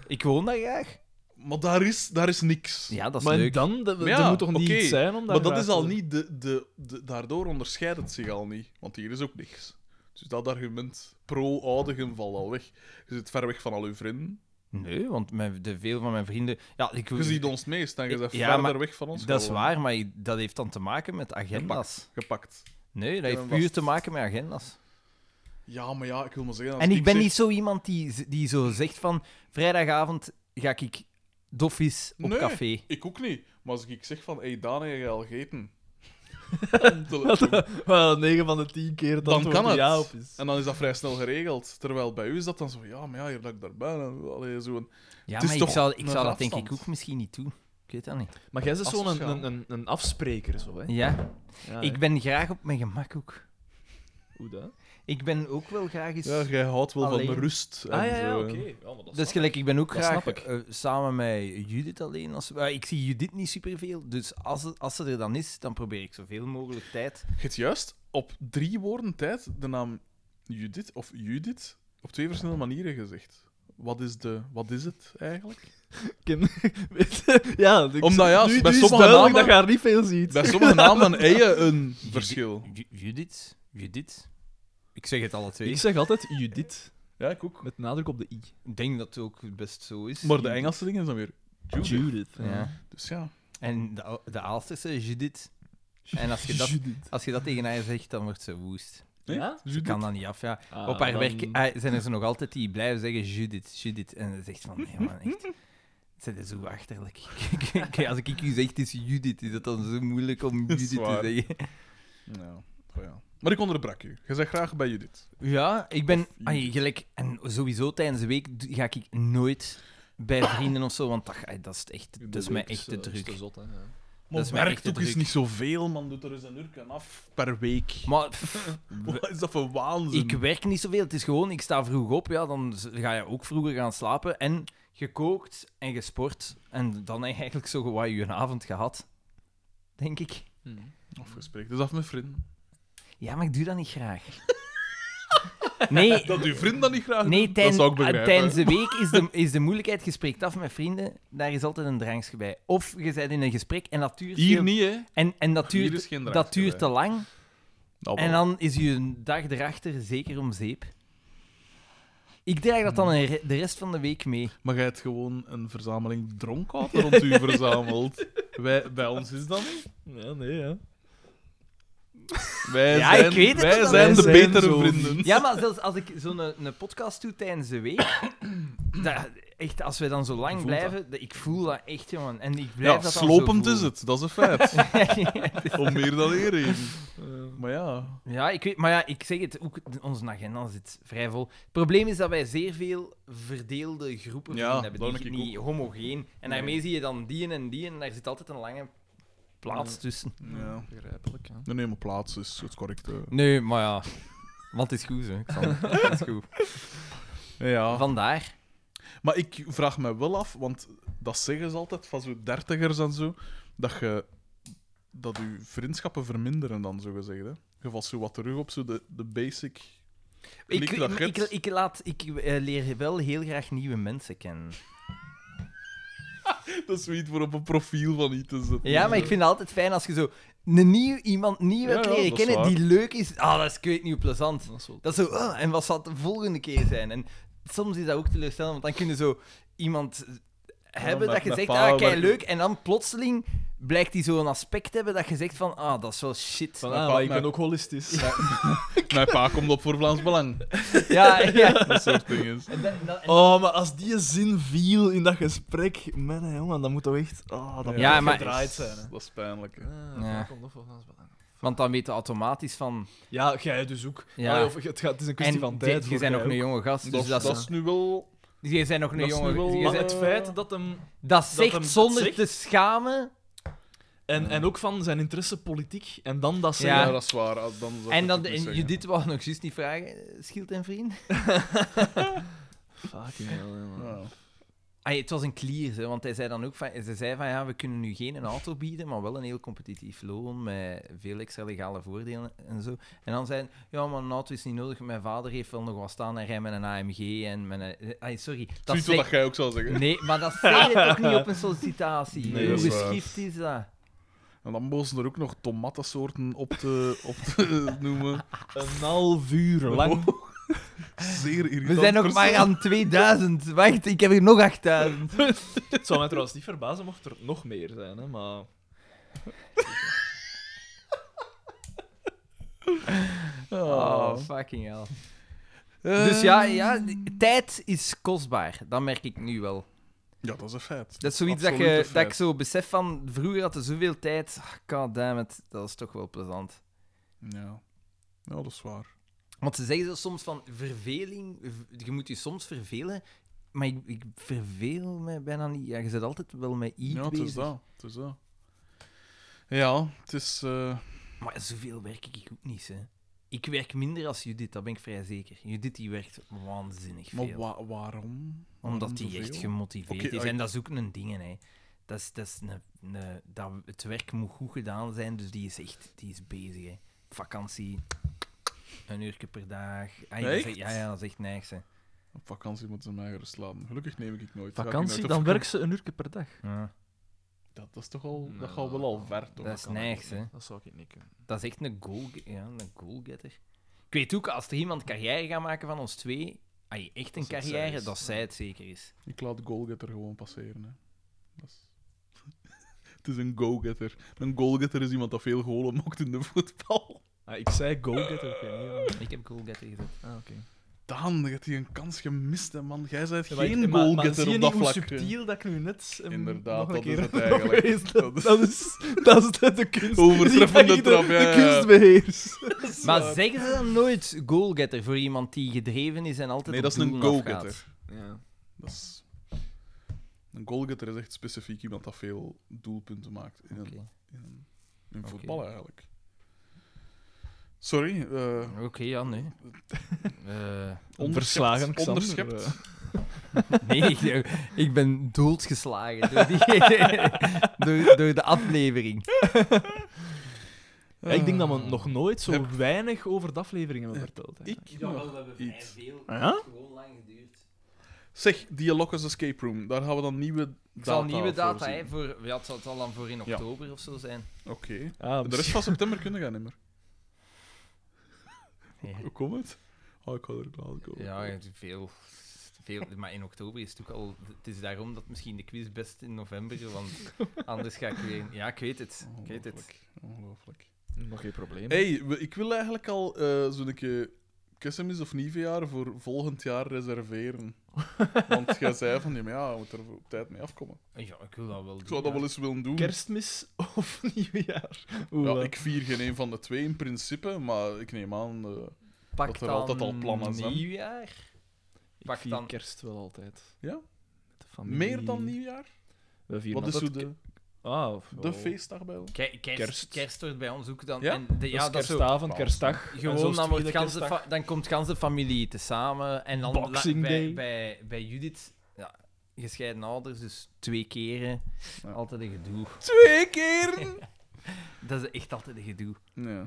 Speaker 1: Ik woon daar graag.
Speaker 2: Maar daar is, daar is niks.
Speaker 1: Ja, dat is
Speaker 3: maar
Speaker 1: leuk.
Speaker 3: dan, dat-
Speaker 2: Maar ja,
Speaker 3: er moet toch niet
Speaker 2: oké.
Speaker 3: iets zijn om daar
Speaker 2: maar dat
Speaker 3: graag
Speaker 2: is al
Speaker 3: te-
Speaker 2: niet... De, de, de, daardoor onderscheidt het zich al niet. Want hier is ook niks. Dus dat argument pro-oudigen valt al weg. Je zit ver weg van al uw vrienden.
Speaker 1: Nee, want mijn, de veel van mijn vrienden... Ja, ik,
Speaker 2: Je ziet ons het meest en je bent
Speaker 1: Ja,
Speaker 2: verder
Speaker 1: maar
Speaker 2: weg van ons.
Speaker 1: dat is
Speaker 2: gewoon.
Speaker 1: waar, maar ik- dat heeft dan te maken met agendas.
Speaker 2: Gepakt.
Speaker 1: Nee, dat
Speaker 2: Ja,
Speaker 1: heeft
Speaker 2: was
Speaker 1: puur
Speaker 2: het.
Speaker 1: te maken met agendas.
Speaker 2: Ja, maar ja, ik wil maar zeggen... als
Speaker 1: En ik ben
Speaker 2: zeg-
Speaker 1: niet zo iemand die, z- die zo zegt van... Vrijdagavond ga ik doffies op
Speaker 2: Nee.
Speaker 1: café.
Speaker 2: Ik ook niet. Maar als ik zeg van, hey Daan, heb je al gegeten? Om te-
Speaker 3: Wel, 9 van de 10 keer dat
Speaker 2: dan
Speaker 3: het
Speaker 2: kan het.
Speaker 3: ja op is.
Speaker 2: En dan is dat vrij snel geregeld. Terwijl bij u is dat dan zo, ja, maar ja, hier dat ik daar ben. en Allee, zo een...
Speaker 1: Ja,
Speaker 2: Het is
Speaker 1: maar ik
Speaker 2: toch
Speaker 1: zou, ik
Speaker 2: een
Speaker 1: zou dat denk ik
Speaker 2: afstand.
Speaker 1: ook misschien niet doen. Ik weet dat niet.
Speaker 3: Maar jij is zo'n een,
Speaker 2: Asociaal.
Speaker 3: een, een, een afspreker, zo, hè?
Speaker 1: Ja,
Speaker 3: Ja,
Speaker 1: ik
Speaker 3: hè.
Speaker 1: ben graag op mijn gemak ook.
Speaker 3: Hoe dat?
Speaker 1: Ik ben ook wel graag eens...
Speaker 2: Ja, jij houdt wel
Speaker 1: Alleen.
Speaker 2: van rust. En
Speaker 3: Ah, ja, ja,
Speaker 2: zo.
Speaker 3: oké. Ja, maar dat
Speaker 1: Dus
Speaker 3: snap
Speaker 1: gelijk, ik ben ook
Speaker 3: Dat
Speaker 1: graag
Speaker 3: snap ik.
Speaker 1: eh, samen met Judith alleen. Als, eh, ik zie Judith niet superveel, dus als, ze- als ze er dan is, dan probeer ik zoveel mogelijk tijd.
Speaker 2: Je hebt juist op drie woorden tijd de naam Judith of Judith op twee verschillende manieren gezegd. Wat is, de, wat is het eigenlijk?
Speaker 3: ik. Ken- weet je, ja, ik-
Speaker 2: Omdat, ja,
Speaker 3: nu,
Speaker 2: bij
Speaker 3: nu is
Speaker 2: sommige namen-
Speaker 3: duidelijk dat je haar niet veel ziet.
Speaker 2: Bij sommige namen en eien een verschil.
Speaker 1: Ju- Judith? Judith? Ik zeg het alle twee.
Speaker 3: Ik zeg altijd Judith,
Speaker 2: Ja, ik ook.
Speaker 3: met nadruk op de i.
Speaker 1: Ik denk dat het ook best zo is.
Speaker 2: Maar de Engelse ding is dan weer Judith.
Speaker 3: Judith.
Speaker 1: Ja.
Speaker 2: Dus ja.
Speaker 1: En de, de Aalsterse, Judith. En als je, dat,
Speaker 3: Judith.
Speaker 1: als je dat tegen haar zegt, dan wordt ze woest.
Speaker 3: Ja?
Speaker 1: Ze kan dat niet af, ja.
Speaker 3: Ah,
Speaker 1: Op haar
Speaker 3: dan-
Speaker 1: werk ah, zijn er ze nog altijd die blijven zeggen Judith, Judith. En ze zegt van, nee man, echt. Ze is zo achterlijk. Kijk, Als ik u zeg, het is Judith, is dat dan zo moeilijk om
Speaker 2: Dat is
Speaker 1: Judith te
Speaker 2: waar.
Speaker 1: zeggen?
Speaker 2: Ja. Oh, ja. Maar ik onderbrak u. Je zegt graag bij Judith.
Speaker 1: Ja, ik ben... ai, gelijk, en sowieso tijdens de week d- ga ik nooit bij vrienden of zo, want dat, ai, dat is echt... Dat is mij echt te druk.
Speaker 3: eh, zot, hè.
Speaker 2: Maar
Speaker 1: is
Speaker 2: dat
Speaker 1: mij echt
Speaker 2: werkt
Speaker 1: te
Speaker 2: ook eens
Speaker 1: druk.
Speaker 2: niet zoveel, man. Doet er eens een uur en af per week.
Speaker 1: Maar pff,
Speaker 2: Wat is dat voor waanzin?
Speaker 1: ik werk niet zoveel. Het is gewoon, ik sta vroeg op, ja, dan z- ga je ook vroeger gaan slapen. En gekookt en gesport. En dan heb je eigenlijk zo gewoon je avond gehad. Denk ik.
Speaker 3: Hm.
Speaker 2: Of gesprek. Dus af met vrienden.
Speaker 1: Ja, maar ik doe dat niet graag. Nee,
Speaker 2: Dat uw vriend dat niet graag
Speaker 1: nee
Speaker 2: doet, dat
Speaker 1: tijdens,
Speaker 2: zou ik begrijpen.
Speaker 1: tijdens de week is de, is de moeilijkheid. Je spreekt af met vrienden, daar is altijd een drankje bij. Of je bent in een gesprek en dat duurt,
Speaker 2: Hier
Speaker 1: veel-
Speaker 2: niet, hè.
Speaker 1: en, en dat
Speaker 2: Hier
Speaker 1: duurt,
Speaker 2: is geen
Speaker 1: dat
Speaker 2: drankje
Speaker 1: duurt te
Speaker 2: bij.
Speaker 1: lang.
Speaker 2: Nou,
Speaker 1: En
Speaker 2: wel.
Speaker 1: dan is je dag erachter zeker om zeep. Ik draag dat dan een re- de rest van de week mee.
Speaker 2: Maar jij hebt gewoon een verzameling dronkaten rond u verzameld. Wij, bij ons is dat niet.
Speaker 3: Ja, nee, ja.
Speaker 2: Wij
Speaker 1: Ja,
Speaker 2: zijn,
Speaker 1: ik weet het
Speaker 2: wij
Speaker 1: wel.
Speaker 2: zijn
Speaker 3: Wij
Speaker 2: de
Speaker 3: zijn
Speaker 2: betere
Speaker 3: zo
Speaker 2: vrienden.
Speaker 1: Ja, maar zelfs als ik zo'n een podcast doe tijdens de week, dat- echt, als we dan zo lang
Speaker 2: voelt
Speaker 1: blijven, dat- ik voel dat echt, jongen. En ik blijf
Speaker 2: Ja,
Speaker 1: dat dan zo
Speaker 2: slopend is
Speaker 1: voelen.
Speaker 2: het, dat is een feit. Om meer dan eerder. Maar ja,
Speaker 1: ja, ik weet, maar ja, ik zeg het, ook onze agenda zit vrij vol. Het probleem is dat wij zeer veel verdeelde groepen
Speaker 2: Ja,
Speaker 1: vrienden hebben,
Speaker 2: dat
Speaker 1: die
Speaker 2: denk ik
Speaker 1: niet homogeen. En daarmee zie je dan die en die, en daar zit altijd een lange plaats tussen.
Speaker 2: ja.
Speaker 3: Begrijpelijk, ja.
Speaker 2: Nee, nee, maar plaats is het correcte.
Speaker 1: Nee, maar ja. Want het is goed, hè. Het is goed.
Speaker 2: Ja.
Speaker 1: Vandaar.
Speaker 2: Maar ik vraag me wel af, want dat zeggen ze altijd van zo'n dertigers en zo, dat je dat je vriendschappen verminderen dan, zo gezegd. Hè? Je valt zo wat terug op zo de, de basic.
Speaker 1: Ik,
Speaker 2: klik dat je
Speaker 1: ik,
Speaker 2: hebt.
Speaker 1: ik, laat, ik eh, leer wel heel graag nieuwe mensen kennen.
Speaker 2: Dat is zoiets voor op een profiel van iets te zetten.
Speaker 1: Ja, maar ik vind het altijd fijn als je zo een nieuw, iemand nieuw
Speaker 2: Ja,
Speaker 1: hebt
Speaker 2: ja,
Speaker 1: leren
Speaker 2: dat is
Speaker 1: kennen
Speaker 2: waar.
Speaker 1: die leuk is. Ah, dat is kweet nieuw plezant.
Speaker 3: Dat is wel...
Speaker 1: Dat is zo, ah, en wat zal het de volgende keer zijn? En soms is dat ook teleurstellend, want dan kunnen zo iemand hebben
Speaker 2: met-
Speaker 1: dat je
Speaker 2: met
Speaker 1: zegt,
Speaker 2: paal
Speaker 1: ah, kei
Speaker 2: werken.
Speaker 1: leuk, en dan plotseling blijkt die zo'n aspect te hebben dat je zegt van, ah, dat is wel shit.
Speaker 3: Van,
Speaker 2: Maar
Speaker 3: ah,
Speaker 2: pa-
Speaker 3: maar ik
Speaker 2: maar-
Speaker 3: ben ook holistisch.
Speaker 2: Mijn pa komt op voor Vlaams Belang.
Speaker 1: Ja, ja.
Speaker 2: Dat soort dingen.
Speaker 1: En dan- en dan-
Speaker 3: Oh, maar als die zin viel in dat gesprek, man, hè, jongen, dan moet dat echt... Oh, dat moet
Speaker 1: Ja,
Speaker 3: echt
Speaker 1: maar-
Speaker 3: gedraaid zijn. Hè.
Speaker 2: Dat is pijnlijk. hè. Dus
Speaker 1: Ja.
Speaker 3: Ja, komt op, volgens mij.
Speaker 1: Want dan weten we automatisch van...
Speaker 3: Ja, jij dus ook.
Speaker 1: Ja.
Speaker 3: Allee, of, het, gaat, het is een kwestie
Speaker 1: En
Speaker 3: van
Speaker 1: je-
Speaker 3: tijd.
Speaker 1: je
Speaker 3: voor
Speaker 1: bent nog
Speaker 3: jij
Speaker 1: een
Speaker 3: ook.
Speaker 1: jonge gast, dus dat,
Speaker 2: dat is
Speaker 1: is...
Speaker 2: nu wel.
Speaker 1: Je bent nog een
Speaker 2: dat is
Speaker 1: jonge...
Speaker 2: nu wel- eh,
Speaker 1: je
Speaker 3: Maar
Speaker 1: bent-
Speaker 3: het feit dat hem...
Speaker 1: dat zegt
Speaker 3: hem het
Speaker 1: zonder
Speaker 3: zegt.
Speaker 1: te schamen.
Speaker 3: En, en ook van zijn interesse politiek, en dan dat ze...
Speaker 1: Ja.
Speaker 2: Ja, dat is waar. Dan zou ik
Speaker 1: En dan,
Speaker 2: het niet
Speaker 1: en
Speaker 2: zeggen.
Speaker 1: je dit wou nog juist niet vragen, eh, Schild en vriend.
Speaker 3: Fucking hell, hè, man.
Speaker 2: Ja.
Speaker 1: Ah, het was een clear, hè, want hij zei dan ook van, ze zei van ja, we kunnen nu geen een auto bieden, maar wel een heel competitief loon met veel extra legale voordelen en zo. En dan zei hij, ja, maar een auto is niet nodig, mijn vader heeft wel nog wat staan en rijdt met een AMG en met een... eh, ah, sorry, dat
Speaker 2: Ziet wat dat
Speaker 1: zegt...
Speaker 2: jij ook zou zeggen.
Speaker 1: Nee, maar dat zei je toch niet op een sollicitatie?
Speaker 2: Nee,
Speaker 1: Hoe
Speaker 2: dat is waar.
Speaker 1: geschikt is dat?
Speaker 2: En dan moesten er ook nog tomatensoorten op te, op te noemen.
Speaker 3: Een half uur
Speaker 2: Oh.
Speaker 3: lang.
Speaker 2: Zeer irritant.
Speaker 1: We zijn nog
Speaker 2: persoon.
Speaker 1: maar aan 2000. Wacht, ik heb hier nog 8000.
Speaker 3: Het zou mij trouwens niet verbazen mocht er nog meer zijn, hè, maar...
Speaker 1: Oh, fucking hell. Dus ja,
Speaker 2: Ehm.
Speaker 1: ja, tijd is kostbaar. Dat merk ik nu wel.
Speaker 2: Ja, dat is een feit.
Speaker 1: Dat is zoiets dat,
Speaker 2: Absoluut een
Speaker 1: je,
Speaker 2: feit.
Speaker 1: dat ik zo besef van... Vroeger had er zoveel tijd. Ah, God damn it. Dat is toch wel plezant.
Speaker 2: Ja. ja, dat is waar.
Speaker 1: Want ze zeggen zo soms van verveling... v- Je moet je soms vervelen. Maar ik, ik verveel me bijna niet. Ja, je zit altijd wel met iets
Speaker 2: Ja, het is
Speaker 1: bezig.
Speaker 2: dat. Het is dat. Ja, het is... eh,
Speaker 1: Maar zoveel werk ik ook niet, hè. Ik werk minder als Judith, dat ben ik vrij zeker. Judith die werkt waanzinnig
Speaker 2: Maar
Speaker 1: veel.
Speaker 2: wa- waarom? Waarom
Speaker 1: Omdat die echt
Speaker 2: zoveel?
Speaker 1: gemotiveerd
Speaker 2: Oké,
Speaker 1: is.
Speaker 2: ah,
Speaker 1: En dat is ook een ding, hè. Dat is, dat is een, een- dat, het werk moet goed gedaan zijn, dus die is echt die is bezig, hè. Vakantie, een uurtje per dag. Ah, ja, dat is echt-
Speaker 2: Echt?
Speaker 1: ja, ja, dat is echt niks, hè.
Speaker 2: Op vakantie moeten ze mij gerust laten. Gelukkig neem ik het nooit. Ga ik nooit
Speaker 3: Vakantie,
Speaker 2: op
Speaker 3: dan werkt ze een uur per dag.
Speaker 1: Ja,
Speaker 2: Dat, dat is toch al... Dat gaat wel al ver, toch?
Speaker 1: dat is niks, hè.
Speaker 3: Dat zou ik niet kunnen.
Speaker 1: Dat is echt een, goal, ja, een goalgetter. Ik weet ook, als er iemand carrière gaat maken van ons twee, als je echt een
Speaker 2: Dat het zij
Speaker 1: carrière,
Speaker 2: is.
Speaker 1: dat zij het zeker is.
Speaker 2: Ik laat goalgetter gewoon passeren. Hè. Dat is... het is een go-getter. Een goalgetter is iemand dat veel golen maakt in de voetbal.
Speaker 3: Ah, ik zei go-getter, ik weet niet. hoor.
Speaker 1: Ik heb goalgetter gezet.
Speaker 3: Ah, oké.
Speaker 2: Daan, je hebt hier een kans gemist, hè, man. Jij bent
Speaker 3: Ja, maar ik-
Speaker 2: geen
Speaker 3: maar- maar
Speaker 2: goalgetter
Speaker 3: zie je
Speaker 2: op dat
Speaker 3: niet
Speaker 2: vlak.
Speaker 3: hoe
Speaker 2: hè.
Speaker 3: subtiel dat ik nu net... ehm,
Speaker 2: Inderdaad, dat
Speaker 3: nog een
Speaker 2: is
Speaker 3: keer
Speaker 2: het
Speaker 3: heb
Speaker 2: eigenlijk.
Speaker 3: geweest.
Speaker 2: Dat
Speaker 3: Dat,
Speaker 2: is-
Speaker 3: dat is, dat is de, de kunst.
Speaker 2: Overtreffende
Speaker 3: die ik de-
Speaker 2: trap, ja,
Speaker 3: De
Speaker 2: ja, ja.
Speaker 3: kunst beheerst.
Speaker 1: Maar zeggen ze dan nooit goalgetter voor iemand die gedreven is en altijd
Speaker 2: Nee,
Speaker 1: op
Speaker 2: dat is een
Speaker 1: doelen afgaat?
Speaker 2: go-getter.
Speaker 3: Ja.
Speaker 2: Dat is... Een goalgetter is echt specifiek iemand dat veel doelpunten maakt in,
Speaker 1: Oké.
Speaker 2: een, in, een- in voetbal eigenlijk. Sorry, eh
Speaker 1: Oké, ja, nee. Eh,
Speaker 3: Verslagen,
Speaker 2: onderschept.
Speaker 3: Xander,
Speaker 2: onderschept.
Speaker 3: eh.
Speaker 1: nee, ik, ik ben doodgeslagen door, die, door, door de aflevering.
Speaker 3: Ja, ik denk dat we nog nooit zo weinig over de aflevering hebben verteld. hè.
Speaker 2: Ik nog iets.
Speaker 1: veel.
Speaker 3: Ja?
Speaker 1: gewoon lang geduurd.
Speaker 2: Zeg, die Lockers Escape Room, daar gaan we dan nieuwe
Speaker 1: Ik
Speaker 2: data
Speaker 1: zal nieuwe data,
Speaker 2: voor zien.
Speaker 1: hè, voor, ja, het zal, het zal dan voor in
Speaker 2: Ja.
Speaker 1: oktober of zo zijn.
Speaker 2: Oké.
Speaker 3: Ah,
Speaker 2: De rest van september kunnen gaan niet meer.
Speaker 1: Ja.
Speaker 2: Hoe komt het? Oh, ik ga er klaar komen.
Speaker 1: Ja, je hebt veel, veel. Maar in oktober is het ook al. Het is daarom dat misschien de quiz best in november. Want anders ga ik weer. Ja, ik weet het. Ik weet het.
Speaker 2: Ongelooflijk. Ongelooflijk.
Speaker 3: Nog geen probleem.
Speaker 2: Hey, we- ik wil eigenlijk al eh zo'n keer Kissemis of Nivea voor volgend jaar reserveren. Want jij zei van, ja, maar ja, je moet er op tijd mee afkomen.
Speaker 1: Ja, ik wil dat wel doen.
Speaker 2: Ik zou dat wel eens willen doen.
Speaker 3: Kerstmis of nieuwjaar? Oeh,
Speaker 2: Ja,
Speaker 3: eh.
Speaker 2: ik vier geen een van de twee in principe, maar ik neem aan... eh,
Speaker 1: Pak
Speaker 2: dat er
Speaker 1: dan
Speaker 2: altijd al plannen zijn.
Speaker 1: Nieuwjaar.
Speaker 3: Ik
Speaker 1: Pak
Speaker 3: vier
Speaker 1: dan-
Speaker 3: kerst wel altijd.
Speaker 2: Ja?
Speaker 3: Met de familie.
Speaker 2: meer dan nieuwjaar?
Speaker 3: We vieren
Speaker 2: Wat is zo
Speaker 3: altijd
Speaker 2: de,
Speaker 3: ke- Ah, of-
Speaker 2: de
Speaker 3: oh.
Speaker 2: feestdag bij ons?
Speaker 1: Kijk, kerst,
Speaker 3: Kerst.
Speaker 1: kerst. wordt bij ons ook dan.
Speaker 2: Ja?
Speaker 1: En de, ja,
Speaker 3: Ja,
Speaker 1: dat is zo.
Speaker 3: kerstavond, kerstdag. en zo
Speaker 1: Gewoon,
Speaker 3: is
Speaker 1: dan,
Speaker 3: het
Speaker 1: wordt
Speaker 3: tweede
Speaker 1: ganse
Speaker 3: kerstdag.
Speaker 1: fa- dan komt ganse familie tezamen. En dan la-
Speaker 3: Boxing
Speaker 1: bij,
Speaker 3: Day.
Speaker 1: Bij, bij Judith, ja, gescheiden ouders, dus twee keren.
Speaker 2: Ja.
Speaker 1: Altijd een gedoe.
Speaker 2: Twee keer!
Speaker 1: Dat is echt altijd een gedoe.
Speaker 2: Nee.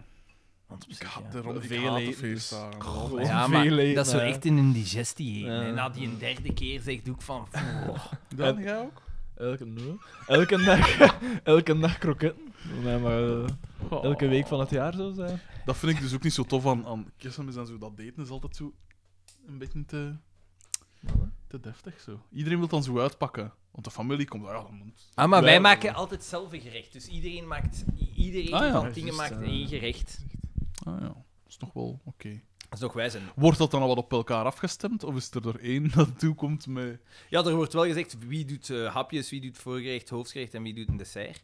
Speaker 1: Want op
Speaker 2: Ik
Speaker 1: zich, ja.
Speaker 2: haat de
Speaker 3: Veel eten,
Speaker 2: feestdagen.
Speaker 3: Gewoon
Speaker 1: Ja, maar
Speaker 3: veel eten,
Speaker 1: dat is zo
Speaker 3: hè.
Speaker 1: echt in een digestie heen.
Speaker 3: Ja. Oh.
Speaker 1: En na die derde keer zegt ook van... "Pff,
Speaker 2: Dan ga ook?
Speaker 3: Elke, no. elke, dag, elke dag kroketten. Nee, maar, eh,
Speaker 1: Oh.
Speaker 3: elke week van het jaar zo zijn.
Speaker 2: Dat vind ik dus ook niet zo tof aan, aan kerstmis en zo. Dat daten is altijd zo een beetje te... Te deftig zo. Iedereen wil dan zo uitpakken. Want de familie komt daar. Ja, dan moet-
Speaker 1: Ah, maar wij
Speaker 2: Wij-
Speaker 1: maken altijd zelf een gerecht. Dus iedereen maakt... i- Iedereen
Speaker 2: Ah, ja.
Speaker 1: van dingen
Speaker 3: Juist,
Speaker 1: maakt
Speaker 3: eh.
Speaker 1: één gerecht.
Speaker 2: Ah ja, dat is nog wel oké.
Speaker 1: Dat is nog wij zijn.
Speaker 2: Wordt dat dan al wat op elkaar afgestemd? Of is er er één dat toekomt met...
Speaker 1: Ja, er wordt wel gezegd wie doet eh, hapjes, wie doet voorgerecht, hoofdgerecht en wie doet een dessert.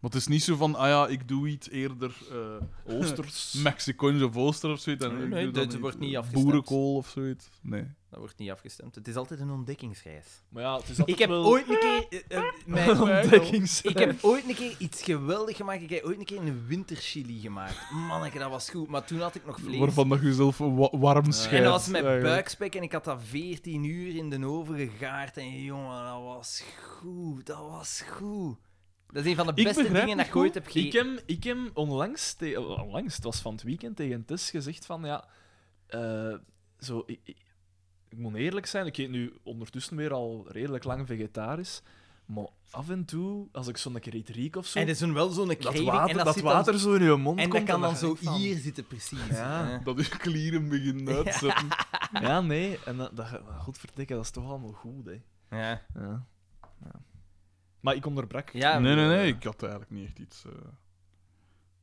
Speaker 2: Maar het is niet zo van, ah ja, ik doe iets eerder eh
Speaker 3: Oosters.
Speaker 2: Mexicaans of Ooster of zoiets. En
Speaker 1: Nee,
Speaker 2: ik
Speaker 1: nee,
Speaker 2: doe
Speaker 1: dat
Speaker 2: dan iets,
Speaker 1: wordt niet
Speaker 2: eh,
Speaker 1: afgestemd.
Speaker 2: Boerenkool of zoiets. Nee.
Speaker 1: Dat wordt niet afgestemd. Het is altijd een ontdekkingsreis.
Speaker 3: Maar ja, het is altijd
Speaker 1: Ik heb
Speaker 3: wel
Speaker 1: ooit een keer... eh, eh, mijn-
Speaker 3: een ontdekkings-
Speaker 1: Ik heb ooit een keer iets geweldig gemaakt. Ik heb ooit een keer een winterchili gemaakt. Manneke, dat was goed. Maar toen had ik nog vlees. Eh,
Speaker 2: Waarvan dat je jezelf wa- warm schijnt.
Speaker 1: en dat was met
Speaker 2: eigenlijk.
Speaker 1: buikspek en ik had dat 14 uur in de oven gegaard. En jongen, dat was goed. Dat was goed. Dat is een van de
Speaker 2: Ik
Speaker 1: beste
Speaker 2: begrijp
Speaker 1: dingen dat ik
Speaker 2: niet
Speaker 1: ooit heb
Speaker 3: Ik
Speaker 1: gegeten.
Speaker 3: heb, ik heb onlangs, te- oh, onlangs, het was van het weekend, tegen Tess gezegd van, ja, eh, zo, ik, ik, ik moet eerlijk zijn, ik eet nu ondertussen weer al redelijk lang vegetarisch, maar af en toe, als ik zo'n keer iets riek of zo,
Speaker 1: En dat is een- wel zo'n
Speaker 3: dat
Speaker 1: craving.
Speaker 3: water,
Speaker 1: en
Speaker 3: dat
Speaker 1: dat, zit dan-
Speaker 3: water zo in je mond
Speaker 1: en
Speaker 3: komt...
Speaker 1: dat kan dan
Speaker 3: ga
Speaker 1: zo
Speaker 3: ik van-
Speaker 1: hier zitten, precies.
Speaker 3: Ja.
Speaker 1: hè.
Speaker 2: Dat je klieren beginnen uitzetten.
Speaker 3: Ja, nee, en dat, dat, maar godverdikke, dat is toch allemaal goed, hè.
Speaker 1: Eh, Ja.
Speaker 3: Ja. Ja. Maar ik onderbrak.
Speaker 1: Ja,
Speaker 2: nee, nee, nee. Ik had eigenlijk niet echt iets... eh,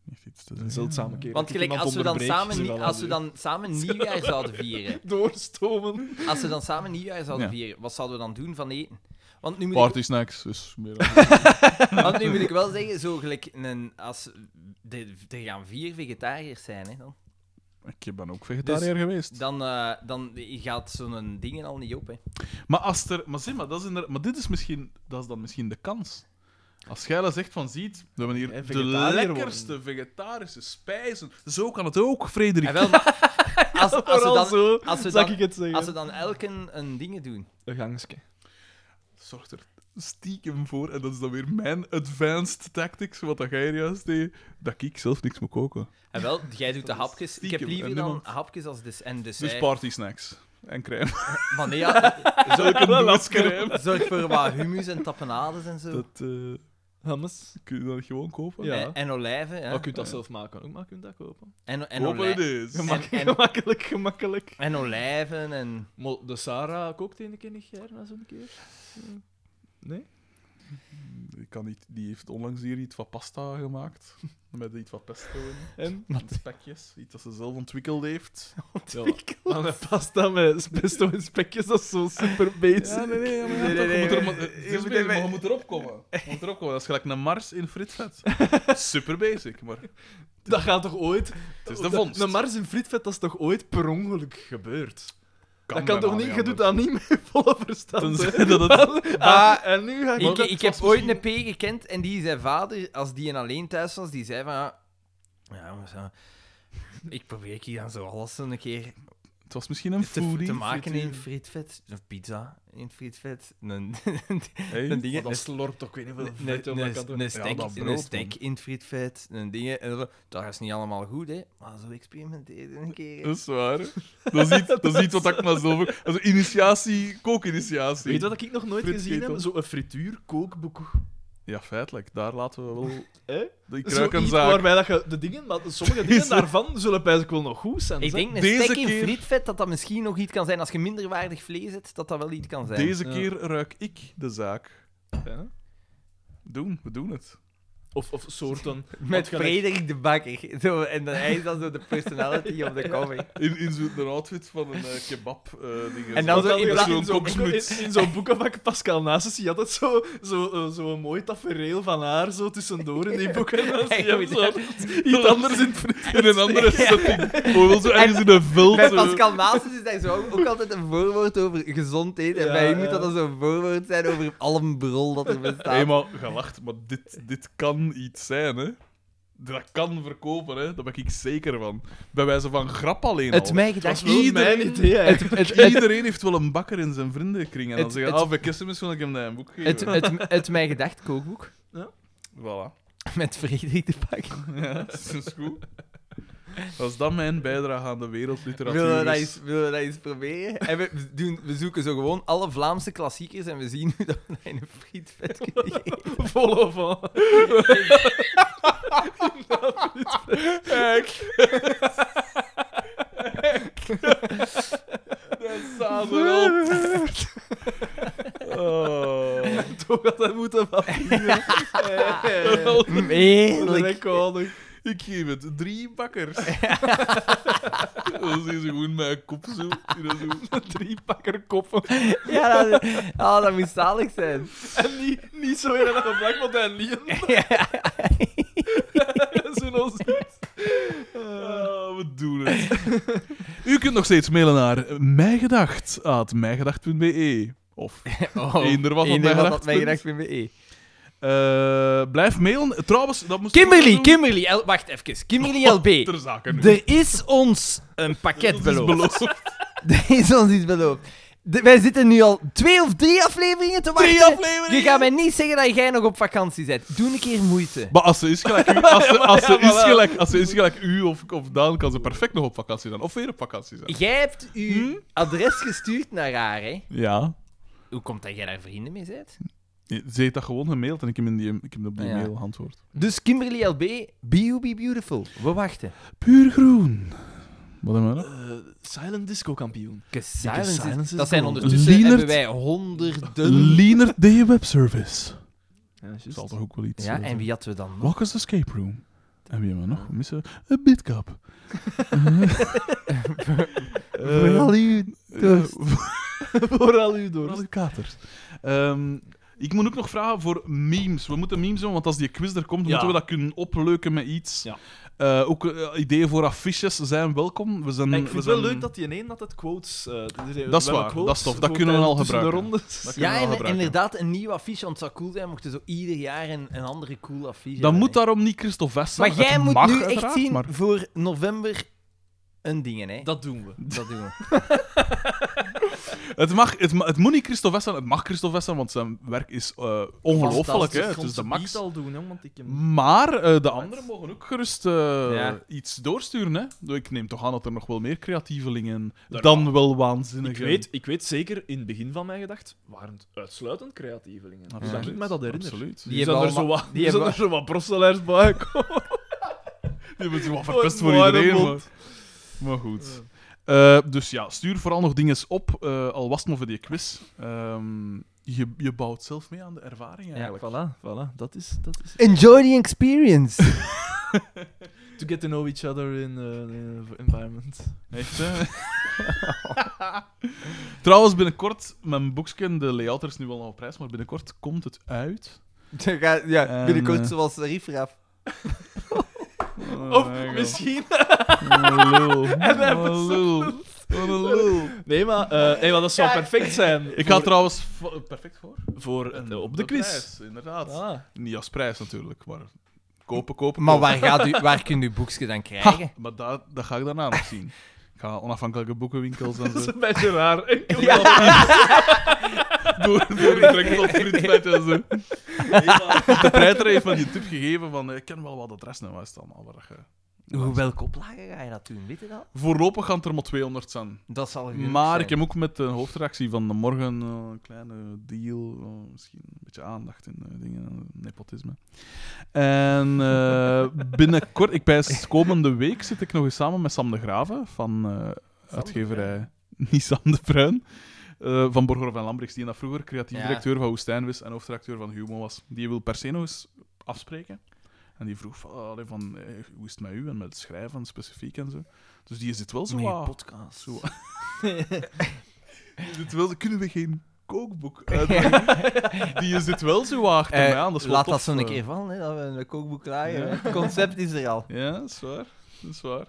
Speaker 2: niet echt iets te
Speaker 3: Een
Speaker 2: zeggen.
Speaker 3: zeldzame keer.
Speaker 1: Want
Speaker 3: dat ik
Speaker 1: gelijk,
Speaker 3: iemand
Speaker 1: als we, dan
Speaker 3: onderbreek,
Speaker 1: samen,
Speaker 3: ze
Speaker 1: nie-
Speaker 3: wel
Speaker 1: als we
Speaker 3: aan
Speaker 1: dan samen nieuwjaar zouden vieren,
Speaker 3: de- Doorstomen.
Speaker 1: als we dan samen nieuwjaar zouden
Speaker 2: Ja.
Speaker 1: vieren, wat zouden we dan doen van eten? Want nu moet ik
Speaker 2: Party snacks, dus meer dan-
Speaker 1: Want nu moet ik wel zeggen, zo gelijk een, als, de- er gaan vier vegetariërs zijn, hè, dan,
Speaker 2: Ik ben
Speaker 1: Dus
Speaker 2: ook vegetariër geweest.
Speaker 1: dan, eh, dan gaat zo'n dingen al niet op. Hè.
Speaker 2: Maar als er... Maar zie maar, dat is inderdaad- maar dit is misschien... Dat is dan misschien de kans. Als jij dat zegt van, ziet, we hebben hier
Speaker 3: En
Speaker 2: de
Speaker 3: vegetariër
Speaker 2: lekkerste vegetarische spijzen. Zo kan het ook, Frederik.
Speaker 1: En Ah, wel, als, als, we
Speaker 3: Vooral
Speaker 1: dan,
Speaker 3: zo,
Speaker 1: als we
Speaker 3: zag
Speaker 1: dan-
Speaker 3: ik het zeggen.
Speaker 1: als we dan elke een dingen doen.
Speaker 3: Een gangske.
Speaker 2: zorgt er stiekem voor, en dat is dan weer mijn advanced tactics, wat dat jij juist deed, dat ik zelf niks moet koken.
Speaker 1: En wel, jij doet de hapjes. ik heb
Speaker 2: stiekem,
Speaker 1: liever
Speaker 2: en
Speaker 1: dan
Speaker 2: niemand-
Speaker 1: hapjes als des, en
Speaker 2: Dus
Speaker 1: dessert.
Speaker 2: party snacks. En crème.
Speaker 1: maar nee, ja, zorg,
Speaker 2: Doos crème.
Speaker 1: zorg voor wat hummus en tapenades en zo. Eh,
Speaker 2: Dat eh,
Speaker 3: Hummus.
Speaker 2: kun je dan gewoon kopen.
Speaker 3: Ja. eh.
Speaker 1: En, en olijven. Hè.
Speaker 3: Maar je kunt dat zelf maken ook, maar je kunt dat kopen.
Speaker 1: En, en,
Speaker 2: Kopen
Speaker 1: olij-
Speaker 2: het eens.
Speaker 1: en, en,
Speaker 3: gemakkelijk, gemakkelijk.
Speaker 1: en olijven en...
Speaker 3: Maar de Sarah kookt een keer niet na zo'n keer? Eh, Nee?
Speaker 2: Ik kan niet, die heeft onlangs hier iets van pasta gemaakt. Met iets van pesto in.
Speaker 3: En?
Speaker 2: Met spekjes. Iets dat ze zelf ontwikkeld heeft.
Speaker 3: Ja. Maar Ah, met pasta met pesto en spekjes, dat is zo super basic.
Speaker 2: nee, maar
Speaker 1: Nee, nee, nee,
Speaker 2: je moet er-
Speaker 1: nee,
Speaker 3: eh,
Speaker 2: het
Speaker 1: je
Speaker 2: is
Speaker 1: moet
Speaker 2: bezig,
Speaker 1: even-
Speaker 2: maar je moet erop komen. Je moet erop komen. Dat is gelijk naar Mars in fritvet. Super basic, maar het
Speaker 3: Dat gaat toch ooit...
Speaker 2: is de vondst.
Speaker 3: Een Mars in frietvet, dat is toch ooit per ongeluk gebeurd? dat kan
Speaker 2: bijna
Speaker 3: toch niet... Je doet
Speaker 2: anders.
Speaker 3: dat niet met volle verstand,
Speaker 2: Tenzij
Speaker 3: hè?
Speaker 2: dat het-
Speaker 3: Ah, en nu ga ik...
Speaker 1: Ik, ik heb
Speaker 2: was
Speaker 1: ooit een P gekend en die zijn vader, als die een alleen thuis was, die zei van ja, ja jongens, ja, ik probeer hier dan zo alles zo een keer
Speaker 2: Het was misschien een
Speaker 1: te,
Speaker 2: foodie.
Speaker 1: te maken
Speaker 2: frituur.
Speaker 1: in frietvet, of pizza in frietvet, een,
Speaker 2: Hey.
Speaker 1: een ding,
Speaker 3: Dat
Speaker 1: een,
Speaker 3: slorpt toch, ik weet niet
Speaker 1: een,
Speaker 3: hoeveel
Speaker 1: een- een
Speaker 2: Ja,
Speaker 1: steak,
Speaker 2: dat
Speaker 1: een
Speaker 2: brood,
Speaker 1: steak in frietvet, een ding, en zo. dat is niet allemaal goed hè, maar zo experimenteer een keer. hè.
Speaker 2: Dat is waar. hè. Dat is iets, dat is iets wat ik maar zelf ook... Also, initiatie, kookinitiatie.
Speaker 3: Weet je wat ik nog nooit gezien
Speaker 2: Fritketel.
Speaker 3: heb? Zo'n frituurkookboek.
Speaker 2: Ja, feitelijk. Daar laten we wel...
Speaker 3: Hè?
Speaker 2: Ik
Speaker 3: Zo
Speaker 2: ruik een
Speaker 3: iets
Speaker 2: zaak.
Speaker 3: waarbij dat je de dingen, maar sommige dingen
Speaker 2: Is-
Speaker 3: daarvan zullen eigenlijk wel nog goed zijn.
Speaker 1: Ik
Speaker 3: zeg.
Speaker 1: denk een
Speaker 2: Deze
Speaker 1: steak in
Speaker 2: keer-
Speaker 1: frietvet, dat dat misschien nog iets kan zijn. Als je minderwaardig vlees hebt, dat dat wel iets kan zijn.
Speaker 2: Deze
Speaker 3: Ja.
Speaker 2: keer ruik ik de zaak.
Speaker 3: Ja.
Speaker 2: Doen, we doen het.
Speaker 3: Of, of soorten.
Speaker 1: Met
Speaker 3: Want gelijk-
Speaker 1: Frederik de Bakker. Zo, en dan, hij is dan zo de personality op de cover.
Speaker 2: In, in zo'n een outfit van een eh, kebab eh ding.
Speaker 1: En dan
Speaker 3: Want
Speaker 1: zo in
Speaker 3: dat-
Speaker 1: plaats-
Speaker 2: zo'n
Speaker 3: in zo'n
Speaker 2: koksmuts.
Speaker 3: in- in zo'n boekenvak Pascal Nasus, die had het zo, zo, eh, zo'n mooi tafereel van haar zo tussendoor in die boeken. En dan zie je hem zo iets anders in het frit.
Speaker 2: In een andere setting. Maar wel zo ergens in een veld. eh.
Speaker 1: Bij
Speaker 2: zo.
Speaker 1: Pascal Nasus is daar zo ook, ook altijd een voorwoord over gezond eten. En
Speaker 3: Ja,
Speaker 1: bij u moet
Speaker 3: ja.
Speaker 1: dat dan zo'n voorwoord zijn over alle brol dat er bestaat.
Speaker 2: Hé, maar gelacht, maar dit, dit kan iets zijn, hè. Dat kan verkopen, hè. Daar ben ik zeker van. Bij wijze van grap alleen al.
Speaker 1: het mij
Speaker 3: Dat
Speaker 1: gedacht.
Speaker 3: was wel mijn idee,
Speaker 1: Het,
Speaker 3: eigenlijk.
Speaker 1: het, het,
Speaker 2: Iedereen heeft wel een bakker in zijn vriendenkring. En dan
Speaker 1: Het-
Speaker 2: zeggen
Speaker 1: het-
Speaker 2: ah, bij Kerstmis wil ik hem daar een boek geven.
Speaker 1: het, het, het mij gedacht kookboek
Speaker 2: Voilà.
Speaker 1: met Frederik de Bakker.
Speaker 2: Ja, dat is goed. Als dat mijn bijdrage aan de wereldliteratuur
Speaker 1: Willen we dat
Speaker 2: is...
Speaker 3: Dus-
Speaker 1: eens, willen we dat eens proberen? En we, we doen, we zoeken zo gewoon alle Vlaamse klassiekers en we zien hoe dat we dat in een frietvet kunnen geven.
Speaker 3: Vol van.
Speaker 2: Hek. Hek. Dat staat erop. Oh.
Speaker 3: Toch had hij moeten papieren.
Speaker 1: Eerlijk.
Speaker 3: Recorder.
Speaker 2: Ik geef het drie bakkers. Dan zien ze gewoon mijn kop zo. die dat zo-
Speaker 3: Drie pakker koppen.
Speaker 1: Ja, dat, ah, dat moet zalig zijn.
Speaker 3: En niet, niet zo in een vlak, want hij liet. Zo nog zoiets.
Speaker 2: Ah, we doen het. U kunt nog steeds mailen naar mijgedacht.mijgedacht.be of
Speaker 1: Oh,
Speaker 2: eender wat op
Speaker 1: eender wat op
Speaker 2: mijgedacht.
Speaker 1: mijgedacht.be.
Speaker 2: Eh, blijf mailen. Trouwens, dat moest ik
Speaker 1: Kimberly,
Speaker 2: ook doen.
Speaker 1: Kimberly, L- wacht even.
Speaker 3: Oh,
Speaker 1: Kimberly LB.
Speaker 2: Ter zake nu.
Speaker 1: Er is ons een pakket
Speaker 2: Dat is
Speaker 1: beloofd.
Speaker 2: beloofd.
Speaker 1: Er is ons iets beloofd. De- wij zitten nu al twee of drie afleveringen te wachten.
Speaker 2: Drie afleveringen?
Speaker 1: Je gaat mij niet zeggen dat jij nog op vakantie bent. Doe een keer moeite.
Speaker 2: Maar als ze is gelijk u, als ze, als ze is gelijk, als ze is gelijk u of, of Daan, kan ze perfect nog op vakantie zijn. Of weer op vakantie zijn.
Speaker 1: Jij hebt uw
Speaker 2: Hm?
Speaker 1: adres gestuurd naar haar, hè?
Speaker 2: Ja.
Speaker 1: Hoe komt dat jij daar vrienden mee bent?
Speaker 2: Ze heeft dat gewoon gemaild en ik heb, in die, ik heb op die
Speaker 1: Ja.
Speaker 2: mail geantwoord.
Speaker 1: Dus Kimberly LB, be, be beautiful. We wachten.
Speaker 2: Puur groen. Wat hebben we nog?
Speaker 3: Silent disco kampioen.
Speaker 1: Because
Speaker 3: Ja, 'cause
Speaker 1: silence is-
Speaker 3: silence is
Speaker 1: dat zijn
Speaker 3: golden.
Speaker 1: ondertussen
Speaker 2: Lienert-
Speaker 1: hebben wij honderden...
Speaker 2: Leaner Day Web Service.
Speaker 3: Ja, juist.
Speaker 2: Zal toch ook wel iets
Speaker 1: Ja,
Speaker 2: eh,
Speaker 1: en wie hadden we dan nog?
Speaker 2: Walkers Escape Room. En wie hebben we nog? We missen een Eh, Bitcap.
Speaker 1: Voor al uw
Speaker 2: eh,
Speaker 1: dorst.
Speaker 3: Vooral u door.
Speaker 2: Vooral de katers. Ehm, ik moet ook nog vragen voor memes. We moeten memes doen, want als die quiz er komt, moeten we dat kunnen opleuken met iets.
Speaker 3: Ja.
Speaker 2: Eh, ook eh, ideeën voor affiches zijn welkom. We zijn,
Speaker 3: En ik vind
Speaker 2: we
Speaker 3: het wel
Speaker 2: zijn-
Speaker 3: leuk dat die ineen dat het quotes... eh, er zijn- we
Speaker 2: waar,
Speaker 3: hebben quotes
Speaker 2: dat is tof. Dat
Speaker 3: voor
Speaker 2: kunnen we al
Speaker 3: tijdens- tussen
Speaker 2: gebruiken.
Speaker 3: de rondes.
Speaker 2: kunnen we
Speaker 1: Ja,
Speaker 2: wel
Speaker 1: en,
Speaker 2: gebruiken.
Speaker 1: inderdaad, een nieuw affiche. Want het zou cool zijn mocht je zo ieder jaar een, een andere cool affiche
Speaker 2: Dan
Speaker 1: hebben,
Speaker 2: moet
Speaker 1: hè.
Speaker 2: daarom niet Christophe Vest zijn.
Speaker 1: Maar jij
Speaker 2: Het
Speaker 1: moet
Speaker 2: mag
Speaker 1: nu echt
Speaker 2: uiteraard,
Speaker 1: zien
Speaker 2: maar-
Speaker 1: voor november een ding, hè?
Speaker 3: Dat doen we.
Speaker 1: dat doen we.
Speaker 2: Het, mag, het, ma- het moet niet Christophe Vest zijn, het mag Christophe Vest zijn, want zijn werk is eh, ongelooflijk. hè. Het is de max.
Speaker 3: al doen, hè, want ik heb...
Speaker 2: Maar eh, de anderen mogen ook gerust eh,
Speaker 1: Ja.
Speaker 2: iets doorsturen. Hè? Ik neem toch aan dat er nog wel meer creatievelingen dan wel
Speaker 3: Ik
Speaker 2: waanzinnigen.
Speaker 3: weet, ik weet zeker, in het begin van mijn gedacht waren het uitsluitend creatievelingen. Dus dat
Speaker 2: Absoluut.
Speaker 3: ik me dat herinner.
Speaker 2: Absoluut.
Speaker 3: Die zijn er
Speaker 1: hebben
Speaker 3: zo
Speaker 1: allemaal-
Speaker 3: wat,
Speaker 1: die
Speaker 3: die zijn
Speaker 1: hebben-
Speaker 3: er zo wat prosselaars bij gekomen.
Speaker 2: Die hebben ze wat verpest voor
Speaker 3: Voor een
Speaker 2: iedereen. Maar,
Speaker 3: mond.
Speaker 2: maar goed. Eh, dus ja, stuur vooral nog dingen op, eh, al was het maar voor die quiz. Ehm, je, je bouwt zelf mee aan de ervaring eigenlijk.
Speaker 3: voilà, voilà. Dat is, dat is...
Speaker 1: Enjoy the experience.
Speaker 3: To get to know each other in eh, eh, environment.
Speaker 2: Echt, hè? Trouwens, binnenkort, mijn boeksken, de layout is nu wel nog op prijs, maar binnenkort komt het uit.
Speaker 1: ja,
Speaker 2: En, binnenkort eh,
Speaker 1: zoals Riefraaf.
Speaker 3: of misschien... Oh,
Speaker 2: En een lul. Wat een lul.
Speaker 3: Nee, maar, eh, nee, maar dat zou perfect zijn.
Speaker 2: Ik ga
Speaker 3: voor-
Speaker 2: trouwens vo- perfect voor.
Speaker 3: voor, eh, op de quiz.
Speaker 2: prijs, inderdaad.
Speaker 3: Ah.
Speaker 2: Niet als prijs natuurlijk, maar kopen, kopen.
Speaker 1: Maar
Speaker 2: kopen.
Speaker 1: waar, gaat u, waar kunt u boekje dan krijgen?
Speaker 2: Maar dat, dat ga ik daarna nog zien. Ik ga onafhankelijke boekenwinkels en
Speaker 3: Dat is
Speaker 2: zo.
Speaker 3: een beetje raar. Ik wil wel-
Speaker 2: door door direct tot vriendbed en zo. De pleiter heeft me die tip gegeven van eh, ik ken wel wat adres en wat is het allemaal. Waar dat je-
Speaker 1: Hoe welke oplage ga je dat doen? Weet je dat?
Speaker 2: Voorlopig gaan het er maar 200 zijn.
Speaker 1: Dat zal genoeg
Speaker 2: Maar
Speaker 1: zijn.
Speaker 2: ik heb ook met de hoofdreactie van de morgen eh, een kleine deal, eh, misschien een beetje aandacht in eh, dingen, nepotisme. En eh, binnenkort, ik pijs komende week zit ik nog eens samen met Sam de Graven van eh, uitgeverij, niet Sam de Bruin, eh, van Borger van Lambrechts, die dat vroeger creatief
Speaker 1: Ja.
Speaker 2: directeur van Woestijn was en hoofdredacteur van Humo was. Die wil per se nog eens afspreken. En die vroeg van, allee, van eh, hoe is het met u en met het schrijven specifiek en zo. Dus die zit wel zo
Speaker 1: Met je
Speaker 2: wat-
Speaker 1: podcast. Eh,
Speaker 2: zo. Die zit wel, kunnen we geen kookboek uitbrengen? Die zit wel zo waard
Speaker 1: Eh,
Speaker 2: aan. Dat is wel
Speaker 1: laat
Speaker 2: tof,
Speaker 1: dat zo
Speaker 2: eh.
Speaker 1: een keer vallen, hè, dat we een kookboek klagen. hè. Het concept is er al.
Speaker 2: Ja, dat is waar. Dat is waar.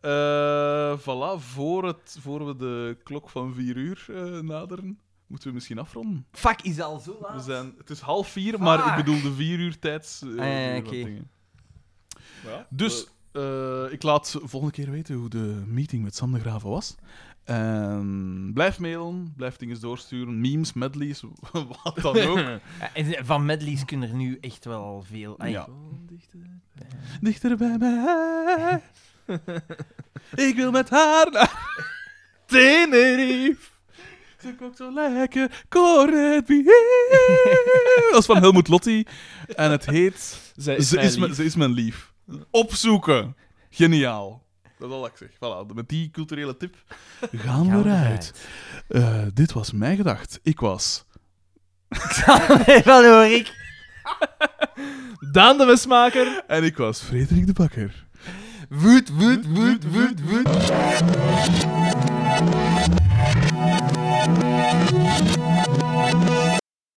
Speaker 2: Eh, voilà, voor, het, voor we de klok van vier uur eh, naderen, moeten we misschien afronden.
Speaker 1: Fuck, is dat al zo laat?
Speaker 2: We zijn, het is half vier, maar ik
Speaker 1: Fuck.
Speaker 2: bedoel de vier uur tijds. eh,
Speaker 1: Ah, ja,
Speaker 2: wat
Speaker 1: oké.
Speaker 2: dingen.
Speaker 3: Ja,
Speaker 2: Dus eh, ik laat volgende keer weten hoe de meeting met Sam de Graven was. En blijf mailen, blijf dingen doorsturen, memes, medleys, wat dan ook.
Speaker 1: Ja, en Eh, Van medleys kunnen er nu echt wel al veel. Ai,
Speaker 2: Ja.
Speaker 3: Gewoon dichter.
Speaker 2: Dichter bij mij. ik wil met haar naar Tenerife. Ze kookt zo lekker corned beef. Dat is van Helmut Lotti. En het heet...
Speaker 3: Zij
Speaker 2: Ze
Speaker 3: mijn
Speaker 2: is, mijn,
Speaker 3: lief.
Speaker 2: ze is mijn lief. Opzoeken. Geniaal. Dat is al wat ik zeg. Voilà, met die culturele tip gaan we eruit. Eh, dit was mijn gedacht. Ik was...
Speaker 1: Van Horik.
Speaker 3: Daan de Mesmaker.
Speaker 2: En ik was Frederik de Bakker.
Speaker 1: Woed, woed, woed, woed, woed.